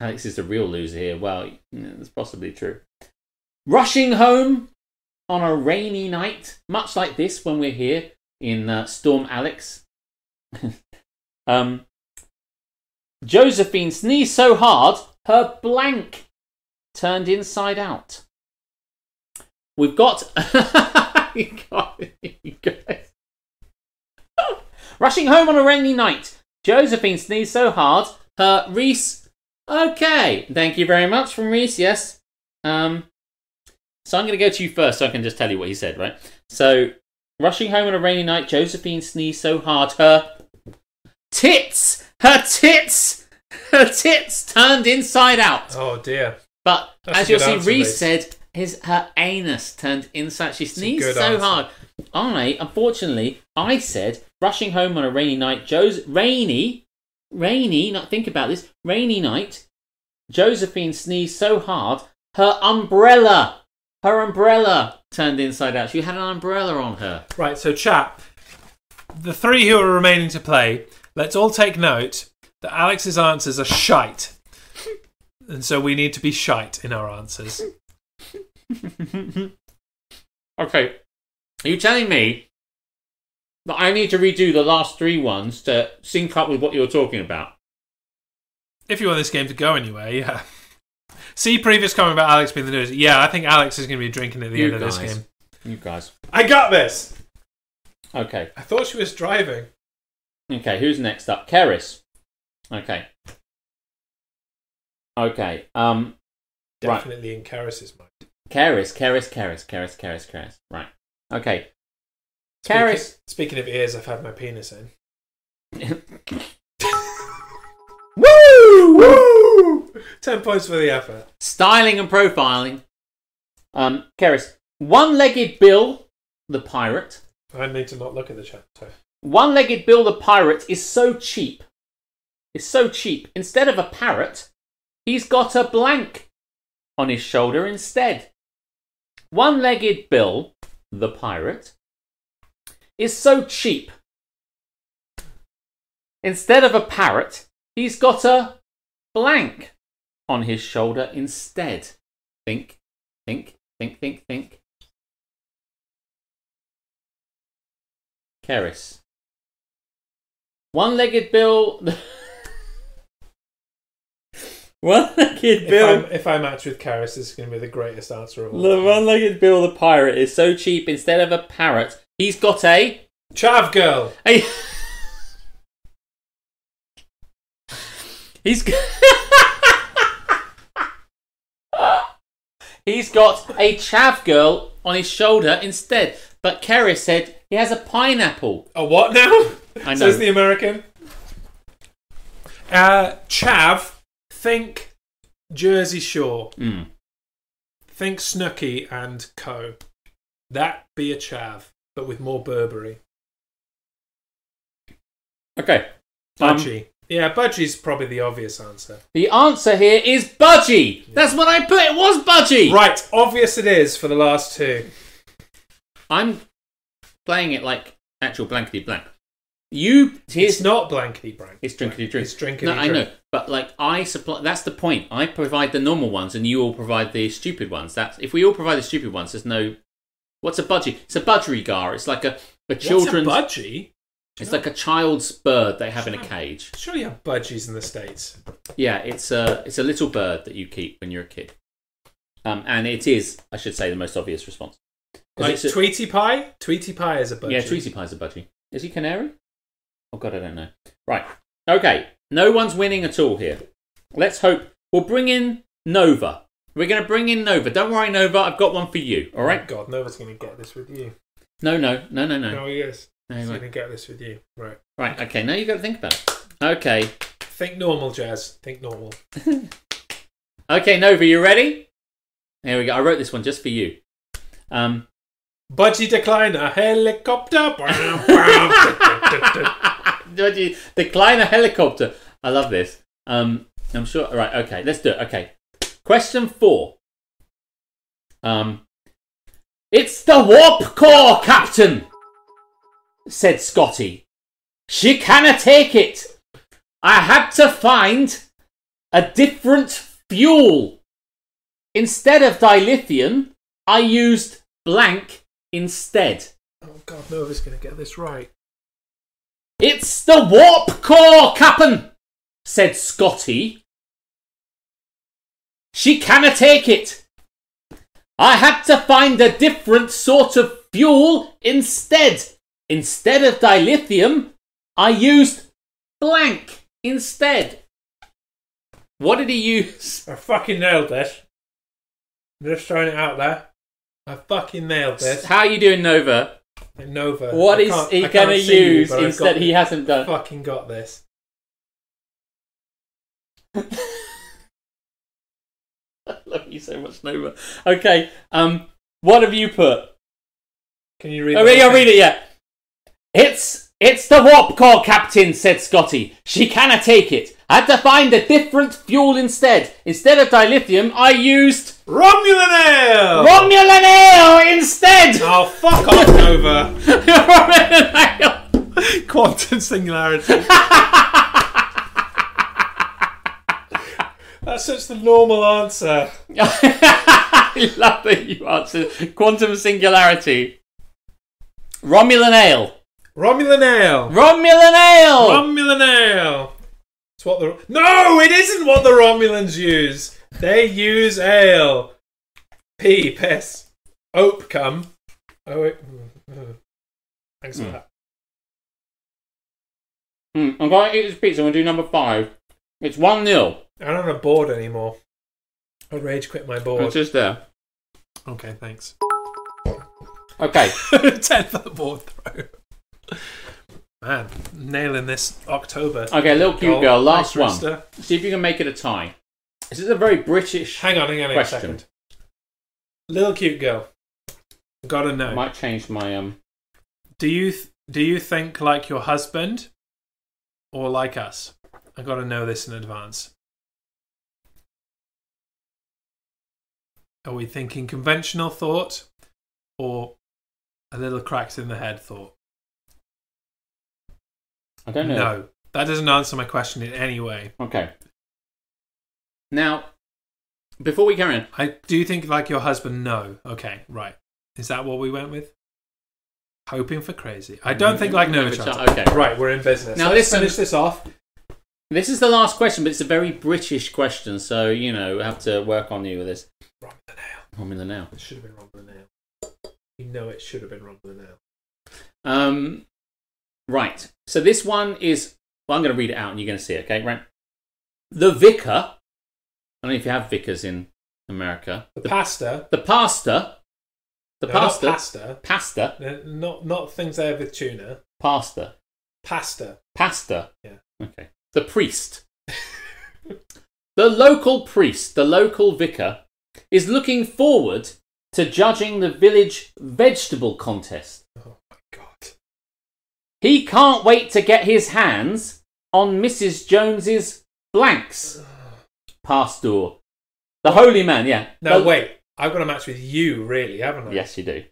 S1: Alex is the real loser here. Well, yeah, that's possibly true. Rushing home on a rainy night, much like this when we're here in uh, Storm Alex. um, Josephine sneezed so hard her blank turned inside out. We've got. You guys- you guys. Rushing home on a rainy night, Josephine sneezed so hard, her Reese. Okay, thank you very much from Reese, yes. Um, so I'm going to go to you first so I can just tell you what he said, right? So, rushing home on a rainy night, Josephine sneezed so hard, her tits, her tits, her tits turned inside out.
S5: Oh dear.
S1: But
S5: That's
S1: as
S5: a
S1: you'll
S5: good
S1: see,
S5: answer,
S1: Reese
S5: Reece.
S1: said his her anus turned inside. She
S5: a
S1: sneezed
S5: good
S1: so
S5: answer.
S1: hard. I unfortunately I said rushing home on a rainy night. Joe's rainy, rainy. Not think about this. Rainy night. Josephine sneezed so hard her umbrella, her umbrella turned inside out. She had an umbrella on her.
S5: Right, so chap, the three who are remaining to play, let's all take note that Alex's answers are shite. And so we need to be shite in our answers.
S1: Okay, are you telling me that I need to redo the last three ones to sync up with what you're talking about?
S5: If you want this game to go anywhere, yeah. See previous comment about Alex being the news. Yeah, I think Alex is going to be drinking at the end of this game.
S1: You guys.
S5: I got this.
S1: Okay.
S5: I thought she was driving.
S1: Okay, who's next up? Keris. Okay. Okay. Um Right.
S5: Definitely in Karis's mind.
S1: Keris, Keris, Keris, Keris, Keris, Keris. Right. Okay.
S5: Speaking-
S1: Karis.
S5: Speaking of ears, I've had my penis in.
S1: Woo! Woo!
S5: Ten points for the effort.
S1: Styling and profiling. Um Keris. One-legged Bill the pirate.
S5: I need to not look at the chapter.
S1: One legged Bill the Pirate is so cheap. It's so cheap. Instead of a parrot, he's got a blank on his shoulder instead. One legged Bill the Pirate is so cheap. Instead of a parrot, he's got a blank on his shoulder instead. Think, think, think, think, think. Keris. One legged Bill. one legged
S5: If
S1: Bill.
S5: I'm, if I match with Karis, this is going to be the greatest answer of all.
S1: The one legged Bill the pirate is so cheap, instead of a parrot, he's got a.
S5: Chav girl.
S1: a he's. g- he's got a chav girl on his shoulder instead. But Keris said he has a pineapple.
S5: A what now?
S1: I know.
S5: Says the American. Uh, Chav. Think Jersey Shore.
S1: Mm.
S5: Think Snooky and Co. That be a Chav, but with more Burberry.
S1: Okay. Um,
S5: Budgie. yeah, Budgie's probably the obvious answer.
S1: The answer here is budgie. That's what I put. It was budgie.
S5: Right, obvious it is for the last two.
S1: I'm playing it like actual blankety blank. You here's
S5: It's not blankety blank.
S1: It's drinkety drink.
S5: It's drinkety
S1: No, I know,
S5: drink.
S1: but like I supply. That's the point. I provide the normal ones, and you all provide the stupid ones. That's if we all provide the stupid ones. There's no. What's a budgie? It's a budgerigar. It's like a a children's.
S5: What's a budgie?
S1: it's like a child's bird they have in a
S5: Child.
S1: cage.
S5: Surely you have budgies in the States.
S1: Yeah, it's a it's a little bird that you keep when you're a kid. Um, and it is, I should say, the most obvious response. 'Cause
S5: Like
S1: it's a-
S5: Tweety Pie? Tweety Pie is a budgie.
S1: Yeah, Tweety Pie's a budgie. Is he canary? Oh god, I don't know. Right. Okay. No one's winning at all here. Let's hope we'll bring in Nova. We're gonna bring in Nova. Don't worry, Nova. I've got one for you. All right.
S5: Oh, God, no one's going to get this with you. Oh,
S1: No, no, no, no, no.
S5: No, he is.
S1: No,
S5: He's
S1: right.
S5: going to get this with you. Right.
S1: Right. Okay. Now you got to think about it. Okay.
S5: Think normal, Jazz. Think normal.
S1: Okay, Nova. You ready? Here we go. I wrote this one just for you. Um.
S5: Budgie decliner, helicopter. Wow, wow.
S1: Dodgy- Decline a helicopter. I love this. Um, I'm sure. Right. Okay. Let's do it. Okay. Question four. Um, it's the Warp Core, Captain. Said Scotty. She canna take it. I had to find a different fuel. Instead of dilithium, I used blank instead.
S5: oh, God, Nova's going to get this right.
S1: It's the warp core, Cap'n, said Scotty. She canna take it. I had to find a different sort of fuel instead. Instead of dilithium, I used blank instead. What did he use?
S5: I fucking nailed this. I'm just throwing it out there. I fucking nailed this.
S1: How are you doing, Nova?
S5: And Nova.
S1: What
S5: I
S1: is
S5: can't-
S1: he
S5: I can't
S1: gonna
S5: see you,
S1: use
S5: but I've
S1: instead?
S5: got
S1: He
S5: this.
S1: hasn't done.
S5: fucking got this.
S1: I love you so much, Nova. Okay, um, what have you put?
S5: Can you read?
S1: Oh,
S5: that?
S1: read, read it, yeah. It's it's the warp core, Captain, said Scotty. She canna take it. Had to find a different fuel instead. Instead of dilithium, I used
S5: Romulan ale.
S1: Romulan ale instead.
S5: Oh fuck off, Nova.
S1: Romulan ale.
S5: Quantum singularity. That's such the normal answer.
S1: I love that you answered quantum singularity. Romulan ale.
S5: Romulan ale.
S1: Romulan ale.
S5: Romulan ale. It's what the no, it isn't what the Romulans use. They use ale. P piss. Ope cum. Oh, wait. Thanks for
S1: Mm.
S5: that.
S1: Mm, I'm going to eat this pizza. I'm going to do number five. It's 1 0.
S5: I don't have a board anymore. I rage quit my board.
S1: It's just there.
S5: Okay, thanks.
S1: Okay.
S5: Ten foot board throw. Man, nailing this October.
S1: Okay, little cute
S5: Goal.
S1: girl. Last
S5: Oh, Thanks,
S1: one.
S5: Rasta.
S1: See if you can make it a tie. This is a very British.
S5: Hang on, hang on
S1: Question.
S5: a second. Little cute girl. Gotta know.
S1: Might change my um.
S5: Do you th- do you think like your husband, or like us? I gotta know this in advance. Are we thinking conventional thought, or a little cracked in the head thought?
S1: I don't know.
S5: No, that doesn't answer my question in any way.
S1: Okay. Now, before we carry on,
S5: I do think like your husband. No, okay, right. Is that what we went with? Hoping for crazy. I don't think like no.
S1: Novichok,
S5: Mm, Chance.
S1: okay.
S5: Right, we're in business.
S1: Now
S5: Let's
S1: listen-
S5: finish this off.
S1: this is the last question, but it's a very British question, so you know, I have to work on you with this.
S5: Wrong with the nail.
S1: I'm in the now.
S5: It should have been wrong with the nail. You know it should have been wrong with the nail.
S1: Um, right. So this one is. Well, I'm going to read it out, and you're going to see it. Okay, right. The vicar. I don't know if you have vicars in America.
S5: The, pasta.
S1: The pastor. The
S5: no, not
S1: pastor.
S5: Pasta.
S1: Pasta.
S5: No, Not not things there with tuna.
S1: Pastor.
S5: Pasta.
S1: Pastor.
S5: Yeah.
S1: Okay. The priest. the local priest, the local vicar, is looking forward to judging the village vegetable contest.
S5: Oh my god.
S1: He can't wait to get his hands on Mrs. Jones's blanks. Pastor. The holy man, yeah.
S5: Now
S1: The-
S5: wait, I've got a match with you, really, haven't I?
S1: Yes, you do.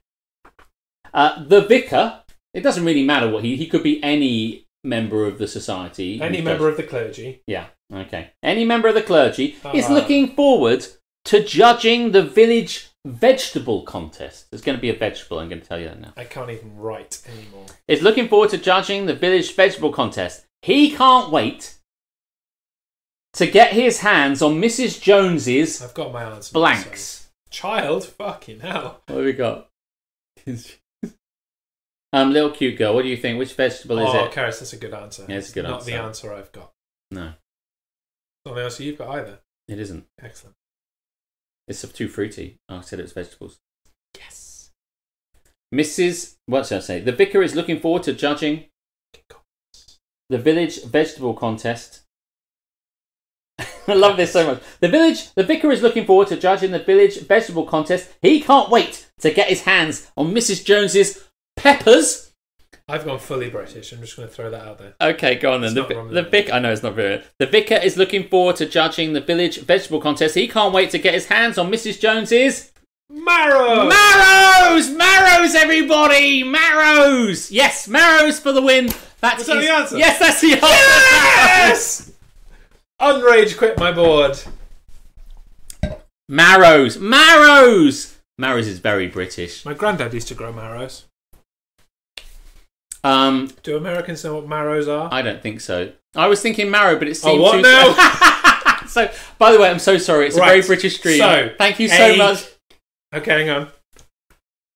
S1: Uh, the vicar, it doesn't really matter what he, he could be any member of the society.
S5: Any
S1: He's
S5: member of the clergy.
S1: Yeah, okay. Any member of the clergy is
S5: Ah.
S1: looking forward to judging the village vegetable contest. There's going to be a vegetable, I'm going to tell you that now.
S5: I can't even write anymore.
S1: Is looking forward to judging the village vegetable contest. He can't wait to get his hands on Mrs. Jones's
S5: I've got my answer. so-
S1: blanks.
S5: Child, fucking hell.
S1: What have we got? um, little cute girl, what do you think? Which vegetable is
S5: oh,
S1: it?
S5: Karis, that's a good answer.
S1: Yeah, it's a good
S5: Not the
S1: answer.
S5: answer I've got.
S1: No,
S5: Not the answer you've got either.
S1: it isn't.
S5: Excellent.
S1: It's too fruity. Oh, I said it was vegetables. Yes. Mrs. What shall I say? The vicar is looking forward to judging the village vegetable contest. I love this so much. The village, the vicar is looking forward to judging the village vegetable contest. He can't wait to get his hands on Mrs. Jones's peppers.
S5: I've gone fully British. I'm just going to throw that out there.
S1: Okay, go on then.
S5: It's
S1: the
S5: not
S1: vi-
S5: wrong,
S1: the
S5: is it?
S1: vicar, I know it's not very. The vicar is looking forward to judging the village vegetable contest. He can't wait to get his hands on Mrs. Jones's
S5: Marrow!
S1: Marrows! Marrows, everybody! Marrows! Yes, marrows for the win. That's
S5: Was that the answer?
S1: Yes, that's the answer.
S5: yes! Unrage quit my board.
S1: Marrows! Marrows! Marrows is very British.
S5: My granddad used to grow marrows.
S1: Um,
S5: Do Americans know what marrows are?
S1: I don't think so. I was thinking marrow, but it seemed
S5: Oh, what
S1: too.
S5: now?
S1: so, by the way, I'm so sorry. It's a very
S5: Right.
S1: British dream.
S5: So,
S1: thank you so
S5: a-
S1: much.
S5: Okay, hang on.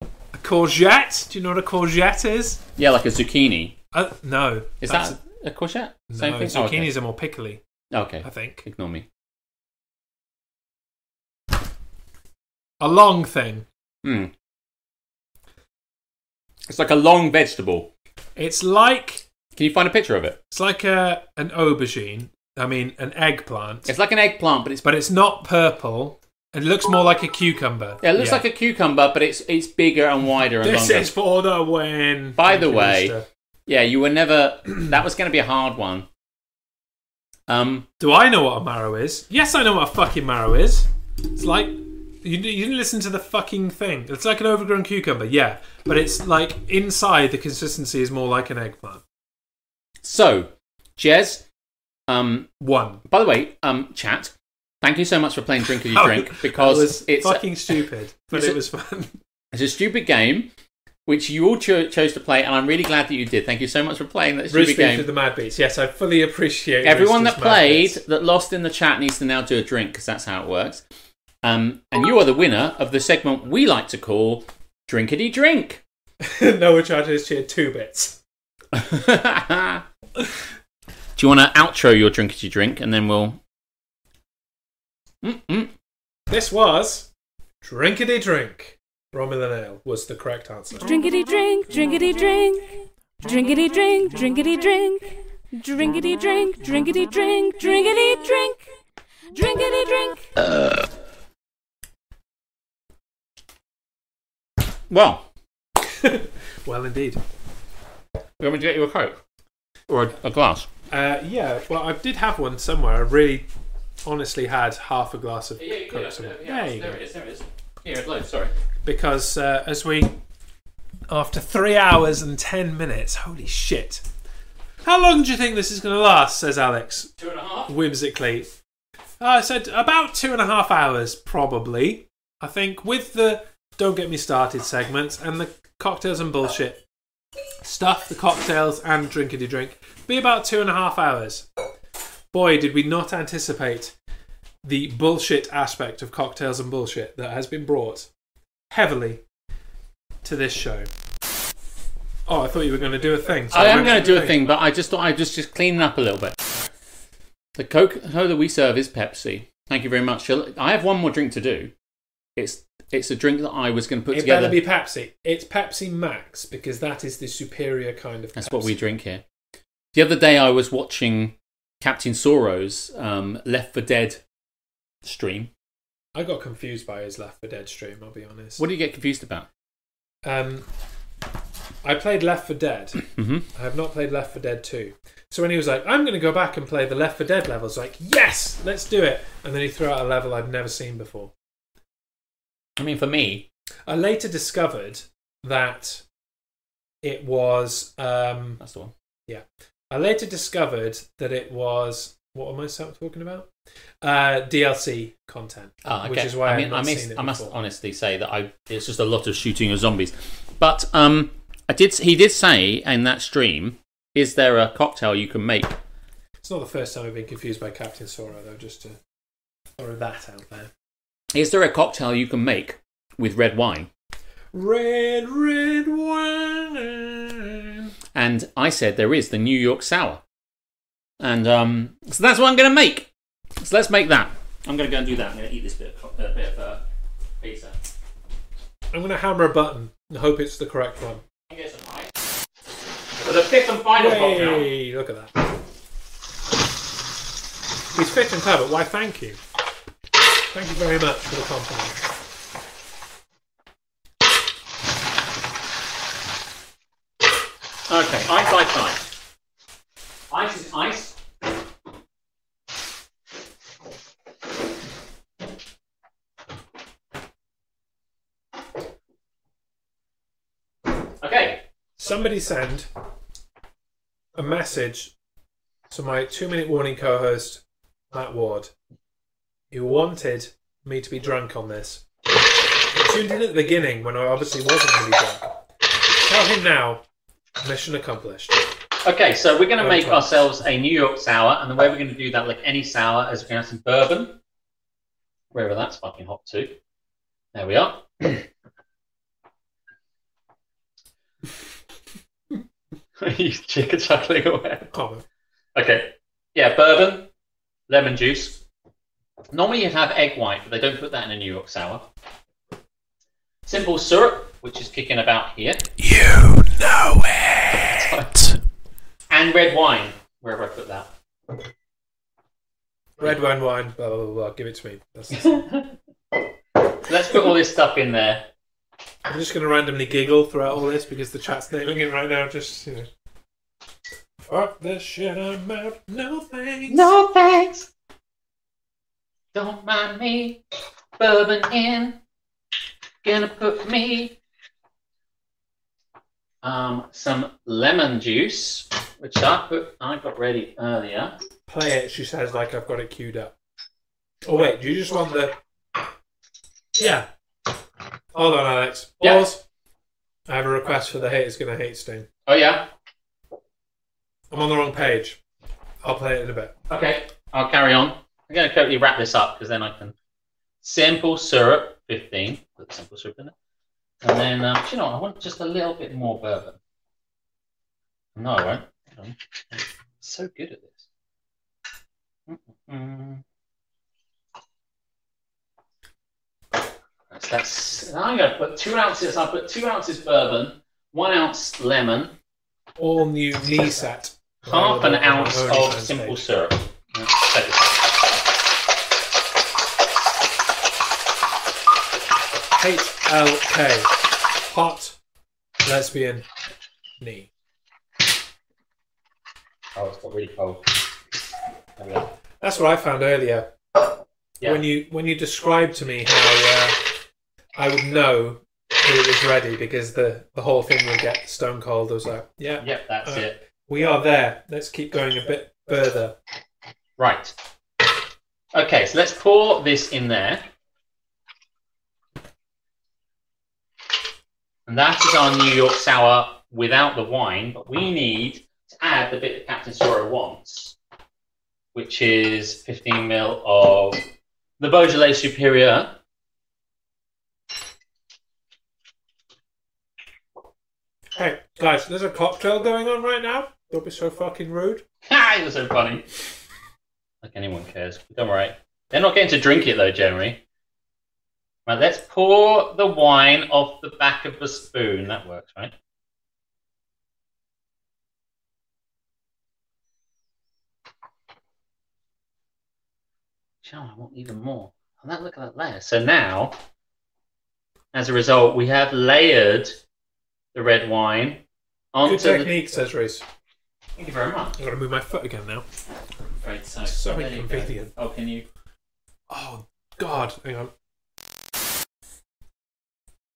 S5: A courgette? Do you know what a courgette is?
S1: Yeah, like a zucchini.
S5: Uh, no.
S1: Is
S5: That's-
S1: that a, courgette?
S5: No,
S1: Same thing.
S5: zucchinis are more pickly,
S1: Oh, okay.
S5: I
S1: okay.
S5: think.
S1: Ignore me.
S5: A long thing.
S1: Mm. It's like a long vegetable.
S5: It's like
S1: Can you find a picture of it?
S5: it's like a an aubergine. I mean, an eggplant,
S1: It's like an eggplant, but it's
S5: but it's not purple. It looks more like a cucumber.
S1: yeah, it looks like a cucumber, but it's it's bigger and wider and
S5: This
S1: longer.
S5: is for the win.
S1: By
S5: Thank
S1: the
S5: you,
S1: way-
S5: Rooster.
S1: Yeah, you were never. That was going to be a hard one. Um,
S5: do I know what a marrow is? Yes, I know what a fucking marrow is. It's like you, you didn't listen to the fucking thing. It's like an overgrown cucumber, yeah, but it's like inside the consistency is more like an eggplant.
S1: so Jez, um,
S5: One.
S1: by the way, um, chat. Thank you so much for playing Drinkity
S5: That
S1: Drink
S5: was-
S1: because
S5: that was
S1: it's
S5: fucking stupid, but
S1: it's a-
S5: it was fun.
S1: it's a stupid game which you all cho- chose to play, and I'm really glad that you did. Thank you so much for playing that stupid
S5: Bruce Beef with
S1: game.
S5: the Mad Beats. Yes, I fully appreciate
S1: Everyone that
S5: Rooster's Mad
S1: played
S5: Beats.
S1: that lost in the chat needs to now do a drink because that's how it works. Um, and you are the winner of the segment we like to call Drinkity Drink.
S5: Noah charges cheer two bits.
S1: Do you want to outro your drinkity drink and then we'll. Mm-mm.
S5: This was Drinkity Drink. Romulan Ale was the correct answer.
S11: Drinkity drink, drinkity drink. Drinkity drink, drinkity drink. Drinkity drink, drinkity drink, drinkity drink. Drinkity drink.
S1: Well,
S5: Well, indeed.
S1: you want me to get you a Coke? Or a, a glass?
S5: Uh, yeah, well, I did have one somewhere. I really, honestly, had half a glass of Coke somewhere. there you go.
S1: is, there it is. Here, low, sorry.
S5: Because uh, as we, after three hours and ten minutes, holy shit. How long do you think this is going to last? Says Alex
S1: Two and a half?
S5: whimsically. I said about two and a half hours, probably. I think with the "Don't Get Me Started" segments and the cocktails and bullshit stuff, the cocktails and drinkity drink, be about two and a half hours. Boy, did we not anticipate the bullshit aspect of cocktails and bullshit that has been brought heavily to this show. Oh, I thought you were going to do a thing. so
S1: I am
S5: went
S1: going to
S5: for
S1: do
S5: the
S1: a thing, but I just thought I'd just, just clean it up a little bit. The Coke that we serve is Pepsi. Thank you very much. Shall- I have one more drink to do. It's it's a drink that I was going to put
S5: It
S1: together.
S5: better be Pepsi. It's Pepsi Max because that is the superior kind of.
S1: That's
S5: Pepsi.
S1: what we drink here. The other day, I was watching Captain Sorrow's um, Left for Dead stream.
S5: I got confused by his Left 4 Dead stream. I'll be honest.
S1: What do you get confused about?
S5: um, I played Left 4 Dead.
S1: Mm-hmm.
S5: I have not played Left 4 Dead 2. So when he was like, "I'm going to go back and play the Left 4 Dead levels," like, "Yes, let's do it!" And then he threw out a level I've never seen before.
S1: I mean, for me,
S5: I later discovered that it was. Um,
S1: that's the one.
S5: I later discovered that it was. What am I talking about? Uh, DLC content.
S1: Ah, okay.
S5: Which is why
S1: I mean,
S5: I've not
S1: I, must-
S5: seen it
S1: I must
S5: before.
S1: honestly say that I it's just a lot of shooting of zombies. But um, I did. He did say in that stream, "Is there a cocktail you can make?"
S5: It's not the first time I've been confused by Captain Sora, though, just to throw that out there.
S1: Is there a cocktail you can make with red wine?
S5: Red, red wine.
S1: And I said there is the New York sour. And um, so that's what I'm going to make. So let's make that. I'm going to go and do that. I'm going to eat this bit of, co- uh, bit of uh, pizza.
S5: I'm going to hammer a button and hope it's the correct one.
S1: And get some ice. For the fifth and final cocktail.
S5: Hey, look at that. He's fit and clever. Why, thank you. Thank you very much for the compliment.
S1: Okay, ice, ice, ice. Ice is ice. Okay.
S5: Somebody send a message to my two minute warning co host, Matt Ward, who wanted me to be drunk on this. He tuned in at the beginning when I obviously wasn't going to be drunk. Tell him now, mission accomplished.
S1: Okay, so we're going to
S5: Oh,
S1: make
S5: twelve.
S1: ourselves a New York sour, and the way we're going to do that, like any sour, is we're going to have some bourbon, wherever that's fucking hot too. There we are. you chicken chuckling away.
S5: Comment.
S1: Okay, yeah, bourbon, lemon juice. Normally you'd have egg white, but they don't put that in a New York sour. Simple syrup, which is kicking about here.
S12: You know it.
S1: and red wine, wherever I put that.
S5: Red wine, wine, blah, blah, blah, blah. Give it to me. That's-
S1: Let's put all this stuff in there.
S5: I'm just going to randomly giggle throughout all this because the chat's naming it right now. Just, you know. Fuck this shit, I'm out. No thanks.
S1: No thanks. Don't mind me. Bourbon in. Gonna put me. Um, some lemon juice, which I put, I got ready earlier.
S5: Play it, she says, like I've got it queued up. Oh, wait, do you just want the. Yeah. Hold on, Alex.
S1: Yeah.
S5: Pause. I have a request for the haters going to hate stream.
S1: Oh yeah.
S5: I'm on the wrong page. I'll play it in a bit.
S1: Okay. I'll carry on. I'm gonna quickly wrap this up because then I can. Simple syrup, fifteen. Put the simple syrup in there.
S13: And then, um, do you know, what? I want just a little bit more bourbon. No, I won't. Hold on. I'm so good at this. Mm-mm-mm. That's, that's, now I'm going to put two ounces. I put two ounces bourbon, one ounce lemon,
S5: All new Nisat.
S13: half an
S5: Available on
S13: ounce
S5: Holy
S13: of
S5: Man's
S13: simple
S5: Page.
S13: syrup. That's safe.
S5: HLK. Hot lesbian knee.
S13: Oh, it's got really cold. There we go.
S5: That's what I found earlier.
S13: Yeah.
S5: When you when you described to me how uh, I would know that it was ready because the, the whole thing would get stone cold, I was like, yeah,
S13: Yep, that's
S5: Uh,
S13: it.
S5: we are there. Let's keep going a bit further.
S13: Right. Okay, so let's pour this in there. And that is our New York sour without the wine, but we need to add the bit that Captain Sora wants, which is 15 mil of the Beaujolais Superior.
S5: Hey, guys, there's a cocktail going on right now. Don't be so fucking rude.
S13: Ha! You're so funny. Like anyone cares. Don't worry. They're not going to drink it though, Jeremy. Right, let's pour the wine off the back of the spoon. That works, right? Shall I want even more? And that look at that layer. So now, as a result, we have layered the red wine onto
S5: Good
S13: the.
S5: technique, says Reese.
S13: Thank you very much.
S5: I'm going to move my foot again now.
S1: Right, so,
S5: So
S1: there you go.
S5: inconvenient.
S1: Oh, can you?
S5: Oh, God. Hang on.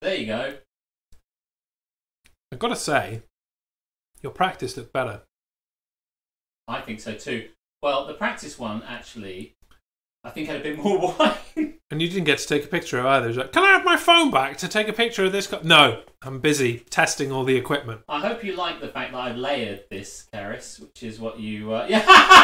S1: There you go.
S5: I've got to say, your practice looked better.
S1: I think so too. Well, the practice one actually, I think had a bit more wine.
S5: And you didn't get to take a picture of either. It was like, Can I have my phone back to take a picture of this? Co-? No, I'm busy testing all the equipment.
S1: I hope you like the fact that I've layered this, Keris, which is what you. Uh... Yeah.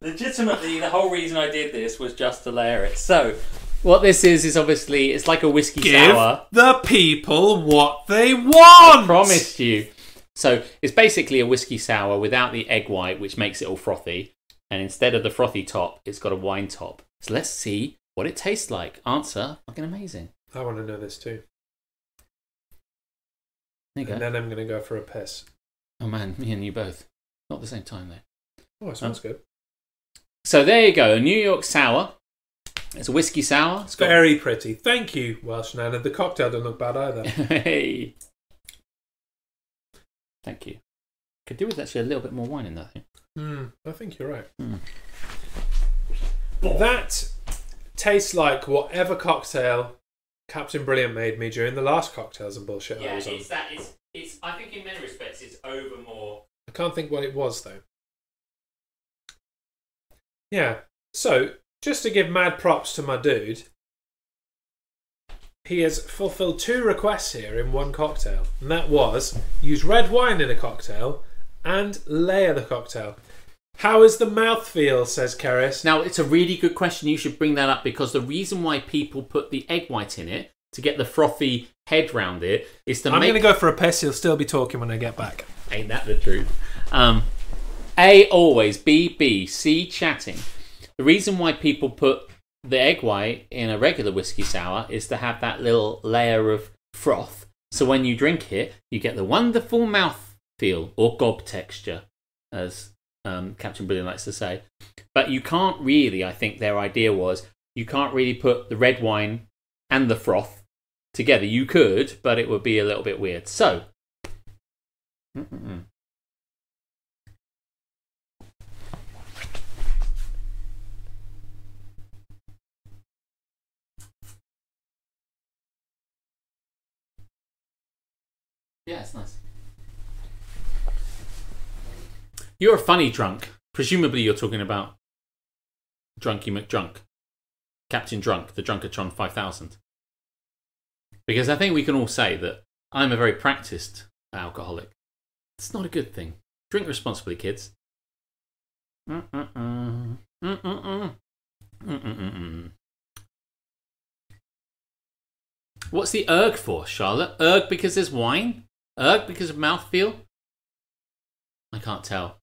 S1: Legitimately, the whole reason I did this was just to layer it. So, what this is is obviously it's like a whiskey
S5: Give
S1: sour.
S5: the people what they want.
S1: promised you. So it's basically a whiskey sour without the egg white, which makes it all frothy. And instead of the frothy top, it's got a wine top. So let's see what it tastes like. Answer fucking amazing.
S5: I want to know this too.
S1: There you go.
S5: And then I'm going to go for a piss.
S1: Oh man, me and you both. Not at the same time though.
S5: Oh, it smells good.
S1: So there you go, a New York sour. It's a whiskey sour. It's
S5: It's
S1: got
S5: very pretty. Thank you, Welsh Nana. The cocktail doesn't look bad either.
S1: hey. Thank you. Could do with actually a little bit more wine in that thing.
S5: Hmm, I think you're right.
S1: Hmm.
S5: That tastes like whatever cocktail Captain Brilliant made me during the last cocktails and bullshit I was on.
S1: that. It's, it's. I think in many respects, it's over more
S5: I can't think what it was though. Yeah. So just to give mad props to my dude, he has fulfilled two requests here in one cocktail, and that was use red wine in a cocktail and layer the cocktail. How is the mouth feel? Says Keris.
S1: Now, it's a really good question. You should bring that up because the reason why people put the egg white in it to get the frothy head round it is to
S5: I'm
S1: make.
S5: going to go for a piss. He'll still be talking when I get back.
S1: Ain't that the truth? Um, a always B B C chatting. The reason why people put the egg white in a regular whiskey sour is to have that little layer of froth. So when you drink it, you get the wonderful mouth feel or gob texture, as um, Captain Brilliant likes to say. But you can't really. I think their idea was you can't really put the red wine and the froth together. You could, but it would be a little bit weird. So Mm-mm-mm. Yeah, it's nice. You're a funny drunk. Presumably, you're talking about Drunky McDrunk, Captain Drunk, the Drunkatron 5000. Because I think we can all say that I'm a very practiced alcoholic. It's not a good thing. Drink responsibly, kids. Mm-mm-mm. Mm-mm-mm. Mm-mm-mm. What's the erg for, Charlotte? Erg because there's wine? Erg because of mouthfeel? I can't tell.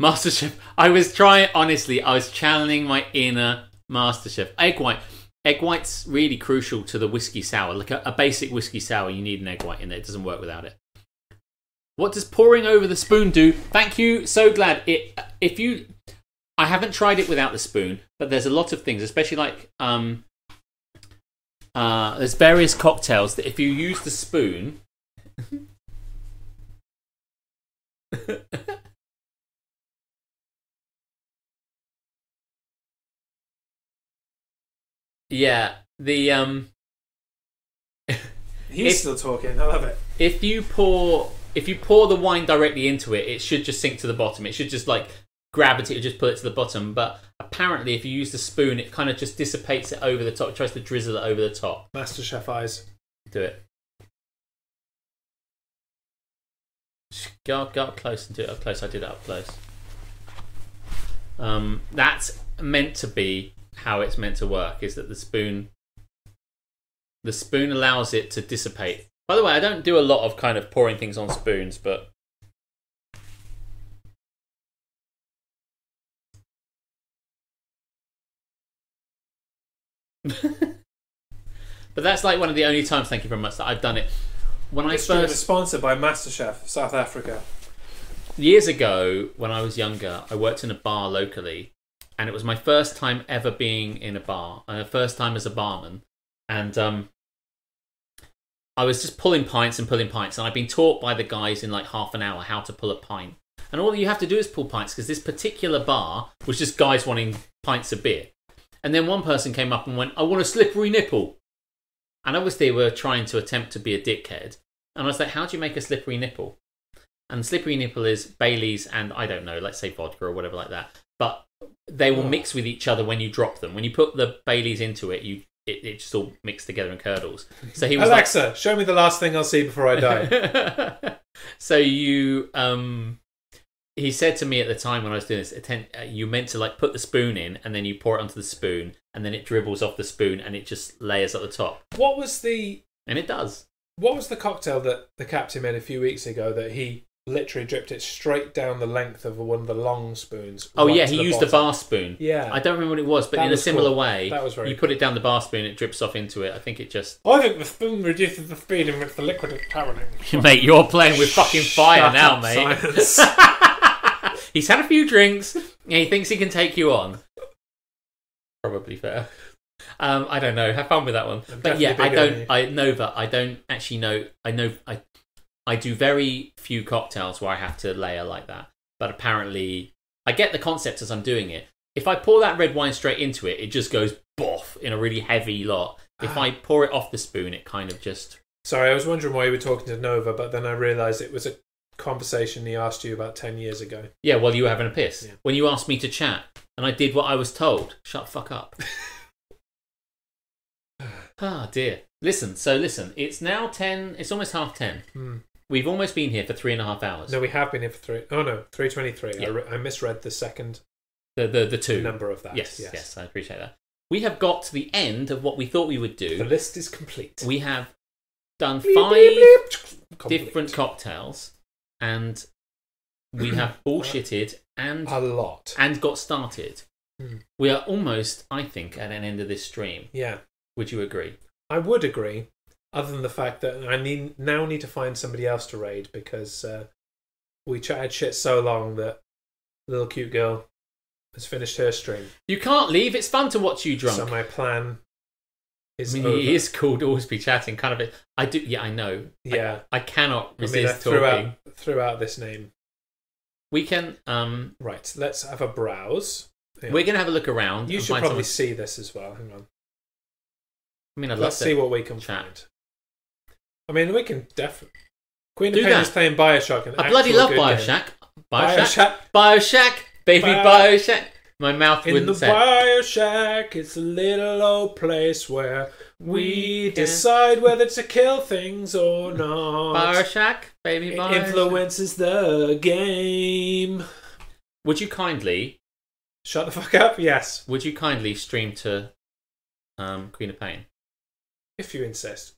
S1: Masterchef. I was trying, honestly, I was channeling my inner Masterchef. Egg white. Egg white's really crucial to the whiskey sour. Like a, a basic whiskey sour, you need an egg white in there. It doesn't work without it. What does pouring over the spoon do? Thank you. So glad it. If you, I haven't tried it without the spoon, but there's a lot of things, especially like um, uh, there's various cocktails that if you use the spoon. yeah, the um,
S5: He's
S1: If-
S5: still talking. I love it.
S1: if you pour if you pour the wine directly into it, it should just sink to the bottom. It should just like gravity would just pull it to the bottom. But apparently, if you use the spoon, it kind of just dissipates it over the top. Tries to drizzle it over the top.
S5: Master Chef eyes.
S1: Do it. Just Go up, go up close and do it up close. I did it up close. Um, that's meant to be how it's meant to work. Is that the spoon? The spoon allows it to dissipate. By the way, I don't do a lot of kind of pouring things on spoons, but but that's like one of the only times. Thank you very much that I've done it. When I
S5: This stream
S1: first
S5: is sponsored by MasterChef South Africa.
S1: years ago when i was younger i worked in a bar locally and it was my first time ever being in a bar and the first time as a barman and um i was just pulling pints and pulling pints and i've been taught by the guys in like half an hour how to pull a pint and all you have to do is pull pints because this particular bar was just guys wanting pints of beer and then one person came up and went i want a slippery nipple and obviously they were trying to attempt to be a dickhead and i was like how do you make a slippery nipple and slippery nipple is Bailey's and I don't know, let's say vodka or whatever like that. But they will mix with each other when you drop them. When you put the Bailey's into it, you it, it just all mixed together and curdles. So he was like,
S5: Alexa, show me the last thing I'll see before I die.
S1: so you um he said to me at the time when I was doing this, "Atten- uh, you meant to like put the spoon in and then you pour it onto the spoon and then it dribbles off the spoon and it just layers at the top.
S5: what was the
S1: And it does.
S5: what was the cocktail that the captain made a few weeks ago that he literally dripped it straight down the length of one of the long spoons?
S1: Oh
S5: right
S1: yeah,
S5: to
S1: he
S5: the
S1: used a
S5: bottom?
S1: bar spoon.
S5: Yeah.
S1: I don't remember what it was, but
S5: That
S1: in
S5: was
S1: a similar
S5: cool.
S1: way,
S5: That was very
S1: you put it down the bar spoon, it drips off into it. I think it just
S5: I think the spoon reduces the speed in which the liquid is travelling.
S1: mate, you're playing with fucking fire
S5: Shut
S1: now,
S5: up,
S1: mate. He's had a few drinks. And he thinks he can take you on. Probably fair. Um, I don't know. Have fun with that one.
S5: I'm
S1: but yeah,
S5: definitely
S1: I
S5: bigger
S1: don't.
S5: than
S1: I Nova. I don't actually know. I know. I I do very few cocktails where I have to layer like that. But apparently, I get the concept as I'm doing it. If I pour that red wine straight into it, it just goes boff in a really heavy lot. If
S5: Ah.
S1: I pour it off the spoon, it kind of just
S5: Sorry, I was wondering why you were talking to Nova, but then I realised it was a conversation he asked you about ten years ago.
S1: Yeah, while you were having a piss.
S5: Yeah.
S1: When you asked me to chat, and I did what I was told. Shut the fuck up. ah, dear. Listen, so listen, it's now 10, it's almost half 10.
S5: Hmm.
S1: We've almost been here for three and a half hours.
S5: No, we have been here for three. Oh no, three twenty-three.
S1: Yeah.
S5: I, re- I misread the second
S1: The, the, the two.
S5: number of that.
S1: Yes, yes, yes, I appreciate that. We have got to the end of what we thought we would
S5: The
S1: do.
S5: list is complete.
S1: We have done
S5: Bleep,
S1: five
S5: bleep, bleep. Complete.
S1: different cocktails, and we have bullshitted and
S5: A lot.
S1: and got started.
S5: Hmm.
S1: We are almost, I think, at an end of this stream.
S5: Yeah,
S1: Would you agree?
S5: I would agree. Other than the fact that I need now need to find somebody else to raid because uh, we chatted shit so long that little cute girl has finished her stream.
S1: You can't leave. It's fun to watch you drunk.
S5: So my plan is
S1: I mean,
S5: over.
S1: it is cool to always be chatting. Kind of. A, I do. Yeah, I know.
S5: Yeah.
S1: I, I cannot
S5: I mean, I
S1: resist
S5: threw
S1: talking.
S5: out threw out this name.
S1: We can. Um,
S5: Right. Let's have a browse. Hang on.
S1: we're gonna have a look around.
S5: You
S1: and
S5: should
S1: find
S5: probably
S1: someone-
S5: see this as well. Hang on.
S1: I mean, I'd
S5: Let's
S1: love
S5: see
S1: to.
S5: what we can
S1: chat.
S5: find. I mean, we can definitely. Queen of
S1: Do
S5: Pain
S1: that.
S5: is playing Bioshock. An
S1: I bloody
S5: actual
S1: love
S5: good game.
S1: Bioshock. Bioshock.
S5: Bioshock.
S1: Bioshock. Baby
S5: Bio-
S1: Bioshock. My mouth
S5: In the
S1: wouldn't say.
S5: Bioshock, it's a little old place where we
S1: We can-
S5: decide whether to kill things or not.
S1: Bioshock. Baby
S5: It
S1: Bioshock.
S5: influences the game.
S1: Would you kindly?
S5: Shut the fuck up, yes.
S1: Would you kindly stream to um, Queen of Pain?
S5: If you insist.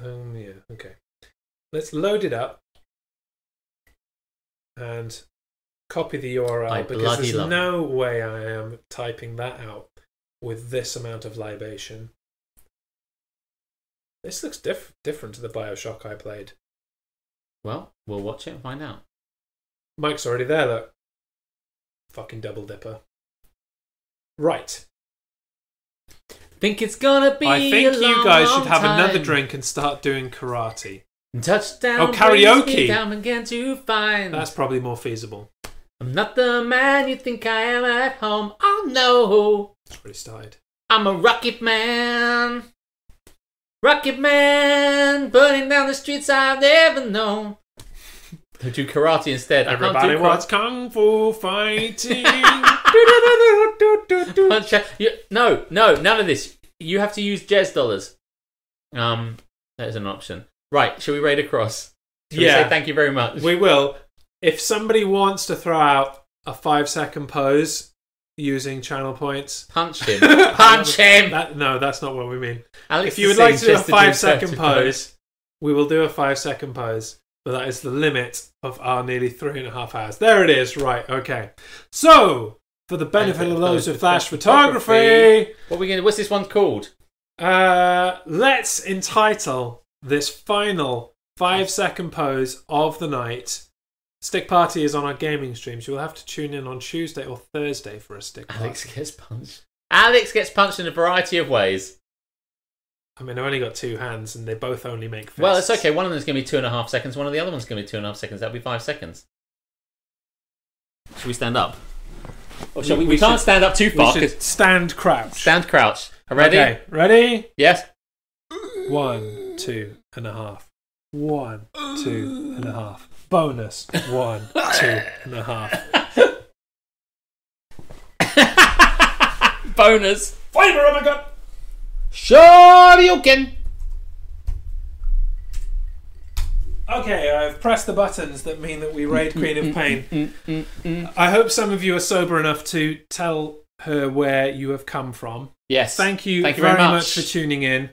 S5: Um, yeah, okay. Let's load it up and copy the URL
S1: I
S5: because
S1: bloody
S5: there's
S1: love
S5: no way I am typing that out with this amount of libation. This looks diff- different to the Bioshock I played.
S1: Well, we'll watch it and find out.
S5: Mike's already there, look. Fucking double dipper. Right.
S1: Think it's gonna be.
S5: I think
S1: a
S5: you guys
S1: long
S5: should have another
S1: time.
S5: drink and start doing karate.
S1: Touchdown.
S5: Oh,
S1: brings
S5: karaoke.
S1: me Down again to find.
S5: That's probably more feasible.
S1: I'm not the man you think I am at home. Oh no,
S5: It's already started.
S1: I'm a rocket man. Rocket man, burning down the streets I've never known. Do karate instead. I can't do
S5: Everybody
S1: karate.
S5: wants kung fu fighting.
S1: Punch out- you- no, no, none of this. You have to use Jez dollars. Um, that is an option. Right, shall we raid across? Shall We
S5: Yeah.
S1: say thank you very much.
S5: we will. If somebody wants to throw out a five second pose using channel points,
S1: Punch him. Punch him.
S5: That, no, that's not what we mean.
S1: Alex
S5: if you would
S1: is
S5: like to
S1: saying
S5: do a
S1: just
S5: five second
S1: 30
S5: pose, we will do a five second pose. But that is the limit of our nearly three and a half hours. There it is. Right. Okay. So, for the benefit of those with flash photography,
S1: What are we gonna? What's this one called?
S5: uh, let's entitle this final five second pose of the night. Stick Party is on our gaming streams. You will have to tune in on Tuesday or Thursday for a stick party.
S1: Alex gets punched. Alex gets punched in a variety of ways.
S5: I mean, I've only got two hands, and they both only make. Fists.
S1: Well, it's okay. One of them's gonna be two and a half seconds. One of the other one's gonna be two and a half seconds. That'll be five seconds. Should we stand up? Or Oh, shall we?
S5: We-
S1: We,
S5: we
S1: can't
S5: should-
S1: stand up too
S5: We
S1: far. 'cause-
S5: should stand crouch.
S1: Stand crouch. Ready?
S5: Okay, ready?
S1: Yes.
S5: One, two and a half. One, two and a half. Bonus. One, two and a half.
S1: Bonus.
S5: Fiber, oh my god!
S1: Shoryuken.
S5: Okay, I've pressed the buttons that mean that we raid Queen of
S1: Mm,
S5: Pain. I hope some of you are sober enough to tell her where you have come from.
S1: Yes.
S5: Thank you,
S1: Thank you
S5: very,
S1: very
S5: much.
S1: much.
S5: for tuning in.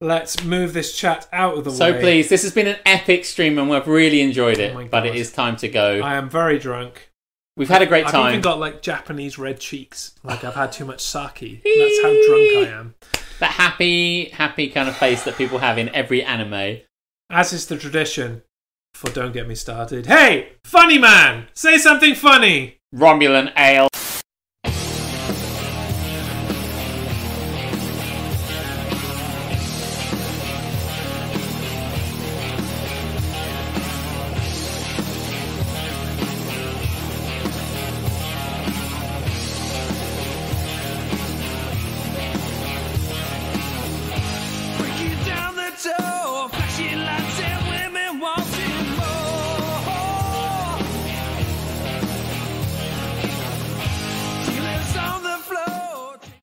S5: Let's move this chat out of the way.
S1: So pleased. This has been an epic stream, and we've really enjoyed it.
S5: Oh my
S1: but it
S5: God.
S1: is time to go.
S5: I am very drunk.
S1: We've had a great
S5: I've
S1: time.
S5: even got like Japanese red cheeks. Like I've had too much sake. That's how drunk I am.
S1: that happy, happy kind of face that people have in every anime.
S5: as is the tradition for Don't Get Me Started. Hey, funny man, say something funny.
S1: Romulan ale.